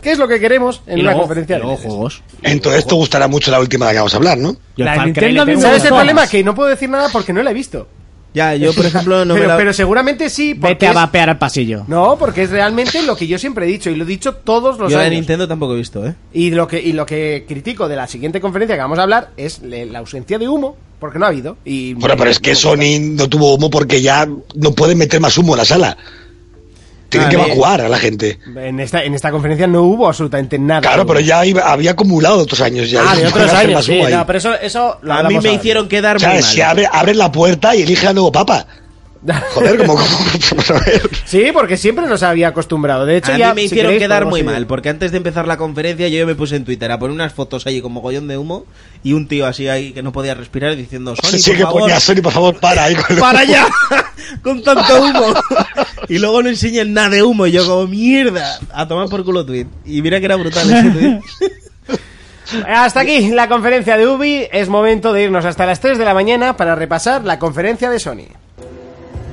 [SPEAKER 2] que es lo que queremos en
[SPEAKER 3] Y
[SPEAKER 2] una
[SPEAKER 3] luego-
[SPEAKER 2] conferencia
[SPEAKER 3] y
[SPEAKER 2] del
[SPEAKER 3] luego
[SPEAKER 2] E3.
[SPEAKER 3] juegos.
[SPEAKER 1] Entonces esto gustará mucho la última de la que vamos a hablar, ¿no?
[SPEAKER 3] Yo
[SPEAKER 4] La
[SPEAKER 3] al Far Cry
[SPEAKER 4] Nintendo
[SPEAKER 3] le
[SPEAKER 4] a mí
[SPEAKER 3] tengo
[SPEAKER 4] me
[SPEAKER 2] ¿Sabes el
[SPEAKER 4] gustó.
[SPEAKER 3] unas
[SPEAKER 2] problema?
[SPEAKER 3] ganas.
[SPEAKER 2] Que no puedo decir nada porque no la he visto.
[SPEAKER 5] Ya, yo por ejemplo no me
[SPEAKER 2] pero,
[SPEAKER 5] la...
[SPEAKER 2] pero seguramente sí. Porque
[SPEAKER 3] Vete a
[SPEAKER 2] es-
[SPEAKER 3] vapear al pasillo.
[SPEAKER 2] No, porque es realmente lo que yo siempre he dicho y lo he dicho todos los
[SPEAKER 5] Yo la de
[SPEAKER 2] años.
[SPEAKER 5] Nintendo tampoco he visto, ¿eh?
[SPEAKER 2] Y lo que y lo que critico de la siguiente conferencia que vamos a hablar es le- la ausencia de humo, porque no ha habido. Y
[SPEAKER 1] Bueno, pero es que Sony
[SPEAKER 2] pues,
[SPEAKER 1] no tuvo humo porque ya no pueden meter más humo en la sala.
[SPEAKER 2] Ah,
[SPEAKER 1] Tienen que
[SPEAKER 5] Vale.
[SPEAKER 1] evacuar a la gente.
[SPEAKER 2] en esta en esta conferencia no hubo absolutamente nada.
[SPEAKER 1] Claro, pero ya iba- había acumulado otros años ya.
[SPEAKER 2] Ah, de
[SPEAKER 1] Van a
[SPEAKER 2] otros
[SPEAKER 1] hacer
[SPEAKER 2] años,
[SPEAKER 1] más
[SPEAKER 2] sí.
[SPEAKER 1] humo ahí.
[SPEAKER 2] No, pero eso, eso lo
[SPEAKER 5] A mí
[SPEAKER 2] hablamos
[SPEAKER 5] me
[SPEAKER 2] ahora.
[SPEAKER 5] hicieron quedar
[SPEAKER 1] O
[SPEAKER 5] muy
[SPEAKER 1] sea,
[SPEAKER 5] mal.
[SPEAKER 1] si abre, abren la puerta y eligen al nuevo papa. Joder, como... como- a ver.
[SPEAKER 2] Sí, porque siempre nos había acostumbrado. De hecho,
[SPEAKER 5] a
[SPEAKER 2] ya,
[SPEAKER 5] mí me
[SPEAKER 2] si
[SPEAKER 5] hicieron
[SPEAKER 2] queréis,
[SPEAKER 5] quedar
[SPEAKER 2] podemos
[SPEAKER 5] muy
[SPEAKER 2] ir-
[SPEAKER 5] mal, porque antes de empezar la conferencia yo me puse en Twitter a poner unas fotos allí con mogollón de humo y un tío así ahí que no podía respirar diciendo Sony,
[SPEAKER 1] sí
[SPEAKER 5] por
[SPEAKER 1] que
[SPEAKER 5] favor,
[SPEAKER 1] ponía Sony, por favor, para ahí con el-
[SPEAKER 5] para allá con tanto humo y luego no enseñan nada de humo y yo como mierda a tomar por culo tweet y mira que era brutal ese tweet
[SPEAKER 2] Hasta aquí la conferencia de Ubi. Es momento de irnos hasta las 3 de la mañana para repasar la conferencia de Sony.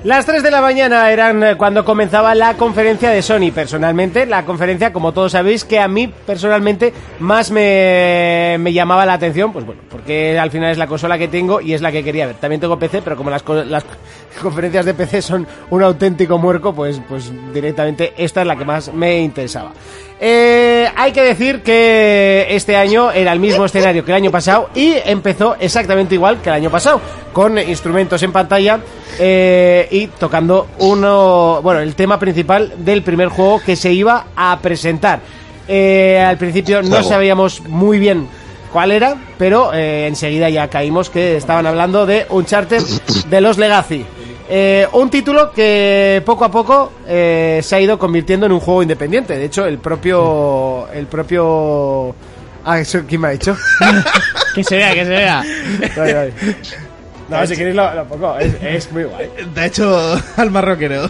[SPEAKER 2] Las 3 de la mañana eran eh, cuando comenzaba la conferencia de Sony. Personalmente, la conferencia, como todos sabéis, que a mí personalmente más me, me llamaba la atención, pues bueno, porque al final es la consola que tengo y es la que quería ver. También tengo PC, pero como las, co- las conferencias de PC son un auténtico muerco, pues, pues directamente esta es la que más me interesaba. Eh, hay que decir que este año era el mismo escenario que el año pasado y empezó exactamente igual que el año pasado, con instrumentos en pantalla eh, y tocando uno, bueno, el tema principal del primer juego que se iba a presentar. Eh, al principio no
[SPEAKER 1] Juego.
[SPEAKER 2] sabíamos muy bien cuál era, pero eh, enseguida ya caímos que estaban hablando de Uncharted de los Legacy. Eh, un título que poco a poco eh, se ha ido convirtiendo en un juego independiente. De hecho, el propio. El propio. Ah, ¿eso quién me ha hecho?
[SPEAKER 3] Que se vea, que se vea.
[SPEAKER 2] Ay, ay. No, si queréis lo, lo pongo. Es, es muy guay.
[SPEAKER 5] Te ha hecho al marroquero.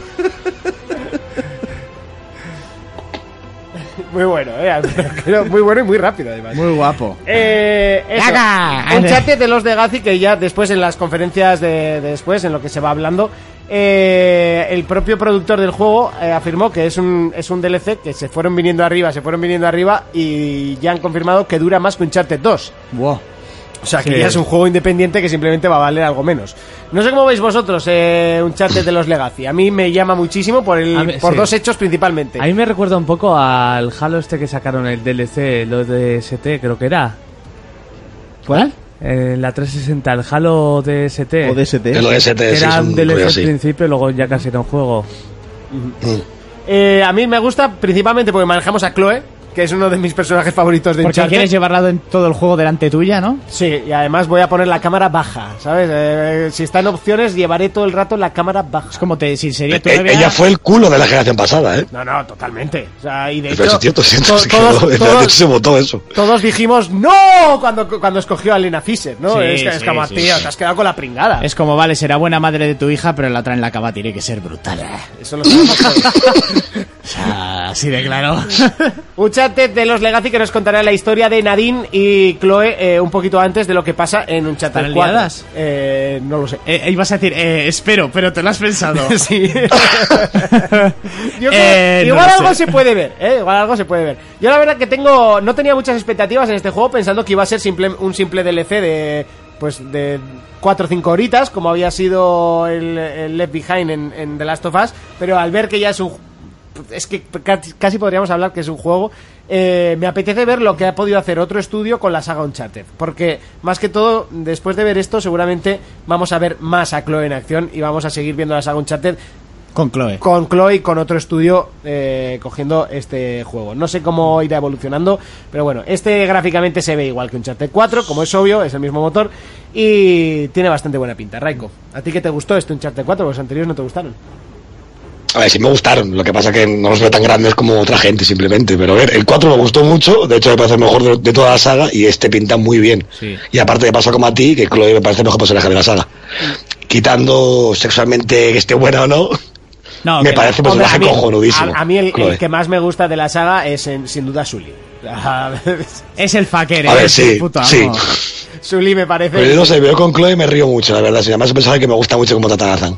[SPEAKER 2] Muy bueno, eh. Creo Muy bueno y muy rápido, además.
[SPEAKER 5] Muy guapo.
[SPEAKER 2] Eh, eso.
[SPEAKER 3] Gaga.
[SPEAKER 2] Uncharted de los de Gazi que ya después en las conferencias de, de después, en lo que se va hablando, eh, el propio productor del juego eh, afirmó que es un, es un DLC que se fueron viniendo arriba, se fueron viniendo arriba y ya han confirmado que dura más que Uncharted 2.
[SPEAKER 6] Buah.
[SPEAKER 2] O sea, que ya es un juego independiente que simplemente va a valer algo menos. No sé cómo veis vosotros eh, Uncharted de los Legacy. A mí me llama muchísimo por, el,
[SPEAKER 4] A mí-
[SPEAKER 2] por
[SPEAKER 4] sí.
[SPEAKER 2] dos hechos principalmente.
[SPEAKER 4] A mí me recuerda un poco al Halo este que sacaron el DLC, lo de ST creo que era.
[SPEAKER 6] ¿Cuál?
[SPEAKER 4] Eh, la 360, el Halo DST.
[SPEAKER 5] O DST.
[SPEAKER 1] El OST
[SPEAKER 4] Que
[SPEAKER 1] sí,
[SPEAKER 4] era
[SPEAKER 1] es
[SPEAKER 4] un
[SPEAKER 1] un rollo
[SPEAKER 4] DLC al
[SPEAKER 1] así.
[SPEAKER 4] principio, luego ya casi era un juego.
[SPEAKER 2] Eh, a mí me gusta principalmente porque manejamos a Chloe, que es uno de mis personajes favoritos de
[SPEAKER 6] Porque
[SPEAKER 2] Uncharted.
[SPEAKER 6] quieres llevarla en todo el juego delante tuya, ¿no?
[SPEAKER 2] Sí, y además voy a poner la cámara baja, ¿sabes? Eh, si está en opciones, llevaré todo el rato la cámara baja.
[SPEAKER 6] Es como te, si sería tu
[SPEAKER 1] Eh,
[SPEAKER 6] novia-
[SPEAKER 1] Ella fue el culo de la generación pasada, ¿eh?
[SPEAKER 2] No, no, totalmente. O sea, y de
[SPEAKER 1] Pero
[SPEAKER 2] hecho,
[SPEAKER 1] es cierto, es cierto,
[SPEAKER 2] to-
[SPEAKER 1] es que eh.
[SPEAKER 2] todos,
[SPEAKER 1] no, de
[SPEAKER 2] todos-
[SPEAKER 1] hecho se votó eso.
[SPEAKER 2] todos dijimos ¡No! Cuando, cuando escogió a Lena Fisher, ¿no?
[SPEAKER 6] Sí,
[SPEAKER 2] es, que- es
[SPEAKER 6] sí,
[SPEAKER 2] como,
[SPEAKER 6] sí. Eh.
[SPEAKER 2] tío, te has quedado con la pringada.
[SPEAKER 6] Es como, vale, será buena madre de tu hija, pero la traen la cava, tiene que ser brutal.
[SPEAKER 2] Eso lo sabemos todos.
[SPEAKER 6] O sea, así de claro.
[SPEAKER 2] Un chat de los Legacy que nos contará la historia de Nadine y Chloe eh, un poquito antes de lo que pasa en un chat
[SPEAKER 6] ¿Están liadas?
[SPEAKER 2] Eh, no lo sé.
[SPEAKER 3] Eh, eh, ibas a decir, eh, espero, pero te lo has pensado.
[SPEAKER 2] Sí. Yo creo-
[SPEAKER 3] Eh, no
[SPEAKER 2] igual
[SPEAKER 3] lo
[SPEAKER 2] algo
[SPEAKER 3] sé.
[SPEAKER 2] se puede ver, ¿eh? Igual algo se puede ver. Yo la verdad que tengo. No tenía muchas expectativas en este juego pensando que iba a ser simple, un simple DLC de. Pues de 4 o 5 horitas, como había sido el, el Left Behind en, en The Last of Us. Pero al ver que ya es un. Es que ca- casi podríamos hablar que es un juego. eh, me apetece ver lo que ha podido hacer otro estudio con la saga Uncharted. Porque, más que todo, después de ver esto, seguramente vamos a ver más a Chloe en acción y vamos a seguir viendo la saga Uncharted
[SPEAKER 6] Con Chloe.
[SPEAKER 2] con Chloe y con otro estudio eh, cogiendo este juego. No sé cómo irá evolucionando, pero bueno, este gráficamente se ve igual que un Uncharted 4, como es obvio, es el mismo motor y tiene bastante buena pinta. Raiko, ¿a ti qué te gustó este Uncharted 4? Los anteriores no te gustaron.
[SPEAKER 1] A ver, sí me gustaron. Lo que pasa que no los veo tan grandes como otra gente, simplemente. Pero a ver, el 4 me gustó mucho. De hecho, me parece el mejor de, de toda la saga. Y este pinta muy bien. Y aparte, de paso como a ti, que Chloe me parece el mejor personaje de la saga. Quitando sexualmente que esté buena o no,
[SPEAKER 3] No,
[SPEAKER 1] me
[SPEAKER 3] que-
[SPEAKER 1] parece un
[SPEAKER 2] Hombre,
[SPEAKER 1] personaje cojonudísimo.
[SPEAKER 2] a- a mí el, el
[SPEAKER 1] Pues Chloe.
[SPEAKER 2] que más me gusta de la saga es en- sin duda Sully.
[SPEAKER 3] Es el fucker,
[SPEAKER 1] A
[SPEAKER 3] eh,
[SPEAKER 1] ver,
[SPEAKER 3] es el
[SPEAKER 1] sí,
[SPEAKER 3] puto amo.
[SPEAKER 1] sí.
[SPEAKER 2] Sully me parece...
[SPEAKER 1] Pero yo no sé, veo con Chloe y me río mucho, la verdad. Sí, además, pensaba que me gusta mucho como Tatanazan.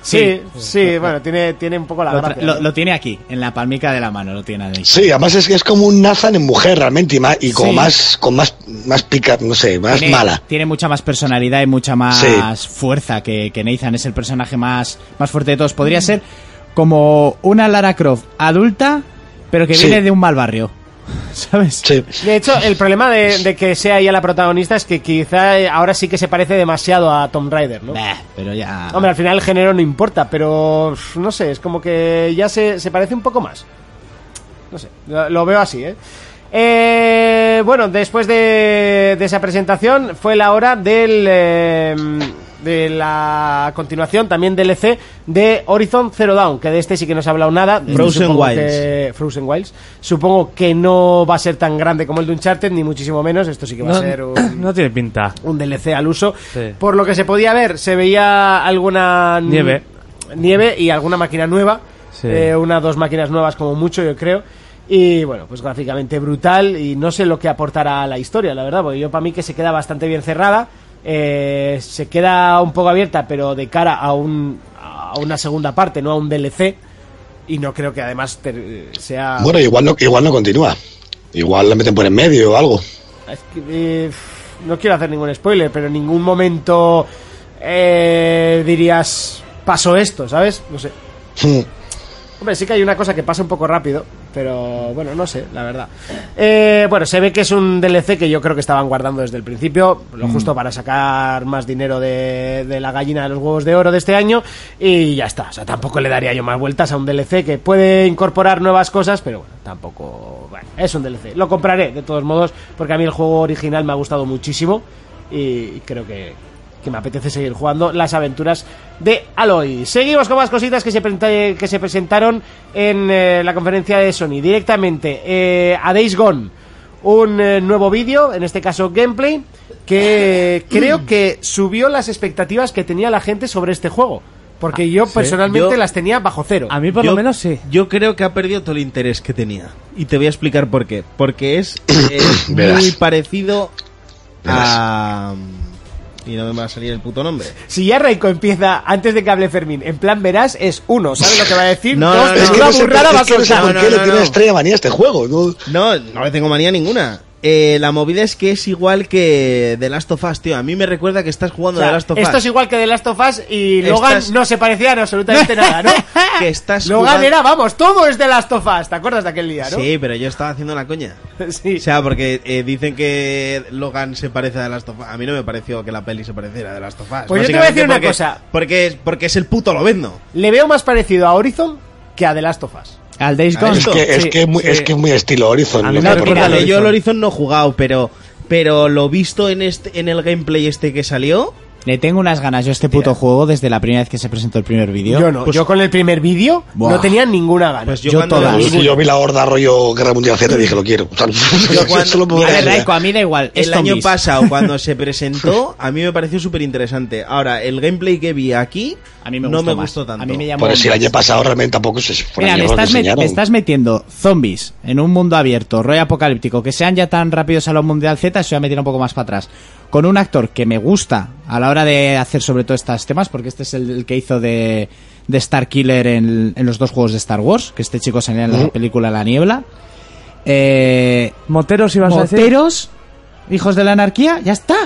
[SPEAKER 2] Sí, sí, bueno, tiene, tiene un poco la
[SPEAKER 6] Lo, tra-
[SPEAKER 2] gracia,
[SPEAKER 6] lo-
[SPEAKER 2] ¿no?
[SPEAKER 6] lo tiene aquí, en la palmica de la mano, lo tiene ahí.
[SPEAKER 1] Sí, además es que es como un Nathan en mujer, realmente. Y, más, y como
[SPEAKER 6] Sí.
[SPEAKER 1] más, con más, más pica, no sé, más
[SPEAKER 6] tiene,
[SPEAKER 1] mala.
[SPEAKER 6] tiene mucha más personalidad y mucha más
[SPEAKER 1] Sí.
[SPEAKER 6] fuerza que, que Nathan. Es el personaje más, más fuerte de todos. Podría ser como una Lara Croft adulta, pero que
[SPEAKER 1] Sí.
[SPEAKER 6] viene de un mal barrio. ¿Sabes?
[SPEAKER 1] Sí.
[SPEAKER 2] De hecho, el problema de, de que sea ella la protagonista es que quizá eh, ahora sí que se parece demasiado a Tom Rider, ¿no?
[SPEAKER 6] Bah, pero ya.
[SPEAKER 2] Hombre, al final el género no importa, pero uf, no sé, es como que ya se, se parece un poco más. No sé, lo, lo veo así, ¿eh? Eh, bueno, después de, de esa presentación fue la hora del, eh, de la continuación, también DLC, de Horizon Zero Dawn, que de este sí que no se ha hablado nada. De este
[SPEAKER 5] Frozen
[SPEAKER 2] supongo
[SPEAKER 5] Wilds.
[SPEAKER 2] que- Frozen Wilds. Supongo que no va a ser tan grande como el de Uncharted, ni muchísimo menos. Esto sí que va a ser
[SPEAKER 4] No,
[SPEAKER 2] un...
[SPEAKER 4] no tiene pinta.
[SPEAKER 2] un DLC al uso.
[SPEAKER 4] Sí.
[SPEAKER 2] Por lo que se podía ver, se veía alguna n-
[SPEAKER 4] Nieve.
[SPEAKER 2] nieve y alguna máquina nueva.
[SPEAKER 4] Sí.
[SPEAKER 2] Eh, una dos máquinas nuevas como mucho, yo creo. Y bueno, pues gráficamente brutal y no sé lo que aportará a la historia, la verdad, porque yo para mí que se queda bastante bien cerrada. Eh, se queda un poco abierta, pero de cara a un a a una segunda parte, no a un DLC. Y no creo que además ter- sea.
[SPEAKER 1] Bueno, igual no, igual no continúa. Igual la meten por en medio o algo.
[SPEAKER 2] Es que, eh, f- no quiero hacer ningún spoiler, pero en ningún momento eh, dirías pasó esto, ¿sabes? No sé. Hombre, sí que hay una cosa que pasa un poco rápido, pero bueno, no sé, la verdad. Eh, bueno, se ve que es un DLC que yo creo que estaban guardando desde el principio, lo justo para sacar más dinero de, de la gallina de los huevos de oro de este año, y ya está. O sea, tampoco le daría yo más vueltas a un DLC que puede incorporar nuevas cosas, pero bueno, tampoco. Bueno, es un DLC. Lo compraré, de todos modos, porque a mí el juego original me ha gustado muchísimo y creo que, que me apetece seguir jugando las aventuras de Aloy. Seguimos con más cositas que se, presenta- que se presentaron en eh, la conferencia de Sony. Directamente eh, a Days Gone, un eh, nuevo vídeo, en este caso gameplay, que creo que subió las expectativas que tenía la gente sobre este juego. Porque yo personalmente
[SPEAKER 5] Yo-
[SPEAKER 2] las tenía bajo cero.
[SPEAKER 4] A mí por
[SPEAKER 5] Yo-
[SPEAKER 4] lo menos sí.
[SPEAKER 5] Yo creo que ha perdido todo el interés que tenía. Y te voy a explicar por qué. Porque es eh,
[SPEAKER 1] Verás.
[SPEAKER 5] muy parecido a... mm, Y no me va a salir el puto nombre.
[SPEAKER 2] Si ya Raiko empieza antes de que hable Fermín, en plan verás, es uno, ¿sabes lo que va a decir?
[SPEAKER 5] No,
[SPEAKER 2] Dos,
[SPEAKER 5] no,
[SPEAKER 1] es que
[SPEAKER 2] una
[SPEAKER 1] no sé, por-
[SPEAKER 2] burrada va a
[SPEAKER 1] es que no sé
[SPEAKER 2] soltar.
[SPEAKER 1] por
[SPEAKER 5] No,
[SPEAKER 1] qué
[SPEAKER 5] no,
[SPEAKER 1] le
[SPEAKER 5] no,
[SPEAKER 1] tiene
[SPEAKER 5] no.
[SPEAKER 1] estrella manía a este juego. ¿no?
[SPEAKER 5] No, no le tengo manía ninguna. Eh, la movida es que es igual que The Last of Us, tío. A mí me recuerda que estás jugando
[SPEAKER 2] O sea,
[SPEAKER 5] The Last of Us.
[SPEAKER 2] esto es igual que The Last of Us y Logan
[SPEAKER 5] Estás-
[SPEAKER 2] no se parecía en absolutamente nada, ¿no?
[SPEAKER 5] Que estás
[SPEAKER 2] Logan
[SPEAKER 5] jugando-
[SPEAKER 2] era, vamos, todo es The Last of Us, ¿te acuerdas de aquel día, no?
[SPEAKER 5] Sí, pero yo estaba haciendo la coña.
[SPEAKER 2] Sí.
[SPEAKER 5] O sea, porque eh, dicen que Logan se parece a The Last of Us. A mí no me pareció que la peli se pareciera a The Last of Us.
[SPEAKER 2] Pues yo te voy a decir
[SPEAKER 5] Básicamente
[SPEAKER 2] una
[SPEAKER 5] porque-
[SPEAKER 2] cosa.
[SPEAKER 5] Porque es, porque es el puto Lobezno.
[SPEAKER 2] Le veo más parecido a Horizon que a The Last of Us.
[SPEAKER 3] Al Days
[SPEAKER 5] A
[SPEAKER 3] Gone.
[SPEAKER 1] Es, que, es,
[SPEAKER 4] Sí,
[SPEAKER 1] que es muy,
[SPEAKER 4] sí.
[SPEAKER 1] es que es muy estilo Horizon.
[SPEAKER 4] A mí
[SPEAKER 1] lo
[SPEAKER 4] me
[SPEAKER 1] que-
[SPEAKER 5] Porque
[SPEAKER 4] recuerda
[SPEAKER 5] mira,
[SPEAKER 4] al
[SPEAKER 5] yo
[SPEAKER 4] Horizon.
[SPEAKER 5] el Horizon no he jugado, pero, pero lo visto en, este, en el gameplay este que salió...
[SPEAKER 3] Le tengo unas ganas yo a este puto juego desde la primera vez que se presentó el primer vídeo.
[SPEAKER 2] Yo no,
[SPEAKER 5] Pues-
[SPEAKER 2] yo con el primer vídeo
[SPEAKER 3] Buah.
[SPEAKER 2] no tenía ninguna gana.
[SPEAKER 5] Pues yo,
[SPEAKER 3] Yo
[SPEAKER 5] cuando...
[SPEAKER 3] todas.
[SPEAKER 1] Yo, si yo vi la horda rollo Guerra Mundial Z dije, lo quiero. O sea,
[SPEAKER 5] cuando-
[SPEAKER 1] eso lo puedo
[SPEAKER 5] Mira,
[SPEAKER 3] A ver,
[SPEAKER 1] decir.
[SPEAKER 3] Raiko, a mí da igual. es
[SPEAKER 5] El año
[SPEAKER 3] zombies.
[SPEAKER 5] pasado, cuando se presentó, a mí me pareció súper interesante. Ahora, el gameplay que vi aquí
[SPEAKER 3] A mí me
[SPEAKER 5] no
[SPEAKER 3] gustó
[SPEAKER 5] me
[SPEAKER 3] más.
[SPEAKER 5] gustó tanto.
[SPEAKER 3] A mí me llamó
[SPEAKER 1] Por si el
[SPEAKER 3] más.
[SPEAKER 1] año pasado realmente tampoco se fue
[SPEAKER 3] Mira, me estás, met- me estás metiendo zombies en un mundo abierto, rollo apocalíptico, que sean ya tan rápidos a los Mundial Z, eso ya me tira un poco más para atrás. Con un actor que me gusta a la hora de hacer sobre todo estos temas, porque este es el, el que hizo de, de Star Killer en, en los dos juegos de Star Wars, que este chico salía en la película La Niebla. Eh,
[SPEAKER 4] Moteros ibas a decir.
[SPEAKER 3] Moteros, hijos de la anarquía, ya está.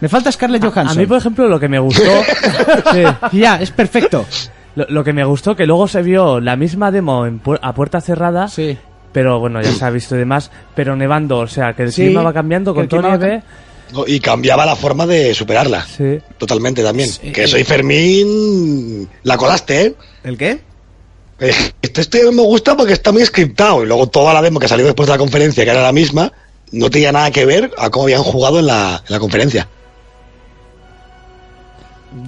[SPEAKER 3] Me falta Scarlett Johansson.
[SPEAKER 4] A mí, pues- por ejemplo, lo que me gustó. Sí.
[SPEAKER 3] Ya, es perfecto.
[SPEAKER 4] Lo, lo que me gustó que luego se vio la misma demo en pu- a puerta cerrada,
[SPEAKER 3] Sí.
[SPEAKER 4] pero bueno, ya se ha visto y demás, pero nevando, o sea, que el
[SPEAKER 3] Sí,
[SPEAKER 4] clima va cambiando
[SPEAKER 3] que
[SPEAKER 4] con
[SPEAKER 3] el
[SPEAKER 4] todo
[SPEAKER 3] clima va
[SPEAKER 4] nieve.
[SPEAKER 1] Y cambiaba la forma de superarla.
[SPEAKER 4] Sí.
[SPEAKER 1] Totalmente también. que soy Fermín. La colaste, ¿eh?
[SPEAKER 5] ¿El qué?
[SPEAKER 1] Eh, Este, este me gusta porque está muy scriptado. Y luego toda la demo que salió después de la conferencia, que era la misma, no tenía nada que ver a cómo habían jugado en la, en la conferencia.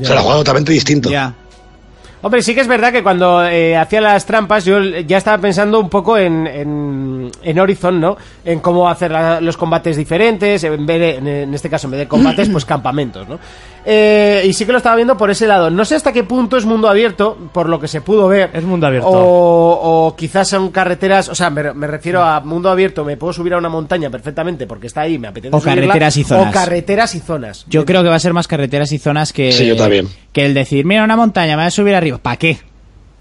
[SPEAKER 1] O sea, la jugada totalmente distinto.
[SPEAKER 3] Ya.
[SPEAKER 2] Hombre, sí que es verdad que cuando eh, hacía las trampas yo ya estaba pensando un poco en, en, en Horizon, ¿no? En cómo hacer la- los combates diferentes, en, vez de- en- en este caso en vez de combates, pues campamentos, ¿no? Eh, y sí que lo estaba viendo por ese lado. No sé hasta qué punto es mundo abierto, por lo que se pudo ver.
[SPEAKER 4] Es mundo abierto.
[SPEAKER 2] O, o quizás son carreteras, o sea, me, me refiero a mundo abierto, me puedo subir a una montaña perfectamente porque está ahí, me apetece
[SPEAKER 3] O
[SPEAKER 2] subirla,
[SPEAKER 3] carreteras y zonas.
[SPEAKER 2] O carreteras y zonas.
[SPEAKER 3] Yo creo que va a ser más carreteras y zonas que.
[SPEAKER 1] Sí, yo también.
[SPEAKER 3] Que el decir, mira una montaña, me voy a subir arriba. ¿Para qué?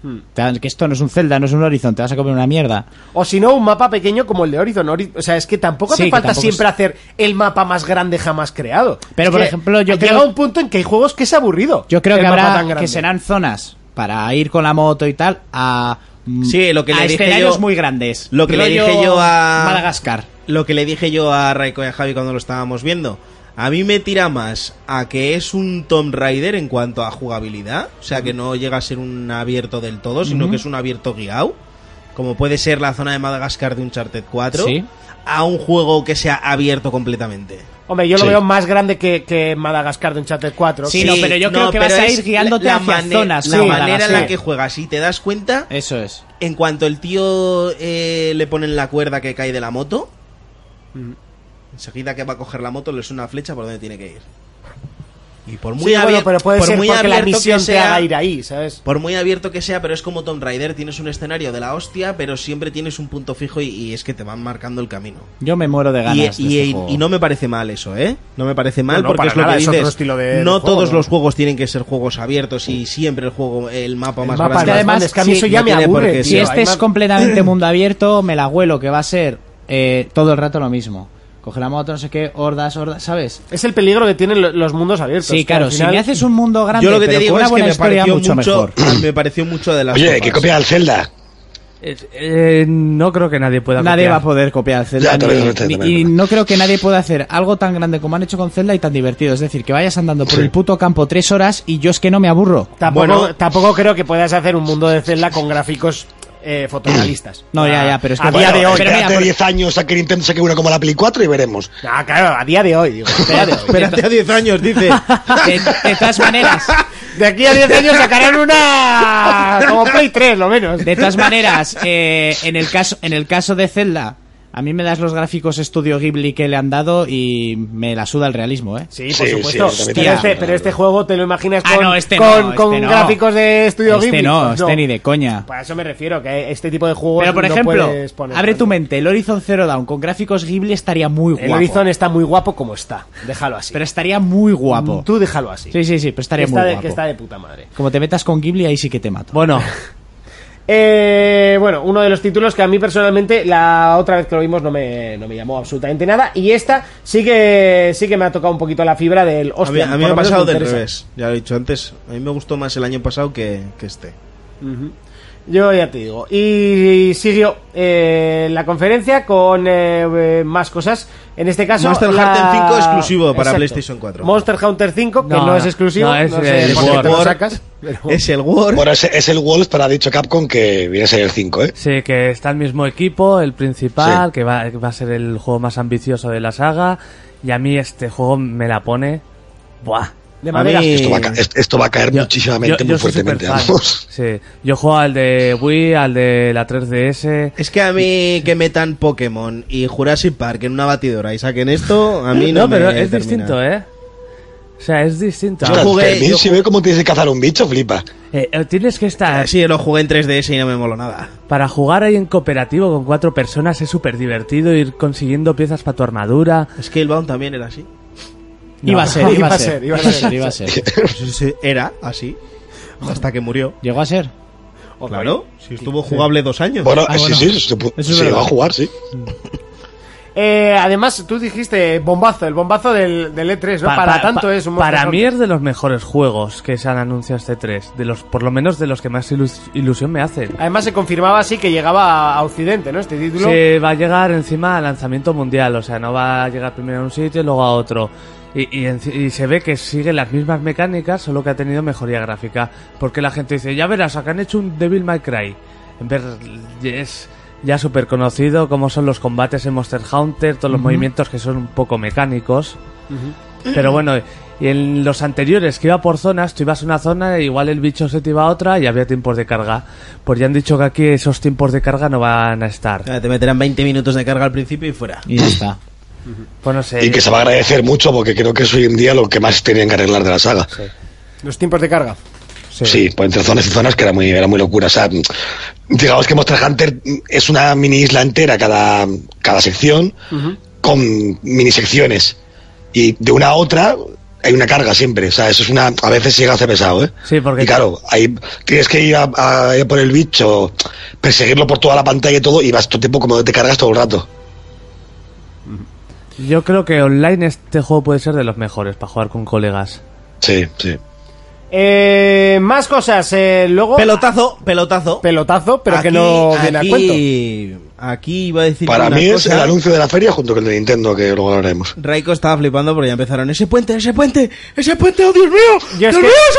[SPEAKER 5] Hmm.
[SPEAKER 3] Te- Que esto no es un Zelda, no es un horizonte, vas a comer una mierda.
[SPEAKER 2] O si no, un mapa pequeño como el de Horizon. Hori- O sea, es que tampoco hace
[SPEAKER 3] Sí, que
[SPEAKER 2] falta
[SPEAKER 3] tampoco
[SPEAKER 2] siempre
[SPEAKER 3] es-
[SPEAKER 2] hacer el mapa más grande jamás creado.
[SPEAKER 3] Pero,
[SPEAKER 2] Es
[SPEAKER 3] por
[SPEAKER 2] que
[SPEAKER 3] ejemplo, yo
[SPEAKER 2] llega
[SPEAKER 3] creo-
[SPEAKER 2] un punto en que hay juegos que es aburrido.
[SPEAKER 3] Yo creo
[SPEAKER 2] el
[SPEAKER 3] que
[SPEAKER 2] mapa
[SPEAKER 3] habrá
[SPEAKER 2] tan grande.
[SPEAKER 3] que serán zonas para ir con la moto y tal a. mm,
[SPEAKER 5] Sí, lo que le
[SPEAKER 3] a
[SPEAKER 5] dije
[SPEAKER 3] escenarios
[SPEAKER 5] yo-
[SPEAKER 3] muy grandes.
[SPEAKER 5] lo que le
[SPEAKER 3] Rollo
[SPEAKER 5] dije yo a-
[SPEAKER 3] Madagascar.
[SPEAKER 5] Lo que le dije yo a Raiko y a Javi cuando lo estábamos viendo. A mí me tira más a que es un Tomb Raider en cuanto a jugabilidad. O sea, que no llega a ser un abierto del todo, sino que es un abierto guiado. Como puede ser la zona de Madagascar de Uncharted 4.
[SPEAKER 3] Sí.
[SPEAKER 5] A un juego que sea abierto completamente.
[SPEAKER 2] Hombre, yo lo
[SPEAKER 1] Sí.
[SPEAKER 2] veo más grande que, que Madagascar de Uncharted 4.
[SPEAKER 3] Sí, no, pero yo creo que vas
[SPEAKER 5] pero
[SPEAKER 3] a ir
[SPEAKER 5] es
[SPEAKER 3] guiándote hacia
[SPEAKER 5] mane-
[SPEAKER 3] zonas,
[SPEAKER 5] La
[SPEAKER 3] sí,
[SPEAKER 5] manera en la
[SPEAKER 3] Madagascar.
[SPEAKER 5] que juegas y te das cuenta,
[SPEAKER 3] Eso es.
[SPEAKER 5] en cuanto el tío eh, le ponen la cuerda que cae de la moto,
[SPEAKER 2] Mm.
[SPEAKER 5] enseguida que va a coger la moto le suena una flecha por donde tiene que ir. Y por muy
[SPEAKER 2] Sí, bueno,
[SPEAKER 5] abier-
[SPEAKER 2] pero puede
[SPEAKER 5] por
[SPEAKER 2] ser
[SPEAKER 5] muy
[SPEAKER 2] porque la
[SPEAKER 5] abierto que
[SPEAKER 2] misión te
[SPEAKER 5] sea-
[SPEAKER 2] haga ir ahí, ¿sabes?
[SPEAKER 5] Por muy abierto que sea, pero es como Tomb Raider, tienes un escenario de la hostia, pero siempre tienes un punto fijo y, y es que te van marcando el camino.
[SPEAKER 6] Yo me muero de
[SPEAKER 5] Y,
[SPEAKER 6] ganas.
[SPEAKER 5] y-
[SPEAKER 6] de este
[SPEAKER 5] y-
[SPEAKER 6] juego.
[SPEAKER 5] y no me parece mal eso, ¿eh? No me parece mal
[SPEAKER 2] No, no,
[SPEAKER 5] porque
[SPEAKER 2] para
[SPEAKER 5] es lo
[SPEAKER 2] nada,
[SPEAKER 5] que
[SPEAKER 2] es
[SPEAKER 5] dices.
[SPEAKER 2] otro estilo de- de
[SPEAKER 5] no
[SPEAKER 2] juego,
[SPEAKER 5] todos
[SPEAKER 2] ¿no?
[SPEAKER 5] los juegos tienen que ser juegos abiertos y siempre el juego, el mapa más
[SPEAKER 2] mapa
[SPEAKER 5] grande.
[SPEAKER 2] es más grande, es que a mí eso ya
[SPEAKER 5] no
[SPEAKER 2] me
[SPEAKER 5] tiene por
[SPEAKER 2] aburre,
[SPEAKER 5] qué
[SPEAKER 2] tío,
[SPEAKER 6] Si
[SPEAKER 5] ser.
[SPEAKER 6] este es
[SPEAKER 2] además-
[SPEAKER 6] completamente mundo abierto, me la huelo que va a ser eh, todo el rato lo mismo. Coger la moto, no sé qué, hordas, hordas, ¿sabes?
[SPEAKER 2] Es el peligro que tienen lo- los mundos abiertos.
[SPEAKER 6] Sí,
[SPEAKER 2] que
[SPEAKER 6] claro,
[SPEAKER 2] al final-
[SPEAKER 6] si me haces un mundo grande,
[SPEAKER 5] Yo lo que
[SPEAKER 6] pero
[SPEAKER 5] te digo
[SPEAKER 6] con una
[SPEAKER 5] es que
[SPEAKER 6] buena
[SPEAKER 5] me
[SPEAKER 6] historia,
[SPEAKER 5] pareció
[SPEAKER 6] mucho,
[SPEAKER 5] mucho,
[SPEAKER 6] mejor.
[SPEAKER 5] me pareció mucho de las
[SPEAKER 1] Oye, que
[SPEAKER 5] copas.
[SPEAKER 1] copia al Zelda.
[SPEAKER 4] Eh, eh, no creo que nadie pueda
[SPEAKER 6] Nadie
[SPEAKER 4] copiar.
[SPEAKER 6] va a poder copiar Zelda.
[SPEAKER 1] Ya, también
[SPEAKER 6] ni-
[SPEAKER 1] lo entiendo,
[SPEAKER 6] ni-
[SPEAKER 1] también
[SPEAKER 6] y
[SPEAKER 1] lo entiendo.
[SPEAKER 6] no creo que nadie pueda hacer algo tan grande como han hecho con Zelda y tan divertido. Es decir, que vayas andando por
[SPEAKER 1] Sí.
[SPEAKER 6] el puto campo tres horas y yo es que no me aburro.
[SPEAKER 2] Tampoco,
[SPEAKER 5] Bueno.
[SPEAKER 2] tampoco creo que puedas hacer un mundo de Zelda con gráficos eh, fotorrealistas.
[SPEAKER 6] No, ya, ya, pero es que-
[SPEAKER 2] A día de
[SPEAKER 1] Bueno,
[SPEAKER 2] hoy.
[SPEAKER 1] espérate 10 años a que Nintendo saque una como la Play 4 y veremos.
[SPEAKER 2] Ah, claro, a día de hoy, digo. a día de hoy.
[SPEAKER 5] Espérate a 10 años, dice.
[SPEAKER 6] De, de todas maneras,
[SPEAKER 2] De aquí a 10 años sacarán una. Como Play 3, lo menos.
[SPEAKER 6] de todas maneras, eh, en el caso, en el caso de Zelda, a mí me das los gráficos estudio Ghibli que le han dado y me la suda el realismo, ¿eh?
[SPEAKER 2] Sí, por
[SPEAKER 1] Sí,
[SPEAKER 2] supuesto.
[SPEAKER 1] sí, también
[SPEAKER 2] pero,
[SPEAKER 6] tiene
[SPEAKER 2] este,
[SPEAKER 1] razón.
[SPEAKER 2] pero este juego te lo imaginas
[SPEAKER 6] Ah,
[SPEAKER 2] con,
[SPEAKER 6] no, este
[SPEAKER 2] con,
[SPEAKER 6] no,
[SPEAKER 2] con
[SPEAKER 6] este no.
[SPEAKER 2] gráficos de estudio
[SPEAKER 6] Este
[SPEAKER 2] Ghibli.
[SPEAKER 6] no,
[SPEAKER 2] Pues
[SPEAKER 6] este ni de coña.
[SPEAKER 2] Para eso me refiero, que este tipo de juegos.
[SPEAKER 6] Pero por
[SPEAKER 2] no
[SPEAKER 6] ejemplo,
[SPEAKER 2] puedes poner
[SPEAKER 6] abre tu
[SPEAKER 2] tanto.
[SPEAKER 6] mente, el Horizon Zero Dawn con gráficos Ghibli estaría muy
[SPEAKER 2] El
[SPEAKER 6] guapo.
[SPEAKER 2] Horizon está muy guapo como está. Déjalo así.
[SPEAKER 6] Pero estaría muy
[SPEAKER 3] Mm,
[SPEAKER 6] guapo.
[SPEAKER 2] Tú déjalo así.
[SPEAKER 6] Sí, sí, sí, pero
[SPEAKER 2] que,
[SPEAKER 6] estaría
[SPEAKER 2] está
[SPEAKER 6] muy
[SPEAKER 2] de,
[SPEAKER 6] guapo.
[SPEAKER 2] que está de puta madre.
[SPEAKER 6] Como te metas con Ghibli, ahí sí que te mato.
[SPEAKER 4] Bueno,
[SPEAKER 2] Eh, bueno, uno de los títulos que a mí personalmente la otra vez que lo vimos no me, no me llamó absolutamente nada. Y esta sí que sí que me ha tocado un poquito la fibra del
[SPEAKER 5] A mí,
[SPEAKER 2] hostia.
[SPEAKER 5] a mí
[SPEAKER 2] por
[SPEAKER 5] me
[SPEAKER 2] lo
[SPEAKER 5] ha
[SPEAKER 2] menos
[SPEAKER 5] pasado del
[SPEAKER 2] interesa.
[SPEAKER 5] revés, ya lo he dicho antes. A mí me gustó más el año pasado que, que este.
[SPEAKER 2] Ujú. Yo ya te digo. Y siguió eh, la conferencia con eh, eh, más cosas. En este caso,
[SPEAKER 5] Monster
[SPEAKER 2] la-
[SPEAKER 5] Hunter 5 exclusivo para PlayStation 4.
[SPEAKER 2] Monster Hunter 5, que no,
[SPEAKER 4] No,
[SPEAKER 2] es
[SPEAKER 4] no,
[SPEAKER 2] exclusivo.
[SPEAKER 4] no, es eh,
[SPEAKER 2] no sé
[SPEAKER 4] el
[SPEAKER 2] por qué te lo
[SPEAKER 5] World.
[SPEAKER 2] sacas, pero-
[SPEAKER 5] Es el War.
[SPEAKER 1] Bueno, es, es el Wolf, pero ha dicho Capcom que viene a ser el 5, ¿eh?
[SPEAKER 4] sí, que está el mismo equipo, el principal,
[SPEAKER 1] Sí.
[SPEAKER 4] que va, que va a ser el juego más ambicioso de la saga. Y a mí este juego me la pone. Buah.
[SPEAKER 2] de
[SPEAKER 5] A
[SPEAKER 2] manera.
[SPEAKER 5] mí-
[SPEAKER 1] Esto va a, ca- est- esto va a caer
[SPEAKER 4] Yo-
[SPEAKER 1] muchísimamente,
[SPEAKER 4] yo-
[SPEAKER 1] muy
[SPEAKER 4] yo soy
[SPEAKER 1] fuertemente,
[SPEAKER 4] superfan.
[SPEAKER 1] vamos.
[SPEAKER 4] Sí, yo juego al de Wii, al de la 3DS.
[SPEAKER 5] Es que a mí que metan Pokémon y Jurassic Park en una batidora y saquen esto, a mí no,
[SPEAKER 4] no, pero
[SPEAKER 5] me
[SPEAKER 4] es
[SPEAKER 5] termina.
[SPEAKER 4] distinto, ¿eh? O sea, es distinto.
[SPEAKER 1] Ostras,
[SPEAKER 5] jugué-
[SPEAKER 1] Fermín,
[SPEAKER 5] yo
[SPEAKER 1] si ve cómo tienes que cazar a un bicho, flipa.
[SPEAKER 4] Eh, eh, tienes que estar.
[SPEAKER 5] Ah, Sí, lo jugué en 3DS y no me moló nada.
[SPEAKER 4] Para jugar ahí en cooperativo con cuatro personas es súper divertido ir consiguiendo piezas para tu armadura.
[SPEAKER 5] Scalebound también era así.
[SPEAKER 6] Iba a ser, iba a ser,
[SPEAKER 2] iba a ser.
[SPEAKER 6] iba a ser.
[SPEAKER 5] Sí, sí, Era así. Hasta que murió.
[SPEAKER 6] Llegó a ser.
[SPEAKER 5] Claro, si estuvo jugable dos años.
[SPEAKER 1] Bueno,
[SPEAKER 6] Ah,
[SPEAKER 1] eh, sí,
[SPEAKER 6] bueno.
[SPEAKER 1] sí, se, pu-
[SPEAKER 6] Eso es
[SPEAKER 1] se
[SPEAKER 6] verdad.
[SPEAKER 1] va a jugar, sí.
[SPEAKER 2] Eh, además, tú dijiste bombazo, el bombazo del, del E3, ¿no?
[SPEAKER 4] Pa-
[SPEAKER 2] para
[SPEAKER 4] pa-
[SPEAKER 2] tanto
[SPEAKER 4] pa-
[SPEAKER 2] es un Monster
[SPEAKER 4] Para mí
[SPEAKER 2] Hunter.
[SPEAKER 4] es de los mejores juegos que se han anunciado este 3. De los, por lo menos de los que más ilus- ilusión me hacen.
[SPEAKER 2] Además, se confirmaba así que llegaba a Occidente, ¿no? Este título.
[SPEAKER 4] Se va a llegar encima al lanzamiento mundial, o sea, no va a llegar primero a un sitio y luego a otro. Y, y enci- y se ve que sigue las mismas mecánicas, solo que ha tenido mejoría gráfica. Porque la gente dice, ya verás, acá han hecho un Devil May Cry. En ver, es ya súper conocido cómo son los combates en Monster Hunter, todos los movimientos que son un poco mecánicos. Pero bueno, y en los anteriores que iba por zonas, tú ibas a una zona, igual el bicho se te iba a otra y había tiempos de carga. Pues ya han dicho que aquí esos tiempos de carga no van a estar.
[SPEAKER 5] Ah, Te meterán 20 minutos de carga al principio y fuera.
[SPEAKER 6] Y ya está.
[SPEAKER 4] Pues no sé.
[SPEAKER 1] Y que se va a agradecer mucho porque creo que es hoy en día lo que más tenían que arreglar de la saga.
[SPEAKER 2] Los tiempos de carga.
[SPEAKER 1] Sí, pues entre zonas y zonas que era muy, era muy locura. O sea, mm, digamos que Monster Hunter mm, es una mini isla entera cada, cada sección con mini secciones. Y de una a otra hay una carga siempre. O sea, eso es una. A veces llega a ser pesado, ¿eh?
[SPEAKER 4] Sí, porque-
[SPEAKER 1] Y claro, ahí tienes que ir a, a- a por el bicho, perseguirlo por toda la pantalla y todo, y vas todo el tiempo como te cargas todo el rato.
[SPEAKER 4] Yo creo que online este juego puede ser de los mejores para jugar con colegas.
[SPEAKER 1] Sí, sí.
[SPEAKER 2] Eh, más cosas. eh, luego.
[SPEAKER 5] Pelotazo, pelotazo.
[SPEAKER 2] pelotazo, pero que
[SPEAKER 5] Aquí-
[SPEAKER 2] no viene a cuento.
[SPEAKER 5] aquí, aquí iba a decir
[SPEAKER 1] Para
[SPEAKER 5] una
[SPEAKER 1] mí es
[SPEAKER 5] cosa.
[SPEAKER 1] el anuncio de la feria junto con el de Nintendo, que luego hablaremos.
[SPEAKER 5] Raiko estaba flipando porque ya empezaron ese puente, ese puente, ese puente, oh Dios mío,
[SPEAKER 2] Yo
[SPEAKER 5] Dios
[SPEAKER 2] es que-
[SPEAKER 5] mío, ese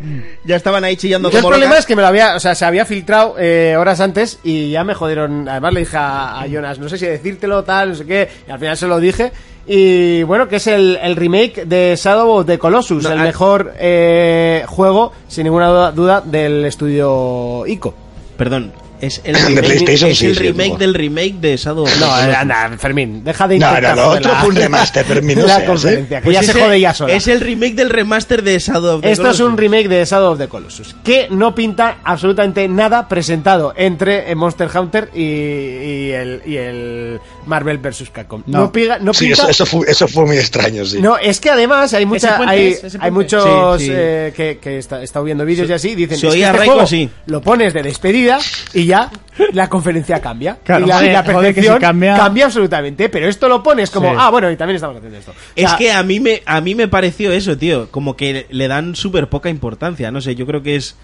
[SPEAKER 5] puente. Ya estaban ahí chillando
[SPEAKER 2] Yo el
[SPEAKER 5] como
[SPEAKER 2] problema
[SPEAKER 5] locas.
[SPEAKER 2] es que me lo había, o sea, se había filtrado eh, horas antes y ya me jodieron. Además le dije a, a Jonas, no sé si decírtelo, tal, no sé qué, y al final se lo dije. Y bueno, que es el, el remake de Shadow of the Colossus,
[SPEAKER 5] No, ah.
[SPEAKER 2] el
[SPEAKER 5] a-
[SPEAKER 2] mejor eh, juego, sin ninguna duda, duda, del estudio ICO.
[SPEAKER 5] Perdón, Es el
[SPEAKER 1] De
[SPEAKER 5] remake,
[SPEAKER 1] PlayStation,
[SPEAKER 5] es
[SPEAKER 1] sí,
[SPEAKER 5] el
[SPEAKER 1] sí,
[SPEAKER 5] remake
[SPEAKER 1] supongo.
[SPEAKER 5] del remake de Shadow of
[SPEAKER 2] No, eh,
[SPEAKER 5] the Colossus.
[SPEAKER 2] anda, Fermín, deja de
[SPEAKER 1] No, no,
[SPEAKER 2] intentar
[SPEAKER 1] no,
[SPEAKER 2] joder
[SPEAKER 1] otro
[SPEAKER 2] la-
[SPEAKER 1] punto más, te Fermín, no
[SPEAKER 2] la
[SPEAKER 1] seas, ¿eh?
[SPEAKER 2] conferencia, que
[SPEAKER 5] Pues
[SPEAKER 2] ya
[SPEAKER 5] es
[SPEAKER 2] se
[SPEAKER 5] el-
[SPEAKER 2] jode ya sola.
[SPEAKER 5] Es el remake del remaster de Shadow of the
[SPEAKER 2] Esto es
[SPEAKER 5] Colossus.
[SPEAKER 2] un remake de Shadow of the Colossus, que no pinta absolutamente nada presentado entre eh, Monster Hunter y, y el, y el Marvel vs. Capcom. No, piga- no
[SPEAKER 1] Sí,
[SPEAKER 2] pinta...
[SPEAKER 1] eso, eso fue, eso fue muy extraño, sí.
[SPEAKER 2] No, es que además hay mucha,
[SPEAKER 3] puente
[SPEAKER 2] hay,
[SPEAKER 3] es, ese
[SPEAKER 2] hay
[SPEAKER 3] puente.
[SPEAKER 2] muchos
[SPEAKER 5] Sí, sí.
[SPEAKER 2] eh, que, que está, he estado viendo vídeos y así dicen
[SPEAKER 5] se
[SPEAKER 2] es que
[SPEAKER 5] oía
[SPEAKER 2] este
[SPEAKER 5] Raiko
[SPEAKER 2] juego
[SPEAKER 5] así.
[SPEAKER 2] lo pones de despedida y ya la conferencia cambia
[SPEAKER 3] Claro,
[SPEAKER 2] y la,
[SPEAKER 3] joder,
[SPEAKER 2] y la
[SPEAKER 3] joder, que se
[SPEAKER 2] percepción
[SPEAKER 3] cambia.
[SPEAKER 2] cambia. absolutamente, pero esto lo pones como
[SPEAKER 3] Sí.
[SPEAKER 2] ah bueno y también estamos haciendo esto. O
[SPEAKER 5] Es
[SPEAKER 2] sea,
[SPEAKER 5] que a mí me a mí me pareció eso, tío, como que le dan súper poca importancia, no sé, yo creo que es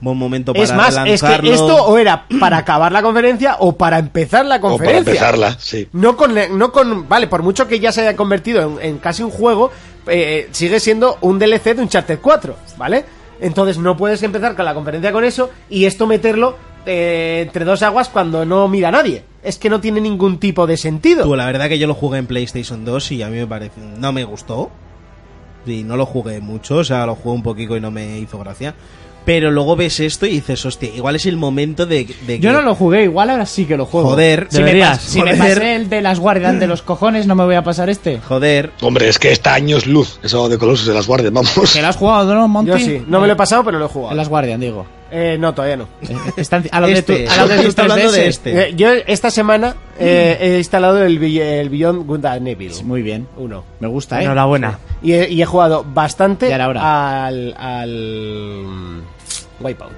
[SPEAKER 5] buen momento para
[SPEAKER 2] es más, es que
[SPEAKER 5] lanzarlo.
[SPEAKER 2] esto o era para acabar la conferencia o para empezar la
[SPEAKER 1] o para
[SPEAKER 2] conferencia.
[SPEAKER 1] empezarla, sí.
[SPEAKER 2] No con, no con. Vale, por mucho que ya se haya convertido en, en casi un juego, eh, sigue siendo un DLC de un Charter 4, ¿vale? Entonces no puedes empezar con la conferencia con eso y esto meterlo eh, entre dos aguas cuando no mira nadie. Es que no tiene ningún tipo de sentido.
[SPEAKER 5] Tú, la verdad que yo lo jugué en PlayStation 2 y a mí me parece no me gustó. Y no lo jugué mucho, o sea, lo jugué un poquito y no me hizo gracia. Pero luego ves esto y dices, hostia, igual es el momento de, de
[SPEAKER 3] Yo
[SPEAKER 5] que-
[SPEAKER 3] no lo jugué, igual ahora sí que lo juego.
[SPEAKER 5] Joder,
[SPEAKER 3] si, me,
[SPEAKER 5] deberías,
[SPEAKER 3] pas- si me
[SPEAKER 5] joder.
[SPEAKER 3] pasé el de las guardias de los cojones, no me voy a pasar este.
[SPEAKER 5] joder.
[SPEAKER 1] Hombre, es que está años luz, eso de Colossus de las guardias, vamos.
[SPEAKER 3] ¿Que lo has jugado, no, Monty?
[SPEAKER 2] Yo sí, no me lo he pasado, pero lo he
[SPEAKER 6] En
[SPEAKER 2] jugado.
[SPEAKER 6] las Guardian, digo.
[SPEAKER 2] Eh, no, todavía no.
[SPEAKER 6] Eh, están- a los de
[SPEAKER 5] Este,
[SPEAKER 6] tu, a los de tu
[SPEAKER 5] está hablando de
[SPEAKER 6] 3DS.
[SPEAKER 5] este.
[SPEAKER 2] Eh, yo esta semana eh, he instalado el, Bill- el Beyond Good and Evil
[SPEAKER 6] Mm.
[SPEAKER 3] este.
[SPEAKER 6] Muy bien.
[SPEAKER 2] uno.
[SPEAKER 6] Me gusta, ¿eh?
[SPEAKER 4] Enhorabuena.
[SPEAKER 2] Y he, y he jugado bastante
[SPEAKER 6] Ya era hora.
[SPEAKER 2] al, al mm, Wipeout.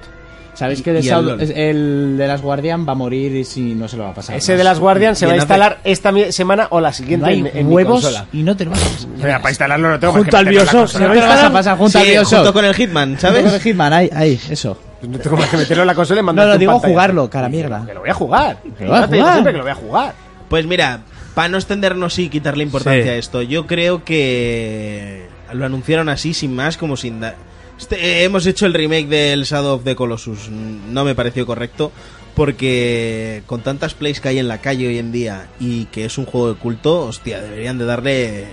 [SPEAKER 6] ¿Sabéis que de
[SPEAKER 5] Y el
[SPEAKER 6] Shadow-
[SPEAKER 5] LOL.
[SPEAKER 6] es- el, de las Guardian va a morir y si no se lo va a pasar?
[SPEAKER 2] Ese de las Guardian se
[SPEAKER 5] Y
[SPEAKER 2] va a
[SPEAKER 5] en
[SPEAKER 2] instalar esta mi- semana o la siguiente
[SPEAKER 6] No hay
[SPEAKER 2] en, en mi
[SPEAKER 6] huevos
[SPEAKER 2] consola.
[SPEAKER 6] y no te lo vas a pasar.
[SPEAKER 2] Mira, para instalarlo no tengo
[SPEAKER 3] Junto al Bioshock.
[SPEAKER 6] No te lo vas a pasar junto al
[SPEAKER 5] Sí,
[SPEAKER 6] Bioshock.
[SPEAKER 5] junto con el Hitman,
[SPEAKER 6] Junto con el
[SPEAKER 5] ¿sabes?
[SPEAKER 6] Hitman, ahí, ahí, eso.
[SPEAKER 2] No tengo más que meterlo en la consola y
[SPEAKER 6] No,
[SPEAKER 2] mandarlo.
[SPEAKER 6] no, digo jugarlo, cara mierda.
[SPEAKER 2] Que lo voy a jugar.
[SPEAKER 6] Que lo vas a
[SPEAKER 2] Ya te digo
[SPEAKER 6] jugar.
[SPEAKER 2] siempre que lo voy a jugar.
[SPEAKER 5] Pues mira, para no extendernos y quitarle importancia
[SPEAKER 4] Sí.
[SPEAKER 5] a esto, yo creo que lo anunciaron así, sin más, como sin dar... hemos hecho el remake del Shadow of the Colossus, mm, no me pareció correcto, porque con tantas plays que hay en la calle hoy en día y que es un juego de culto, hostia, deberían de darle...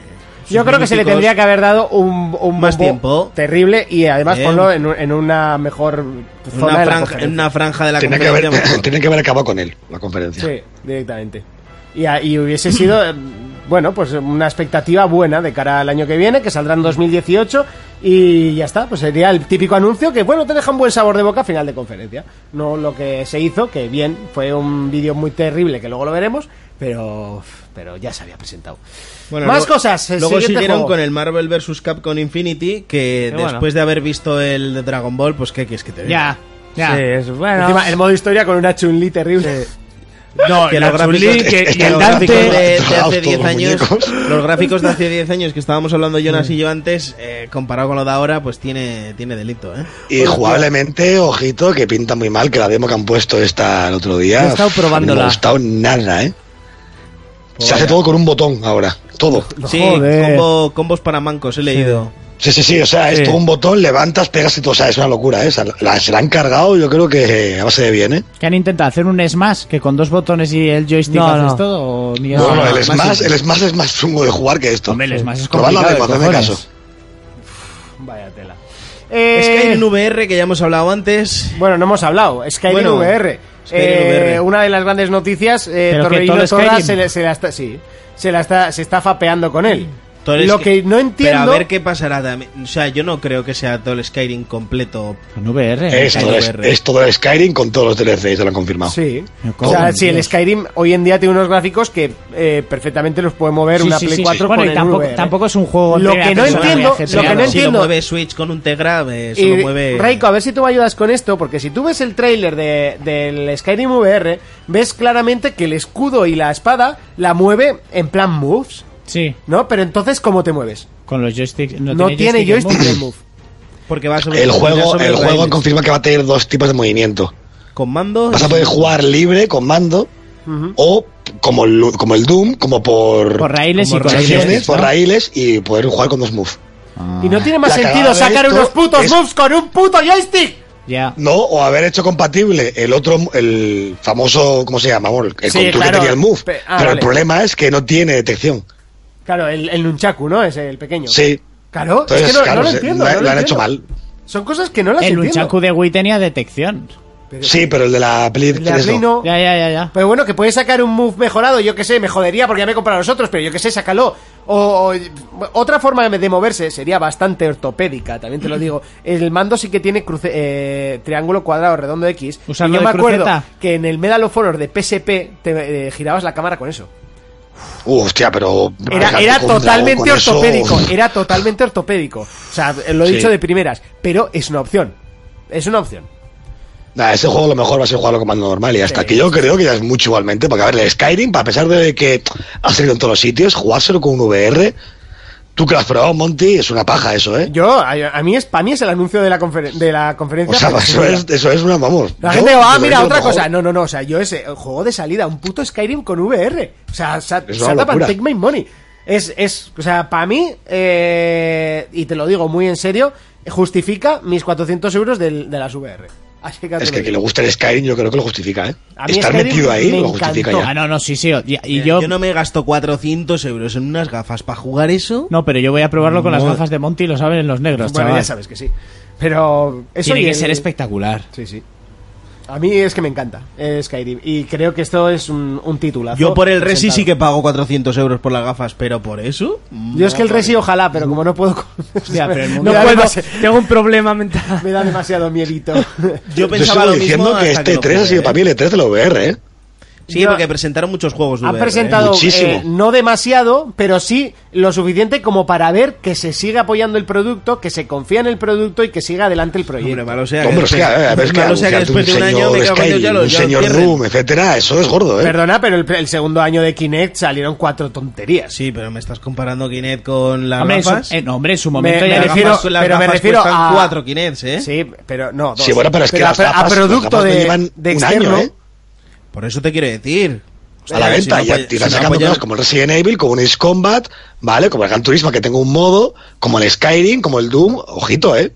[SPEAKER 2] Yo creo que se le tendría que haber dado un, un
[SPEAKER 5] Más
[SPEAKER 2] bombo
[SPEAKER 5] tiempo.
[SPEAKER 2] terrible y además
[SPEAKER 5] Eh.
[SPEAKER 2] ponlo en, un- en una mejor zona
[SPEAKER 5] Una
[SPEAKER 2] de la
[SPEAKER 5] franja,
[SPEAKER 2] conferencia.
[SPEAKER 5] en una franja de la
[SPEAKER 1] Tenía que, haber,
[SPEAKER 5] conferencia mejor.
[SPEAKER 1] tenía que haber acabado con él, la conferencia.
[SPEAKER 2] Sí, directamente. Y, a- y hubiese sido, eh, bueno, pues una expectativa buena de cara al año que viene, que saldrá en 2018 y ya está. Pues sería el típico anuncio que, bueno, te deja un buen sabor de boca a final de conferencia. No lo que se hizo, que bien, fue un vídeo muy terrible que luego lo veremos, pero, pero ya se había presentado.
[SPEAKER 5] Bueno,
[SPEAKER 2] Más
[SPEAKER 5] luego-
[SPEAKER 2] cosas. el
[SPEAKER 5] Luego
[SPEAKER 2] siguiente
[SPEAKER 5] siguieron
[SPEAKER 2] juego.
[SPEAKER 5] con el Marvel vs. Capcom Infinity, que
[SPEAKER 4] bueno.
[SPEAKER 5] después de haber visto el de Dragon Ball, pues qué quieres que te diga.
[SPEAKER 3] Ya, ya.
[SPEAKER 4] Sí, es bueno.
[SPEAKER 2] Encima, el modo historia con una chunli terrible.
[SPEAKER 4] No,
[SPEAKER 5] que
[SPEAKER 4] y
[SPEAKER 5] los
[SPEAKER 4] la
[SPEAKER 5] gráficos-
[SPEAKER 4] Chun-Li, que- y
[SPEAKER 5] que
[SPEAKER 4] el
[SPEAKER 5] los gráficos de,
[SPEAKER 4] Dante.
[SPEAKER 5] de hace
[SPEAKER 1] Todos
[SPEAKER 5] 10
[SPEAKER 1] los
[SPEAKER 5] años,
[SPEAKER 1] muñecos.
[SPEAKER 5] los gráficos de hace 10 años que estábamos hablando
[SPEAKER 2] Mm.
[SPEAKER 5] Jonas y yo antes, eh, comparado con lo de ahora, pues tiene, tiene delito, ¿eh?
[SPEAKER 1] Y jugablemente, ojito, que pinta muy mal que la demo que han puesto esta el otro día.
[SPEAKER 4] Yo he estado
[SPEAKER 1] uf, No
[SPEAKER 4] probándola.
[SPEAKER 1] me ha gustado nada, ¿eh? Se hace todo con un botón ahora, todo.
[SPEAKER 5] Sí,
[SPEAKER 2] Joder.
[SPEAKER 5] combo- combos para mancos, he leído.
[SPEAKER 1] Sí, sí, sí, o sea, es
[SPEAKER 4] Sí.
[SPEAKER 1] todo un botón, levantas, pegas y todo, o sea, es una locura, ¿eh? O sea, la- se la han cargado, yo creo que a base de bien, ¿eh?
[SPEAKER 6] ¿Que han intentado hacer un Smash? ¿Que con dos botones y el joystick
[SPEAKER 4] No,
[SPEAKER 6] haces
[SPEAKER 4] no.
[SPEAKER 6] todo? ¿O ni
[SPEAKER 1] No, no, el
[SPEAKER 5] más
[SPEAKER 1] Smash, el Smash es más chungo de jugar que esto.
[SPEAKER 6] Hombre, el Smash es
[SPEAKER 1] Probadlo,
[SPEAKER 6] complicado de
[SPEAKER 1] Adrián, hazme
[SPEAKER 6] cojones.
[SPEAKER 1] caso.
[SPEAKER 2] Vaya tela.
[SPEAKER 5] Es que
[SPEAKER 2] Eh,
[SPEAKER 5] hay un VR que ya hemos hablado antes.
[SPEAKER 2] Bueno, no hemos hablado. Skyrim
[SPEAKER 5] Bueno,
[SPEAKER 2] VR.
[SPEAKER 5] Skyrim
[SPEAKER 2] Eh,
[SPEAKER 5] VR.
[SPEAKER 2] Una de las grandes noticias, eh,
[SPEAKER 3] Pero que
[SPEAKER 2] Torbellino
[SPEAKER 3] todo
[SPEAKER 2] Torra
[SPEAKER 3] Skyrim.
[SPEAKER 2] se, le- se la está, sí, se la está, se está fapeando con él.
[SPEAKER 5] Todo el
[SPEAKER 2] Lo
[SPEAKER 5] Sky-
[SPEAKER 2] que no entiendo,
[SPEAKER 5] Pero a ver qué pasará también. O sea, yo no creo que sea todo el Skyrim completo.
[SPEAKER 6] Con VR.
[SPEAKER 1] Es
[SPEAKER 5] Hay
[SPEAKER 1] todo, es,
[SPEAKER 5] VR.
[SPEAKER 1] es todo el Skyrim con todos los DLCs, se lo han confirmado.
[SPEAKER 2] sí,
[SPEAKER 6] ¿Cómo?
[SPEAKER 2] o sea, si el
[SPEAKER 6] Dios.
[SPEAKER 2] Skyrim hoy en día tiene unos gráficos que eh, perfectamente los puede mover
[SPEAKER 6] Sí,
[SPEAKER 2] una
[SPEAKER 6] sí,
[SPEAKER 2] Play
[SPEAKER 6] sí.
[SPEAKER 2] 4
[SPEAKER 6] Bueno,
[SPEAKER 2] con
[SPEAKER 6] y
[SPEAKER 2] el
[SPEAKER 6] tampoco,
[SPEAKER 2] VR.
[SPEAKER 6] tampoco es un juego. en
[SPEAKER 2] Lo
[SPEAKER 6] primera
[SPEAKER 2] que no
[SPEAKER 6] persona,
[SPEAKER 2] entiendo-
[SPEAKER 6] viaje,
[SPEAKER 2] lo que
[SPEAKER 6] triángulo.
[SPEAKER 2] no
[SPEAKER 5] si
[SPEAKER 2] entiendo-
[SPEAKER 5] lo mueve Switch con un Tegra, eh,
[SPEAKER 2] Y,
[SPEAKER 5] solo mueve.
[SPEAKER 2] Raiko, a ver si tú me ayudas con esto, porque si tú ves el tráiler de, del Skyrim VR, ves claramente que el escudo y la espada la mueve en plan moves,
[SPEAKER 6] Sí,
[SPEAKER 2] ¿no? Pero entonces, ¿cómo te mueves?
[SPEAKER 6] con los joysticks. No,
[SPEAKER 2] No tiene joystick
[SPEAKER 6] en
[SPEAKER 2] de
[SPEAKER 6] move.
[SPEAKER 2] move.
[SPEAKER 5] Porque va sobre
[SPEAKER 1] El
[SPEAKER 5] va
[SPEAKER 1] juego,
[SPEAKER 5] sobre
[SPEAKER 1] el juego
[SPEAKER 5] raíles.
[SPEAKER 1] confirma que va a tener dos tipos de movimiento.
[SPEAKER 5] con mando.
[SPEAKER 1] Vas a poder jugar libre con mando
[SPEAKER 2] Ujú.
[SPEAKER 1] o como el, como el Doom, como por,
[SPEAKER 6] Por raíles y
[SPEAKER 1] por
[SPEAKER 6] con los
[SPEAKER 1] secciones,
[SPEAKER 6] joysticks,
[SPEAKER 1] por
[SPEAKER 6] ¿no?
[SPEAKER 1] raíles y poder jugar con dos moves.
[SPEAKER 2] Y no tiene más
[SPEAKER 1] La
[SPEAKER 2] sentido
[SPEAKER 1] cagada de
[SPEAKER 2] sacar
[SPEAKER 1] esto
[SPEAKER 2] unos putos
[SPEAKER 1] es-
[SPEAKER 2] moves con un puto joystick.
[SPEAKER 6] Ya.
[SPEAKER 1] No, o haber hecho compatible el otro, el famoso, ¿cómo se llama? Bueno, el
[SPEAKER 2] Sí,
[SPEAKER 1] control
[SPEAKER 2] claro.
[SPEAKER 1] que tenía el move.
[SPEAKER 2] Pe- ah,
[SPEAKER 1] pero
[SPEAKER 2] vale.
[SPEAKER 1] el problema es que no tiene detección.
[SPEAKER 2] Claro, el, el nunchaku, ¿no? Es el pequeño.
[SPEAKER 1] Sí.
[SPEAKER 2] Claro,
[SPEAKER 1] Entonces,
[SPEAKER 2] es que no,
[SPEAKER 1] claro,
[SPEAKER 2] no lo
[SPEAKER 1] se-
[SPEAKER 2] entiendo.
[SPEAKER 1] lo-
[SPEAKER 2] no
[SPEAKER 1] lo han
[SPEAKER 2] entiendo.
[SPEAKER 1] hecho mal.
[SPEAKER 2] Son cosas que no las
[SPEAKER 6] El
[SPEAKER 2] entiendo.
[SPEAKER 6] Nunchaku de Wii tenía detección.
[SPEAKER 1] Sí, pero el de la Play
[SPEAKER 2] El de
[SPEAKER 1] 3
[SPEAKER 2] la Play
[SPEAKER 1] no.
[SPEAKER 2] no.
[SPEAKER 3] Ya, ya, ya, ya.
[SPEAKER 2] Pero bueno, que puedes sacar un move mejorado, yo que sé, me jodería porque ya me he comprado los otros, pero yo que sé, sácalo. O, o- otra forma de moverse sería bastante ortopédica, también te lo digo. El mando sí que tiene cruce- eh, triángulo cuadrado redondo X. Y
[SPEAKER 3] Usarlo
[SPEAKER 2] yo
[SPEAKER 3] de
[SPEAKER 2] me acuerdo
[SPEAKER 3] cruceta.
[SPEAKER 2] que en el Medal of Honor de PSP te eh, girabas la cámara con eso.
[SPEAKER 1] Uh, hostia, pero.
[SPEAKER 2] Era,
[SPEAKER 1] Marca,
[SPEAKER 2] era
[SPEAKER 1] con Drago,
[SPEAKER 2] totalmente
[SPEAKER 1] con eso-
[SPEAKER 2] ortopédico, era totalmente ortopédico. O sea, lo he
[SPEAKER 1] Sí.
[SPEAKER 2] dicho de primeras, pero es una opción. Es una opción.
[SPEAKER 1] Nah, ese juego a lo mejor va a ser jugarlo con mando normal y hasta
[SPEAKER 2] Sí.
[SPEAKER 1] que yo creo que ya es mucho igualmente. Porque a ver, el Skyrim, a pesar de que ha salido en todos los sitios, jugárselo con un VR. Tú que lo has probado, Monty, es una paja eso, ¿eh?
[SPEAKER 2] Yo, a, a mí es, para mí es el anuncio de la, conferen- de la
[SPEAKER 1] o
[SPEAKER 2] conferencia.
[SPEAKER 1] sea,
[SPEAKER 2] pero
[SPEAKER 1] eso
[SPEAKER 2] sí,
[SPEAKER 1] es, eso es una, vamos.
[SPEAKER 2] La
[SPEAKER 1] yo
[SPEAKER 2] gente va, ah,
[SPEAKER 1] creo que
[SPEAKER 2] mira,
[SPEAKER 1] lo
[SPEAKER 2] otra
[SPEAKER 1] mejor-
[SPEAKER 2] cosa. No, no, no, o sea, yo ese el juego de salida, un puto Skyrim con VR. O sea, sa-
[SPEAKER 1] Es una
[SPEAKER 2] shut up and
[SPEAKER 1] locura.
[SPEAKER 2] take my money. Es, es, o sea, para mí, eh, y te lo digo muy en serio, justifica mis 400 euros del- de las VR. Así que ya te
[SPEAKER 1] Es
[SPEAKER 2] lo
[SPEAKER 1] que a quien
[SPEAKER 2] digo.
[SPEAKER 1] le gusta el Skyrim, yo creo que lo justifica, ¿eh?
[SPEAKER 2] A mí
[SPEAKER 1] Estar
[SPEAKER 2] Skyrim
[SPEAKER 1] metido ahí
[SPEAKER 2] me
[SPEAKER 1] lo justifica
[SPEAKER 2] encantó.
[SPEAKER 1] ya.
[SPEAKER 3] Ah, no, no, sí, sí. o- Y, y
[SPEAKER 2] Eh,
[SPEAKER 5] Mira,
[SPEAKER 3] yo.
[SPEAKER 5] yo no me gasto 400 euros en unas gafas para jugar eso.
[SPEAKER 3] No, pero yo voy a probarlo con las gafas de Monty, lo saben los negros,
[SPEAKER 2] Bueno,
[SPEAKER 3] chaval.
[SPEAKER 2] ya sabes que sí. Pero eso
[SPEAKER 6] Tiene
[SPEAKER 2] y
[SPEAKER 6] que
[SPEAKER 2] el-
[SPEAKER 6] ser espectacular.
[SPEAKER 2] Sí, sí. A mí es que me encanta eh, Skyrim. Y creo que esto es un, un titulazo.
[SPEAKER 5] Yo por el Resi
[SPEAKER 2] presentado.
[SPEAKER 5] sí que pago 400 euros por las gafas, pero por eso. mm,
[SPEAKER 2] Yo es que el Resi ojalá, pero como no puedo... con-
[SPEAKER 3] Ya, pero el
[SPEAKER 2] me
[SPEAKER 3] mundo-
[SPEAKER 2] da
[SPEAKER 3] No puedo.
[SPEAKER 2] demasi-
[SPEAKER 4] Tengo un problema mental.
[SPEAKER 2] me da demasiado miedito.
[SPEAKER 5] Yo
[SPEAKER 1] Yo
[SPEAKER 5] pensaba lo
[SPEAKER 1] sigo diciendo
[SPEAKER 5] mismo
[SPEAKER 1] que
[SPEAKER 5] hasta
[SPEAKER 1] este
[SPEAKER 5] lo
[SPEAKER 1] 3 ha
[SPEAKER 5] jugué,
[SPEAKER 1] sido
[SPEAKER 5] ¿eh?
[SPEAKER 1] para mí el E3 de la VR, ¿eh?
[SPEAKER 5] Sí,
[SPEAKER 2] Yo-
[SPEAKER 5] porque presentaron muchos juegos de
[SPEAKER 2] Han
[SPEAKER 5] VR, ¿eh?
[SPEAKER 2] presentado
[SPEAKER 1] Muchísimo.
[SPEAKER 2] eh, no demasiado, pero sí lo suficiente como para ver que se sigue apoyando el producto, que se confía en el producto y que siga adelante el
[SPEAKER 5] Hombre,
[SPEAKER 2] proyecto.
[SPEAKER 5] malo sea
[SPEAKER 1] Hombre,
[SPEAKER 5] que
[SPEAKER 1] es que, a ver, a ver, es
[SPEAKER 5] después,
[SPEAKER 1] que
[SPEAKER 5] malo sea que
[SPEAKER 1] anunciarte
[SPEAKER 5] después de un año me cago en Dios, ya
[SPEAKER 1] Skyrim,
[SPEAKER 5] lo,
[SPEAKER 1] un
[SPEAKER 5] ya lo
[SPEAKER 1] señor
[SPEAKER 5] pierden.
[SPEAKER 1] Room, etcétera, eso es gordo, ¿eh?
[SPEAKER 2] Perdona, pero el, el segundo año de Kinect salieron cuatro tonterías.
[SPEAKER 5] Sí, pero me estás comparando Kinect con las
[SPEAKER 3] Hombre, en su-
[SPEAKER 5] gafas.
[SPEAKER 3] eh, no, hombre, en su momento
[SPEAKER 2] Me-
[SPEAKER 3] ya
[SPEAKER 5] Las
[SPEAKER 2] me
[SPEAKER 3] dije-
[SPEAKER 2] refiero-
[SPEAKER 5] gafas- las
[SPEAKER 2] pero me
[SPEAKER 5] gafas
[SPEAKER 2] refiero
[SPEAKER 5] cuestan
[SPEAKER 2] a-
[SPEAKER 5] cuatro Kinects, ¿eh?
[SPEAKER 2] Sí, pero no. dos.
[SPEAKER 1] Sí, bueno, pero es que las
[SPEAKER 2] a- a,
[SPEAKER 1] gafas- las
[SPEAKER 2] producto
[SPEAKER 1] gafas no
[SPEAKER 2] de,
[SPEAKER 1] llevan
[SPEAKER 2] de
[SPEAKER 1] un
[SPEAKER 2] externo.
[SPEAKER 1] año, ¿eh?
[SPEAKER 5] Por eso te quiero decir.
[SPEAKER 1] a la
[SPEAKER 5] Eh,
[SPEAKER 1] venta.
[SPEAKER 5] si no
[SPEAKER 1] ya
[SPEAKER 5] apoy-
[SPEAKER 1] te irán
[SPEAKER 5] si no
[SPEAKER 1] sacando
[SPEAKER 5] apoyan-
[SPEAKER 1] cosas como el Resident Evil, como un Ace Combat, ¿vale? Como el Gran Turismo, que tengo un modo, como el Skyrim, como el Doom. Ojito, ¿eh?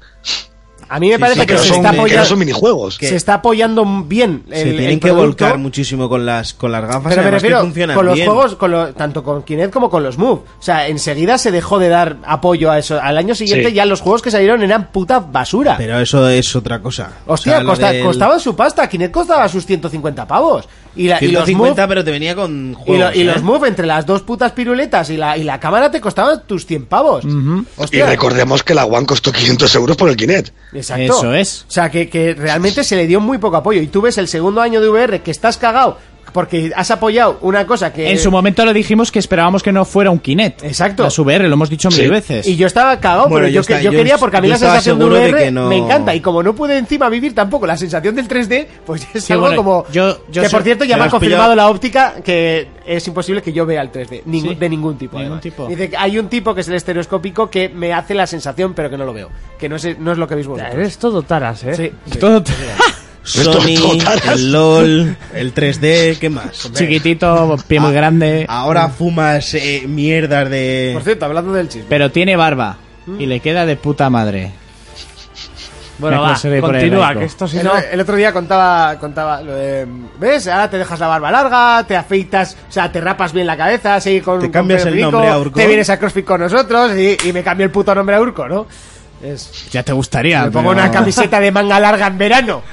[SPEAKER 2] A mí me
[SPEAKER 5] Sí,
[SPEAKER 2] parece
[SPEAKER 5] sí,
[SPEAKER 2] que,
[SPEAKER 1] Que no
[SPEAKER 2] se,
[SPEAKER 5] son-
[SPEAKER 2] está
[SPEAKER 1] son, que no
[SPEAKER 2] apoyando,
[SPEAKER 1] son minijuegos.
[SPEAKER 5] que-
[SPEAKER 2] se está apoyando bien el,
[SPEAKER 5] Se tienen
[SPEAKER 2] el
[SPEAKER 5] que
[SPEAKER 2] producto.
[SPEAKER 5] volcar muchísimo con las, con las gafas.
[SPEAKER 2] Pero me
[SPEAKER 5] además que
[SPEAKER 2] refiero
[SPEAKER 5] funcionan
[SPEAKER 2] con los
[SPEAKER 5] bien.
[SPEAKER 2] juegos, con lo- tanto con Kinect como con los Move. O sea, enseguida se dejó de dar apoyo a eso. Al año siguiente
[SPEAKER 1] Sí.
[SPEAKER 2] ya los juegos que salieron eran puta basura.
[SPEAKER 5] Pero eso es otra cosa.
[SPEAKER 2] Hostia,
[SPEAKER 5] O sea, lo
[SPEAKER 2] costa-
[SPEAKER 5] del
[SPEAKER 2] costaba su pasta. Kinect costaba sus 150 pavos. Y, la, y los
[SPEAKER 5] 150,
[SPEAKER 2] Move-
[SPEAKER 5] pero te venía con
[SPEAKER 2] y, lo-
[SPEAKER 5] juegos.
[SPEAKER 2] y
[SPEAKER 5] ¿eh?
[SPEAKER 2] los Move entre las dos putas piruletas y la, y la cámara te costaban tus 100 pavos.
[SPEAKER 1] Y
[SPEAKER 2] Hostia.
[SPEAKER 1] recordemos que la One costó 500 euros por el Kinect.
[SPEAKER 2] Exacto.
[SPEAKER 3] Eso es.
[SPEAKER 2] O sea, que, que realmente se le dio muy poco apoyo. Y tú ves el segundo año de VR que estás cagado porque has apoyado una cosa que...
[SPEAKER 3] En su momento lo dijimos que esperábamos que no fuera un Kinect.
[SPEAKER 2] Exacto.
[SPEAKER 3] Las VR, lo hemos dicho
[SPEAKER 1] Sí.
[SPEAKER 3] mil veces.
[SPEAKER 2] Y yo estaba cagado, pero
[SPEAKER 5] Bueno, yo
[SPEAKER 2] yo, que-
[SPEAKER 5] está-
[SPEAKER 2] yo
[SPEAKER 5] yo-
[SPEAKER 2] quería porque a mí
[SPEAKER 5] yo
[SPEAKER 2] la
[SPEAKER 5] estaba
[SPEAKER 2] sensación de
[SPEAKER 5] seguro de
[SPEAKER 2] VR
[SPEAKER 5] que no-
[SPEAKER 2] me encanta. Y como no pude encima vivir tampoco la sensación del 3D, pues es
[SPEAKER 3] Sí,
[SPEAKER 2] algo
[SPEAKER 3] bueno,
[SPEAKER 2] como...
[SPEAKER 3] yo- yo
[SPEAKER 2] que
[SPEAKER 3] sé-
[SPEAKER 2] por cierto ya
[SPEAKER 5] me
[SPEAKER 2] me ha
[SPEAKER 5] has
[SPEAKER 2] confirmado
[SPEAKER 5] pillado.
[SPEAKER 2] la óptica que es imposible que yo vea el 3D. ningún-
[SPEAKER 3] Sí.
[SPEAKER 2] De ningún tipo.
[SPEAKER 3] Ningún
[SPEAKER 2] además.
[SPEAKER 3] tipo.
[SPEAKER 2] Dice que hay un tipo que es el estereoscópico que me hace la sensación pero que no lo veo. Que no es, no es lo que veis vosotros.
[SPEAKER 4] Eres todo taras, ¿eh?
[SPEAKER 2] Sí.
[SPEAKER 3] Todo
[SPEAKER 1] Esto-
[SPEAKER 5] Sony,
[SPEAKER 1] total.
[SPEAKER 5] el LOL, el 3D, ¿qué más? Hombre,
[SPEAKER 3] chiquitito, pie muy
[SPEAKER 5] Ah,
[SPEAKER 3] grande.
[SPEAKER 5] Ahora fumas eh, mierdas de.
[SPEAKER 2] Por cierto, hablando del chisme.
[SPEAKER 3] Pero tiene barba.
[SPEAKER 2] Mm.
[SPEAKER 3] Y le queda de puta madre.
[SPEAKER 4] Bueno,
[SPEAKER 3] Me
[SPEAKER 4] va,
[SPEAKER 3] pasaré por ahí,
[SPEAKER 4] continúa,
[SPEAKER 3] Raico.
[SPEAKER 4] que esto si
[SPEAKER 2] el,
[SPEAKER 4] no...
[SPEAKER 2] el otro día contaba, contaba lo de, ¿Ves? Ahora te dejas la barba larga, te afeitas, o sea, te rapas bien la cabeza, así con.
[SPEAKER 5] Te
[SPEAKER 2] con
[SPEAKER 5] cambias
[SPEAKER 2] pelo
[SPEAKER 5] el
[SPEAKER 2] rico,
[SPEAKER 5] nombre a Urco.
[SPEAKER 2] Te vienes a CrossFit con nosotros y, y me cambio el puto nombre a Urco, ¿no? Es-
[SPEAKER 3] Ya te gustaría.
[SPEAKER 2] me pongo
[SPEAKER 3] pero-
[SPEAKER 2] una camiseta de manga larga en verano.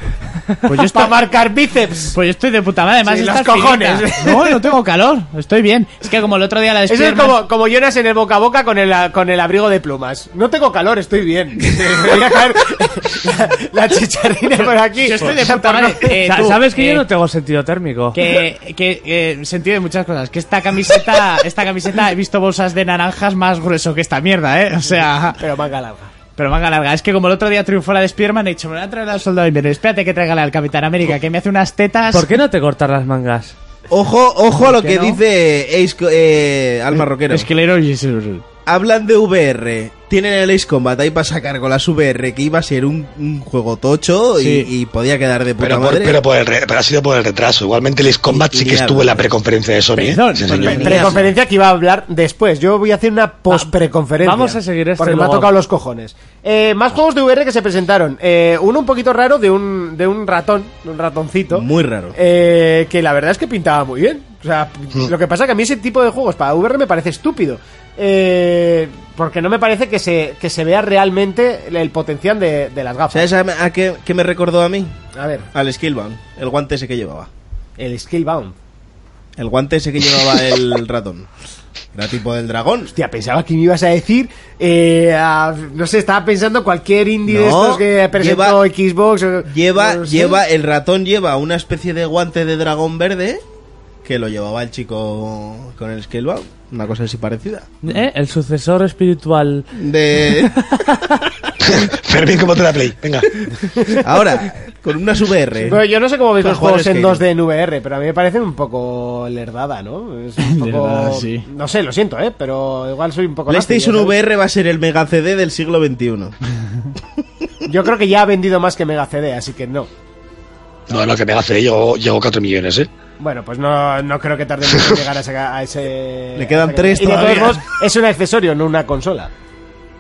[SPEAKER 3] Pues yo estoy-
[SPEAKER 2] Para marcar bíceps.
[SPEAKER 3] Pues yo estoy de puta madre, además
[SPEAKER 2] Sí,
[SPEAKER 3] estás
[SPEAKER 2] los cojones.
[SPEAKER 3] finita. No, no tengo calor, estoy bien. Es que como el otro día la de
[SPEAKER 2] Eso es
[SPEAKER 3] Spiderman-
[SPEAKER 2] como, como Jonas en el boca a boca con el, con el abrigo de plumas. No tengo calor, estoy bien. Me voy a caer la, la chicharrina por aquí. Pues
[SPEAKER 3] Yo estoy de
[SPEAKER 2] O sea,
[SPEAKER 3] puta
[SPEAKER 2] por
[SPEAKER 3] madre.
[SPEAKER 2] no-
[SPEAKER 3] Eh,
[SPEAKER 4] Sa-
[SPEAKER 3] tú,
[SPEAKER 4] ¿Sabes que
[SPEAKER 3] eh,
[SPEAKER 4] yo no tengo sentido térmico?
[SPEAKER 3] que, que eh, sentido de muchas cosas. Que esta camiseta, esta camiseta he visto bolsas de naranjas más grueso que esta mierda, eh. O sea,
[SPEAKER 2] Pero manga larga.
[SPEAKER 3] pero manga larga. Es que como el otro día triunfó la de Spiderman, he dicho, me la traer al soldado invierno. Espérate que traiga la al Capitán América, que me hace unas tetas.
[SPEAKER 4] ¿Por qué no te cortas las mangas?
[SPEAKER 5] Ojo, ojo a lo
[SPEAKER 3] ¿Por qué
[SPEAKER 5] que
[SPEAKER 3] no?
[SPEAKER 5] dice Ace, Co- eh, Alma Roquero.
[SPEAKER 3] Esquilero y
[SPEAKER 5] Hablan de VR. Tienen el Ace Combat ahí para sacar con las VR, que iba a ser un, un juego tocho y-
[SPEAKER 3] Sí.
[SPEAKER 5] y, podía quedar de puta
[SPEAKER 1] Pero, por,
[SPEAKER 5] madre.
[SPEAKER 1] pero, por el re- pero ha sido por el retraso. Igualmente, el Ace Combat
[SPEAKER 5] Y- y
[SPEAKER 1] sí que
[SPEAKER 5] mierda.
[SPEAKER 1] estuvo en la preconferencia de Sony. ¿eh?
[SPEAKER 3] Perdón,
[SPEAKER 1] Sí,
[SPEAKER 3] por-
[SPEAKER 1] señor.
[SPEAKER 3] Venía,
[SPEAKER 2] Preconferencia que iba a hablar después. Yo voy a hacer una post-preconferencia.
[SPEAKER 4] Vamos a seguir este
[SPEAKER 2] Porque me ha
[SPEAKER 4] luego.
[SPEAKER 2] tocado los cojones. Eh, más juegos de VR que se presentaron. Eh, uno un poquito raro de un, de un ratón, de un ratoncito.
[SPEAKER 5] Muy raro. Mm.
[SPEAKER 2] Eh, que la verdad es que pintaba muy bien. O sea, lo que pasa que a mí ese tipo de juegos para VR me parece estúpido. Eh, porque no me parece que se, que se vea realmente el potencial de, de las gafas.
[SPEAKER 5] ¿Sabes a, a qué, qué me recordó a mí?
[SPEAKER 2] A ver,
[SPEAKER 5] Al Skillbound, el guante ese que llevaba.
[SPEAKER 2] el Scalebound.
[SPEAKER 5] El guante ese que llevaba el ratón. Era tipo del dragón.
[SPEAKER 2] Hostia, pensaba que me ibas a decir. eh, a- no sé, estaba pensando cualquier indie de
[SPEAKER 5] No,
[SPEAKER 2] estos que presentó
[SPEAKER 5] lleva-
[SPEAKER 2] Xbox. o-
[SPEAKER 5] Lleva,
[SPEAKER 2] no sé.
[SPEAKER 5] lleva, el ratón lleva una especie de guante de dragón verde que lo llevaba el chico con el Skillbound. Una cosa así parecida.
[SPEAKER 4] ¿Eh? El sucesor espiritual.
[SPEAKER 5] De.
[SPEAKER 1] Fermín, ¿cómo te la play? Venga.
[SPEAKER 5] Ahora, con unas VR.
[SPEAKER 2] Bueno, yo no sé cómo veis
[SPEAKER 5] Para
[SPEAKER 2] los
[SPEAKER 5] jugar
[SPEAKER 2] juegos en
[SPEAKER 5] skate.
[SPEAKER 2] 2D en VR, pero a mí me parecen un poco lerdada, ¿no? Es un poco...
[SPEAKER 6] Lerdada, sí.
[SPEAKER 2] No sé, lo siento, ¿eh? Pero igual soy un poco... nazi,
[SPEAKER 5] PlayStation
[SPEAKER 2] ya sabes.
[SPEAKER 5] VR va a ser el mega CD del siglo XXI.
[SPEAKER 2] Yo creo que ya ha vendido más que Mega CD, así que no.
[SPEAKER 1] No, no, que me hace, ¿eh? llegó, llegó 4 millones, ¿eh?
[SPEAKER 2] Bueno, pues no, no creo que tarde mucho en llegar a, esa- a ese...
[SPEAKER 5] Le quedan
[SPEAKER 2] a esa-
[SPEAKER 5] tres
[SPEAKER 2] y de
[SPEAKER 5] todavía.
[SPEAKER 2] todos modos, es un accesorio, no una consola.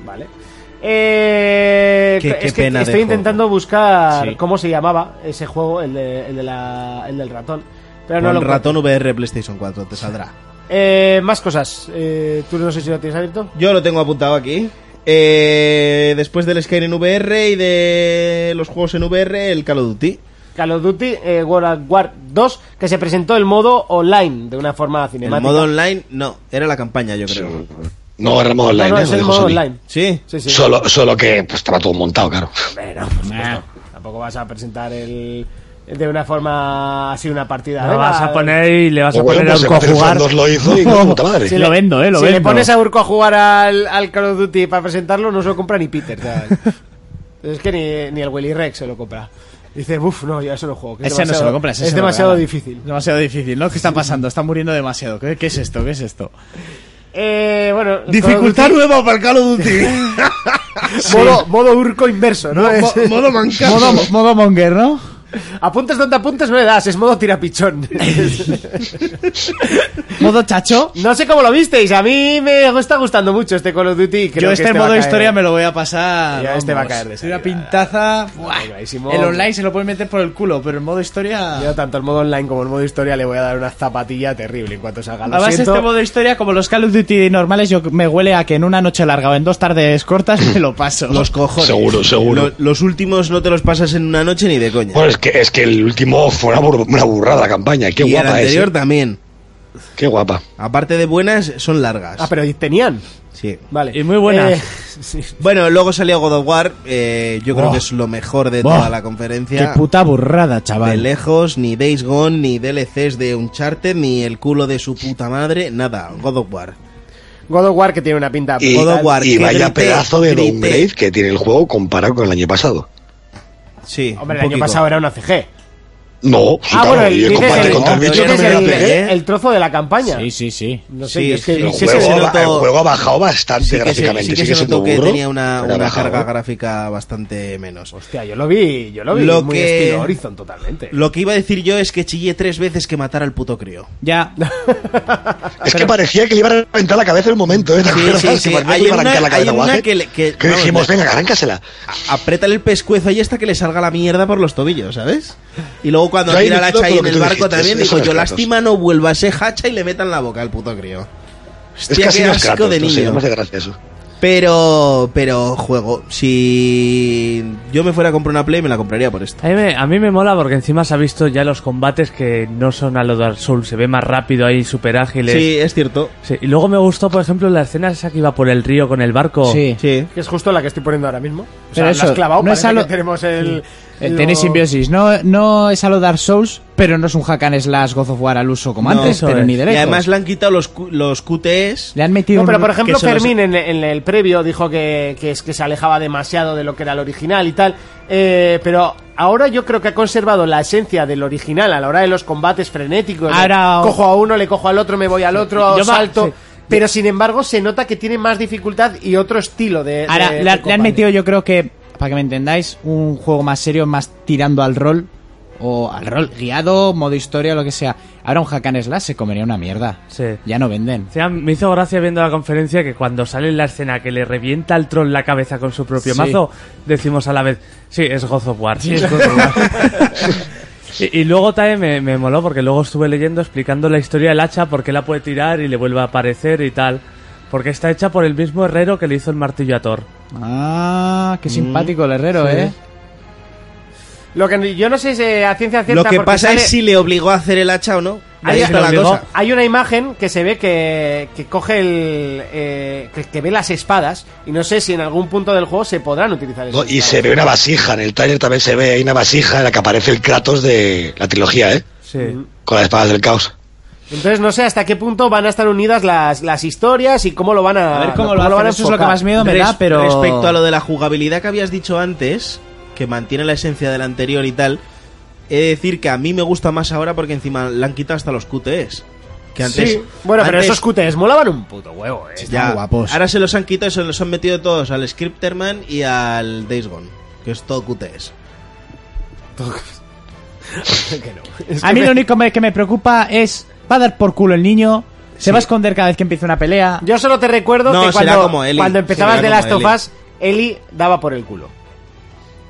[SPEAKER 2] Vale. Eh,
[SPEAKER 5] Qué-
[SPEAKER 2] es
[SPEAKER 5] qué
[SPEAKER 2] que
[SPEAKER 5] pena de
[SPEAKER 2] estoy
[SPEAKER 5] juego.
[SPEAKER 2] intentando buscar
[SPEAKER 6] Sí.
[SPEAKER 2] cómo se llamaba ese juego, el, de- el de la- el del ratón. Pero no
[SPEAKER 5] Con
[SPEAKER 2] lo encuentro.
[SPEAKER 5] ratón VR PlayStation 4 te saldrá.
[SPEAKER 2] Eh, más cosas. Eh, Tú no sé si lo tienes abierto.
[SPEAKER 5] Yo lo tengo apuntado aquí. Eh, después del Skyrim en VR y de los juegos en VR, el Call of Duty.
[SPEAKER 2] Call of Duty eh, World at War 2, que se presentó el modo online de una forma
[SPEAKER 5] El
[SPEAKER 2] cinemática.
[SPEAKER 5] modo online, no, era la campaña, yo creo.
[SPEAKER 1] No, era modo online,
[SPEAKER 2] No, no,
[SPEAKER 1] ¿eh?
[SPEAKER 2] es
[SPEAKER 1] Lo
[SPEAKER 2] el
[SPEAKER 1] dijo
[SPEAKER 2] modo
[SPEAKER 1] Sony.
[SPEAKER 2] online.
[SPEAKER 5] Sí.
[SPEAKER 2] Sí, sí.
[SPEAKER 1] Solo, solo que pues, estaba todo montado, claro.
[SPEAKER 2] Bueno, por supuesto. Tampoco vas a presentar el de una forma así una partida.
[SPEAKER 4] La
[SPEAKER 2] Venga, eh,
[SPEAKER 4] vas a poner y le vas a
[SPEAKER 1] O bueno,
[SPEAKER 4] poner a
[SPEAKER 1] pues
[SPEAKER 4] Urco a
[SPEAKER 1] Sebastián
[SPEAKER 4] jugar.
[SPEAKER 1] Fernández lo hizo y con puta madre.
[SPEAKER 2] Sí,
[SPEAKER 3] Lo vendo, eh, lo
[SPEAKER 2] si le
[SPEAKER 3] vendo.
[SPEAKER 2] pones a Urco a jugar al, al Call of Duty para presentarlo, no se lo compra ni Peter. ¿sabes? es que ni, ni el Willy Rex se lo compra. Dice, uff, no, yo eso lo juego. que es
[SPEAKER 3] Ese no se
[SPEAKER 2] demasiado-
[SPEAKER 3] lo compras.
[SPEAKER 2] Es demasiado difícil.
[SPEAKER 3] Demasiado difícil, ¿no? ¿Qué está pasando? Está muriendo demasiado. ¿Qué, qué es esto? ¿Qué es esto?
[SPEAKER 2] Eh, bueno,
[SPEAKER 3] Dificultad
[SPEAKER 2] Call of
[SPEAKER 3] nueva para el Call of Duty.
[SPEAKER 2] Duty- modo, modo Urco inverso, ¿no? Es-
[SPEAKER 5] modo manca.
[SPEAKER 3] modo, modo monger, ¿no?
[SPEAKER 2] apuntas donde apuntes no le das, es modo tirapichón.
[SPEAKER 3] Modo chacho.
[SPEAKER 2] No sé cómo lo visteis, a mí me está gustando mucho este Call of Duty. Creo
[SPEAKER 3] Yo
[SPEAKER 2] que
[SPEAKER 3] este,
[SPEAKER 2] va a
[SPEAKER 3] modo
[SPEAKER 2] caer.
[SPEAKER 3] historia me lo voy a pasar.
[SPEAKER 2] Ya, este va a
[SPEAKER 3] vamos.
[SPEAKER 2] caer de
[SPEAKER 3] Una
[SPEAKER 2] salida.
[SPEAKER 3] pintaza. buah.
[SPEAKER 2] Clarísimo.
[SPEAKER 3] El online se lo puede meter por el culo, pero el modo historia.
[SPEAKER 2] Yo tanto el modo online como el modo historia le voy a dar una zapatilla terrible en cuanto salga. Lo
[SPEAKER 3] Además,
[SPEAKER 2] siento.
[SPEAKER 3] este modo historia, como los Call of Duty normales, yo me huele a que en una noche larga o en dos tardes cortas me lo paso.
[SPEAKER 5] Los cojones.
[SPEAKER 1] Seguro, seguro.
[SPEAKER 5] Lo- los últimos no te los pasas en una noche ni de coña.
[SPEAKER 1] Bueno, es que, es que el último fue una, bur- una burrada la campaña. Qué
[SPEAKER 5] y el
[SPEAKER 1] guapa es.
[SPEAKER 5] anterior
[SPEAKER 1] ¿eh?
[SPEAKER 5] también.
[SPEAKER 1] Qué guapa.
[SPEAKER 5] Aparte de buenas, son largas.
[SPEAKER 2] Ah, pero tenían.
[SPEAKER 5] Sí.
[SPEAKER 2] Vale.
[SPEAKER 4] Y muy buena.
[SPEAKER 2] Eh, sí.
[SPEAKER 5] Bueno, luego salió God of War. eh, yo creo que es lo mejor de toda la
[SPEAKER 6] Qué
[SPEAKER 5] conferencia.
[SPEAKER 6] puta burrada,
[SPEAKER 5] De
[SPEAKER 6] chaval.
[SPEAKER 5] lejos, ni Days Gone, ni DLCs de Uncharted, ni el culo de su puta madre, nada. God of War.
[SPEAKER 2] God of War que tiene una pinta.
[SPEAKER 1] Y,
[SPEAKER 5] God of War,
[SPEAKER 1] y
[SPEAKER 5] que
[SPEAKER 1] vaya
[SPEAKER 5] grité,
[SPEAKER 1] pedazo de
[SPEAKER 5] grité.
[SPEAKER 1] downgrade que tiene el juego comparado con el año pasado.
[SPEAKER 5] Sí.
[SPEAKER 2] Hombre, el
[SPEAKER 5] un
[SPEAKER 2] año
[SPEAKER 5] poquito.
[SPEAKER 2] pasado era una CG.
[SPEAKER 1] No, sí,
[SPEAKER 2] Ah,
[SPEAKER 1] claro,
[SPEAKER 2] bueno, el,
[SPEAKER 1] y el
[SPEAKER 2] dices
[SPEAKER 1] combate
[SPEAKER 2] el-
[SPEAKER 1] contra el bicho no
[SPEAKER 2] dices
[SPEAKER 1] me
[SPEAKER 2] el-
[SPEAKER 1] lo pegué.
[SPEAKER 2] el trozo de la campaña.
[SPEAKER 6] Sí, sí, sí.
[SPEAKER 2] No sé,
[SPEAKER 5] Sí,
[SPEAKER 2] yo es que
[SPEAKER 5] sí,
[SPEAKER 1] El,
[SPEAKER 2] sí,
[SPEAKER 5] ¿eh? sí
[SPEAKER 2] que se-
[SPEAKER 1] juego,
[SPEAKER 5] notó-
[SPEAKER 1] ha- el juego ha bajado bastante
[SPEAKER 5] Sí que, se,
[SPEAKER 1] gráficamente.
[SPEAKER 5] sí que
[SPEAKER 1] sigue
[SPEAKER 5] se
[SPEAKER 1] siendo
[SPEAKER 5] notó que
[SPEAKER 1] burro,
[SPEAKER 5] tenía una,
[SPEAKER 1] pero ha
[SPEAKER 5] una
[SPEAKER 1] bajado,
[SPEAKER 5] carga
[SPEAKER 1] ¿eh?
[SPEAKER 5] gráfica bastante menos.
[SPEAKER 2] Hostia, yo lo vi, yo lo vi.
[SPEAKER 5] Lo
[SPEAKER 2] muy
[SPEAKER 5] que-
[SPEAKER 2] estilo Horizon totalmente.
[SPEAKER 5] Lo que iba a decir yo es que chillé tres veces que matara al puto crío.
[SPEAKER 3] Ya.
[SPEAKER 1] Es que parecía que le iban a reventar la cabeza en un momento, ¿eh? ¿Te
[SPEAKER 5] Sí,
[SPEAKER 1] acuerdas?
[SPEAKER 5] sí, sí.
[SPEAKER 1] Que parecía que
[SPEAKER 5] Hay
[SPEAKER 1] le iba a arrancar
[SPEAKER 5] una-
[SPEAKER 1] la
[SPEAKER 5] hay
[SPEAKER 1] cabeza a
[SPEAKER 5] una
[SPEAKER 1] Wagen.
[SPEAKER 5] que le- que-
[SPEAKER 1] Que
[SPEAKER 5] vamos,
[SPEAKER 1] dijimos, venga, arráncasela.
[SPEAKER 5] A- Apriétale el pescuezo ahí hasta que le salga la mierda por los tobillos, ¿sabes? Y luego cuando
[SPEAKER 1] Yo ahí
[SPEAKER 5] tira la
[SPEAKER 1] entiendo
[SPEAKER 5] hacha ahí en
[SPEAKER 1] todo lo que
[SPEAKER 5] el
[SPEAKER 1] tú
[SPEAKER 5] barco
[SPEAKER 1] dijiste,
[SPEAKER 5] también,
[SPEAKER 1] eso
[SPEAKER 5] digo
[SPEAKER 1] no es
[SPEAKER 5] yo,
[SPEAKER 1] gratos.
[SPEAKER 5] lástima no vuelva a ser hacha y le metan la boca al puto crío.
[SPEAKER 1] Es
[SPEAKER 5] Hostia,
[SPEAKER 1] casi
[SPEAKER 5] qué
[SPEAKER 1] no es
[SPEAKER 5] asco
[SPEAKER 1] Kratos,
[SPEAKER 5] de
[SPEAKER 1] no sé,
[SPEAKER 5] niño.
[SPEAKER 1] no me hace gracia eso.
[SPEAKER 5] Pero, pero juego. Si yo me fuera a comprar una Play, me la compraría por esto.
[SPEAKER 4] A mí, me, a mí me mola porque encima se ha visto ya los combates que no son a lo Dark Souls, se ve más rápido ahí, súper ágiles.
[SPEAKER 5] Sí, es cierto.
[SPEAKER 4] Sí, Y luego me gustó, por ejemplo, la escena esa que iba por el río con el barco.
[SPEAKER 6] Sí.
[SPEAKER 5] Sí.
[SPEAKER 2] Que es justo la que estoy poniendo ahora mismo. O sea,
[SPEAKER 6] Pero
[SPEAKER 2] la
[SPEAKER 6] eso,
[SPEAKER 2] has clavado,
[SPEAKER 6] no es
[SPEAKER 2] parece
[SPEAKER 6] a lo-
[SPEAKER 2] que tenemos el...
[SPEAKER 6] Eh,
[SPEAKER 2] lo-
[SPEAKER 6] Tenéis simbiosis. No, no es a lo Dark Souls, pero no es un hack and slash God of War al uso como
[SPEAKER 5] No,
[SPEAKER 6] antes,
[SPEAKER 4] eso
[SPEAKER 6] pero
[SPEAKER 4] es.
[SPEAKER 6] ni de
[SPEAKER 5] Y
[SPEAKER 6] lejos.
[SPEAKER 5] además le han quitado los, cu- los QTEs.
[SPEAKER 6] Le han metido
[SPEAKER 2] No, pero
[SPEAKER 6] un-
[SPEAKER 2] por ejemplo
[SPEAKER 6] que solo
[SPEAKER 2] Fermín en, en el previo dijo que, que es que se alejaba demasiado de lo que era el original y tal. Eh, pero ahora yo creo que ha conservado la esencia del original a la hora de los combates frenéticos. de
[SPEAKER 3] Ahora-
[SPEAKER 2] cojo a uno, le cojo al otro, me voy al otro,
[SPEAKER 3] Yo va-
[SPEAKER 2] salto.
[SPEAKER 3] sí.
[SPEAKER 2] Pero sin embargo se nota que tiene más dificultad y otro estilo de... de-
[SPEAKER 6] Ahora,
[SPEAKER 2] eh, de
[SPEAKER 6] le, han- le
[SPEAKER 2] combate.
[SPEAKER 6] han metido, yo creo que, para que me entendáis, un juego más serio, más tirando al rol. O al rol guiado, modo historia, lo que sea. Ahora un hack and slash se comería una mierda.
[SPEAKER 4] Sí.
[SPEAKER 6] Ya no venden.
[SPEAKER 4] O sea, me hizo gracia viendo la conferencia que cuando sale la escena que le revienta al troll la cabeza con su propio
[SPEAKER 6] Sí.
[SPEAKER 4] mazo, decimos a la vez, sí, es God of War. y, y luego también me, me moló porque luego estuve leyendo explicando la historia del hacha, por qué la puede tirar y le vuelve a aparecer y tal. Porque está hecha por el mismo herrero que le hizo el martillo a Thor.
[SPEAKER 2] Mm,
[SPEAKER 6] ¿eh? Ah, qué simpático el herrero,
[SPEAKER 4] Sí.
[SPEAKER 6] eh.
[SPEAKER 2] Lo que yo no sé es eh, a ciencia cierta.
[SPEAKER 5] Lo que
[SPEAKER 2] porque
[SPEAKER 5] pasa
[SPEAKER 2] sale-
[SPEAKER 5] es si le obligó a hacer el hacha o no. Ahí
[SPEAKER 2] Ahí
[SPEAKER 5] está la
[SPEAKER 4] obligó.
[SPEAKER 5] cosa.
[SPEAKER 2] Hay una imagen que se ve que, que coge el. eh, que, que ve las espadas. Y no sé si en algún punto del juego se podrán utilizar
[SPEAKER 1] No,
[SPEAKER 2] esas
[SPEAKER 1] y
[SPEAKER 2] espadas.
[SPEAKER 1] se ve una vasija, en el trailer también se ve, hay una vasija en la que aparece el Kratos de la trilogía, ¿eh?
[SPEAKER 4] Sí.
[SPEAKER 1] Con las espadas del caos.
[SPEAKER 2] Mm. Entonces no sé hasta qué punto van a estar unidas las, las historias y cómo lo van a.
[SPEAKER 3] A ver cómo lo hacen, eso es lo que
[SPEAKER 2] enfocar.
[SPEAKER 3] más miedo me
[SPEAKER 5] Res-
[SPEAKER 3] da, pero...
[SPEAKER 5] Respecto a lo de la jugabilidad que habías dicho antes, que mantiene la esencia del anterior y tal, he de decir que a mí me gusta más ahora porque encima le han quitado hasta los QTEs. Que antes,
[SPEAKER 2] Sí. Bueno, pero
[SPEAKER 5] antes-
[SPEAKER 2] esos QTs molaban un puto huevo, eh.
[SPEAKER 5] ya,
[SPEAKER 6] guapos.
[SPEAKER 5] Ahora se los han quitado y se los han metido todos al Scripterman y al Days Gone, que es todo QTEs.
[SPEAKER 3] A mí lo único me- que me preocupa es... Va a dar por culo el niño, se va a esconder cada vez que empiece una pelea...
[SPEAKER 2] Yo solo te recuerdo
[SPEAKER 5] No,
[SPEAKER 2] que
[SPEAKER 5] será
[SPEAKER 2] cuando,
[SPEAKER 5] como Eli,
[SPEAKER 2] cuando empezabas
[SPEAKER 5] será
[SPEAKER 2] de
[SPEAKER 5] como
[SPEAKER 2] las
[SPEAKER 5] Eli.
[SPEAKER 2] tofas, Eli daba por el culo.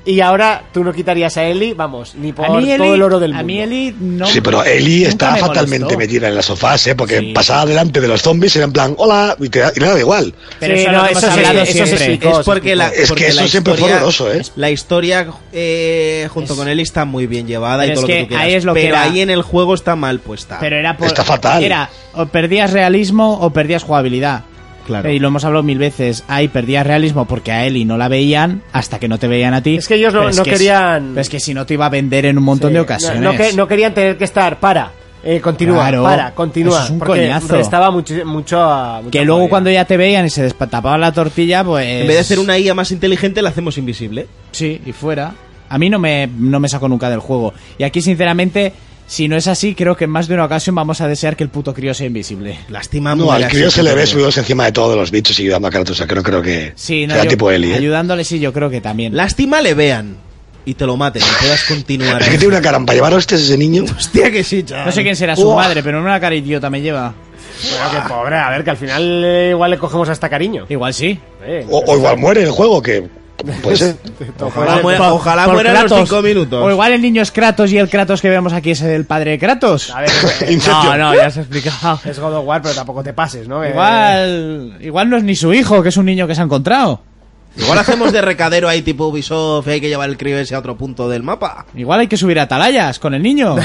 [SPEAKER 2] Y ahora tú no quitarías a Eli, vamos, ni por
[SPEAKER 3] A mí Eli-
[SPEAKER 2] todo el oro del
[SPEAKER 3] a
[SPEAKER 2] mundo.
[SPEAKER 3] mí Eli no...
[SPEAKER 1] sí, pero Ellie
[SPEAKER 3] nunca
[SPEAKER 1] está
[SPEAKER 3] me
[SPEAKER 1] fatalmente
[SPEAKER 3] molestó.
[SPEAKER 1] metida en las sofás, ¿eh? Porque
[SPEAKER 3] Sí.
[SPEAKER 1] pasaba delante de los zombies y era en plan, hola, y, te, y le daba igual.
[SPEAKER 3] Pero
[SPEAKER 2] Sí,
[SPEAKER 3] eso
[SPEAKER 2] no,
[SPEAKER 3] lo hemos
[SPEAKER 2] eso sí,
[SPEAKER 3] hablado
[SPEAKER 2] eso sí,
[SPEAKER 3] siempre.
[SPEAKER 2] sí.
[SPEAKER 5] Es porque la,
[SPEAKER 1] Es
[SPEAKER 5] porque
[SPEAKER 1] que eso
[SPEAKER 5] la
[SPEAKER 1] siempre fue
[SPEAKER 5] historia-
[SPEAKER 1] horroroso, ¿eh?
[SPEAKER 5] La historia eh, junto
[SPEAKER 3] Es-
[SPEAKER 5] con él está muy bien llevada y
[SPEAKER 3] Pero es
[SPEAKER 5] todo lo que
[SPEAKER 3] que
[SPEAKER 5] tú quieras.
[SPEAKER 3] ahí es lo que
[SPEAKER 5] pero
[SPEAKER 3] era.
[SPEAKER 5] ahí en el juego está mal puesta.
[SPEAKER 3] Pero era por-
[SPEAKER 1] Está fatal.
[SPEAKER 3] Era, o perdías realismo o perdías jugabilidad.
[SPEAKER 5] Claro.
[SPEAKER 3] Eh, Y lo hemos hablado mil veces. Ahí perdías realismo porque a Eli no la veían hasta que no te veían a ti.
[SPEAKER 2] Es que ellos no-
[SPEAKER 3] Pero es
[SPEAKER 2] no
[SPEAKER 3] que si-
[SPEAKER 2] querían-
[SPEAKER 3] pero es que si no te iba a vender en un montón
[SPEAKER 2] Sí,
[SPEAKER 3] de
[SPEAKER 2] no-
[SPEAKER 3] ocasiones.
[SPEAKER 2] No, que- no querían tener que estar, para, eh, continúa,
[SPEAKER 3] Claro,
[SPEAKER 2] para, continúa.
[SPEAKER 3] eso es un
[SPEAKER 2] porque
[SPEAKER 3] coñazo.
[SPEAKER 2] restaba mucho, mucho eh. a- mucha
[SPEAKER 3] Que luego
[SPEAKER 2] jugabilidad.
[SPEAKER 3] cuando ya te veían y se destapaba la tortilla, pues...
[SPEAKER 5] en vez de hacer una IA más inteligente, la hacemos invisible.
[SPEAKER 3] Sí, y fuera. A mí no me, no me sacó nunca del juego. Y aquí, sinceramente, si no es así, creo que en más de una ocasión vamos a desear que el puto crío sea invisible.
[SPEAKER 5] Lástima
[SPEAKER 1] No,
[SPEAKER 5] muy
[SPEAKER 1] al
[SPEAKER 5] así,
[SPEAKER 1] crío se le ve
[SPEAKER 5] pero-
[SPEAKER 1] subidos encima de todos los bichos y ayudando a Kratos, o sea, que no creo que
[SPEAKER 3] Sí, no,
[SPEAKER 1] sea
[SPEAKER 3] yo-
[SPEAKER 1] tipo Ellie, ¿eh?
[SPEAKER 3] ayudándole sí, yo creo que también.
[SPEAKER 5] Lástima le vean y te lo maten y puedas continuar.
[SPEAKER 1] Es que tiene una cara para llevar hostias ese niño.
[SPEAKER 5] Hostia que sí, chaval.
[SPEAKER 3] No sé quién será su
[SPEAKER 1] Uah.
[SPEAKER 3] madre, pero una cara idiota me lleva.
[SPEAKER 2] Bueno, que pobre, a ver, que al final eh, igual le cogemos hasta cariño.
[SPEAKER 3] Igual sí.
[SPEAKER 2] Eh,
[SPEAKER 1] O, o igual muere en el juego, que pues, ¿eh? puede ser.
[SPEAKER 5] Ojalá, muera-
[SPEAKER 3] Por-
[SPEAKER 5] ojalá
[SPEAKER 3] por
[SPEAKER 5] muera en los
[SPEAKER 3] Kratos.
[SPEAKER 5] cinco minutos.
[SPEAKER 3] O igual el niño es Kratos y el Kratos que vemos aquí es el padre de Kratos.
[SPEAKER 2] A ver, eh,
[SPEAKER 4] No, no, ya se ha explicado.
[SPEAKER 2] es God of War, pero tampoco te pases, ¿no? Eh,
[SPEAKER 3] Igual, igual no es ni su hijo, que es un niño que se ha encontrado.
[SPEAKER 5] Igual hacemos de recadero ahí tipo Ubisoft y hay que llevar el crío ese a otro punto del mapa.
[SPEAKER 3] Igual hay que subir a atalayas con el niño.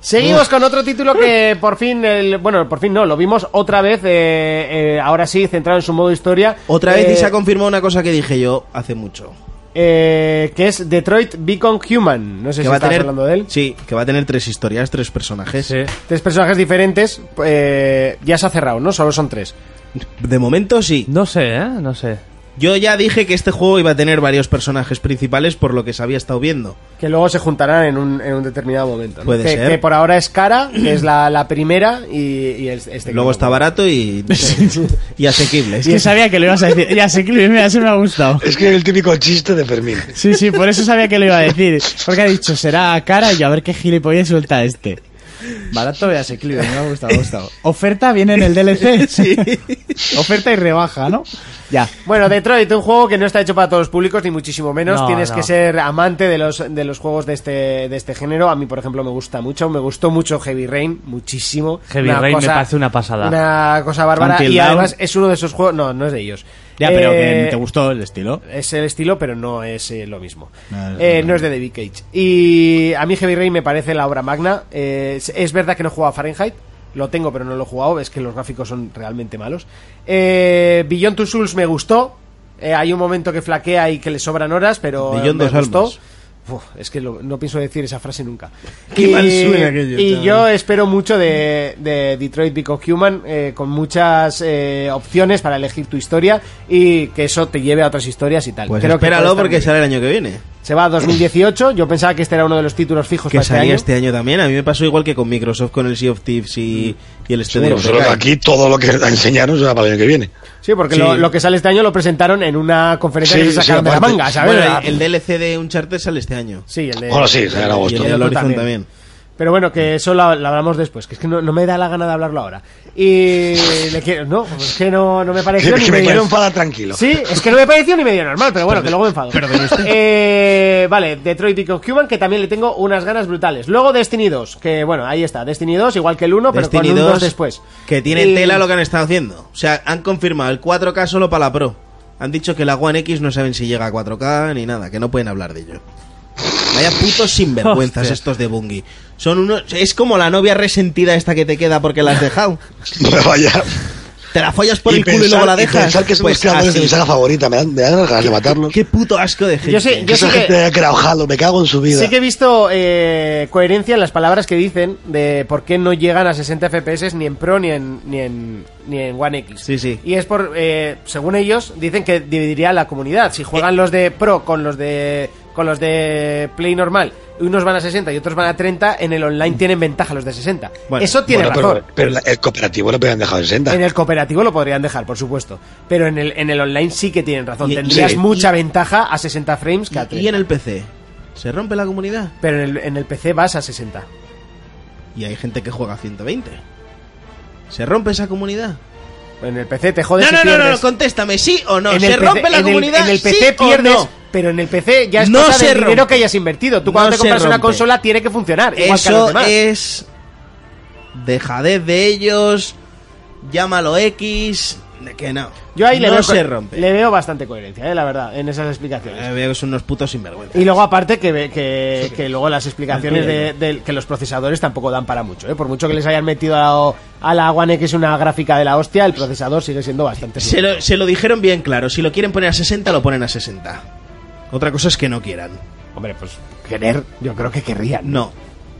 [SPEAKER 2] Seguimos con otro título que por fin, el, bueno, por fin no, lo vimos otra vez, eh, eh, ahora sí, centrado en su modo historia.
[SPEAKER 5] Otra
[SPEAKER 2] Eh,
[SPEAKER 5] vez y se ha confirmado una cosa que dije yo hace mucho.
[SPEAKER 2] eh, Que es Detroit Beacon Human. No sé
[SPEAKER 5] que
[SPEAKER 2] si
[SPEAKER 5] va a
[SPEAKER 2] estás
[SPEAKER 5] tener
[SPEAKER 2] hablando de él.
[SPEAKER 5] Sí, que va a tener tres historias, tres personajes.
[SPEAKER 2] Tres personajes diferentes, eh, ya se ha cerrado, ¿no? Solo son tres.
[SPEAKER 5] De momento sí.
[SPEAKER 4] No sé, ¿eh? No sé.
[SPEAKER 5] Yo ya dije que este juego iba a tener varios personajes principales por lo que se había estado viendo.
[SPEAKER 2] Que luego se juntarán en un, en un determinado momento. ¿no?
[SPEAKER 5] Puede
[SPEAKER 2] que,
[SPEAKER 5] ser.
[SPEAKER 2] que por ahora es Cara, que es la, la primera, y, y es- este. que
[SPEAKER 5] Luego
[SPEAKER 2] no.
[SPEAKER 5] está barato y, y asequible. Pues
[SPEAKER 3] Es que sabía que lo ibas a decir. Ya sé que lo- mira, se me ha gustado.
[SPEAKER 1] Es que es el típico chiste de Fermín.
[SPEAKER 3] Sí, sí, por eso sabía que lo iba a decir. Porque ha dicho, será cara y yo a ver qué gilipollas suelta este. Barato y asequible, me ha gustado, me ha gustado. Oferta viene en el DLC. Sí. Oferta y rebaja, ¿no? Ya.
[SPEAKER 2] Bueno, Detroit, un juego que no está hecho para todos los públicos, ni muchísimo menos.
[SPEAKER 4] No,
[SPEAKER 2] Tienes
[SPEAKER 4] no.
[SPEAKER 2] que ser amante de los, de los juegos de este, de este género. A mí, por ejemplo, me gusta mucho. Me gustó mucho Heavy Rain, muchísimo.
[SPEAKER 4] Heavy Rain me parece una pasada.
[SPEAKER 2] Una cosa bárbara.
[SPEAKER 5] Until
[SPEAKER 2] Y
[SPEAKER 5] Dawn.
[SPEAKER 2] además es uno de esos juegos. No, no es de ellos.
[SPEAKER 3] Ya, pero
[SPEAKER 2] Eh,
[SPEAKER 3] que te gustó el estilo.
[SPEAKER 2] es el estilo, pero no es eh, lo mismo.
[SPEAKER 6] No,
[SPEAKER 5] Ah,
[SPEAKER 6] no,
[SPEAKER 2] Eh,
[SPEAKER 6] no.
[SPEAKER 2] no es de David Cage. Y a mí Heavy Rain me parece la obra magna. Eh, es, es verdad que no he jugado a Fahrenheit. Lo tengo, pero no lo he jugado. Es que los gráficos son realmente malos. Eh, Beyond Two Souls me gustó. Eh, hay un momento que flaquea y que le sobran horas, pero eh,
[SPEAKER 5] Beyond
[SPEAKER 2] me
[SPEAKER 5] dos
[SPEAKER 2] gustó.
[SPEAKER 5] almas.
[SPEAKER 2] Uf, es que lo- no pienso decir esa frase nunca.
[SPEAKER 5] Qué
[SPEAKER 2] y,
[SPEAKER 5] mal suena aquello,
[SPEAKER 2] y
[SPEAKER 5] chaval.
[SPEAKER 2] yo espero mucho de, de Detroit Become Human, eh, con muchas eh, opciones para elegir tu historia y que eso te lleve a otras historias y tal.
[SPEAKER 5] Pues
[SPEAKER 2] Creo que puede
[SPEAKER 5] espéralo
[SPEAKER 2] estar
[SPEAKER 5] porque
[SPEAKER 2] muy bien.
[SPEAKER 5] sale el año que viene.
[SPEAKER 2] se va a 2018. Yo pensaba que este era uno de los títulos fijos
[SPEAKER 5] Que
[SPEAKER 2] para este
[SPEAKER 5] salía
[SPEAKER 2] año.
[SPEAKER 5] este año también. A mí me pasó igual que con Microsoft, con el Sea of Thieves y, y el este de
[SPEAKER 1] Bueno, solo que
[SPEAKER 5] Isekai.
[SPEAKER 1] aquí todo lo que enseñaron será para el año que viene.
[SPEAKER 2] Sí, porque
[SPEAKER 5] Sí.
[SPEAKER 2] Lo, lo que sale este año lo presentaron en una conferencia
[SPEAKER 1] Sí,
[SPEAKER 2] que se
[SPEAKER 1] sí,
[SPEAKER 2] sacaron de la
[SPEAKER 1] aparte.
[SPEAKER 2] manga, ¿sabes?
[SPEAKER 5] Bueno,
[SPEAKER 2] La-
[SPEAKER 5] el DLC de Uncharted sale este año.
[SPEAKER 2] Sí, el de.
[SPEAKER 1] Bueno, sí, será en
[SPEAKER 5] Y el
[SPEAKER 1] agosto.
[SPEAKER 5] de
[SPEAKER 2] Yo
[SPEAKER 5] Horizon
[SPEAKER 2] también.
[SPEAKER 5] también.
[SPEAKER 2] Pero bueno, que eso lo, lo hablamos después, que es que no, no me da la gana de hablarlo ahora. Y le quiero, no, es que no, no me
[SPEAKER 1] Que,
[SPEAKER 2] pareció ni
[SPEAKER 1] que me
[SPEAKER 2] medio-
[SPEAKER 1] quiero enfadar tranquilo.
[SPEAKER 2] Sí, es que no me pareció ni medio normal, pero bueno, que luego me enfado. Eh, vale, Detroit Become Human, que también le tengo unas ganas brutales. Luego Destiny 2, que bueno, ahí está, Destiny 2, igual que el 1, pero
[SPEAKER 5] Destiny
[SPEAKER 2] con un
[SPEAKER 5] 2,
[SPEAKER 2] 2 después.
[SPEAKER 5] Que tiene
[SPEAKER 2] Y-
[SPEAKER 5] tela lo que han estado haciendo. O sea, han confirmado el 4K solo para la Pro. Han dicho que la One X no saben si llega a 4K ni nada, que no pueden hablar de ello. Vaya putos sinvergüenzas
[SPEAKER 4] Hostia.
[SPEAKER 5] estos de Bungie. Son unos, es como la novia resentida esta que te queda porque la has dejado.
[SPEAKER 1] Vaya.
[SPEAKER 5] Te la follas por el culo y
[SPEAKER 1] pensar-
[SPEAKER 5] luego la
[SPEAKER 1] y
[SPEAKER 5] dejas. Pues
[SPEAKER 1] pensar que son los creadores de mi
[SPEAKER 5] así.
[SPEAKER 1] saga favorita. Me dan, me dan ganas de matarlos.
[SPEAKER 5] Qué puto asco de gente.
[SPEAKER 2] Yo sé-
[SPEAKER 1] Que esa
[SPEAKER 2] sí que-
[SPEAKER 1] gente haya creado Halo, me cago en su vida.
[SPEAKER 2] Sí que he visto eh, coherencia en las palabras que dicen de por qué no llegan a 60 FPS ni en Pro ni en, ni en, ni en One X.
[SPEAKER 5] Sí, sí.
[SPEAKER 2] Y es por, eh, según ellos, dicen que dividiría la comunidad. Si juegan los de Pro con los de con los de Play normal, unos van a 60 y otros van a 30, en el online tienen ventaja los de 60.
[SPEAKER 5] Bueno,
[SPEAKER 2] Eso tiene
[SPEAKER 1] Bueno,
[SPEAKER 2] razón.
[SPEAKER 1] pero, pero la- el cooperativo lo han dejado en 60.
[SPEAKER 2] En el cooperativo lo podrían dejar, por supuesto. Pero en el, en el online sí que tienen razón.
[SPEAKER 5] Y-
[SPEAKER 2] Tendrías
[SPEAKER 1] sí.
[SPEAKER 2] mucha ventaja a 60 frames que a 30.
[SPEAKER 5] Y en el PC. ¿Se rompe la comunidad?
[SPEAKER 2] Pero en el, en el PC vas a 60.
[SPEAKER 5] Y hay gente que juega a 120. ¿Se rompe esa comunidad?
[SPEAKER 2] En el PC te jodes
[SPEAKER 5] No,
[SPEAKER 2] si
[SPEAKER 5] no, no, no,
[SPEAKER 2] pierdes.
[SPEAKER 5] contéstame, ¿sí o no?
[SPEAKER 2] En
[SPEAKER 5] ¿Se
[SPEAKER 2] el PC
[SPEAKER 5] rompe la
[SPEAKER 2] en el-
[SPEAKER 5] comunidad?
[SPEAKER 2] en el PC
[SPEAKER 5] ¿sí o
[SPEAKER 2] pierdes,
[SPEAKER 5] no?
[SPEAKER 2] pero en el PC ya es
[SPEAKER 5] No
[SPEAKER 2] cosa
[SPEAKER 5] se
[SPEAKER 2] del dinero
[SPEAKER 5] rompe.
[SPEAKER 2] que hayas invertido. Tú cuando
[SPEAKER 5] No
[SPEAKER 2] te
[SPEAKER 5] se
[SPEAKER 2] compras una
[SPEAKER 5] rompe.
[SPEAKER 2] consola tiene que funcionar. Igual que a los
[SPEAKER 5] Eso
[SPEAKER 2] demás.
[SPEAKER 5] es dejadez de ellos, llámalo X, de que no.
[SPEAKER 2] Yo ahí
[SPEAKER 5] no
[SPEAKER 2] le, veo, co-
[SPEAKER 5] se rompe.
[SPEAKER 2] le veo bastante coherencia, eh, la verdad, en esas explicaciones.
[SPEAKER 5] Eh, veo que son unos putos sinvergüenza.
[SPEAKER 2] Y luego aparte que, ve- que, que luego las explicaciones de, del- que los procesadores tampoco dan para mucho. ¿eh? Por mucho que les hayan metido a, la- a la One X una gráfica de la hostia, el procesador sigue siendo bastante...
[SPEAKER 5] Se lo, se lo dijeron bien claro, si lo quieren poner a 60 lo ponen a 60. Otra cosa es que no quieran.
[SPEAKER 2] Hombre, pues querer, yo creo que querrían.
[SPEAKER 5] No,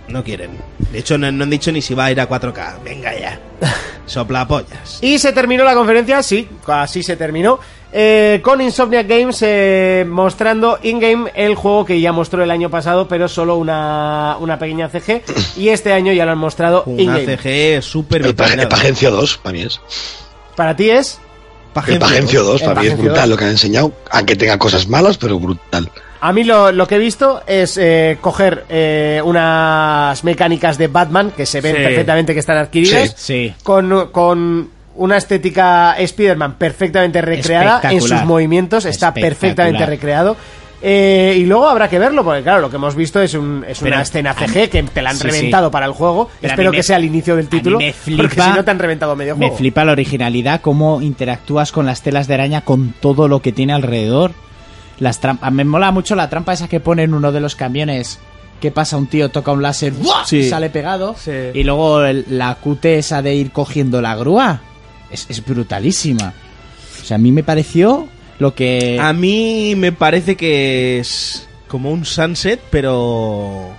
[SPEAKER 5] no quieren. De hecho no, no han dicho ni si va a ir a 4K. Venga ya. Soplapollas.
[SPEAKER 2] Y se terminó la conferencia, sí, así se terminó, eh, con Insomniac Games eh, mostrando in-game el juego que ya mostró el año pasado, pero solo una, una pequeña CG, y este año ya lo han mostrado
[SPEAKER 5] Una
[SPEAKER 2] in-game.
[SPEAKER 5] CG súper
[SPEAKER 1] el, Pag- el
[SPEAKER 5] vitaminada.
[SPEAKER 1] Pagencio 2, para mí es.
[SPEAKER 2] Para ti es,
[SPEAKER 1] El Pagencio 2,
[SPEAKER 2] El
[SPEAKER 1] para mí es
[SPEAKER 2] Pagencio 2.
[SPEAKER 1] brutal lo que han enseñado. Aunque tenga cosas malas, pero brutal.
[SPEAKER 2] a mí lo, lo que he visto es eh, coger eh, unas mecánicas de Batman, que se ven
[SPEAKER 4] Sí.
[SPEAKER 2] perfectamente que están adquiridas,
[SPEAKER 3] Sí.
[SPEAKER 2] con, con una estética Spider-Man perfectamente recreada en sus
[SPEAKER 3] Espectacular.
[SPEAKER 2] movimientos, está
[SPEAKER 3] Espectacular.
[SPEAKER 2] perfectamente recreado. Eh, y luego habrá que verlo, porque claro, lo que hemos visto es, un- es una
[SPEAKER 3] Pero
[SPEAKER 2] escena
[SPEAKER 3] a mí-
[SPEAKER 2] CG que te la han
[SPEAKER 3] sí,
[SPEAKER 2] reventado para el juego.
[SPEAKER 3] Pero a
[SPEAKER 2] Espero
[SPEAKER 3] mí
[SPEAKER 2] que
[SPEAKER 3] me-
[SPEAKER 2] sea el inicio del
[SPEAKER 3] a mí
[SPEAKER 2] título,
[SPEAKER 3] me
[SPEAKER 2] porque
[SPEAKER 3] flipa-
[SPEAKER 2] si no te han reventado medio
[SPEAKER 3] Me
[SPEAKER 2] juego.
[SPEAKER 3] flipa la originalidad, cómo interactúas con las telas de araña, con todo lo que tiene alrededor. Las trampas. Me mola mucho la trampa esa que pone en uno de los camiones. Que pasa un tío, toca un láser ¡buah!
[SPEAKER 4] Sí.
[SPEAKER 3] y sale pegado.
[SPEAKER 4] Sí.
[SPEAKER 3] Y luego el- la QT esa de ir cogiendo la grúa. Es, es brutalísima. O sea, a mí me pareció lo que.
[SPEAKER 5] A mí me parece que es como un sunset, pero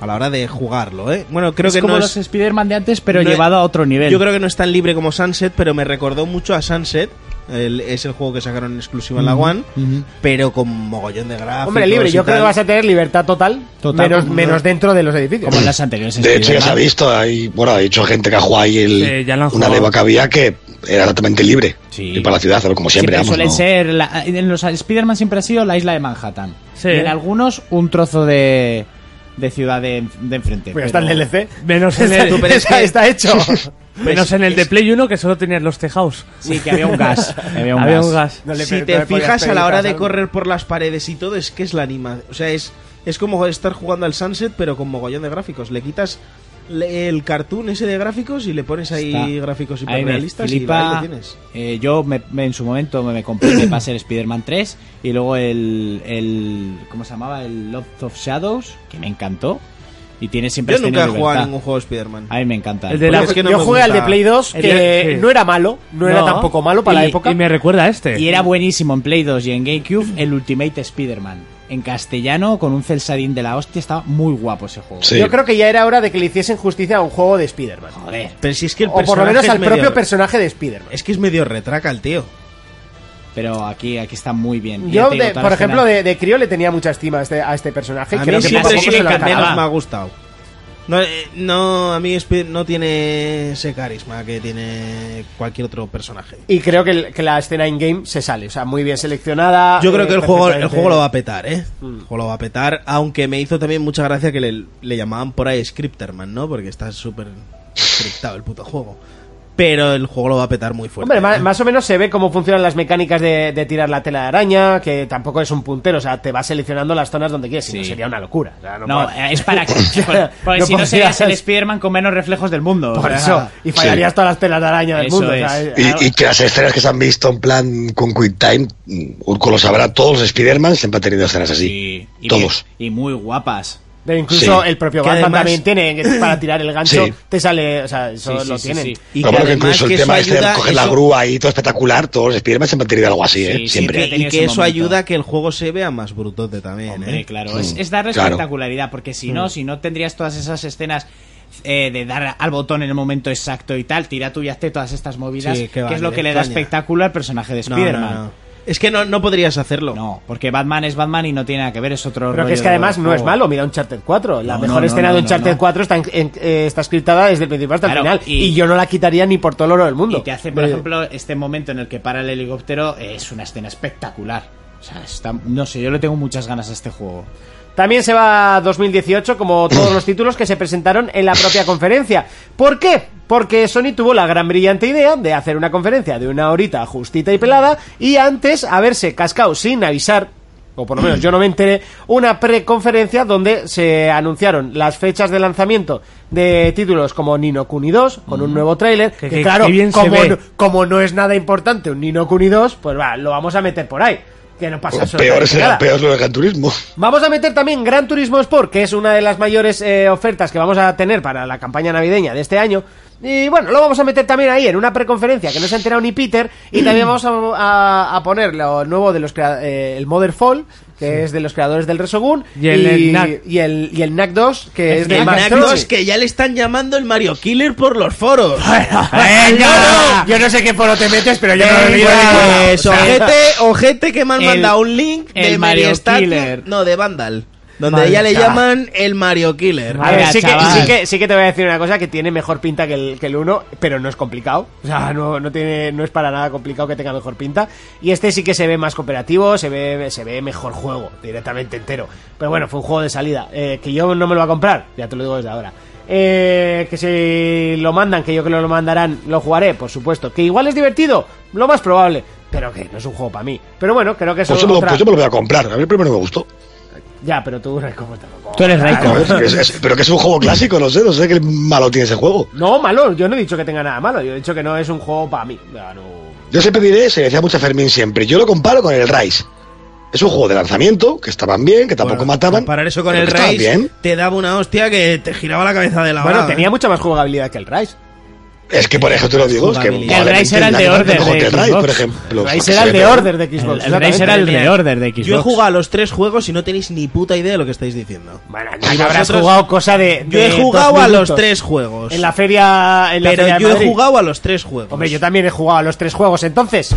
[SPEAKER 5] a la hora de jugarlo, ¿eh? Bueno, creo
[SPEAKER 3] es
[SPEAKER 5] que
[SPEAKER 3] como
[SPEAKER 5] no
[SPEAKER 3] los
[SPEAKER 5] es,
[SPEAKER 3] Spider-Man de antes, pero
[SPEAKER 5] no es-
[SPEAKER 3] llevado a otro nivel.
[SPEAKER 5] yo creo que no es tan libre como Sunset, pero me recordó mucho a Sunset. El- es el juego que sacaron en exclusiva en la One,
[SPEAKER 3] Ujú.
[SPEAKER 5] pero con mogollón de gráficos.
[SPEAKER 2] Hombre, libre,
[SPEAKER 5] y
[SPEAKER 2] yo creo que
[SPEAKER 5] tal.
[SPEAKER 2] vas a tener libertad total,
[SPEAKER 3] Total.
[SPEAKER 2] menos, menos dentro de los edificios.
[SPEAKER 3] Como en las anteriores.
[SPEAKER 1] De hecho, ya se ha
[SPEAKER 3] Spider-Man.
[SPEAKER 1] visto. Hay, bueno, ha dicho gente que ha jugado ahí el,
[SPEAKER 4] Sí, ya lo han
[SPEAKER 1] una
[SPEAKER 4] jugado.
[SPEAKER 1] leva que había que era totalmente libre.
[SPEAKER 3] Sí.
[SPEAKER 1] Y para la ciudad, como
[SPEAKER 3] Siempre
[SPEAKER 1] siempre. vamos,
[SPEAKER 3] suelen
[SPEAKER 1] ¿no?
[SPEAKER 3] ser. la- en los Spider-Man siempre ha sido la isla de Manhattan.
[SPEAKER 4] Sí.
[SPEAKER 3] Y en algunos, un trozo de, de ciudad de, de enfrente.
[SPEAKER 2] Pero Pues está el DLC.
[SPEAKER 4] Menos en
[SPEAKER 2] Está,
[SPEAKER 4] el,
[SPEAKER 2] está- está hecho.
[SPEAKER 4] menos en el de Play 1 que solo tenías los tejados.
[SPEAKER 3] Sí, que había un gas. Había un
[SPEAKER 4] Había
[SPEAKER 3] gas.
[SPEAKER 4] un gas.
[SPEAKER 2] No le-
[SPEAKER 5] si
[SPEAKER 2] no
[SPEAKER 5] te
[SPEAKER 2] le podías
[SPEAKER 5] fijas a
[SPEAKER 2] pedir
[SPEAKER 5] la hora
[SPEAKER 2] casa,
[SPEAKER 5] de
[SPEAKER 2] ¿no?
[SPEAKER 5] correr por las paredes y todo, es que es la anima. O sea, es, es como estar jugando al Sunset, pero con mogollón de gráficos. Le quitas le- el cartoon ese de gráficos y le pones ahí
[SPEAKER 3] Está.
[SPEAKER 5] gráficos
[SPEAKER 3] Ahí me
[SPEAKER 5] hiperrealistas y
[SPEAKER 3] flipa.
[SPEAKER 5] ahí lo tienes.
[SPEAKER 3] Eh, yo me- me- en su momento me, me compré el pase el Spider-Man 3 y luego el, el. ¿Cómo se llamaba? El Loft of Shadows, que me encantó. Y tiene siempre
[SPEAKER 5] Yo
[SPEAKER 3] has
[SPEAKER 5] nunca he
[SPEAKER 3] tenido
[SPEAKER 5] jugado a
[SPEAKER 3] libertad.
[SPEAKER 5] ningún juego de Spider-Man.
[SPEAKER 3] A mí me encanta.
[SPEAKER 4] El de la-
[SPEAKER 5] Es que no
[SPEAKER 2] yo
[SPEAKER 5] me
[SPEAKER 2] jugué al de
[SPEAKER 5] gusta.
[SPEAKER 2] Play 2,
[SPEAKER 4] El
[SPEAKER 2] que
[SPEAKER 4] de- sí.
[SPEAKER 2] no era malo, no, era
[SPEAKER 4] No.
[SPEAKER 2] tampoco malo para la
[SPEAKER 3] Y-
[SPEAKER 2] época.
[SPEAKER 4] Y me recuerda a este.
[SPEAKER 3] Y era buenísimo en Play 2 y en GameCube el Ultimate Spider-Man. En castellano, con un Celsadín de la hostia, estaba muy guapo ese juego.
[SPEAKER 1] Sí.
[SPEAKER 2] Yo creo que ya era hora de que le hiciesen justicia a un juego de Spider-Man.
[SPEAKER 3] Joder.
[SPEAKER 5] Pero si es que el
[SPEAKER 2] O por
[SPEAKER 5] personaje
[SPEAKER 2] lo menos
[SPEAKER 5] es
[SPEAKER 2] al
[SPEAKER 5] medio-
[SPEAKER 2] propio personaje de Spider-Man.
[SPEAKER 5] Es que es medio retraca el tío.
[SPEAKER 3] Pero aquí, aquí está muy bien. Y ya
[SPEAKER 2] Yo,
[SPEAKER 3] te digo,
[SPEAKER 2] de-
[SPEAKER 3] toda
[SPEAKER 2] por
[SPEAKER 3] la
[SPEAKER 2] ejemplo,
[SPEAKER 3] escena-
[SPEAKER 2] de, de crío le tenía mucha estima a este, a este personaje.
[SPEAKER 5] A
[SPEAKER 2] Creo
[SPEAKER 5] mí
[SPEAKER 2] que
[SPEAKER 5] siempre
[SPEAKER 2] tampoco
[SPEAKER 5] es
[SPEAKER 2] se
[SPEAKER 5] el
[SPEAKER 2] lo
[SPEAKER 5] que menos
[SPEAKER 2] cargaba.
[SPEAKER 5] me ha gustado. No, eh, no, a mí Spider- no tiene ese carisma que tiene cualquier otro personaje.
[SPEAKER 2] Y creo que, el- que la escena in-game se sale. O sea, muy bien seleccionada.
[SPEAKER 5] Yo creo
[SPEAKER 2] eh,
[SPEAKER 5] que el juego, el
[SPEAKER 2] perfectamente- Mm.
[SPEAKER 5] juego lo va a petar, ¿eh? El juego lo va a petar, aunque me hizo también mucha gracia que le, le llamaban por ahí Scripterman, ¿no? Porque está súper scriptado el puto juego. pero el juego lo va a petar muy fuerte. ¿eh?
[SPEAKER 2] Hombre, ma- más, o menos se ve cómo funcionan las mecánicas de, de tirar la tela de araña, que tampoco es un puntero, o sea, te vas seleccionando las zonas donde quieres, si no sería una locura. O sea, no
[SPEAKER 3] No,
[SPEAKER 2] puedo-
[SPEAKER 3] eh, es para. por- Porque
[SPEAKER 2] No
[SPEAKER 3] si no serías
[SPEAKER 2] podrías-
[SPEAKER 3] el Spider-Man con menos reflejos del mundo. o
[SPEAKER 2] por
[SPEAKER 3] sea,
[SPEAKER 5] pues,
[SPEAKER 2] eso,
[SPEAKER 5] ah,
[SPEAKER 2] y fallarías todas las telas de araña del
[SPEAKER 3] Eso
[SPEAKER 2] mundo. o
[SPEAKER 3] es.
[SPEAKER 2] sea,
[SPEAKER 1] Y,
[SPEAKER 2] eh,
[SPEAKER 1] y que las escenas que se han visto en plan con Quick Time, mm, Urco lo sabrá, todos los Spider-Man siempre han tenido escenas así.
[SPEAKER 7] Y, y
[SPEAKER 1] todos.
[SPEAKER 7] muy- Y muy guapas.
[SPEAKER 2] de incluso
[SPEAKER 1] sí.
[SPEAKER 2] el propio
[SPEAKER 5] Que
[SPEAKER 2] Batman
[SPEAKER 5] además-
[SPEAKER 2] también tiene, que para tirar el gancho,
[SPEAKER 1] Sí.
[SPEAKER 2] te sale, o sea, eso
[SPEAKER 7] Sí, sí,
[SPEAKER 2] lo
[SPEAKER 7] sí,
[SPEAKER 2] tienen.
[SPEAKER 7] sí.
[SPEAKER 5] y
[SPEAKER 1] Lo bueno que
[SPEAKER 5] además
[SPEAKER 1] incluso el
[SPEAKER 5] que eso
[SPEAKER 1] tema este de
[SPEAKER 5] ayuda-
[SPEAKER 1] coger la
[SPEAKER 5] eso-
[SPEAKER 1] grúa y todo espectacular, todos los Spider-Man siempre han tenido algo así, ¿eh?
[SPEAKER 7] Sí,
[SPEAKER 1] siempre.
[SPEAKER 7] siempre.
[SPEAKER 5] Y
[SPEAKER 7] Tenía ese
[SPEAKER 5] que eso
[SPEAKER 7] momento.
[SPEAKER 5] ayuda a que el juego se vea más brutote también.
[SPEAKER 7] Hombre,
[SPEAKER 5] ¿eh?
[SPEAKER 7] claro.
[SPEAKER 1] Mm.
[SPEAKER 7] Es,
[SPEAKER 3] Es, es darle
[SPEAKER 1] Claro.
[SPEAKER 3] espectacularidad, porque si
[SPEAKER 2] Mm.
[SPEAKER 3] no, si no tendrías todas esas escenas eh, de dar al botón en el momento exacto y tal, tira tú y hazte todas estas movidas,
[SPEAKER 5] Sí,
[SPEAKER 3] que
[SPEAKER 5] que va,
[SPEAKER 3] es lo
[SPEAKER 5] ni
[SPEAKER 3] que
[SPEAKER 5] de
[SPEAKER 3] le da
[SPEAKER 5] coña.
[SPEAKER 3] espectáculo al personaje de
[SPEAKER 5] No, no,
[SPEAKER 3] Spider-Man. No,
[SPEAKER 5] no. Es que no, no podrías hacerlo.
[SPEAKER 3] porque Batman es Batman y no tiene nada que ver, es otro
[SPEAKER 2] Pero que
[SPEAKER 3] rollo
[SPEAKER 2] es que
[SPEAKER 3] de
[SPEAKER 2] además no
[SPEAKER 3] juego.
[SPEAKER 2] es malo, mira Uncharted 4. La
[SPEAKER 3] No,
[SPEAKER 2] mejor
[SPEAKER 3] no,
[SPEAKER 2] escena
[SPEAKER 3] no,
[SPEAKER 2] de
[SPEAKER 3] no,
[SPEAKER 2] Uncharted
[SPEAKER 3] no.
[SPEAKER 2] 4 está, en- en- eh, está scriptada desde el principio hasta
[SPEAKER 3] Claro,
[SPEAKER 2] el final.
[SPEAKER 3] y-
[SPEAKER 2] Y, yo no la quitaría ni por todo el oro del mundo.
[SPEAKER 3] Y te hace, por
[SPEAKER 2] Eh,
[SPEAKER 3] ejemplo, este momento en el que para el helicóptero eh, es una escena espectacular. O sea, está- no sé, yo le tengo muchas ganas a este juego.
[SPEAKER 2] También se va a 2018, como todos los títulos que se presentaron en la propia conferencia. ¿Por qué? Porque Sony tuvo la gran brillante idea de hacer una conferencia de una horita justita y pelada y antes haberse cascado sin avisar, o por lo menos yo no me enteré, una preconferencia donde se anunciaron las fechas de lanzamiento de títulos como Nino Kuni 2, con un nuevo tráiler, que,
[SPEAKER 4] que-
[SPEAKER 2] claro,
[SPEAKER 4] que bien se
[SPEAKER 2] como,
[SPEAKER 4] ve.
[SPEAKER 2] no, como no es nada importante un Nino Kuni 2, pues va, lo vamos a meter por ahí. Que no pasa
[SPEAKER 1] peor es
[SPEAKER 2] absolutamente nada.
[SPEAKER 1] el peor es lo del Gran Turismo.
[SPEAKER 2] Vamos a meter también Gran Turismo Sport, que es una de las mayores eh, ofertas que vamos a tener para la campaña navideña de este año. Y bueno, lo vamos a meter también ahí en una preconferencia que no se ha enterado ni Peter. Y también vamos a, a- a poner lo nuevo de los crea- eh, el Mother Fall, que es de los creadores del Resogun.
[SPEAKER 4] Y el- el Knack.
[SPEAKER 2] y el, y el Knack 2, que es
[SPEAKER 5] Que
[SPEAKER 2] de
[SPEAKER 5] el
[SPEAKER 2] Max
[SPEAKER 5] Knack
[SPEAKER 2] Troll.
[SPEAKER 5] 2 que ya le están llamando el Mario Killer por los foros.
[SPEAKER 2] Venga, Yo no sé qué foro te metes, pero yo no lo he leído.
[SPEAKER 5] Pues, ojete, ojete que me han
[SPEAKER 3] el-
[SPEAKER 5] mandado un link de
[SPEAKER 3] el Mario
[SPEAKER 5] Mary Stadium-
[SPEAKER 3] Killer.
[SPEAKER 5] No, de Vandal. Donde
[SPEAKER 2] Madre
[SPEAKER 5] ya le
[SPEAKER 2] mía.
[SPEAKER 5] llaman el Mario Killer.
[SPEAKER 2] A ver,
[SPEAKER 3] Venga,
[SPEAKER 2] sí que,
[SPEAKER 3] chaval.
[SPEAKER 2] sí, que, sí que te voy a decir una cosa que tiene mejor pinta que el, que el 1, pero no es complicado. O sea, no, no, tiene, no es para nada complicado que tenga mejor pinta. Y este sí que se ve más cooperativo, se ve, se ve mejor juego, directamente entero. Pero bueno, fue un juego de salida. eh, que yo no me lo voy a comprar, ya te lo digo desde ahora. Eh, que si lo mandan, que yo creo que lo mandarán, lo jugaré, por supuesto. Que igual es divertido, lo más probable. Pero que no es un juego para mí. Pero bueno, creo que eso
[SPEAKER 1] Pues
[SPEAKER 2] es
[SPEAKER 1] yo, me lo,
[SPEAKER 2] otra...
[SPEAKER 1] pues yo me lo voy a comprar. A mí el primero me gustó.
[SPEAKER 2] Ya, pero tú, ¿cómo te lo
[SPEAKER 6] Tú eres Raiko.
[SPEAKER 1] A ver, que es- es- pero que es un juego clásico, no sé, no sé qué malo tiene ese juego.
[SPEAKER 2] No, malo, yo no he dicho que tenga nada malo, yo he dicho que no es un juego para mí. No, no.
[SPEAKER 1] Yo siempre diré, se decía mucho a Fermín siempre, yo lo comparo con el Rise. Es un juego de lanzamiento, que estaban bien, que tampoco mataban.
[SPEAKER 5] Para eso con
[SPEAKER 1] pero
[SPEAKER 5] el
[SPEAKER 1] que estaban
[SPEAKER 5] Race
[SPEAKER 1] bien.
[SPEAKER 5] te daba una hostia que te giraba la cabeza de la
[SPEAKER 2] Bueno,
[SPEAKER 4] Ah.
[SPEAKER 5] hora, ¿eh?
[SPEAKER 2] tenía mucha más jugabilidad que el Rise.
[SPEAKER 1] Es que por ejemplo te lo digo, es que
[SPEAKER 5] Jugabilidad.
[SPEAKER 3] El
[SPEAKER 1] probablemente
[SPEAKER 3] Rise era el de
[SPEAKER 1] la que
[SPEAKER 3] Order
[SPEAKER 1] mejor
[SPEAKER 3] de
[SPEAKER 1] que el Rise,
[SPEAKER 3] Xbox.
[SPEAKER 1] por ejemplo.
[SPEAKER 2] El Rise
[SPEAKER 1] porque
[SPEAKER 2] era
[SPEAKER 1] se
[SPEAKER 2] el
[SPEAKER 1] ve
[SPEAKER 2] de
[SPEAKER 1] peor.
[SPEAKER 2] Order de Xbox.
[SPEAKER 3] El Race era el
[SPEAKER 2] exactamente.
[SPEAKER 3] de Order de Xbox.
[SPEAKER 5] Yo he jugado a los tres juegos y no tenéis ni puta idea de lo que estáis diciendo.
[SPEAKER 2] Bueno,
[SPEAKER 5] Y
[SPEAKER 2] no
[SPEAKER 3] Pues,
[SPEAKER 2] habrás
[SPEAKER 5] vosotros-
[SPEAKER 2] jugado cosa de.
[SPEAKER 5] Yo
[SPEAKER 2] de
[SPEAKER 5] he
[SPEAKER 2] dos
[SPEAKER 5] jugado a los
[SPEAKER 2] minutos.
[SPEAKER 5] tres juegos.
[SPEAKER 2] En la feria. En la
[SPEAKER 5] pero
[SPEAKER 2] feria de
[SPEAKER 5] yo he
[SPEAKER 2] Madrid.
[SPEAKER 5] jugado a los tres juegos.
[SPEAKER 2] Hombre, yo también he jugado a los tres juegos. Entonces,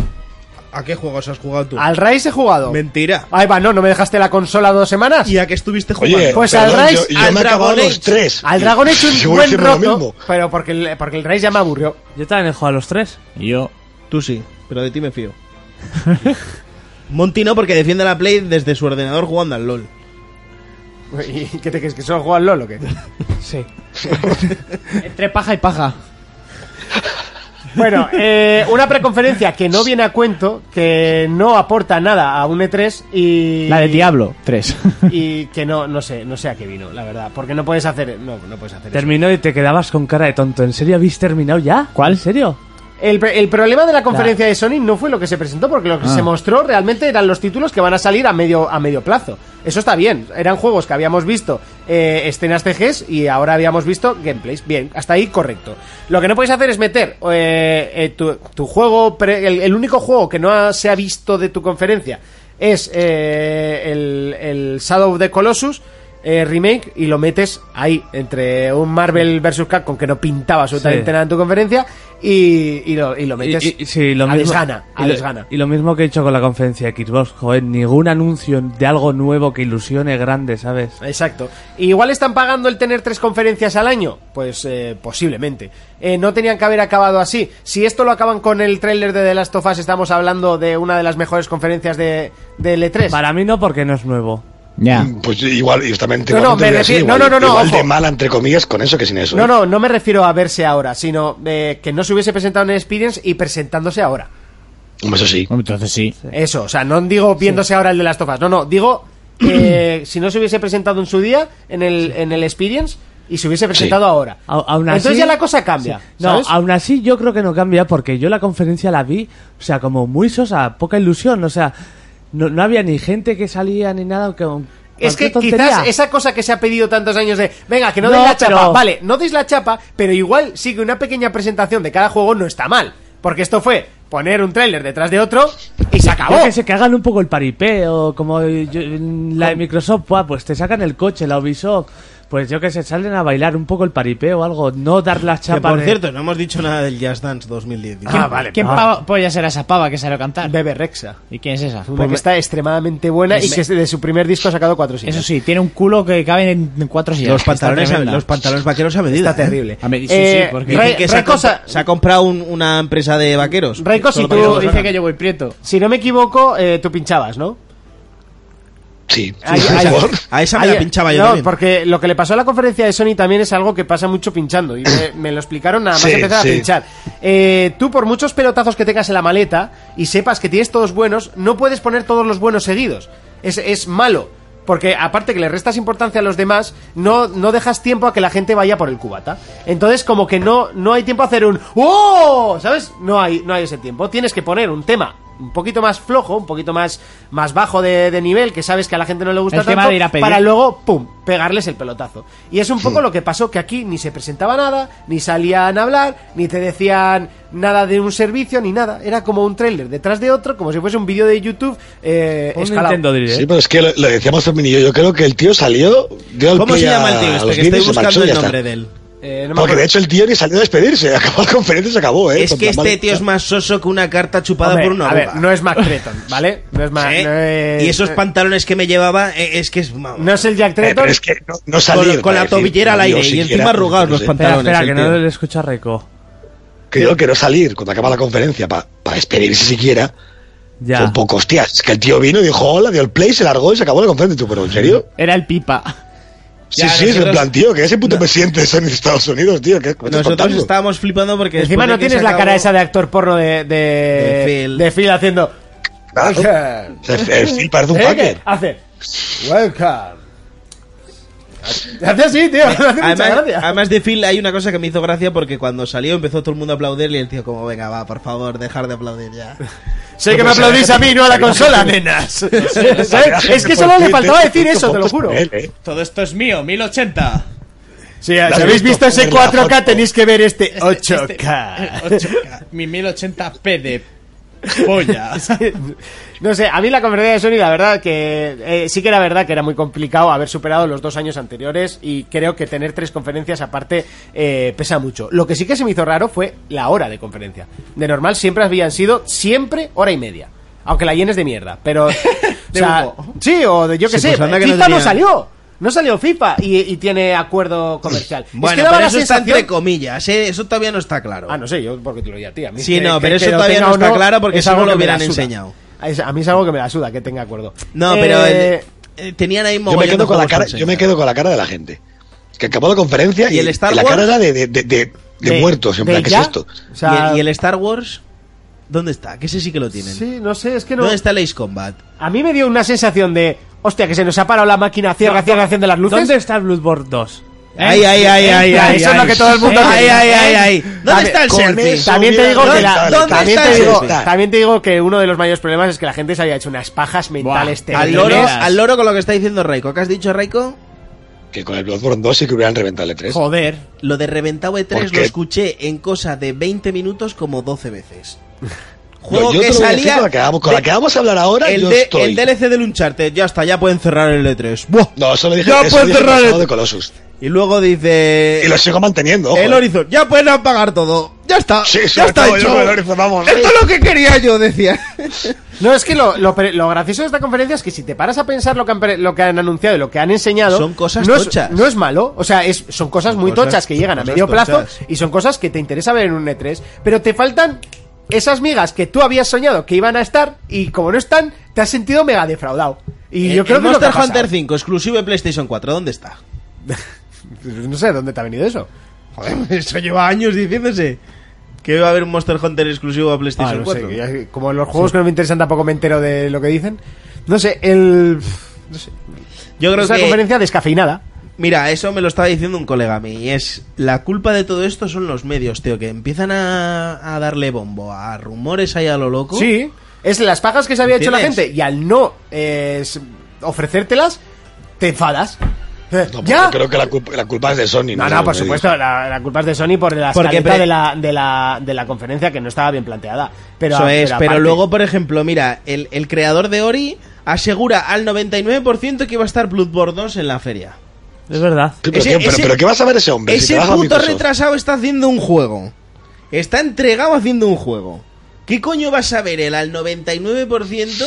[SPEAKER 5] ¿A qué juegos has jugado tú?
[SPEAKER 2] al Rise he jugado.
[SPEAKER 5] Mentira.
[SPEAKER 2] Ay, va, no, no me dejaste la consola dos semanas.
[SPEAKER 5] ¿Y a qué estuviste jugando?
[SPEAKER 1] Oye,
[SPEAKER 2] Pues
[SPEAKER 1] perdón,
[SPEAKER 2] al Rise,
[SPEAKER 1] yo, yo
[SPEAKER 5] al
[SPEAKER 1] me he acabado
[SPEAKER 5] Dragon
[SPEAKER 1] los
[SPEAKER 5] Age.
[SPEAKER 1] tres.
[SPEAKER 2] Al Dragon es
[SPEAKER 1] Yo
[SPEAKER 2] un
[SPEAKER 1] voy
[SPEAKER 2] buen
[SPEAKER 1] siempre lo
[SPEAKER 2] roto.
[SPEAKER 1] mismo.
[SPEAKER 2] Pero porque el, porque el Rise ya me aburrió.
[SPEAKER 4] Yo también he jugado a los tres.
[SPEAKER 6] Y yo.
[SPEAKER 5] Tú sí, pero de ti me fío. Monty no, porque defiende la Play desde su ordenador jugando al LOL.
[SPEAKER 2] ¿Y qué te crees? ¿Que solo juega al LOL o qué?
[SPEAKER 3] Entre paja y paja.
[SPEAKER 2] Bueno, eh, una preconferencia que no viene a cuento, que no aporta nada a un E3 y...
[SPEAKER 3] La de Diablo 3.
[SPEAKER 2] Y que no, no sé, no sé a qué vino, la verdad. Porque no puedes hacer... No, no puedes hacer eso.
[SPEAKER 4] Terminó y te quedabas con cara de tonto. ¿En serio habéis terminado ya?
[SPEAKER 3] ¿Cuál?
[SPEAKER 4] ¿En serio?
[SPEAKER 2] El, pre- el problema de la conferencia de Sony no fue lo que se presentó, porque lo que se mostró realmente eran los títulos que van a salir a medio, a medio plazo. Eso está bien, eran juegos que habíamos visto eh, escenas TGs y ahora habíamos visto gameplays. Bien, hasta ahí correcto. Lo que no puedes hacer es meter eh, eh, tu, tu juego, pre- el, el único juego que no ha- se ha visto de tu conferencia es eh, el, el Shadow of the Colossus. eh, remake y lo metes ahí entre un Marvel vs Capcom que no pintaba absolutamente
[SPEAKER 4] Sí.
[SPEAKER 2] nada en tu conferencia y, y lo, y lo
[SPEAKER 4] Y-
[SPEAKER 2] metes
[SPEAKER 4] y- y- sí, lo
[SPEAKER 2] a
[SPEAKER 4] mismo-
[SPEAKER 2] desgana, a
[SPEAKER 4] y lo-
[SPEAKER 2] desgana.
[SPEAKER 4] Y lo mismo que he hecho con la conferencia de Xbox, joder, ningún anuncio de algo nuevo que ilusione grande, ¿sabes?
[SPEAKER 2] Exacto. Igual están pagando el tener tres conferencias al año, pues eh, posiblemente. Eh, no tenían que haber acabado así. Si esto lo acaban con el tráiler de The Last of Us, estamos hablando de una de las mejores conferencias de, de L3.
[SPEAKER 4] Para mí no, porque no es nuevo.
[SPEAKER 6] Ya.
[SPEAKER 3] Mm.
[SPEAKER 1] Pues igual, y también
[SPEAKER 2] No, no,
[SPEAKER 1] igualmente
[SPEAKER 2] me
[SPEAKER 1] hubiera sido
[SPEAKER 2] refiero- no,
[SPEAKER 1] igual-
[SPEAKER 2] no, no, no,
[SPEAKER 1] igual
[SPEAKER 2] ojo.
[SPEAKER 1] de mala, entre comillas, con eso que sin eso.
[SPEAKER 2] No,
[SPEAKER 1] ¿eh?
[SPEAKER 2] no, no me refiero a verse ahora, sino eh, que no se hubiese presentado en Experience y presentándose ahora.
[SPEAKER 1] Hombre, Pues Eso sí.
[SPEAKER 6] Hombre, Entonces sí.
[SPEAKER 2] Eso, o sea, no digo viéndose ahora el de las tofas, no, no, digo eh, si no se hubiese presentado en su día en el, en el Experience y se hubiese presentado ahora.
[SPEAKER 4] A- aún así-
[SPEAKER 2] Entonces ya la cosa cambia.
[SPEAKER 4] Sí. No,
[SPEAKER 2] ¿sabes?
[SPEAKER 4] aún así yo creo que no cambia porque yo la conferencia la vi, o sea, como muy sosa, poca ilusión, o sea, no, no había ni gente que salía ni nada. Que,
[SPEAKER 2] Es que
[SPEAKER 4] cualquier tontería.
[SPEAKER 2] quizás esa cosa que se ha pedido tantos años de, venga, que no, deis
[SPEAKER 4] No,
[SPEAKER 2] la chapa,
[SPEAKER 4] pero-
[SPEAKER 2] vale, no deis la chapa, pero igual sí que una pequeña presentación de cada juego no está mal. Porque esto fue poner un tráiler detrás de otro y se acabó.
[SPEAKER 4] Yo que se que hagan un poco el paripeo, como yo- la de Microsoft, buah, pues te sacan el coche, la Ubisoft, pues yo que se salen a bailar un poco el paripeo o algo, no dar las
[SPEAKER 5] Que,
[SPEAKER 4] chapas.
[SPEAKER 5] por
[SPEAKER 4] de-
[SPEAKER 5] cierto, no hemos dicho nada del Just Dance 2010.
[SPEAKER 2] Ah, vale.
[SPEAKER 6] ¿Quién
[SPEAKER 2] Ah.
[SPEAKER 6] pava-
[SPEAKER 3] pues
[SPEAKER 6] polla será esa pava que salió a cantar?
[SPEAKER 2] Bebe Rexa.
[SPEAKER 6] ¿Y quién es esa?
[SPEAKER 4] Pues
[SPEAKER 2] Una que está extremadamente buena y que de su primer disco ha sacado cuatro singles.
[SPEAKER 6] Eso sí, tiene un culo que cabe en cuatro sillas.
[SPEAKER 5] Los
[SPEAKER 6] Está
[SPEAKER 5] pantalones, a-
[SPEAKER 6] tremenda.
[SPEAKER 5] los pantalones vaqueros a medida.
[SPEAKER 2] Está
[SPEAKER 5] ¿eh?
[SPEAKER 2] terrible.
[SPEAKER 6] A ver, sí, sí, porque-
[SPEAKER 5] Que-
[SPEAKER 2] Ray-
[SPEAKER 5] que se,
[SPEAKER 2] Ray
[SPEAKER 5] ha comp-
[SPEAKER 2] Cosa-
[SPEAKER 5] se ha comprado un- una empresa de vaqueros.
[SPEAKER 2] Rayco, si
[SPEAKER 5] Solo
[SPEAKER 2] tú
[SPEAKER 5] para los
[SPEAKER 2] dices
[SPEAKER 5] hagan.
[SPEAKER 2] que yo
[SPEAKER 6] voy prieto.
[SPEAKER 2] Si no me equivoco, eh, tú pinchabas, ¿no?
[SPEAKER 1] Sí.
[SPEAKER 2] Ay,
[SPEAKER 1] por
[SPEAKER 2] ay,
[SPEAKER 1] favor.
[SPEAKER 5] A esa me
[SPEAKER 2] Ay,
[SPEAKER 5] la pinchaba yo
[SPEAKER 2] no,
[SPEAKER 5] también.
[SPEAKER 2] porque lo que le pasó a la conferencia de Sony también es algo que pasa mucho pinchando. Y me, me lo explicaron nada más
[SPEAKER 1] Sí,
[SPEAKER 2] empezar
[SPEAKER 1] sí.
[SPEAKER 2] a pinchar. Eh, tú, por muchos pelotazos que tengas en la maleta y sepas que tienes todos buenos, no puedes poner todos los buenos seguidos. Es, es malo. Porque aparte que le restas importancia a los demás, no, no dejas tiempo a que la gente vaya por el cubata. Entonces, como que no, no hay tiempo a hacer un ¡Oh! ¿Sabes? No hay, no hay ese tiempo. Tienes que poner un tema un poquito más flojo, un poquito más, más bajo de, de nivel, que sabes que a la gente no le gusta
[SPEAKER 6] El tema
[SPEAKER 2] tanto,
[SPEAKER 6] de ir a pedir.
[SPEAKER 2] para luego, pum, pegarles el pelotazo. Y es un poco lo que pasó, que aquí ni se presentaba nada, ni salían a hablar, ni te decían nada de un servicio, ni nada. Era como un tráiler detrás de otro, como si fuese un vídeo de YouTube eh,
[SPEAKER 4] Un
[SPEAKER 2] escalado.
[SPEAKER 4] Nintendo Direct.
[SPEAKER 1] Sí, pero es que lo, lo decíamos Fermín y yo. Yo creo que el tío salió, dio al
[SPEAKER 5] ¿Cómo se
[SPEAKER 1] play
[SPEAKER 5] llama el
[SPEAKER 1] a-
[SPEAKER 5] tío
[SPEAKER 1] a
[SPEAKER 5] este?
[SPEAKER 1] los
[SPEAKER 5] Que
[SPEAKER 1] vídeos
[SPEAKER 5] estoy
[SPEAKER 1] y se marchó
[SPEAKER 5] buscando
[SPEAKER 1] y ya
[SPEAKER 5] el
[SPEAKER 1] está.
[SPEAKER 5] nombre de él.
[SPEAKER 2] Eh, no me
[SPEAKER 1] Porque
[SPEAKER 2] acuerdo.
[SPEAKER 1] de hecho el tío ni salió a despedirse. Acabó la conferencia y se acabó, ¿eh?
[SPEAKER 5] Es que este tío es más soso que una carta chupada
[SPEAKER 2] Hombre,
[SPEAKER 5] por una
[SPEAKER 2] a
[SPEAKER 5] boca.
[SPEAKER 2] ver, no es Mac Tretton, ¿vale? No es Mac... no es-
[SPEAKER 5] Y esos
[SPEAKER 2] no-
[SPEAKER 5] pantalones que me llevaba eh, es que es... vamos,
[SPEAKER 2] No es el Jack
[SPEAKER 1] Eh,
[SPEAKER 2] Tretton.
[SPEAKER 1] pero es que no, no salir,
[SPEAKER 5] con la
[SPEAKER 1] para decir,
[SPEAKER 5] tobillera al
[SPEAKER 1] no,
[SPEAKER 5] aire
[SPEAKER 1] yo
[SPEAKER 5] y
[SPEAKER 1] siquiera,
[SPEAKER 5] encima arrugados los
[SPEAKER 1] sé.
[SPEAKER 4] Espera,
[SPEAKER 5] pantalones,
[SPEAKER 4] espera,
[SPEAKER 5] el
[SPEAKER 4] que
[SPEAKER 5] tío.
[SPEAKER 4] no le escucha Reco.
[SPEAKER 1] Que yo quiero salir cuando acaba la conferencia para despedirse siquiera.
[SPEAKER 4] Ya.
[SPEAKER 1] Fue un poco, hostias. Es que el tío vino y dijo hola, dio el play, se largó y se acabó la conferencia. Y tú, pero ¿en serio?
[SPEAKER 6] Era el pipa.
[SPEAKER 1] Sí,
[SPEAKER 5] Ya,
[SPEAKER 1] sí, es el
[SPEAKER 5] nosotros-
[SPEAKER 1] plan, tío, que ese puto presidente es en Estados Unidos, tío. Que,
[SPEAKER 5] Nosotros estábamos flipando porque...
[SPEAKER 2] Encima
[SPEAKER 5] después de
[SPEAKER 2] no
[SPEAKER 5] que
[SPEAKER 2] tienes
[SPEAKER 5] se
[SPEAKER 2] la cara
[SPEAKER 5] acabó-
[SPEAKER 2] esa de actor porno de... De,
[SPEAKER 5] De Phil.
[SPEAKER 2] de Phil haciendo...
[SPEAKER 1] Claro. O sea, el Phil parece un
[SPEAKER 2] ¿Eh?
[SPEAKER 1] hacker.
[SPEAKER 2] ¿Qué? Hace... Welcome. Hace así, tío. Hace mucha
[SPEAKER 5] Además,
[SPEAKER 2] gracia.
[SPEAKER 5] además de Phil hay una cosa que me hizo gracia porque cuando salió empezó todo el mundo a aplaudirle y el tío como, venga, va, por favor, dejar de aplaudir ya.
[SPEAKER 2] Sé que me aplaudís a mí, no a la consola, nenas. ¿Sabes? Es que solo le faltaba decir eso, te lo juro.
[SPEAKER 1] ¿eh?
[SPEAKER 3] Todo esto es mío, 1080.
[SPEAKER 2] Sí, si
[SPEAKER 1] has
[SPEAKER 2] habéis visto
[SPEAKER 1] visto
[SPEAKER 2] ese
[SPEAKER 1] poner la
[SPEAKER 2] 4K,
[SPEAKER 1] foto.
[SPEAKER 2] tenéis que ver este
[SPEAKER 3] Este-
[SPEAKER 2] 8K.
[SPEAKER 3] 8K. Mi 1080p de polla.
[SPEAKER 2] No sé, a mí la conferencia de Sony, la verdad que eh, sí que era verdad que era muy complicado haber superado los dos años anteriores y creo que tener tres conferencias aparte eh, pesa mucho. Lo que sí que se me hizo raro fue la hora de conferencia. De normal siempre habían sido siempre hora y media. Aunque la llenes de mierda, pero... o sea, sí, o de yo que
[SPEAKER 5] Sí,
[SPEAKER 2] sé.
[SPEAKER 5] pues anda que no
[SPEAKER 2] FIFA no,
[SPEAKER 5] tenía-
[SPEAKER 2] salió. No salió FIFA y, y tiene acuerdo comercial.
[SPEAKER 5] Bueno,
[SPEAKER 2] es que daba
[SPEAKER 5] pero
[SPEAKER 2] la
[SPEAKER 5] eso está
[SPEAKER 2] sensación-
[SPEAKER 5] entre comillas, ¿eh? eso todavía no está claro.
[SPEAKER 2] Ah, no sé, yo porque te lo diría a ti. A mí
[SPEAKER 5] Sí,
[SPEAKER 2] que-
[SPEAKER 5] no,
[SPEAKER 2] que-
[SPEAKER 5] pero
[SPEAKER 2] que
[SPEAKER 5] eso
[SPEAKER 2] lo
[SPEAKER 5] todavía
[SPEAKER 2] tenga
[SPEAKER 5] no
[SPEAKER 2] o
[SPEAKER 5] está claro porque
[SPEAKER 2] es
[SPEAKER 5] eso
[SPEAKER 2] algo
[SPEAKER 5] no lo
[SPEAKER 2] que me la
[SPEAKER 5] hubieran
[SPEAKER 2] suda.
[SPEAKER 5] enseñado.
[SPEAKER 2] A es- a mí es algo que me la suda, que tenga acuerdo.
[SPEAKER 5] No, pero
[SPEAKER 2] Eh,
[SPEAKER 5] el- eh, tenían ahí
[SPEAKER 1] Yo me,
[SPEAKER 5] mogollón de
[SPEAKER 1] quedo con la
[SPEAKER 5] juegos
[SPEAKER 1] cara,
[SPEAKER 5] por
[SPEAKER 1] yo me
[SPEAKER 5] enseñar.
[SPEAKER 1] quedo con la cara de la gente. Que acabó la conferencia y,
[SPEAKER 5] ¿Y el Star
[SPEAKER 1] la
[SPEAKER 5] Wars?
[SPEAKER 1] cara era de, de, de, de- de
[SPEAKER 2] de-
[SPEAKER 1] muertos. En
[SPEAKER 2] de
[SPEAKER 1] plan, ¿qué
[SPEAKER 2] ya,
[SPEAKER 1] es esto?
[SPEAKER 2] o sea,
[SPEAKER 5] ¿Y, el, y el Star Wars? ¿Dónde está? Que ese sí que lo tienen.
[SPEAKER 2] Sí, no sé, es que no.
[SPEAKER 5] ¿Dónde está el Ace Combat?
[SPEAKER 2] A mí me dio una sensación de. Hostia, que se nos ha parado la máquina ciega, ciega, ciega de las luces.
[SPEAKER 4] ¿Dónde está el Bloodborne 2?
[SPEAKER 5] Ahí, ahí, ahí, ahí, ahí.
[SPEAKER 2] Eh, Eso es lo
[SPEAKER 5] ahí.
[SPEAKER 2] que todo el mundo Eh,
[SPEAKER 5] Ahí,
[SPEAKER 2] tiene.
[SPEAKER 5] ahí, ahí, ahí. ¿Dónde
[SPEAKER 2] También-
[SPEAKER 5] está el
[SPEAKER 1] con
[SPEAKER 5] selfie?
[SPEAKER 1] eso-
[SPEAKER 2] También te digo que la-
[SPEAKER 5] ¿Dónde
[SPEAKER 2] también
[SPEAKER 5] está
[SPEAKER 2] te
[SPEAKER 5] el
[SPEAKER 2] digo-
[SPEAKER 5] selfie?
[SPEAKER 2] también te digo que uno de los mayores problemas es que la gente se había hecho unas pajas mentales
[SPEAKER 5] Al
[SPEAKER 2] terribles.
[SPEAKER 5] loro, al loro con lo que está diciendo Raiko. ¿Qué has dicho, Raiko?
[SPEAKER 1] Que con el Bloodborne 2 sí que hubieran reventado el E E3.
[SPEAKER 6] Joder.
[SPEAKER 5] Lo de reventado E3
[SPEAKER 1] ¿Por
[SPEAKER 5] lo
[SPEAKER 1] qué?
[SPEAKER 5] escuché en cosa de 20 minutos como 12 veces.
[SPEAKER 1] Yo-
[SPEAKER 5] Juego
[SPEAKER 1] yo
[SPEAKER 5] que
[SPEAKER 1] te lo voy a decir
[SPEAKER 5] salía.
[SPEAKER 1] con la que vamos, con la
[SPEAKER 5] de-
[SPEAKER 1] que vamos a hablar ahora,
[SPEAKER 5] el,
[SPEAKER 1] yo
[SPEAKER 5] de-
[SPEAKER 1] estoy.
[SPEAKER 5] el DLC del E Uncharted, ya está, ya pueden cerrar el E3. ¡Buah!
[SPEAKER 1] No, eso lo dije,
[SPEAKER 5] Ya
[SPEAKER 1] eso
[SPEAKER 5] pueden
[SPEAKER 1] lo dije el
[SPEAKER 5] cerrar el-
[SPEAKER 1] pasado de Colossus.
[SPEAKER 5] Y luego dice.
[SPEAKER 1] Y lo sigo manteniendo, ojo.
[SPEAKER 5] el
[SPEAKER 1] eh.
[SPEAKER 5] Horizon, ya pueden apagar todo. Ya está.
[SPEAKER 1] Sí,
[SPEAKER 5] ya
[SPEAKER 1] sobre
[SPEAKER 5] está
[SPEAKER 1] todo yo
[SPEAKER 5] hecho.
[SPEAKER 1] con el Horizon, vamos.
[SPEAKER 5] Esto es lo que quería yo, decía.
[SPEAKER 2] No, es que lo, lo, pre- lo gracioso de esta conferencia es que si te paras a pensar lo que han, pre- lo que han anunciado y lo que han enseñado...
[SPEAKER 5] Son cosas
[SPEAKER 2] no es-
[SPEAKER 5] tochas.
[SPEAKER 2] no es malo, o sea, es, son cosas muy
[SPEAKER 5] cosas-
[SPEAKER 2] tochas que
[SPEAKER 5] son
[SPEAKER 2] llegan a
[SPEAKER 5] cosas
[SPEAKER 2] medio plazo
[SPEAKER 5] tochas.
[SPEAKER 2] y son cosas que te interesa ver en un E3, pero te faltan esas migas que tú habías soñado que iban a estar y como no están, te has sentido mega defraudado. Y
[SPEAKER 5] Eh,
[SPEAKER 2] yo creo
[SPEAKER 5] el
[SPEAKER 2] que es lo que
[SPEAKER 5] Monster
[SPEAKER 2] ha pasado.
[SPEAKER 5] Hunter 5, exclusivo de PlayStation 4, ¿dónde está?
[SPEAKER 2] Pues No sé dónde te ha venido eso.
[SPEAKER 5] Joder, eso lleva años diciéndose. Que va a haber un Monster Hunter exclusivo a
[SPEAKER 2] Ah,
[SPEAKER 5] PlayStation
[SPEAKER 2] no sé,
[SPEAKER 5] 4.
[SPEAKER 2] que ya- como en los juegos que no me interesan tampoco me entero de lo que dicen. No sé, el... No sé.
[SPEAKER 5] Yo creo
[SPEAKER 2] es una
[SPEAKER 5] que.
[SPEAKER 2] conferencia descafeinada.
[SPEAKER 5] Mira, eso me lo estaba diciendo un colega a mí. Y es. La culpa de todo esto son los medios, tío. Que empiezan a, a darle bombo a rumores ahí a lo loco.
[SPEAKER 2] Sí. Es las pajas que se había hecho la
[SPEAKER 5] ¿Entiendes?
[SPEAKER 2] gente y al no eh, s- ofrecértelas, te enfadas. Eh,
[SPEAKER 1] No, porque
[SPEAKER 2] ¿Ya?
[SPEAKER 1] yo creo que la culpa, la culpa es de Sony.
[SPEAKER 2] No,
[SPEAKER 1] de
[SPEAKER 2] no,
[SPEAKER 1] los
[SPEAKER 2] por
[SPEAKER 1] medios.
[SPEAKER 2] supuesto, la, la culpa es de Sony por la
[SPEAKER 5] Porque
[SPEAKER 2] escaleta
[SPEAKER 5] pre-
[SPEAKER 2] de, la, de, la, de la conferencia que no estaba bien planteada. Pero,
[SPEAKER 5] Eso es, pero
[SPEAKER 2] aparte-
[SPEAKER 5] luego, por ejemplo, mira, el, el creador de Ori asegura al 99% que iba a estar Bloodborne 2 en la feria.
[SPEAKER 4] Es verdad.
[SPEAKER 1] Sí, pero,
[SPEAKER 5] Ese-
[SPEAKER 1] ¿qué- pero-
[SPEAKER 5] ese-
[SPEAKER 1] pero ¿qué vas a ver ese hombre? si
[SPEAKER 5] Ese
[SPEAKER 1] trabaja en
[SPEAKER 5] puto
[SPEAKER 1] Microsoft?
[SPEAKER 5] retrasado está haciendo un juego. Está entregado haciendo un juego. ¿Qué coño vas a ver el al 99%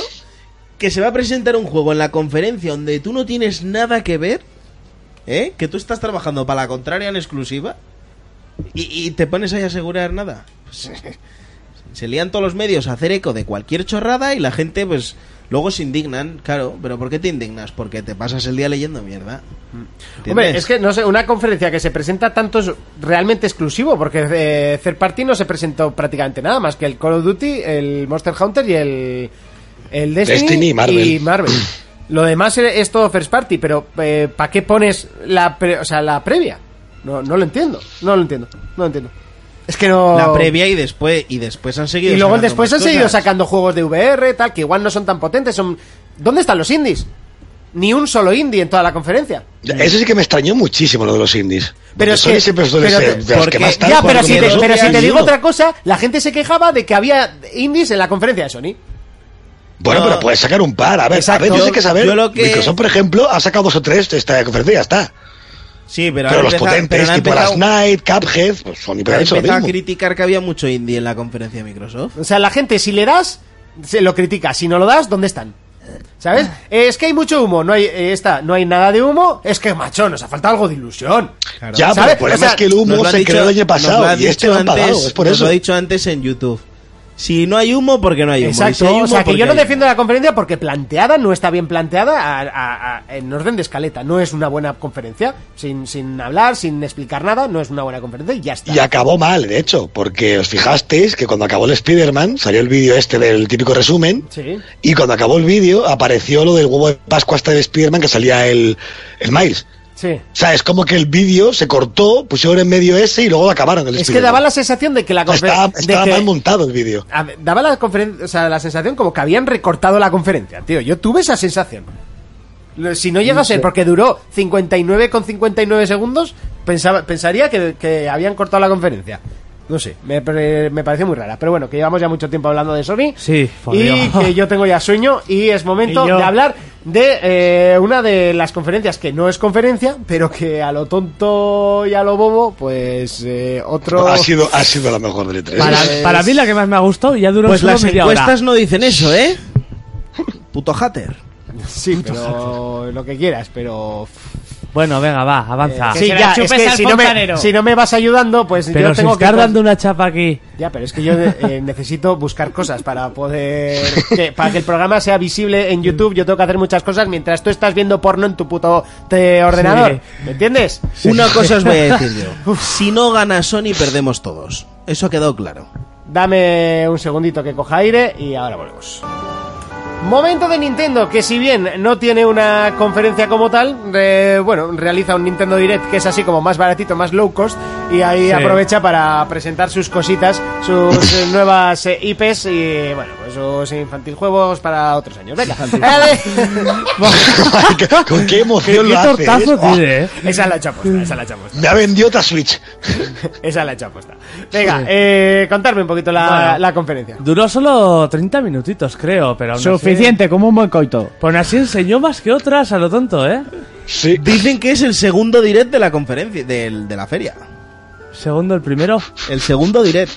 [SPEAKER 5] que se va a presentar un juego en la conferencia donde tú no tienes nada que ver? ¿Eh? ¿Que tú estás trabajando para la contraria en exclusiva? ¿Y, y te pones ahí a asegurar nada? Pues, se lían todos los medios a hacer eco de cualquier chorrada y la gente pues luego se indignan, claro. ¿Pero por qué te indignas? Porque te pasas el día leyendo mierda.
[SPEAKER 2] Mm. Hombre,
[SPEAKER 5] ¿Entiendes?
[SPEAKER 2] es que no sé, una conferencia que se presenta tanto es realmente exclusivo, porque eh, Third Party no se presentó prácticamente nada más que el Call of Duty, el Monster Hunter y el, el Destiny,
[SPEAKER 1] Destiny y Marvel.
[SPEAKER 2] y Marvel. Lo demás es es todo First Party, pero ¿para qué pones la, pre- o sea, la previa? No, no lo entiendo, no lo entiendo, no lo entiendo. Es que no...
[SPEAKER 5] La previa y después y después han seguido
[SPEAKER 2] Oh. Y luego
[SPEAKER 5] sacando
[SPEAKER 2] después han
[SPEAKER 5] más
[SPEAKER 2] seguido
[SPEAKER 5] cosas.
[SPEAKER 2] sacando juegos de VR, tal, que igual no son tan potentes, son... ¿Dónde están los indies? Ni un solo indie en toda la conferencia.
[SPEAKER 1] Eso sí que me extrañó muchísimo lo de los indies.
[SPEAKER 2] Pero
[SPEAKER 1] Pero
[SPEAKER 2] es
[SPEAKER 1] Sony
[SPEAKER 2] que-
[SPEAKER 1] siempre suele
[SPEAKER 2] pero-
[SPEAKER 1] ser de los
[SPEAKER 5] porque-
[SPEAKER 1] que más tarde
[SPEAKER 2] Ya,
[SPEAKER 5] Tal
[SPEAKER 2] pero
[SPEAKER 5] cual,
[SPEAKER 2] si, te,
[SPEAKER 1] juegan con
[SPEAKER 5] nosotros
[SPEAKER 1] Microsoft.
[SPEAKER 2] pero si
[SPEAKER 5] ya
[SPEAKER 2] te
[SPEAKER 5] han
[SPEAKER 2] digo
[SPEAKER 5] ido.
[SPEAKER 2] otra cosa, la gente se quejaba de que había indies en la conferencia de Sony.
[SPEAKER 1] Bueno,
[SPEAKER 5] No.
[SPEAKER 1] pero puedes sacar un par. A ver,
[SPEAKER 2] Exacto.
[SPEAKER 1] a veces
[SPEAKER 2] Yo-
[SPEAKER 1] hay que saber.
[SPEAKER 5] yo lo que-
[SPEAKER 1] Microsoft, por ejemplo, ha sacado dos o tres de esta conferencia y ya está.
[SPEAKER 5] Sí, pero,
[SPEAKER 1] Pero,
[SPEAKER 5] han
[SPEAKER 1] los
[SPEAKER 5] empezado-
[SPEAKER 1] potentes,
[SPEAKER 5] pero han
[SPEAKER 1] tipo
[SPEAKER 5] empezado-
[SPEAKER 1] las Night, Cuphead, pues Sony
[SPEAKER 5] han
[SPEAKER 1] pero ha hecho lo
[SPEAKER 5] empezado a
[SPEAKER 1] mismo.
[SPEAKER 5] criticar que había mucho indie en la conferencia de Microsoft.
[SPEAKER 2] O sea, la gente, si le das, se lo critica. Si no lo das, ¿dónde están? ¿Sabes? Eh, es que hay mucho humo. No hay, eh, esta, no hay nada de humo. Es que, macho, nos ha faltado algo de ilusión.
[SPEAKER 1] Ya, pero
[SPEAKER 2] ¿Sabes?
[SPEAKER 1] el problema
[SPEAKER 2] O sea,
[SPEAKER 1] es que el
[SPEAKER 5] Nos
[SPEAKER 1] humo
[SPEAKER 5] lo ha
[SPEAKER 1] se
[SPEAKER 5] dicho-
[SPEAKER 1] creó el año
[SPEAKER 5] nos lo ha
[SPEAKER 1] pasado y
[SPEAKER 5] dicho
[SPEAKER 1] este lo han
[SPEAKER 5] antes-
[SPEAKER 1] pagado. Es por
[SPEAKER 5] nos lo
[SPEAKER 1] eso.
[SPEAKER 5] ha dicho antes en YouTube. Si no hay humo, porque no hay humo. Y si hay
[SPEAKER 2] Exacto,
[SPEAKER 5] humo,
[SPEAKER 2] o sea que
[SPEAKER 5] porque
[SPEAKER 2] yo no
[SPEAKER 5] hay humo.
[SPEAKER 2] defiendo la conferencia porque planteada no está bien planteada a- a- a- en orden de escaleta, no es una buena conferencia, sin, sin hablar, sin explicar nada, no es una buena conferencia y ya está.
[SPEAKER 1] Y acabó mal, de hecho, porque os fijasteis que cuando acabó el Spider-Man salió el vídeo este del típico resumen.
[SPEAKER 2] Sí.
[SPEAKER 1] Y cuando acabó el vídeo apareció lo del huevo de Pascua hasta de Spider-Man que salía el, el Miles.
[SPEAKER 2] Sí.
[SPEAKER 1] O sea, es como que el vídeo se cortó, pusieron en medio ese y luego acabaron
[SPEAKER 2] Es
[SPEAKER 1] el
[SPEAKER 2] que
[SPEAKER 1] Spider-Man.
[SPEAKER 2] daba la sensación de que la
[SPEAKER 1] Estaba,
[SPEAKER 2] conferencia...
[SPEAKER 1] estaba mal montado el vídeo.
[SPEAKER 2] Daba la, conferen- o sea, la sensación como que habían recortado la conferencia, tío. Yo tuve esa sensación. Lo- Si no llega a ser porque duró 59,59 segundos, pensaba, pensaría que, que habían cortado la conferencia. No sé, me, pre- me pareció muy rara. Pero bueno, que llevamos ya mucho tiempo hablando de Sony.
[SPEAKER 4] Sí, por
[SPEAKER 2] Y
[SPEAKER 4] Dios.
[SPEAKER 2] que yo tengo ya sueño y es momento
[SPEAKER 4] Y yo.
[SPEAKER 2] de hablar de eh, una de las conferencias que no es conferencia, pero que a lo tonto y a lo bobo, pues eh, otro...
[SPEAKER 1] Ha sido, ha sido la mejor de tres.
[SPEAKER 4] Para,
[SPEAKER 2] Pues-
[SPEAKER 4] para mí la que más me ha gustado y ya duró
[SPEAKER 5] Pues
[SPEAKER 4] solo
[SPEAKER 5] las
[SPEAKER 4] media hora.
[SPEAKER 5] encuestas no dicen eso, ¿eh? Puto hater.
[SPEAKER 2] Sí, pero lo que quieras, pero...
[SPEAKER 4] Bueno, venga, va, avanza.
[SPEAKER 3] que- se la chupes al
[SPEAKER 2] si no, me,
[SPEAKER 3] fontanero.
[SPEAKER 2] si no me vas ayudando, pues
[SPEAKER 4] pero
[SPEAKER 2] Eh, yo
[SPEAKER 4] si
[SPEAKER 2] tengo que...
[SPEAKER 4] estás dando una chapa aquí.
[SPEAKER 2] Ya, pero es que yo eh, necesito buscar cosas para poder... que- para que el programa sea visible en YouTube, yo tengo que hacer muchas cosas mientras tú estás viendo porno en tu puto eh, ordenador. ¿Me entiendes?
[SPEAKER 5] Una cosa os voy a decir yo. Si no gana Sony, perdemos todos. Eso ha quedado claro.
[SPEAKER 2] Dame un segundito que coja aire y ahora volvemos. Momento de Nintendo, que si bien no tiene una conferencia como tal, eh, bueno, realiza un Nintendo Direct que es así como más baratito, más low cost, y ahí aprovecha para presentar sus cositas, sus eh, nuevas eh, IPs y, bueno, pues sus infantil juegos para otros años. Venga, dale.
[SPEAKER 1] Ay, qué- Con qué
[SPEAKER 4] Qué
[SPEAKER 1] emoción lo hace.
[SPEAKER 4] tortazo
[SPEAKER 1] ¿eh? Oh,
[SPEAKER 4] tiene, eh.
[SPEAKER 2] esa la he hecho aposta, esa la he hecho aposta.
[SPEAKER 1] me ha vendido otra Switch.
[SPEAKER 2] Esa la he hecho aposta. Venga, eh, contarme un poquito la,
[SPEAKER 4] Bueno.
[SPEAKER 2] la conferencia.
[SPEAKER 4] Duró solo 30 minutitos, creo, pero aún
[SPEAKER 3] Suficiente, como un buen coito.
[SPEAKER 4] Así, pues aún así enseñó más que otras a lo tonto, ¿eh?
[SPEAKER 1] Sí.
[SPEAKER 5] Dicen que es el segundo direct de la conferencia, del- de la feria.
[SPEAKER 4] Segundo, el primero.
[SPEAKER 5] El segundo direct.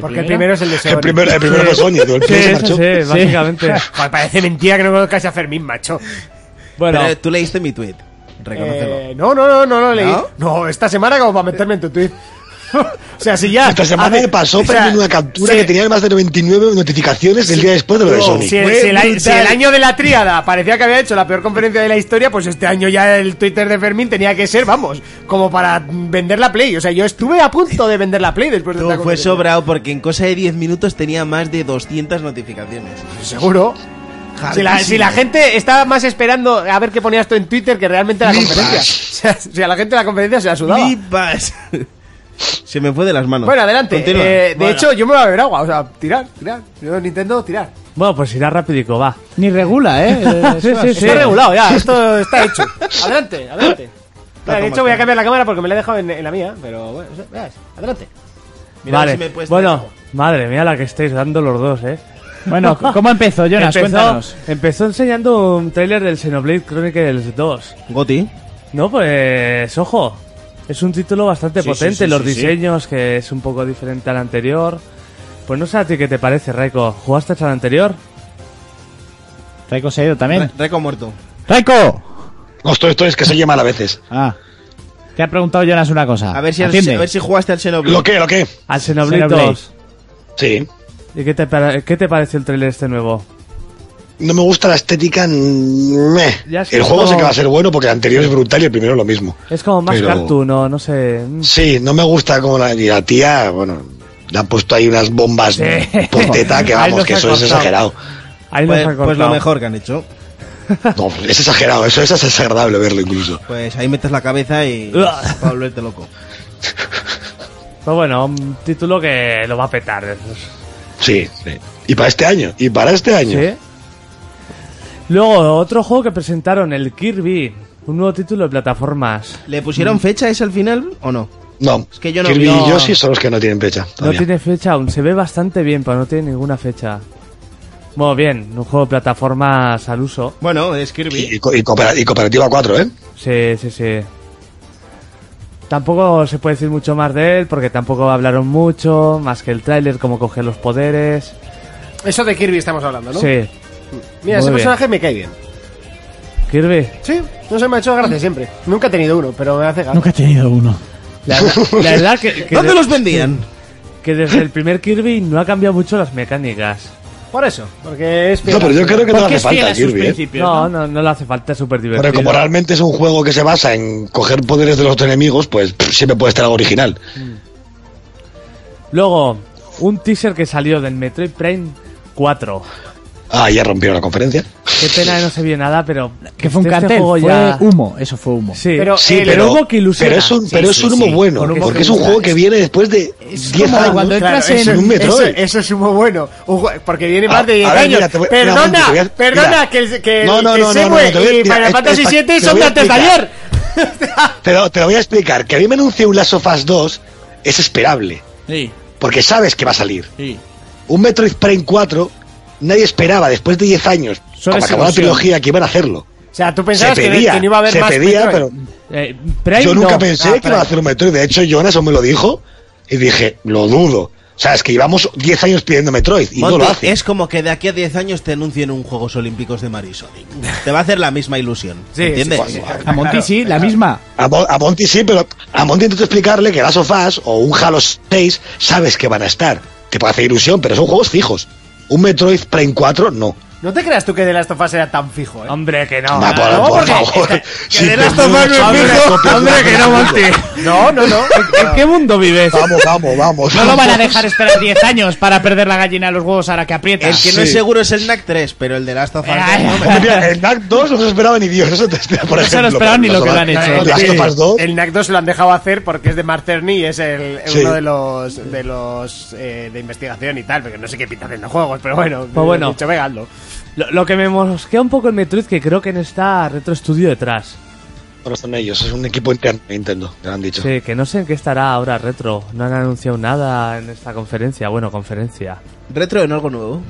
[SPEAKER 2] Porque el primero es el de
[SPEAKER 1] El
[SPEAKER 2] Sony.
[SPEAKER 1] primero, el primero fue Sony,
[SPEAKER 4] Sí,
[SPEAKER 1] el primero se
[SPEAKER 4] eso
[SPEAKER 1] marchó.
[SPEAKER 4] sí, básicamente.
[SPEAKER 2] Joder, Pues, parece mentira que no conozcas a Fermín, macho.
[SPEAKER 4] Bueno,
[SPEAKER 5] Pero tú leíste mi tweet. Reconócelo.
[SPEAKER 2] Eh, no, no, no, no lo leí.
[SPEAKER 5] ¿No?
[SPEAKER 2] ¿No? esta semana como para meterme en tu tweet. o sea, si ya.
[SPEAKER 1] Esta semana
[SPEAKER 2] hace-
[SPEAKER 1] me pasó
[SPEAKER 2] o sea,
[SPEAKER 1] perdiendo una captura
[SPEAKER 2] sí.
[SPEAKER 1] que tenía más de 99 notificaciones el día después
[SPEAKER 4] Oh,
[SPEAKER 1] de lo de
[SPEAKER 2] No,
[SPEAKER 1] Sony.
[SPEAKER 2] si, el,
[SPEAKER 5] Fue
[SPEAKER 2] si el a-
[SPEAKER 5] brutal.
[SPEAKER 2] si el año de la tríada parecía que había hecho la peor conferencia de la historia, pues este año ya el Twitter de Fermín tenía que ser, vamos, como para vender la Play. O sea, yo estuve a punto de vender la Play después de
[SPEAKER 5] Todo
[SPEAKER 2] esta
[SPEAKER 5] fue
[SPEAKER 2] conferencia.
[SPEAKER 5] sobrado porque en cosa de 10 minutos tenía más de 200 notificaciones.
[SPEAKER 2] Seguro. Si la, si la gente estaba más esperando a ver qué ponía esto en Twitter que realmente la
[SPEAKER 1] Flipas.
[SPEAKER 2] conferencia. O sea, si a la gente la conferencia se la sudaba.
[SPEAKER 5] Flipas. Se me fue de las manos.
[SPEAKER 2] Bueno, adelante.
[SPEAKER 5] Continúa.
[SPEAKER 2] Eh, de
[SPEAKER 5] Bueno.
[SPEAKER 2] hecho, yo me voy a beber agua. O sea, tirar, tirar. Yo, Nintendo, tirar.
[SPEAKER 4] Bueno, pues irá rapidico, va.
[SPEAKER 6] Ni regula, ¿eh?
[SPEAKER 4] Sí, sí, sí.
[SPEAKER 2] Está regulado ya, esto está hecho. Adelante, adelante. Mira, de
[SPEAKER 5] como
[SPEAKER 2] hecho, voy a
[SPEAKER 5] está.
[SPEAKER 2] cambiar la cámara porque me la he dejado en, en la mía, pero bueno, o sea, veas, adelante.
[SPEAKER 5] Mira, a ver
[SPEAKER 4] vale.
[SPEAKER 5] si me puedes traer
[SPEAKER 4] bueno,
[SPEAKER 5] algo.
[SPEAKER 4] madre mía la que estáis dando los dos, ¿eh?
[SPEAKER 6] Bueno, ¿cómo empezó, Jonas?
[SPEAKER 4] empezó,
[SPEAKER 6] Cuéntanos.
[SPEAKER 4] empezó enseñando un tráiler del Xenoblade Chronicles 2.
[SPEAKER 5] Goti.
[SPEAKER 4] No, pues ojo, es un título bastante potente, los diseños, que es un poco diferente al anterior. Pues no sé a ti qué te parece, Raiko. ¿Jugaste al anterior?
[SPEAKER 6] Raiko se ha ido también.
[SPEAKER 5] Re- Reco muerto.
[SPEAKER 6] ¡Raiko!
[SPEAKER 1] No, esto, esto es que se llama a veces.
[SPEAKER 6] Ah. Te ha preguntado Jonas una
[SPEAKER 2] Ah,
[SPEAKER 6] cosa.
[SPEAKER 5] A ver si, a
[SPEAKER 6] Atiende.
[SPEAKER 5] ver si jugaste al Xenoblade.
[SPEAKER 1] ¿Lo qué? ¿Lo qué?
[SPEAKER 4] Al Xenoblade,
[SPEAKER 6] Xenoblade.
[SPEAKER 4] 2.
[SPEAKER 1] Sí.
[SPEAKER 4] ¿Y qué te, para- qué te pareció el tráiler este nuevo?
[SPEAKER 1] No me gusta la estética. mm, meh.
[SPEAKER 4] Ya es que
[SPEAKER 1] El juego
[SPEAKER 4] no-
[SPEAKER 1] sé que va a ser bueno porque el anterior es brutal y el primero lo mismo.
[SPEAKER 4] Es como más
[SPEAKER 1] Pero-
[SPEAKER 4] cartoon, no, no sé. mm,
[SPEAKER 1] Sí, no me gusta como la, y la tía, bueno, le han puesto ahí unas bombas por teta que
[SPEAKER 4] Ahí
[SPEAKER 1] vamos,
[SPEAKER 4] nos
[SPEAKER 1] que
[SPEAKER 4] ha
[SPEAKER 1] eso es
[SPEAKER 4] cortado.
[SPEAKER 1] exagerado.
[SPEAKER 4] Ahí nos
[SPEAKER 5] Pues,
[SPEAKER 4] ha
[SPEAKER 5] pues lo
[SPEAKER 4] cortado.
[SPEAKER 5] mejor que han hecho.
[SPEAKER 1] No, es exagerado, eso, eso es desagradable verlo incluso.
[SPEAKER 5] Pues ahí metes la cabeza y
[SPEAKER 4] Uah.
[SPEAKER 5] para volverte loco.
[SPEAKER 4] Pero bueno, un título que lo va a petar.
[SPEAKER 1] Sí, sí. Y para este año, y para este año.
[SPEAKER 4] Sí. Luego, otro juego que presentaron, el Kirby. Un nuevo título de plataformas.
[SPEAKER 5] ¿Le
[SPEAKER 2] Mm.
[SPEAKER 5] pusieron fecha ese al final o no?
[SPEAKER 1] No,
[SPEAKER 5] Es que yo no
[SPEAKER 1] Kirby
[SPEAKER 5] vi- no.
[SPEAKER 1] y Yoshi son los que no tienen fecha. todavía.
[SPEAKER 4] No tiene fecha aún, se ve bastante bien, pero no tiene ninguna fecha. Muy bien, un juego de plataformas al uso.
[SPEAKER 5] Bueno, es Kirby.
[SPEAKER 1] Y, y co- y coopera- y cooperativa 4, ¿eh?
[SPEAKER 4] Sí, sí, sí. Tampoco se puede decir mucho más de él, porque tampoco hablaron mucho, más que el tráiler, cómo coger los poderes.
[SPEAKER 2] Eso de Kirby estamos hablando, ¿no?
[SPEAKER 4] Sí,
[SPEAKER 2] Mira,
[SPEAKER 4] muy
[SPEAKER 2] ese
[SPEAKER 4] bien.
[SPEAKER 2] personaje me cae bien.
[SPEAKER 4] Kirby.
[SPEAKER 2] Sí, Mm. no se me ha hecho gracia siempre. Nunca he tenido uno, pero me hace gracia.
[SPEAKER 6] Nunca he tenido uno.
[SPEAKER 4] La, la verdad que, que,
[SPEAKER 5] ¿Dónde
[SPEAKER 4] de-
[SPEAKER 5] los vendían?
[SPEAKER 4] que desde el primer Kirby no ha cambiado mucho las mecánicas.
[SPEAKER 2] Por eso, porque es
[SPEAKER 1] No, pero yo creo que no
[SPEAKER 3] Porque
[SPEAKER 1] hace
[SPEAKER 3] es fiel
[SPEAKER 1] falta
[SPEAKER 3] a sus
[SPEAKER 1] Kirby, ¿eh?
[SPEAKER 3] principios.
[SPEAKER 4] No, no, no le hace falta, es súper
[SPEAKER 1] Porque como
[SPEAKER 4] divertido.
[SPEAKER 1] realmente es un juego que se basa en coger poderes de los enemigos, pues pff, siempre puede estar algo original.
[SPEAKER 4] Luego, un teaser que salió del Metroid Prime 4.
[SPEAKER 1] Ah, ya rompieron la conferencia.
[SPEAKER 4] Qué pena que no se vio nada, pero
[SPEAKER 6] Que fue un
[SPEAKER 4] este
[SPEAKER 6] cartel.
[SPEAKER 4] juego
[SPEAKER 6] Fue
[SPEAKER 4] ya-
[SPEAKER 6] humo. Eso fue humo.
[SPEAKER 4] Sí,
[SPEAKER 2] Pero-
[SPEAKER 1] Sí,
[SPEAKER 2] el
[SPEAKER 1] pero,
[SPEAKER 4] humo que ilusiona.
[SPEAKER 1] pero es un,
[SPEAKER 4] Sí,
[SPEAKER 1] pero
[SPEAKER 4] sí,
[SPEAKER 1] es un humo
[SPEAKER 4] sí.
[SPEAKER 1] bueno,
[SPEAKER 4] Con humo
[SPEAKER 1] porque
[SPEAKER 4] que
[SPEAKER 1] es un
[SPEAKER 4] gusta.
[SPEAKER 1] juego que viene después de 10
[SPEAKER 6] como
[SPEAKER 1] años.
[SPEAKER 6] cuando entras
[SPEAKER 1] es
[SPEAKER 6] en-
[SPEAKER 1] un
[SPEAKER 2] Eso,
[SPEAKER 1] Metroid.
[SPEAKER 2] eso es un muy bueno. Un jue- porque viene más
[SPEAKER 1] Ah,
[SPEAKER 2] de 10
[SPEAKER 1] a ver,
[SPEAKER 2] años.
[SPEAKER 1] mira, te voy- mira,
[SPEAKER 2] perdona,
[SPEAKER 1] Monty, te voy a-
[SPEAKER 2] perdona,
[SPEAKER 1] mira.
[SPEAKER 2] que el, que el-
[SPEAKER 1] No, no,
[SPEAKER 2] que
[SPEAKER 1] no, no,
[SPEAKER 2] Segue
[SPEAKER 1] no, te voy a-
[SPEAKER 2] y
[SPEAKER 1] mira,
[SPEAKER 2] Final
[SPEAKER 1] es-
[SPEAKER 2] Fantasy
[SPEAKER 1] es-
[SPEAKER 2] VII
[SPEAKER 1] te
[SPEAKER 2] son
[SPEAKER 1] voy
[SPEAKER 2] de
[SPEAKER 1] a
[SPEAKER 2] antes de
[SPEAKER 1] explicar.
[SPEAKER 2] ayer.
[SPEAKER 1] Pero te lo voy a explicar. Que a mí me anuncie un Last of Us 2 es esperable.
[SPEAKER 6] Sí,
[SPEAKER 1] Porque sabes que va a salir.
[SPEAKER 6] sí.
[SPEAKER 1] Un Metroid Prime 4 nadie esperaba después de 10 años,
[SPEAKER 6] Solo
[SPEAKER 1] como
[SPEAKER 6] es
[SPEAKER 1] acabó la
[SPEAKER 6] ilusión.
[SPEAKER 1] trilogía, que iban a hacerlo.
[SPEAKER 2] O sea, tú
[SPEAKER 1] Se
[SPEAKER 2] pensabas que,
[SPEAKER 1] pedía,
[SPEAKER 2] que no iba a haber
[SPEAKER 1] se
[SPEAKER 2] más
[SPEAKER 1] pedía,
[SPEAKER 2] Metroid?
[SPEAKER 1] pero
[SPEAKER 4] Eh, Prime
[SPEAKER 1] yo nunca
[SPEAKER 4] no.
[SPEAKER 2] Ah,
[SPEAKER 1] pensé que iba a hacer un Metroid. De hecho, Jonas aún me lo dijo y dije, lo dudo. O sea, es que llevamos 10 años pidiendo Metroid y no
[SPEAKER 5] Monty,
[SPEAKER 1] lo hace.
[SPEAKER 5] es como que de aquí a 10 años te anuncien un Juegos Olímpicos de Mario y Sonic. Te va a hacer la misma ilusión. ¿Entiendes?
[SPEAKER 6] A Monty sí, la misma.
[SPEAKER 1] A, Mon- a Monty sí, pero a Monty intento explicarle que Last of Us o un Halo 6 sabes que van a estar. Te puede hacer ilusión, pero son juegos fijos. Un Metroid Prime 4 no.
[SPEAKER 2] No te creas tú que The Last of Us era tan fijo, ¿eh?
[SPEAKER 4] Hombre, que no.
[SPEAKER 1] Va, por,
[SPEAKER 2] no,
[SPEAKER 1] por
[SPEAKER 2] porque
[SPEAKER 1] favor.
[SPEAKER 2] esta- que
[SPEAKER 1] Si
[SPEAKER 2] The
[SPEAKER 1] te
[SPEAKER 2] Last of Us no es
[SPEAKER 1] mueves
[SPEAKER 2] fijo.
[SPEAKER 1] una copia,
[SPEAKER 2] Hombre, que no,
[SPEAKER 1] Monty.
[SPEAKER 2] No, no, no.
[SPEAKER 4] ¿En qué mundo vives?
[SPEAKER 1] Vamos, vamos, vamos.
[SPEAKER 3] No lo van a
[SPEAKER 1] vamos.
[SPEAKER 3] dejar esperar 10 años para perder la gallina de los huevos ahora que aprieta.
[SPEAKER 5] El que no es
[SPEAKER 1] Sí.
[SPEAKER 5] seguro es el NAC 3, pero el de Last of Us.
[SPEAKER 3] Ay,
[SPEAKER 5] no,
[SPEAKER 1] Hombre, mira, el NAC 2 no se lo esperaban ni Dios. Eso te, por
[SPEAKER 3] No se lo
[SPEAKER 1] ejemplo,
[SPEAKER 3] esperaban ni
[SPEAKER 1] pero
[SPEAKER 3] lo que lo
[SPEAKER 1] Last of
[SPEAKER 3] han
[SPEAKER 1] Us-
[SPEAKER 3] hecho.
[SPEAKER 1] Last of Us 2.
[SPEAKER 2] El NAC 2 lo han dejado hacer porque es de Mark Cerny y es el,
[SPEAKER 1] Sí.
[SPEAKER 2] uno de los de los eh, de investigación y tal, porque no sé qué pinta haciendo juegos, pero bueno,
[SPEAKER 4] Pues bueno.
[SPEAKER 2] he dicho, venga, hazlo.
[SPEAKER 4] Lo, lo que me mosquea un poco en Metroid, que creo que no está Retro Studio detrás.
[SPEAKER 1] Bueno, son ellos, es un equipo interno de Nintendo, que lo han dicho.
[SPEAKER 4] Sí, que no sé en qué estará ahora Retro. No han anunciado nada en esta conferencia. Bueno, conferencia.
[SPEAKER 5] Retro en algo nuevo.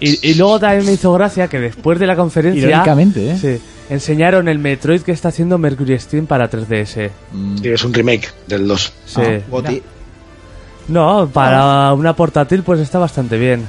[SPEAKER 4] Y, y luego también me hizo gracia que después de la conferencia.
[SPEAKER 6] Irónicamente, ¿eh?
[SPEAKER 4] Sí, enseñaron el Metroid que está haciendo Mercury Steam para 3DS.
[SPEAKER 6] Mm.
[SPEAKER 1] Sí, es un remake del 2.
[SPEAKER 4] Sí.
[SPEAKER 6] Ah.
[SPEAKER 5] Goti.
[SPEAKER 4] No, para una portátil, pues está bastante bien.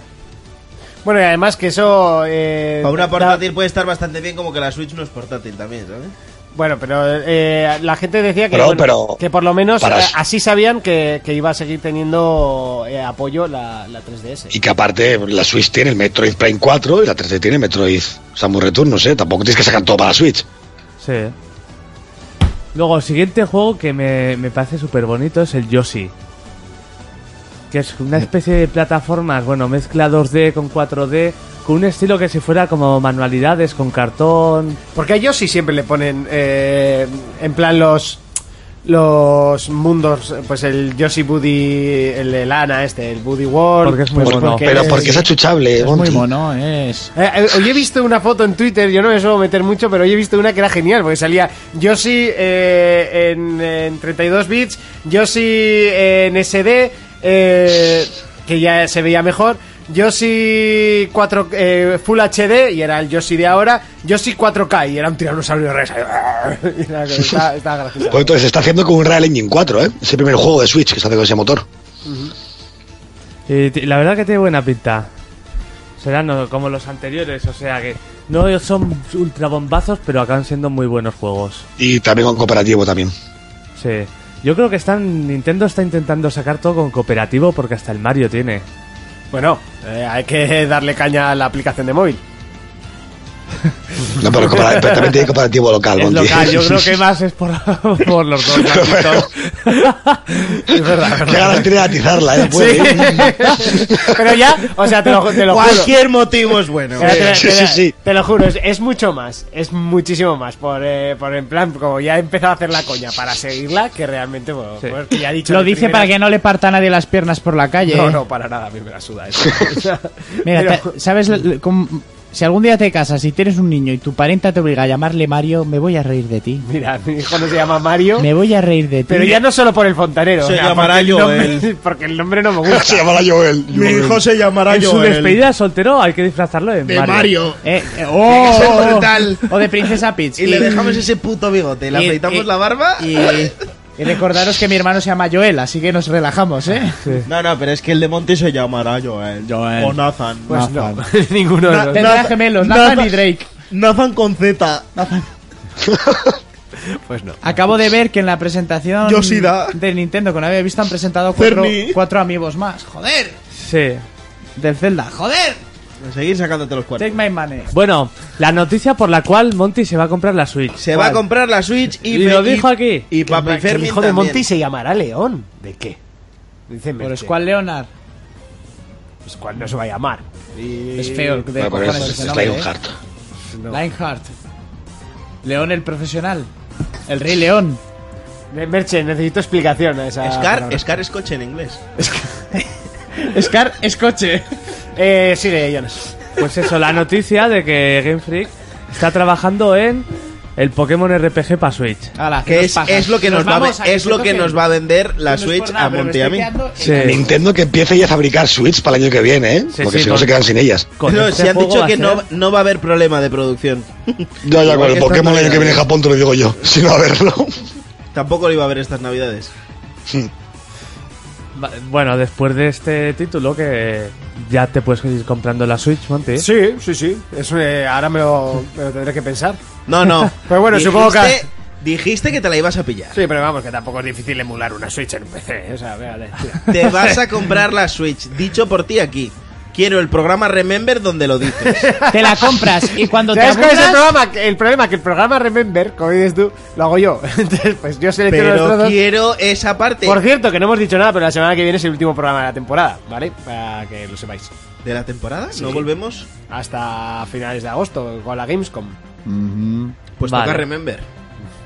[SPEAKER 2] Bueno, y además que eso eh,
[SPEAKER 5] Para una
[SPEAKER 2] da-
[SPEAKER 5] portátil puede estar bastante bien, como que la Switch no es portátil también, ¿sabes?
[SPEAKER 2] Bueno, pero eh, la gente decía que,
[SPEAKER 1] Pero-
[SPEAKER 2] bueno,
[SPEAKER 1] pero-
[SPEAKER 2] que por lo menos
[SPEAKER 1] para-
[SPEAKER 2] eh, así sabían que, que iba a seguir teniendo eh, apoyo la, la 3DS.
[SPEAKER 1] Y que aparte la Switch tiene el Metroid Prime 4 y la 3D tiene Metroid Samus Return, no sé, tampoco tienes que sacar todo para la Switch.
[SPEAKER 4] Sí. Luego, siguiente juego que me, me parece súper bonito es el Yoshi. Que es una especie de plataformas, bueno, mezcla 2D con 4D, con un estilo que si fuera como manualidades con cartón.
[SPEAKER 2] Porque a ellos sí siempre le ponen eh, en plan los los mundos, pues el Yoshi Buddy, el de Lana este, el Buddy World.
[SPEAKER 4] Porque es muy
[SPEAKER 2] pues
[SPEAKER 4] mono.
[SPEAKER 2] porque
[SPEAKER 1] Pero
[SPEAKER 2] es-
[SPEAKER 1] porque es achuchable,
[SPEAKER 3] Es muy
[SPEAKER 1] Monty.
[SPEAKER 3] mono, es.
[SPEAKER 2] Eh, eh, hoy he visto una foto en Twitter, yo no me suelo meter mucho, pero hoy he visto una que era genial, porque salía Yoshi eh, en, en 32 bits, Yoshi en SD, eh, que ya se veía mejor, Yoshi 4, eh, Full HD, y era el Yoshi de ahora, Yoshi 4K, y era un tiranosaurio rex. Y era- Estaba estaba gracioso.
[SPEAKER 1] Pues entonces se está haciendo con un Real Engine 4, ¿eh? Es el primer juego de Switch que se hace con ese motor.
[SPEAKER 4] Y ti- la verdad que tiene buena pinta. Serán no, como los anteriores, o sea que no son ultra bombazos, pero acaban siendo muy buenos juegos.
[SPEAKER 1] Y también con cooperativo también.
[SPEAKER 4] Sí. Yo creo que están Nintendo está intentando sacar todo con cooperativo porque hasta el Mario tiene.
[SPEAKER 2] Bueno, eh, hay que darle caña a la aplicación de móvil.
[SPEAKER 1] No, pero, coopera- pero también tiene cooperativo local,
[SPEAKER 4] Es
[SPEAKER 1] Monty.
[SPEAKER 4] local, yo creo que más es por, por los dos lados.
[SPEAKER 2] Es verdad,
[SPEAKER 1] Qué ganas tiene de atizarla, ¿eh? Puede,
[SPEAKER 2] Sí.
[SPEAKER 1] ¿eh?
[SPEAKER 2] pero ya, o sea, te lo, te lo juro.
[SPEAKER 5] Cualquier motivo es bueno.
[SPEAKER 2] Te- te-
[SPEAKER 1] Sí,
[SPEAKER 2] te-
[SPEAKER 1] sí, sí.
[SPEAKER 2] Te lo juro, es, es mucho más, es muchísimo más. Por, eh, por en plan, como ya he empezado a hacer la coña para seguirla, que realmente, bueno,
[SPEAKER 4] Sí.
[SPEAKER 2] pues, que ya he dicho.
[SPEAKER 3] Lo
[SPEAKER 2] de
[SPEAKER 3] dice para que
[SPEAKER 2] primeras-
[SPEAKER 3] no le parta a nadie las piernas por la calle.
[SPEAKER 2] No,
[SPEAKER 3] ¿eh?
[SPEAKER 2] no, para nada, a mí me la suda eso. O sea,
[SPEAKER 3] Mira,
[SPEAKER 2] pero-
[SPEAKER 3] te- ¿sabes? l- l- com- Si algún día te casas y tienes un niño y tu parenta te obliga a llamarle Mario, me voy a reír de ti.
[SPEAKER 2] Mira, mi hijo no se llama Mario.
[SPEAKER 3] Me voy a reír de ti.
[SPEAKER 2] Pero ya no solo por el fontanero.
[SPEAKER 5] Se
[SPEAKER 2] o sea,
[SPEAKER 5] llamará
[SPEAKER 2] porque el
[SPEAKER 5] Joel.
[SPEAKER 2] nombre- Porque el nombre no me gusta.
[SPEAKER 1] Se llamará Joel.
[SPEAKER 5] Mi
[SPEAKER 1] Joel.
[SPEAKER 5] hijo se llamará
[SPEAKER 4] En su
[SPEAKER 5] Joel.
[SPEAKER 4] despedida soltero hay que disfrazarlo de,
[SPEAKER 5] de Mario.
[SPEAKER 3] Eh, eh, oh,
[SPEAKER 5] Tiene que ser
[SPEAKER 3] oh, oh.
[SPEAKER 5] brutal.
[SPEAKER 3] o de Princesa Peach.
[SPEAKER 5] Y le dejamos ese puto bigote, le
[SPEAKER 3] y-
[SPEAKER 5] afeitamos
[SPEAKER 3] y-
[SPEAKER 5] la barba.
[SPEAKER 3] y- y recordaros que mi hermano se llama Joel, así que nos relajamos, ¿eh?
[SPEAKER 5] No, no, pero es que el de Monty se llamará Joel.
[SPEAKER 3] Joel.
[SPEAKER 5] O Nathan.
[SPEAKER 2] Pues no,
[SPEAKER 3] Nathan.
[SPEAKER 2] ninguno de los
[SPEAKER 3] Tendrá
[SPEAKER 5] Nathan-
[SPEAKER 3] gemelos,
[SPEAKER 5] Nathan-
[SPEAKER 3] Nathan y Drake.
[SPEAKER 5] Nathan con Z.
[SPEAKER 2] Pues no.
[SPEAKER 3] Acabo de ver que en la presentación
[SPEAKER 5] Yoshida.
[SPEAKER 3] de Nintendo que no había visto han presentado cuatro,
[SPEAKER 5] Cerny.
[SPEAKER 3] cuatro amigos más. Joder,
[SPEAKER 4] Sí.
[SPEAKER 3] del Zelda, joder.
[SPEAKER 5] Seguir sacándote los cuartos.
[SPEAKER 3] Take my money.
[SPEAKER 4] Bueno, la noticia por la cual Monty se va a comprar la Switch.
[SPEAKER 5] Se va
[SPEAKER 4] ¿Cuál?
[SPEAKER 5] a comprar la Switch y,
[SPEAKER 4] Y lo
[SPEAKER 5] Fe-
[SPEAKER 4] dijo aquí.
[SPEAKER 5] Y Papi
[SPEAKER 2] Que el
[SPEAKER 5] Fermin
[SPEAKER 2] hijo de
[SPEAKER 5] también.
[SPEAKER 2] Monty se llamará León. ¿De qué? Dicen
[SPEAKER 3] Por Squall Leonard.
[SPEAKER 2] Pues cuál no se va a llamar. Y-
[SPEAKER 3] Es feo. De
[SPEAKER 1] Bueno,
[SPEAKER 3] cojones
[SPEAKER 1] pues
[SPEAKER 3] ese
[SPEAKER 1] es
[SPEAKER 3] nombre, ¿eh?
[SPEAKER 1] Lionheart.
[SPEAKER 2] No.
[SPEAKER 3] Lionheart. León el profesional. El rey león.
[SPEAKER 2] Merche, necesito explicación a esa.
[SPEAKER 5] Scar,
[SPEAKER 2] palabra.
[SPEAKER 5] Scar es coche en inglés.
[SPEAKER 3] Scar es coche.
[SPEAKER 2] Eh, sigue, Jonas.
[SPEAKER 4] Pues eso, la noticia de que Game Freak está trabajando en el Pokémon RPG para Switch.
[SPEAKER 3] Ala,
[SPEAKER 5] Que
[SPEAKER 3] nos
[SPEAKER 5] es,
[SPEAKER 3] Ah, pajas.
[SPEAKER 5] es lo que nos, va, a
[SPEAKER 3] vamos
[SPEAKER 5] ve- es lo que nos va a vender la
[SPEAKER 3] no es
[SPEAKER 5] Switch
[SPEAKER 3] por nada,
[SPEAKER 5] a
[SPEAKER 3] pero me
[SPEAKER 5] Monty y a
[SPEAKER 3] estoy
[SPEAKER 5] mí.
[SPEAKER 3] quedando-
[SPEAKER 4] Sí.
[SPEAKER 1] Eh. Nintendo que empiece ya a fabricar Switch para el año que viene, ¿eh?
[SPEAKER 4] Sí,
[SPEAKER 1] Porque
[SPEAKER 4] sí,
[SPEAKER 1] si no
[SPEAKER 4] con-
[SPEAKER 1] se quedan sin ellas.
[SPEAKER 4] Con
[SPEAKER 5] No,
[SPEAKER 4] este
[SPEAKER 5] se han
[SPEAKER 4] juego
[SPEAKER 5] dicho
[SPEAKER 4] va a
[SPEAKER 5] que
[SPEAKER 4] ser-
[SPEAKER 5] no, no va a haber problema de producción.
[SPEAKER 1] Ya, ya, con
[SPEAKER 5] que
[SPEAKER 1] el
[SPEAKER 5] estas
[SPEAKER 1] Pokémon el año que viene
[SPEAKER 5] navidades.
[SPEAKER 1] en Japón te lo digo yo. Si no, a verlo.
[SPEAKER 5] Tampoco lo iba a haber estas navidades.
[SPEAKER 4] va- Bueno, después de este título que ya te puedes ir comprando la Switch, Monty.
[SPEAKER 2] Sí, sí, sí. Eso, eh, ahora me lo, me lo tendré que pensar.
[SPEAKER 5] No, no.
[SPEAKER 2] Pero bueno, supongo que-
[SPEAKER 5] Dijiste que te la ibas a pillar.
[SPEAKER 2] Sí, pero vamos, que tampoco es difícil emular una Switch en un PC. O sea, véale, tía.
[SPEAKER 5] Te vas a comprar la Switch. Dicho por ti aquí. Quiero el programa Remember donde lo dices.
[SPEAKER 3] Te la compras y cuando te
[SPEAKER 2] ¿Sabes cuál es el
[SPEAKER 3] aburras...
[SPEAKER 2] programa? Que- El problema que el programa Remember, como dices tú, lo hago yo. Entonces, pues yo selecciono los
[SPEAKER 5] Pero
[SPEAKER 2] trozos.
[SPEAKER 5] quiero esa parte
[SPEAKER 2] Por cierto, que no hemos dicho nada, pero la semana que viene es el último programa de la temporada, ¿vale? Para que lo sepáis.
[SPEAKER 5] de la temporada. No volvemos.
[SPEAKER 2] Hasta finales de agosto, con la Gamescom.
[SPEAKER 5] Pues
[SPEAKER 4] Vale.
[SPEAKER 5] toca Remember.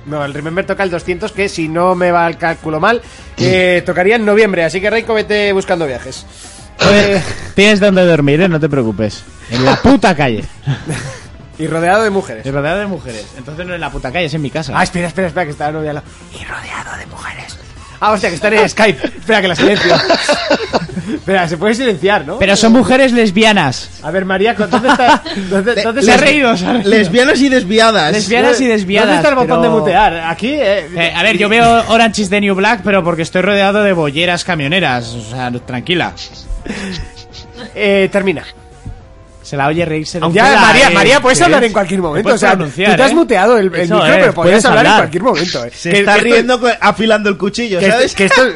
[SPEAKER 2] No, el Remember toca el 200, que si no me va el cálculo mal, eh, tocaría en noviembre. Así que, Reiko, vete buscando viajes. Eh,
[SPEAKER 3] pues, Tienes donde dormir, ¿eh? no te preocupes. En la puta calle.
[SPEAKER 2] y rodeado de mujeres.
[SPEAKER 3] rodeado de mujeres. Entonces no en la puta calle, es en mi casa.
[SPEAKER 2] Ah, espera, espera, espera, que está la novia al lado. Y rodeado de mujeres. Ah, hostia, que están en Skype. Espera, que la silencio. espera, se puede silenciar, ¿no?
[SPEAKER 3] Pero son mujeres lesbianas.
[SPEAKER 2] A ver, María, ¿dónde está? ¿Dónde, dónde
[SPEAKER 3] Se ha
[SPEAKER 2] está-
[SPEAKER 3] reído, se ha reído.
[SPEAKER 5] Lesbianas y desviadas.
[SPEAKER 3] Lesbianas y desviadas.
[SPEAKER 2] ¿Dónde está el botón
[SPEAKER 3] pero-
[SPEAKER 2] de mutear? Aquí, eh,
[SPEAKER 3] Eh, a ver, yo veo Orange is the New Black, pero porque estoy rodeado de bolleras camioneras. O sea, no- tranquila.
[SPEAKER 2] eh, termina.
[SPEAKER 3] Se Se la oye reírse. de-
[SPEAKER 2] Ya,
[SPEAKER 3] la-
[SPEAKER 2] María,
[SPEAKER 3] eh,
[SPEAKER 2] María, puedes
[SPEAKER 3] sí.
[SPEAKER 2] hablar en cualquier momento.
[SPEAKER 3] puedes
[SPEAKER 2] O sea,
[SPEAKER 3] pronunciar,
[SPEAKER 2] tú te has
[SPEAKER 3] ¿eh?
[SPEAKER 2] muteado el, el
[SPEAKER 3] Eso
[SPEAKER 2] micro,
[SPEAKER 3] es,
[SPEAKER 2] pero podrías
[SPEAKER 3] puedes
[SPEAKER 2] hablar, en
[SPEAKER 3] hablar.
[SPEAKER 2] cualquier momento. eh.
[SPEAKER 5] Se
[SPEAKER 2] Que-
[SPEAKER 5] está
[SPEAKER 2] que esto-
[SPEAKER 5] riendo co- afilando el cuchillo,
[SPEAKER 2] que esto-
[SPEAKER 5] ¿sabes?
[SPEAKER 2] que esto-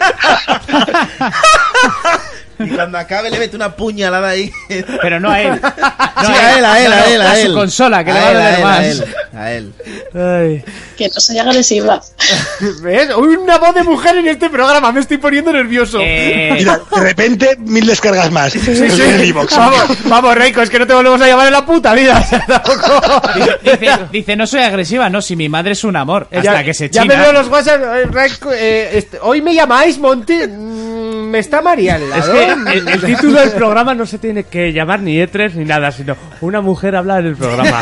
[SPEAKER 5] Y cuando acabe le mete una puñalada ahí.
[SPEAKER 3] Pero no a él.
[SPEAKER 5] Sí, a él, a él,
[SPEAKER 3] No, no,
[SPEAKER 5] a él, a
[SPEAKER 3] su
[SPEAKER 5] él.
[SPEAKER 3] consola, que le va a
[SPEAKER 5] él,
[SPEAKER 3] doler
[SPEAKER 5] él,
[SPEAKER 3] más.
[SPEAKER 5] él, a él.
[SPEAKER 7] Que no soy agresiva.
[SPEAKER 2] ¿Ves? Una voz de mujer en este programa. Me estoy poniendo nervioso.
[SPEAKER 3] Eh,
[SPEAKER 1] Mira, de repente mil descargas más.
[SPEAKER 2] Sí, sí.
[SPEAKER 1] En el iVoox.
[SPEAKER 2] Vamos, vamos, Reiko, es que no te volvemos a llamar en la puta vida. o sea, tampoco.
[SPEAKER 3] dice, dice, no soy agresiva. No, si mi madre es un amor.
[SPEAKER 2] Eh,
[SPEAKER 3] Hasta
[SPEAKER 2] ya-
[SPEAKER 3] que se
[SPEAKER 2] Ya
[SPEAKER 3] china.
[SPEAKER 2] me veo los WhatsApp. eh, Reiko, eh, este- Hoy me llamáis, Monty. Mm, Me está María al
[SPEAKER 4] Es
[SPEAKER 2] lado.
[SPEAKER 4] que el, el título del programa no se tiene que llamar ni E3 ni nada, sino una mujer habla en el programa.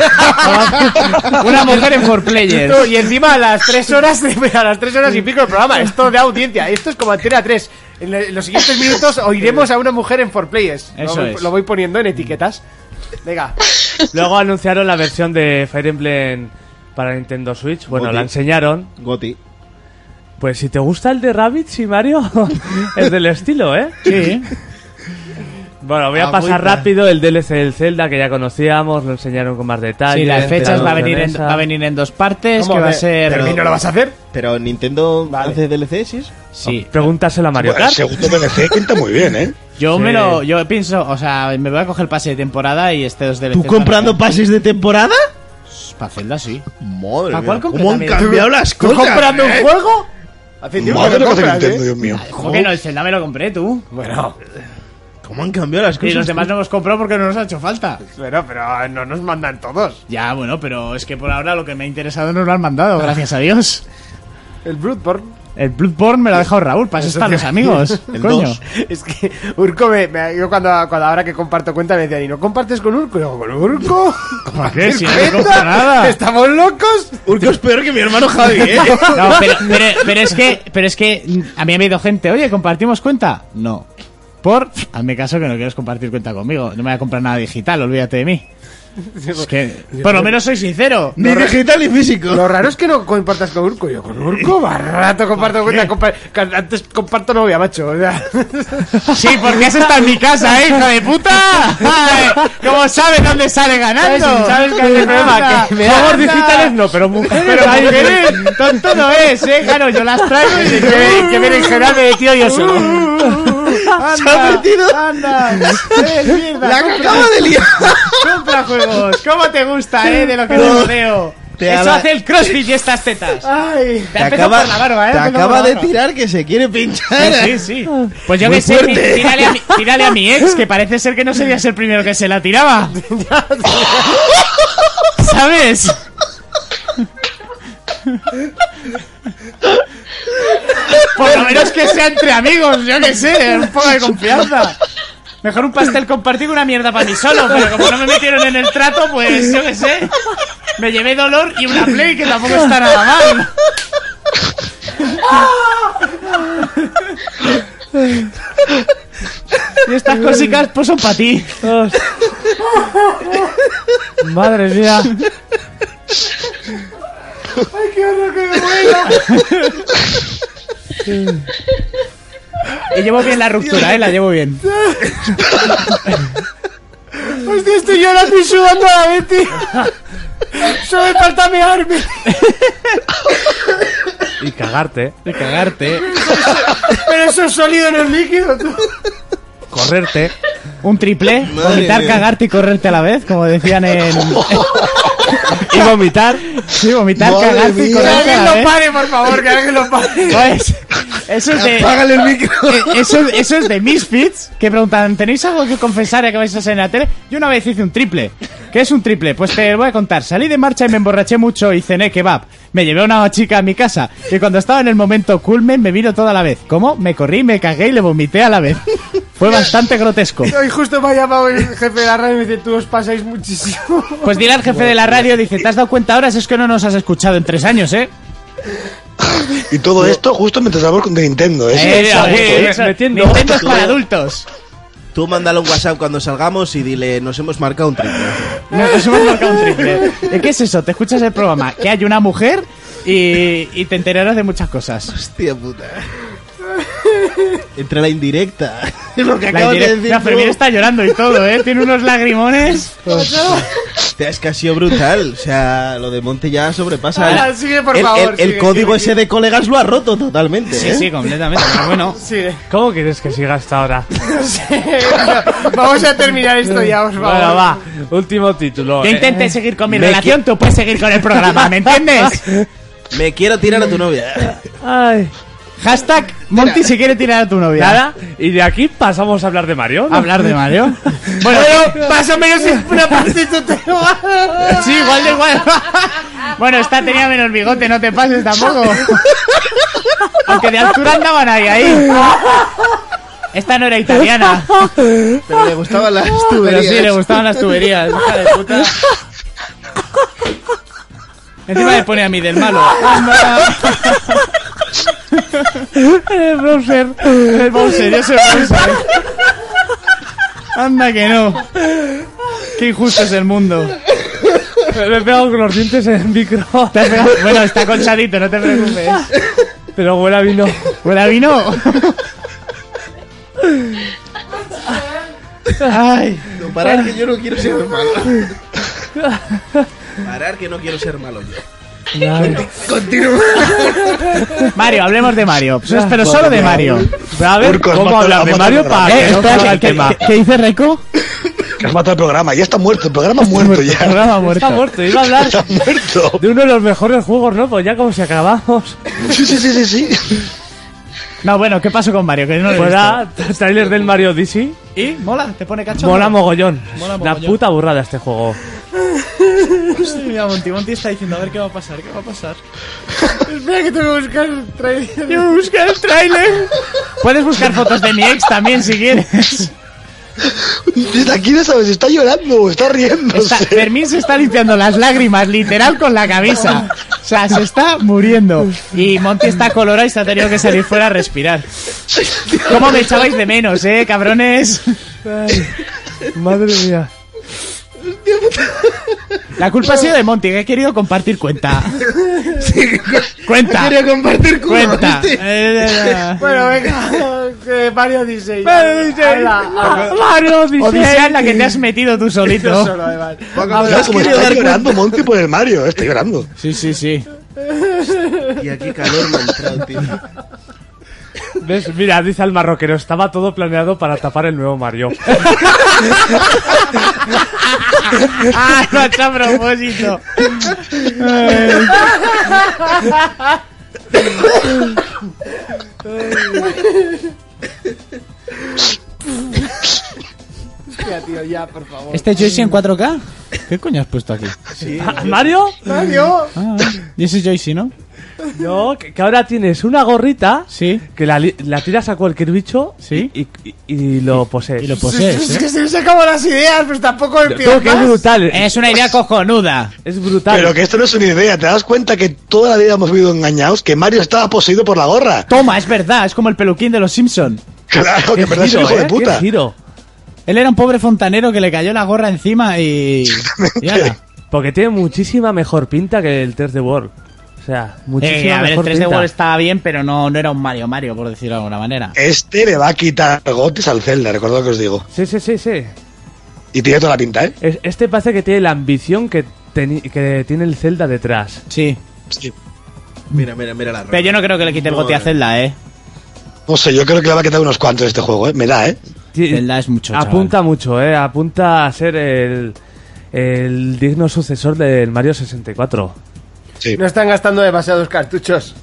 [SPEAKER 3] Una mujer en For
[SPEAKER 2] No,
[SPEAKER 3] Players.
[SPEAKER 2] y encima a las tres horas de- a las tres horas y pico el programa, esto de audiencia, esto es como Antena 3. En, la- en los siguientes minutos oiremos a una mujer en 4Players.
[SPEAKER 3] Eso
[SPEAKER 2] lo, voy-
[SPEAKER 3] es.
[SPEAKER 2] lo voy poniendo en etiquetas. Venga,
[SPEAKER 4] Luego anunciaron la versión de Fire Emblem para Nintendo Switch. Bueno,
[SPEAKER 5] Goti.
[SPEAKER 4] la enseñaron.
[SPEAKER 5] Goti.
[SPEAKER 4] Pues si te gusta el de Rabbit, si Mario, es del estilo, ¿eh?
[SPEAKER 3] Sí.
[SPEAKER 4] Bueno, voy a
[SPEAKER 5] Agüita.
[SPEAKER 4] pasar rápido el DLC del Zelda que ya conocíamos, lo enseñaron con más detalle.
[SPEAKER 3] Sí, las fechas va a
[SPEAKER 4] tenemos
[SPEAKER 3] venir en,
[SPEAKER 4] mesa.
[SPEAKER 3] va a venir en dos partes.
[SPEAKER 2] ¿Cómo?
[SPEAKER 3] Que va a
[SPEAKER 2] Pero-
[SPEAKER 3] ser.
[SPEAKER 2] ¿Y no lo vas a hacer?
[SPEAKER 5] Pero Nintendo hace DLCs, ¿sí?
[SPEAKER 3] Sí.
[SPEAKER 4] Pregúntaselo a Mario
[SPEAKER 1] Bueno, el
[SPEAKER 4] Kart.
[SPEAKER 1] segundo DLC pinta muy bien, ¿eh?
[SPEAKER 3] Yo
[SPEAKER 4] Sí.
[SPEAKER 3] me lo. Yo pienso. O sea, me voy a coger el pase de temporada y este dos de
[SPEAKER 5] ¿Tú comprando pases de temporada?
[SPEAKER 3] Para Zelda, sí.
[SPEAKER 5] Madre
[SPEAKER 3] ¿Para cuál
[SPEAKER 5] mía, ¿Cómo han
[SPEAKER 3] completamente?
[SPEAKER 5] cambiado las
[SPEAKER 2] ¿Tú
[SPEAKER 5] cosas?
[SPEAKER 2] comprando un
[SPEAKER 5] eh?
[SPEAKER 2] juego? Hace tiempo que
[SPEAKER 1] Madre
[SPEAKER 2] no
[SPEAKER 1] lo que hace
[SPEAKER 2] compras,
[SPEAKER 1] Nintendo,
[SPEAKER 2] ¿eh?
[SPEAKER 1] Dios mío.
[SPEAKER 3] ¿Cómo que no? El Zelda me lo compré tú.
[SPEAKER 2] Bueno,
[SPEAKER 5] ¿Cómo han cambiado las
[SPEAKER 3] Y
[SPEAKER 5] cosas?
[SPEAKER 3] los demás no hemos comprado porque no nos ha hecho falta.
[SPEAKER 2] bueno, pero no nos mandan todos.
[SPEAKER 3] Ya, bueno, pero es que por ahora lo que me ha interesado nos lo han mandado, gracias a Dios.
[SPEAKER 2] El Bloodborne.
[SPEAKER 3] El Bloodborne me lo ha dejado Raúl, para eso están los amigos.
[SPEAKER 5] El
[SPEAKER 3] coño.
[SPEAKER 5] dos.
[SPEAKER 2] Es que Urco me, me- yo cuando, cuando ahora que comparto cuenta me decían, ¿y no compartes con Urco? Y yo, ¿con Urco?
[SPEAKER 3] ¿Para qué? Si no me
[SPEAKER 2] ¿Cuenta?
[SPEAKER 3] compro nada.
[SPEAKER 2] ¿Estamos locos?
[SPEAKER 5] Urco es peor que mi hermano Javi, ¿eh?
[SPEAKER 3] No, pero, pero- pero es que, pero es que mm, a mí me ha ido gente, oye, ¿compartimos cuenta? No. Por, hazme caso que no quieres compartir cuenta conmigo. No me voy a comprar nada digital, olvídate de mí. Es que, por lo menos soy sincero.
[SPEAKER 5] Ni digital ni físico.
[SPEAKER 2] Lo raro es que no compartas con Urco. Yo con Urco, barato, comparto cuenta. compa- que antes comparto novia, macho. O sea,
[SPEAKER 3] Sí, porque has estado en mi casa, ¿eh, hijo de puta. Ay, ¿Cómo sabes dónde sale ganando?
[SPEAKER 2] ¿Sabes que hay el problema? Que me
[SPEAKER 3] Juegos
[SPEAKER 2] da-
[SPEAKER 3] digitales no, pero mujeres. Pero mujeres, tonto no es, ¿eh? Claro, yo las traigo y que, que, que viene en general de tío yo solo.
[SPEAKER 5] Se ha metido
[SPEAKER 3] ¡Anda!
[SPEAKER 2] Eh,
[SPEAKER 3] ¡Eres mierda!
[SPEAKER 5] la
[SPEAKER 3] compra-
[SPEAKER 5] cagada de liar.
[SPEAKER 3] ¡Compra juegos! ¿Cómo te gusta, eh? De lo que te rodeo.
[SPEAKER 5] Te
[SPEAKER 3] Eso
[SPEAKER 5] ala-
[SPEAKER 3] hace el crossfit y estas tetas.
[SPEAKER 2] Ay,
[SPEAKER 3] Te, ha empezado por la barba, eh.
[SPEAKER 5] te
[SPEAKER 3] Ha empezado
[SPEAKER 5] acaba
[SPEAKER 3] por la
[SPEAKER 5] de
[SPEAKER 3] barba.
[SPEAKER 5] tirar que se quiere pinchar.
[SPEAKER 3] Sí, sí. Pues yo
[SPEAKER 5] Ah. Muy
[SPEAKER 3] que sé,
[SPEAKER 5] fuerte.
[SPEAKER 3] tí- tírale a, mi, tírale a mi ex, que parece ser que no serías el primero que se la tiraba. ¿Sabes? Por lo menos que sea entre amigos, yo que sé, un poco de confianza. Mejor un pastel compartido que una mierda para mí solo, pero como no me metieron en el trato, pues yo que sé. Me llevé dolor y una play que tampoco está nada mal. Y estas cositas pues son para ti.
[SPEAKER 4] Madre mía.
[SPEAKER 3] Y llevo bien la ruptura, eh, la llevo bien.
[SPEAKER 2] hostia, estoy llorando y sudando a la vez, tío. Solo me falta mearme.
[SPEAKER 4] Y cagarte, ¿eh?
[SPEAKER 3] De cagarte. eh.
[SPEAKER 2] Pero eso es sólido en el líquido, tú.
[SPEAKER 4] correrte.
[SPEAKER 3] Un triple,
[SPEAKER 5] Madre
[SPEAKER 3] vomitar,
[SPEAKER 5] mía.
[SPEAKER 3] cagarte y correrte a la vez, como decían en. y vomitar. Sí, vomitar,
[SPEAKER 1] Madre
[SPEAKER 3] cagarte y
[SPEAKER 1] mía.
[SPEAKER 2] Que
[SPEAKER 3] correrte a
[SPEAKER 2] alguien
[SPEAKER 3] la
[SPEAKER 2] lo
[SPEAKER 3] vez.
[SPEAKER 2] pare, por favor, que alguien lo pare.
[SPEAKER 3] Pues, eso es de.
[SPEAKER 5] Págale el micro.
[SPEAKER 3] eh, Eso, eso es de Misfits, que preguntan, ¿tenéis algo que confesar ya que vais a salir en la tele? Yo una vez hice un triple. ¿Qué es un triple? Pues te lo voy a contar. Salí de marcha y me emborraché mucho y cené kebab. Me llevé a una chica a mi casa y cuando estaba en el momento culmen me vino toda la vez. ¿Cómo? Me corrí, me cagué y le vomité a la vez. Fue bastante grotesco.
[SPEAKER 2] Hoy justo me ha llamado el jefe de la radio y me dice, tú os pasáis muchísimo.
[SPEAKER 3] Pues dile al jefe de la radio, dice, ¿te has dado cuenta ahora? Si es que no nos has escuchado en tres años, ¿eh?
[SPEAKER 1] Y todo esto justo mientras hablamos de Nintendo, ¿eh?
[SPEAKER 3] Eso,
[SPEAKER 4] eh,
[SPEAKER 3] eso.
[SPEAKER 4] metiendo- ¿eh?
[SPEAKER 3] Nintendo es para adultos.
[SPEAKER 5] Tú mándale un WhatsApp cuando salgamos y dile, nos hemos marcado un triple.
[SPEAKER 3] Nos hemos marcado un triple. ¿Y ¿Qué es eso? Te escuchas el programa, que hay una mujer y, y te enterarás de muchas cosas.
[SPEAKER 5] Hostia puta. Entre la indirecta. Lo que
[SPEAKER 3] La
[SPEAKER 5] acabas de
[SPEAKER 3] indire-
[SPEAKER 5] decir.
[SPEAKER 3] la Fermín
[SPEAKER 5] tú.
[SPEAKER 3] está llorando y todo, ¿eh? Tiene unos lagrimones.
[SPEAKER 5] Hostia, es que ha sido brutal. O sea, lo de Monte ya sobrepasa.
[SPEAKER 2] Ah,
[SPEAKER 5] el-
[SPEAKER 2] sigue, por
[SPEAKER 5] el,
[SPEAKER 2] favor,
[SPEAKER 5] el- el
[SPEAKER 2] sigue,
[SPEAKER 5] código
[SPEAKER 2] sigue,
[SPEAKER 5] ese de colegas lo ha roto totalmente.
[SPEAKER 3] Sí,
[SPEAKER 5] ¿eh?
[SPEAKER 3] sí, completamente. Pero bueno,
[SPEAKER 4] ¿Cómo quieres que siga hasta ahora?
[SPEAKER 2] Vamos a terminar esto ya, por favor.
[SPEAKER 4] Bueno, va.
[SPEAKER 3] Eh,
[SPEAKER 4] Último título.
[SPEAKER 3] yo
[SPEAKER 4] Eh,
[SPEAKER 3] intenté seguir con mi
[SPEAKER 5] me
[SPEAKER 3] relación, tú puedes seguir con el programa, ¿me entiendes?
[SPEAKER 5] Me quiero tirar a tu novia.
[SPEAKER 4] Ay.
[SPEAKER 3] Hashtag Monty si quiere tirar a tu novia.
[SPEAKER 4] Nada. Y de aquí pasamos a hablar de Mario. ¿no?
[SPEAKER 3] Hablar de Mario. Bueno, más o menos una partita Sí, igual de igual. Bueno, esta tenía menos bigote, no te pases tampoco. Aunque de altura andaban ahí, ahí. Esta no era italiana,
[SPEAKER 5] Pero le gustaban las
[SPEAKER 3] pero
[SPEAKER 5] tuberías.
[SPEAKER 3] sí le gustaban las tuberías. Hija de puta. Encima le pone a mí del malo. el browser. El browser, yo soy browser. Anda que no. Qué injusto es el mundo.
[SPEAKER 4] Me he pegado con los dientes en el micro.
[SPEAKER 3] Te has pegado- Bueno, está conchadito, no te preocupes.
[SPEAKER 4] Pero huele a vino.
[SPEAKER 3] Huele a vino. Ay,
[SPEAKER 5] No, parar que yo no quiero ser malo. Parar que no quiero ser malo yo.
[SPEAKER 3] Mario, hablemos de Mario. Pues, pero solo de Mario. Eh,
[SPEAKER 4] Pero a ver,
[SPEAKER 1] Urco, has
[SPEAKER 4] ¿cómo
[SPEAKER 1] matado-
[SPEAKER 4] hablar
[SPEAKER 1] has
[SPEAKER 4] de
[SPEAKER 1] matado
[SPEAKER 4] Mario
[SPEAKER 1] el
[SPEAKER 4] para
[SPEAKER 1] programa.
[SPEAKER 4] que no salga el tema?
[SPEAKER 3] dice Reco?
[SPEAKER 1] Que has matado el programa. Ya está muerto. El programa ha muerto ya.
[SPEAKER 3] Programa muerto.
[SPEAKER 4] Está muerto, iba a hablar
[SPEAKER 1] Está muerto.
[SPEAKER 4] de uno de los mejores juegos, ¿no? Pues ya como si acabamos.
[SPEAKER 1] Sí, sí, sí, sí, sí.
[SPEAKER 3] No, bueno, ¿qué pasó con Mario? Que no lo he
[SPEAKER 4] Pues
[SPEAKER 3] visto.
[SPEAKER 4] da trailer del Mario Odyssey.
[SPEAKER 3] ¿Y? ¿Mola? ¿Te pone cachondo?
[SPEAKER 4] Mola mogollón.
[SPEAKER 3] Mola
[SPEAKER 4] La
[SPEAKER 3] mogollón.
[SPEAKER 4] puta burrada este juego.
[SPEAKER 3] Sí, Mira, Monty, Monty está diciendo, a ver qué va a pasar, qué va a pasar.
[SPEAKER 2] Espera que tengo que buscar el trailer.
[SPEAKER 3] Yo busca el tráiler. Puedes buscar fotos de mi ex también si quieres.
[SPEAKER 1] Desde aquí no sabes si está llorando o está riéndose.
[SPEAKER 3] Está- Fermín se está limpiando las lágrimas, literal, con la cabeza. O sea, se está muriendo. Y Monty está colorado y se ha tenido que salir fuera a respirar. ¿Cómo me echabais de menos, eh, cabrones?
[SPEAKER 4] Madre mía.
[SPEAKER 3] La culpa ha sido de Monty, que he querido compartir cuenta. Cuenta.
[SPEAKER 5] Quería compartir culo,
[SPEAKER 3] Cuenta.
[SPEAKER 5] ¿viste?
[SPEAKER 3] Eh,
[SPEAKER 2] Bueno, venga, que Mario Odyssey.
[SPEAKER 4] Mario Odyssey.
[SPEAKER 2] Habla, habla.
[SPEAKER 4] Mario
[SPEAKER 3] Odisea en la que te has metido tú
[SPEAKER 2] Yo
[SPEAKER 3] solito.
[SPEAKER 2] solo, además.
[SPEAKER 1] Claro, como está llorando Monty por el Mario. Está llorando.
[SPEAKER 3] Sí, sí, sí.
[SPEAKER 5] Tía, qué calor me ha entrado, tío.
[SPEAKER 4] ¿Ves? Mira, dice al marroquero, estaba todo planeado para tapar el nuevo Mario.
[SPEAKER 3] Ah, lo ha hecho a propósito.
[SPEAKER 2] Hostia, tío, ya, por favor.
[SPEAKER 6] ¿Este Joyce en 4K? ¿Qué coño has puesto aquí?
[SPEAKER 4] ¿A- Ah, ¿Mario?
[SPEAKER 2] Mario.
[SPEAKER 6] Ah, y ese es Joyce, ¿no?
[SPEAKER 4] No, que, que ahora tienes una gorrita
[SPEAKER 6] Sí.
[SPEAKER 4] que la, li- la tiras a cualquier bicho
[SPEAKER 6] Sí.
[SPEAKER 4] y, y- y lo posees.
[SPEAKER 6] Y lo
[SPEAKER 2] Es
[SPEAKER 6] posees, ¿eh?
[SPEAKER 2] que se me sacan las ideas, pues tampoco el
[SPEAKER 4] Tú,
[SPEAKER 2] pido
[SPEAKER 4] que es
[SPEAKER 2] más.
[SPEAKER 4] brutal. Es,
[SPEAKER 3] Es una idea cojonuda.
[SPEAKER 4] brutal.
[SPEAKER 1] Pero que esto no es una idea. ¿Te das cuenta que toda la vida hemos vivido engañados? Que Mario estaba poseído por la gorra.
[SPEAKER 3] Toma, es verdad, es como el peluquín de los Simpson.
[SPEAKER 1] Claro, que
[SPEAKER 4] Qué
[SPEAKER 1] en verdad es un
[SPEAKER 4] giro,
[SPEAKER 1] hijo de
[SPEAKER 4] ¿eh?
[SPEAKER 1] puta.
[SPEAKER 4] Qué giro.
[SPEAKER 6] Él era un pobre fontanero que le cayó la gorra encima y... y ala.
[SPEAKER 4] Porque tiene muchísima mejor pinta que el 3D World. O sea,
[SPEAKER 6] Eh,
[SPEAKER 4] muchísima
[SPEAKER 6] a ver, el
[SPEAKER 4] mejor
[SPEAKER 6] 3D
[SPEAKER 4] pinta.
[SPEAKER 6] World estaba bien, pero no, no era un Mario Mario, por decirlo de alguna manera.
[SPEAKER 1] Este le va a quitar gotes al Zelda, recordad lo que os digo.
[SPEAKER 4] Sí, sí, sí, sí.
[SPEAKER 1] Y tiene toda la pinta, ¿eh?
[SPEAKER 4] Es- Este parece que tiene la ambición que, teni- que tiene el Zelda detrás.
[SPEAKER 6] Sí.
[SPEAKER 1] Sí.
[SPEAKER 5] Mira, mira, mira la
[SPEAKER 6] Pero yo no creo que le quite el gote a Zelda, ¿eh?
[SPEAKER 1] No sé, yo creo que le va a quitar unos cuantos este juego, ¿eh? Me da, ¿eh?
[SPEAKER 4] Ti-
[SPEAKER 6] Zelda es mucho, chaval.
[SPEAKER 4] Apunta mucho, eh. Apunta a ser el, el digno sucesor del Mario 64.
[SPEAKER 1] Sí.
[SPEAKER 2] No están gastando demasiados cartuchos.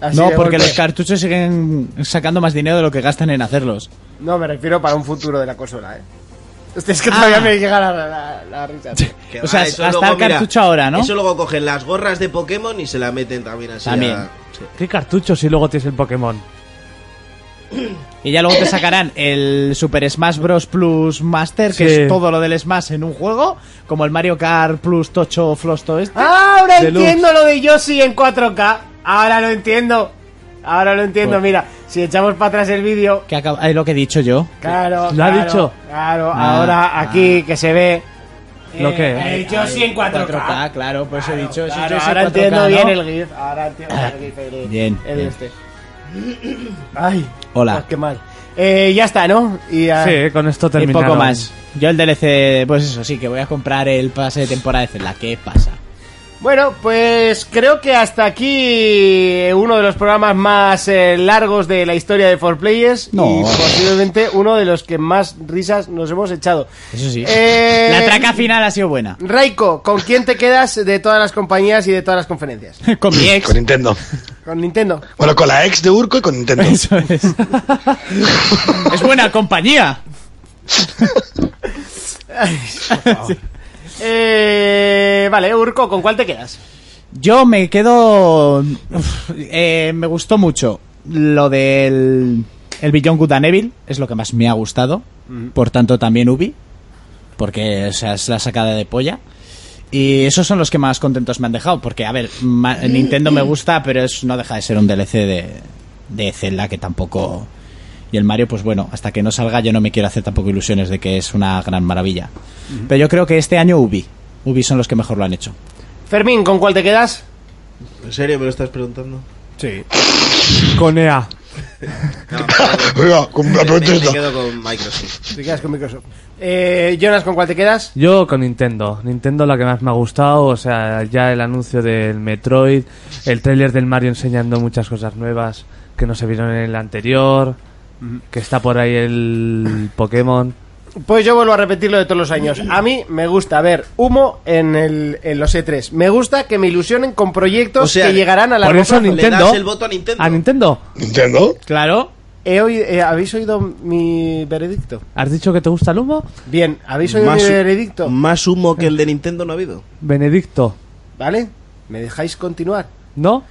[SPEAKER 2] Así
[SPEAKER 6] No,
[SPEAKER 2] de
[SPEAKER 6] porque
[SPEAKER 2] golpe.
[SPEAKER 6] los cartuchos siguen sacando más dinero de lo que gastan en hacerlos.
[SPEAKER 2] No, me refiero para un futuro de la consola, eh. Hostia, es que todavía
[SPEAKER 6] Ah.
[SPEAKER 2] me llega la, la, la risa. tío.
[SPEAKER 5] Que
[SPEAKER 6] O sea,
[SPEAKER 5] Ah, eso
[SPEAKER 6] hasta el cartucho ahora, ¿no?
[SPEAKER 5] Eso luego cogen las gorras de Pokémon y se la meten también así.
[SPEAKER 6] También.
[SPEAKER 5] a- sí.
[SPEAKER 4] ¿Qué cartucho si luego tienes el Pokémon?
[SPEAKER 6] Y ya luego te sacarán el Super Smash Bros. Plus Master, que
[SPEAKER 4] Sí.
[SPEAKER 6] es todo lo del Smash en un juego, como el Mario Kart Plus Tocho Flosto este.
[SPEAKER 2] Ah, ahora
[SPEAKER 4] Deluxe.
[SPEAKER 2] entiendo lo de Yoshi en 4K. Ahora lo entiendo. Ahora lo entiendo, mira. Si echamos para atrás el vídeo.
[SPEAKER 6] Que acaba- es lo que he dicho yo.
[SPEAKER 2] Claro,
[SPEAKER 4] ¿Lo ha
[SPEAKER 2] claro,
[SPEAKER 4] dicho?
[SPEAKER 2] Claro,
[SPEAKER 6] Ah,
[SPEAKER 2] ahora aquí que se ve.
[SPEAKER 4] ¿Lo
[SPEAKER 2] Eh,
[SPEAKER 4] qué?
[SPEAKER 2] el Yoshi en 4K.
[SPEAKER 6] 4K,
[SPEAKER 3] pues
[SPEAKER 6] claro, por eso he dicho.
[SPEAKER 2] Claro,
[SPEAKER 6] eso es
[SPEAKER 2] ahora
[SPEAKER 6] 4K,
[SPEAKER 2] entiendo
[SPEAKER 6] ¿no?
[SPEAKER 3] Ah,
[SPEAKER 2] bien el GIF. Ahora entiendo bien el GIF. El,
[SPEAKER 6] Bien,
[SPEAKER 2] el
[SPEAKER 6] bien.
[SPEAKER 2] este. Ay,
[SPEAKER 3] Hola.
[SPEAKER 2] ah, qué mal. Eh, ya está, ¿no? Y ah, ya-
[SPEAKER 4] Sí, eh, con esto
[SPEAKER 3] Ah, Y
[SPEAKER 4] terminamos.
[SPEAKER 3] poco más. Yo el DLC, pues eso, sí, que voy a comprar el pase de temporada de Zelda. ¿Qué pasa?
[SPEAKER 2] Bueno, pues creo que hasta aquí uno de los programas más eh, largos de la historia de 4Players
[SPEAKER 3] No.
[SPEAKER 2] y posiblemente uno de los que más risas nos hemos echado.
[SPEAKER 3] Eso sí.
[SPEAKER 2] Eh,
[SPEAKER 3] La traca final ha sido buena.
[SPEAKER 2] Raiko, ¿con quién te quedas de todas las compañías y de todas las conferencias?
[SPEAKER 3] Con mi ex.
[SPEAKER 1] Con Nintendo.
[SPEAKER 2] Con Nintendo.
[SPEAKER 1] Bueno, con la ex de Urco y con Nintendo.
[SPEAKER 3] Eso es. es buena compañía.
[SPEAKER 2] Eh, vale, Urco, ¿con cuál te quedas?
[SPEAKER 3] Yo me quedo. Uf, eh, me gustó mucho lo del. El Beyond Good and Evil es lo que más me ha gustado. Por tanto, también Ubi. Porque o sea, es la sacada de polla. Y esos son los que más contentos me han dejado. Porque, a ver, ma- Nintendo me gusta, pero es, no deja de ser un DLC de, de Zelda que tampoco. Y el Mario, pues bueno, hasta que no salga, yo no me quiero hacer tampoco ilusiones de que es una gran maravilla. Pero yo creo que este año Ubi. Ubi son los que mejor lo han hecho.
[SPEAKER 2] Fermín, ¿con cuál te quedas?
[SPEAKER 5] ¿En serio me lo estás preguntando?
[SPEAKER 4] Sí. Con E EA.
[SPEAKER 1] Oiga, con la
[SPEAKER 5] Me,
[SPEAKER 1] pregunta
[SPEAKER 5] me
[SPEAKER 1] esta.
[SPEAKER 5] quedo con Microsoft.
[SPEAKER 2] Te quedas con Microsoft. Eh, Jonas, ¿con cuál te quedas?
[SPEAKER 4] Yo con Nintendo. Nintendo la que más me ha gustado. O sea, ya el anuncio del Metroid, el tráiler del Mario enseñando muchas cosas nuevas que no se vieron en el anterior, que está por ahí el Pokémon.
[SPEAKER 2] Pues yo vuelvo a repetirlo de todos los años. A mí me gusta ver humo en, el, en los E3. Me gusta que me ilusionen con proyectos
[SPEAKER 5] O sea,
[SPEAKER 2] que llegarán a la
[SPEAKER 4] Por eso
[SPEAKER 2] largo plazo.
[SPEAKER 4] Nintendo.
[SPEAKER 5] ¿Le das el voto a Nintendo?
[SPEAKER 4] ¿A Nintendo?
[SPEAKER 1] ¿Nintendo?
[SPEAKER 3] Claro.
[SPEAKER 2] He oído- eh, ¿Habéis oído mi veredicto?
[SPEAKER 4] ¿Has dicho que te gusta el humo?
[SPEAKER 2] Bien, ¿habéis oído mi
[SPEAKER 5] hu-
[SPEAKER 2] veredicto?
[SPEAKER 5] más humo que el de Nintendo no ha habido.
[SPEAKER 4] Benedicto.
[SPEAKER 2] ¿Vale? ¿Me dejáis continuar?
[SPEAKER 4] ¿No?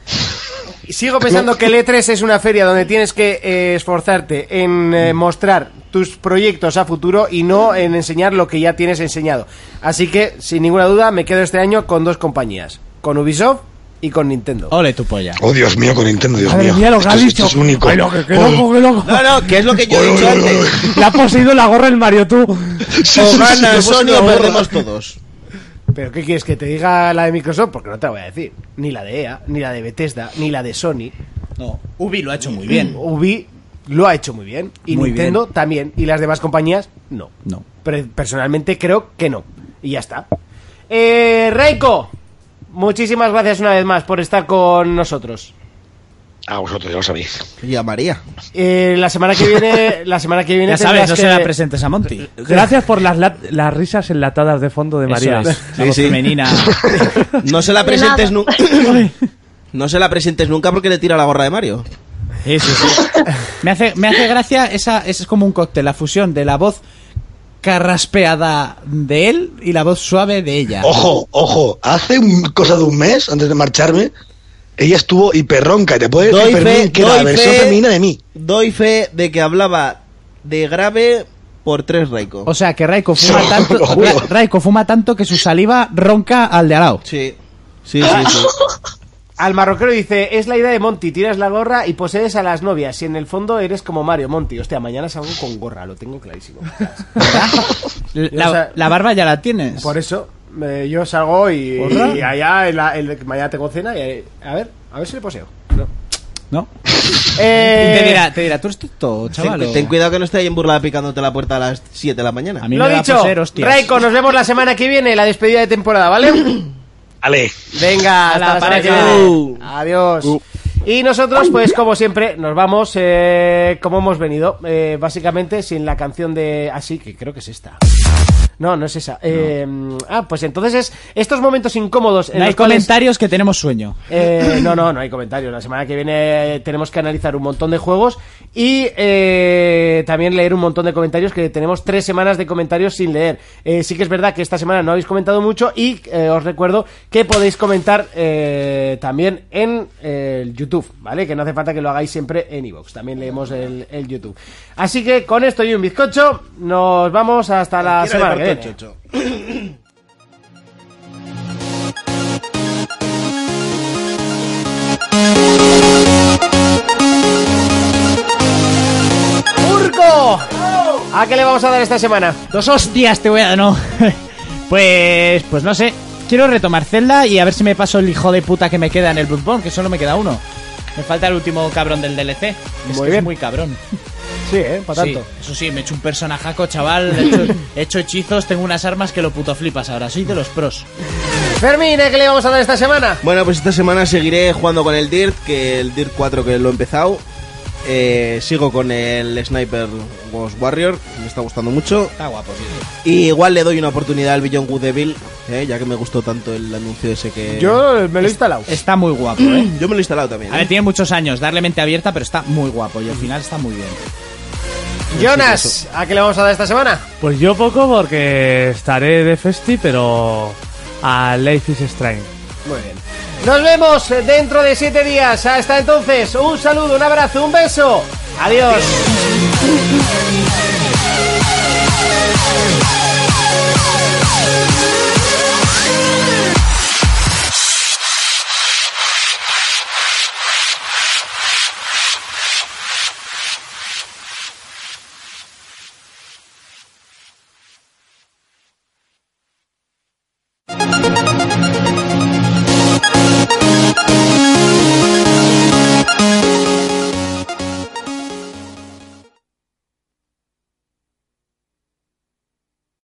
[SPEAKER 2] Y Sigo pensando que el E3 es una feria donde tienes que eh, esforzarte en eh, mostrar tus proyectos a futuro y no en enseñar lo que ya tienes enseñado. Así que, sin ninguna duda, me quedo este año con dos compañías, con Ubisoft y con Nintendo.
[SPEAKER 3] Ole tu polla.
[SPEAKER 1] Oh, Dios mío, con Nintendo, Dios
[SPEAKER 4] Madre
[SPEAKER 1] mío.
[SPEAKER 4] mía, lo que
[SPEAKER 1] esto,
[SPEAKER 4] has
[SPEAKER 1] es-
[SPEAKER 4] dicho.
[SPEAKER 1] esto es único.
[SPEAKER 4] Ay, no, que- que
[SPEAKER 1] Oh,
[SPEAKER 4] loco, que loco.
[SPEAKER 5] No, no, que es lo que yo
[SPEAKER 1] oh,
[SPEAKER 5] he
[SPEAKER 1] oh,
[SPEAKER 5] dicho
[SPEAKER 1] oh,
[SPEAKER 5] antes.
[SPEAKER 1] oh,
[SPEAKER 4] Le ha poseído la gorra el Mario, tú.
[SPEAKER 1] oh. Sí, sí,
[SPEAKER 5] O
[SPEAKER 1] sí, sí,
[SPEAKER 5] gana
[SPEAKER 1] sí,
[SPEAKER 5] Sony o
[SPEAKER 1] sí,
[SPEAKER 5] perdemos todos.
[SPEAKER 2] ¿Pero qué quieres que te diga la de Microsoft? Porque no te la voy a decir. Ni la de EA, ni la de Bethesda, ni la de Sony.
[SPEAKER 3] No, Ubi lo ha hecho muy bien.
[SPEAKER 2] Mm, Ubi lo ha hecho muy bien. Y
[SPEAKER 3] Muy
[SPEAKER 2] Nintendo también. Y las demás compañías, no.
[SPEAKER 3] No.
[SPEAKER 2] Pero personalmente creo que no. Y ya está. Eh, Reiko, muchísimas gracias una vez más por estar con nosotros.
[SPEAKER 1] A Ah, vosotros, ya lo sabéis.
[SPEAKER 5] Y a María.
[SPEAKER 2] Eh, la semana que viene, la semana que viene
[SPEAKER 3] Ya sabes,
[SPEAKER 2] tendrás
[SPEAKER 3] no
[SPEAKER 2] que-
[SPEAKER 3] se la presentes a Monty.
[SPEAKER 4] Gracias por las, lat- las risas enlatadas de fondo de María.
[SPEAKER 3] Eso es, la
[SPEAKER 5] Sí,
[SPEAKER 3] voz
[SPEAKER 5] sí.
[SPEAKER 3] femenina.
[SPEAKER 5] No se la
[SPEAKER 7] De
[SPEAKER 5] presentes
[SPEAKER 7] nada.
[SPEAKER 5] nunca. No se la presentes nunca porque le tira la gorra de Mario.
[SPEAKER 3] Sí, sí, sí. Me hace, me hace gracia, esa, esa es como un cóctel, la fusión de la voz carraspeada de él y la voz suave de ella.
[SPEAKER 1] Ojo, ojo, hace un- cosa de un mes, antes de marcharme, ella estuvo hiperronca. Y te puedes decir,
[SPEAKER 5] Doy
[SPEAKER 1] Fermín,
[SPEAKER 5] fe,
[SPEAKER 1] que era la
[SPEAKER 5] doy
[SPEAKER 1] versión
[SPEAKER 5] fe.
[SPEAKER 1] femenina de mí.
[SPEAKER 5] Doy fe de que hablaba de grave por tres Reiko.
[SPEAKER 3] O sea, que Raiko fuma
[SPEAKER 1] Lo
[SPEAKER 3] tanto,
[SPEAKER 1] juro.
[SPEAKER 3] Ra- Raiko fuma tanto que su saliva ronca al de al lado.
[SPEAKER 5] sí. Sí,
[SPEAKER 3] Ah.
[SPEAKER 5] sí, sí.
[SPEAKER 2] Al marroquero dice, es la idea de Monty, tiras la gorra y posees a las novias. Y en el fondo eres como Mario Monty. Hostia, mañana salgo con gorra, lo tengo clarísimo.
[SPEAKER 3] La,
[SPEAKER 2] O sea-
[SPEAKER 3] la barba ya la tienes.
[SPEAKER 2] Por eso, eh, yo salgo y,
[SPEAKER 3] Gorra.
[SPEAKER 2] y allá, en la- en- mañana tengo cena y eh, a ver, a ver si le poseo. No.
[SPEAKER 3] ¿No?
[SPEAKER 2] Eh,
[SPEAKER 3] te, dirá, te dirá, tú eres tonto, chaval.
[SPEAKER 5] Ten, ten cuidado que no esté ahí en burla picándote la puerta a las 7 de la mañana.
[SPEAKER 3] A mí
[SPEAKER 2] lo
[SPEAKER 3] me da
[SPEAKER 2] dicho,
[SPEAKER 3] por ser hostias.
[SPEAKER 2] Raiko, nos vemos la semana que viene, la despedida de temporada, ¿vale?
[SPEAKER 1] Ale.
[SPEAKER 2] Venga, hasta la,
[SPEAKER 3] la
[SPEAKER 2] semana que
[SPEAKER 3] pareja.
[SPEAKER 2] viene. Adiós.
[SPEAKER 3] Uh.
[SPEAKER 2] Y nosotros, pues como siempre, nos vamos eh, como hemos venido, eh, básicamente sin la canción de así, que creo que es esta. No, no es esa. Eh, ah, pues entonces es estos momentos incómodos en
[SPEAKER 3] No hay
[SPEAKER 2] los cuales-
[SPEAKER 3] comentarios que tenemos sueño.
[SPEAKER 2] Eh, no, no, no hay comentarios. La semana que viene tenemos que analizar un montón de juegos y eh, también leer un montón de comentarios que tenemos tres semanas de comentarios sin leer. Eh, sí que es verdad que esta semana no habéis comentado mucho y eh, os recuerdo que podéis comentar eh, también en eh, el YouTube, ¿vale? Que no hace falta que lo hagáis siempre en iVoox. También leemos el, el YouTube. Así que con esto y un bizcocho nos vamos hasta la
[SPEAKER 5] Tira de
[SPEAKER 2] semana que
[SPEAKER 5] parte,
[SPEAKER 2] viene.
[SPEAKER 5] chocho.
[SPEAKER 2] ¡Urco! ¿A qué le vamos a dar esta semana?
[SPEAKER 3] Dos hostias te voy a dar, no. pues, pues no sé. Quiero retomar Zelda y a ver si me paso el hijo de puta que me queda en el Bloodborne, que solo me queda uno. Me falta el último cabrón del DLC. Es que
[SPEAKER 2] bien.
[SPEAKER 3] es muy cabrón.
[SPEAKER 2] Sí, ¿eh? Para tanto.
[SPEAKER 3] Sí, eso sí, me he hecho un personajaco, chaval. He hecho, he hecho hechizos, tengo unas armas que lo puto flipas ahora. Soy de los pros.
[SPEAKER 2] Fermín, ¿eh? ¿qué le vamos a dar esta semana?
[SPEAKER 5] Bueno, pues esta semana seguiré jugando con el Dirt, que el Dirt 4 que lo he empezado. Eh, sigo con el Sniper Ghost Warrior, me está gustando mucho.
[SPEAKER 3] Está guapo, tío.
[SPEAKER 5] Y igual le doy una oportunidad al Beyond Good Evil, eh, ya que me gustó tanto el anuncio ese que...
[SPEAKER 2] Yo me lo he instalado.
[SPEAKER 3] Está muy guapo, ¿eh?
[SPEAKER 5] Yo me lo he instalado también.
[SPEAKER 3] A
[SPEAKER 5] eh.
[SPEAKER 3] ver, tiene muchos años, darle mente abierta, pero está muy guapo y al final está muy bien.
[SPEAKER 2] Jonas, ¿a qué le vamos a dar esta semana?
[SPEAKER 4] Pues yo poco porque estaré de festi, pero a Life is Strange.
[SPEAKER 2] Muy bien. Nos vemos dentro de siete días. Hasta entonces, un saludo, un abrazo, un beso. Adiós.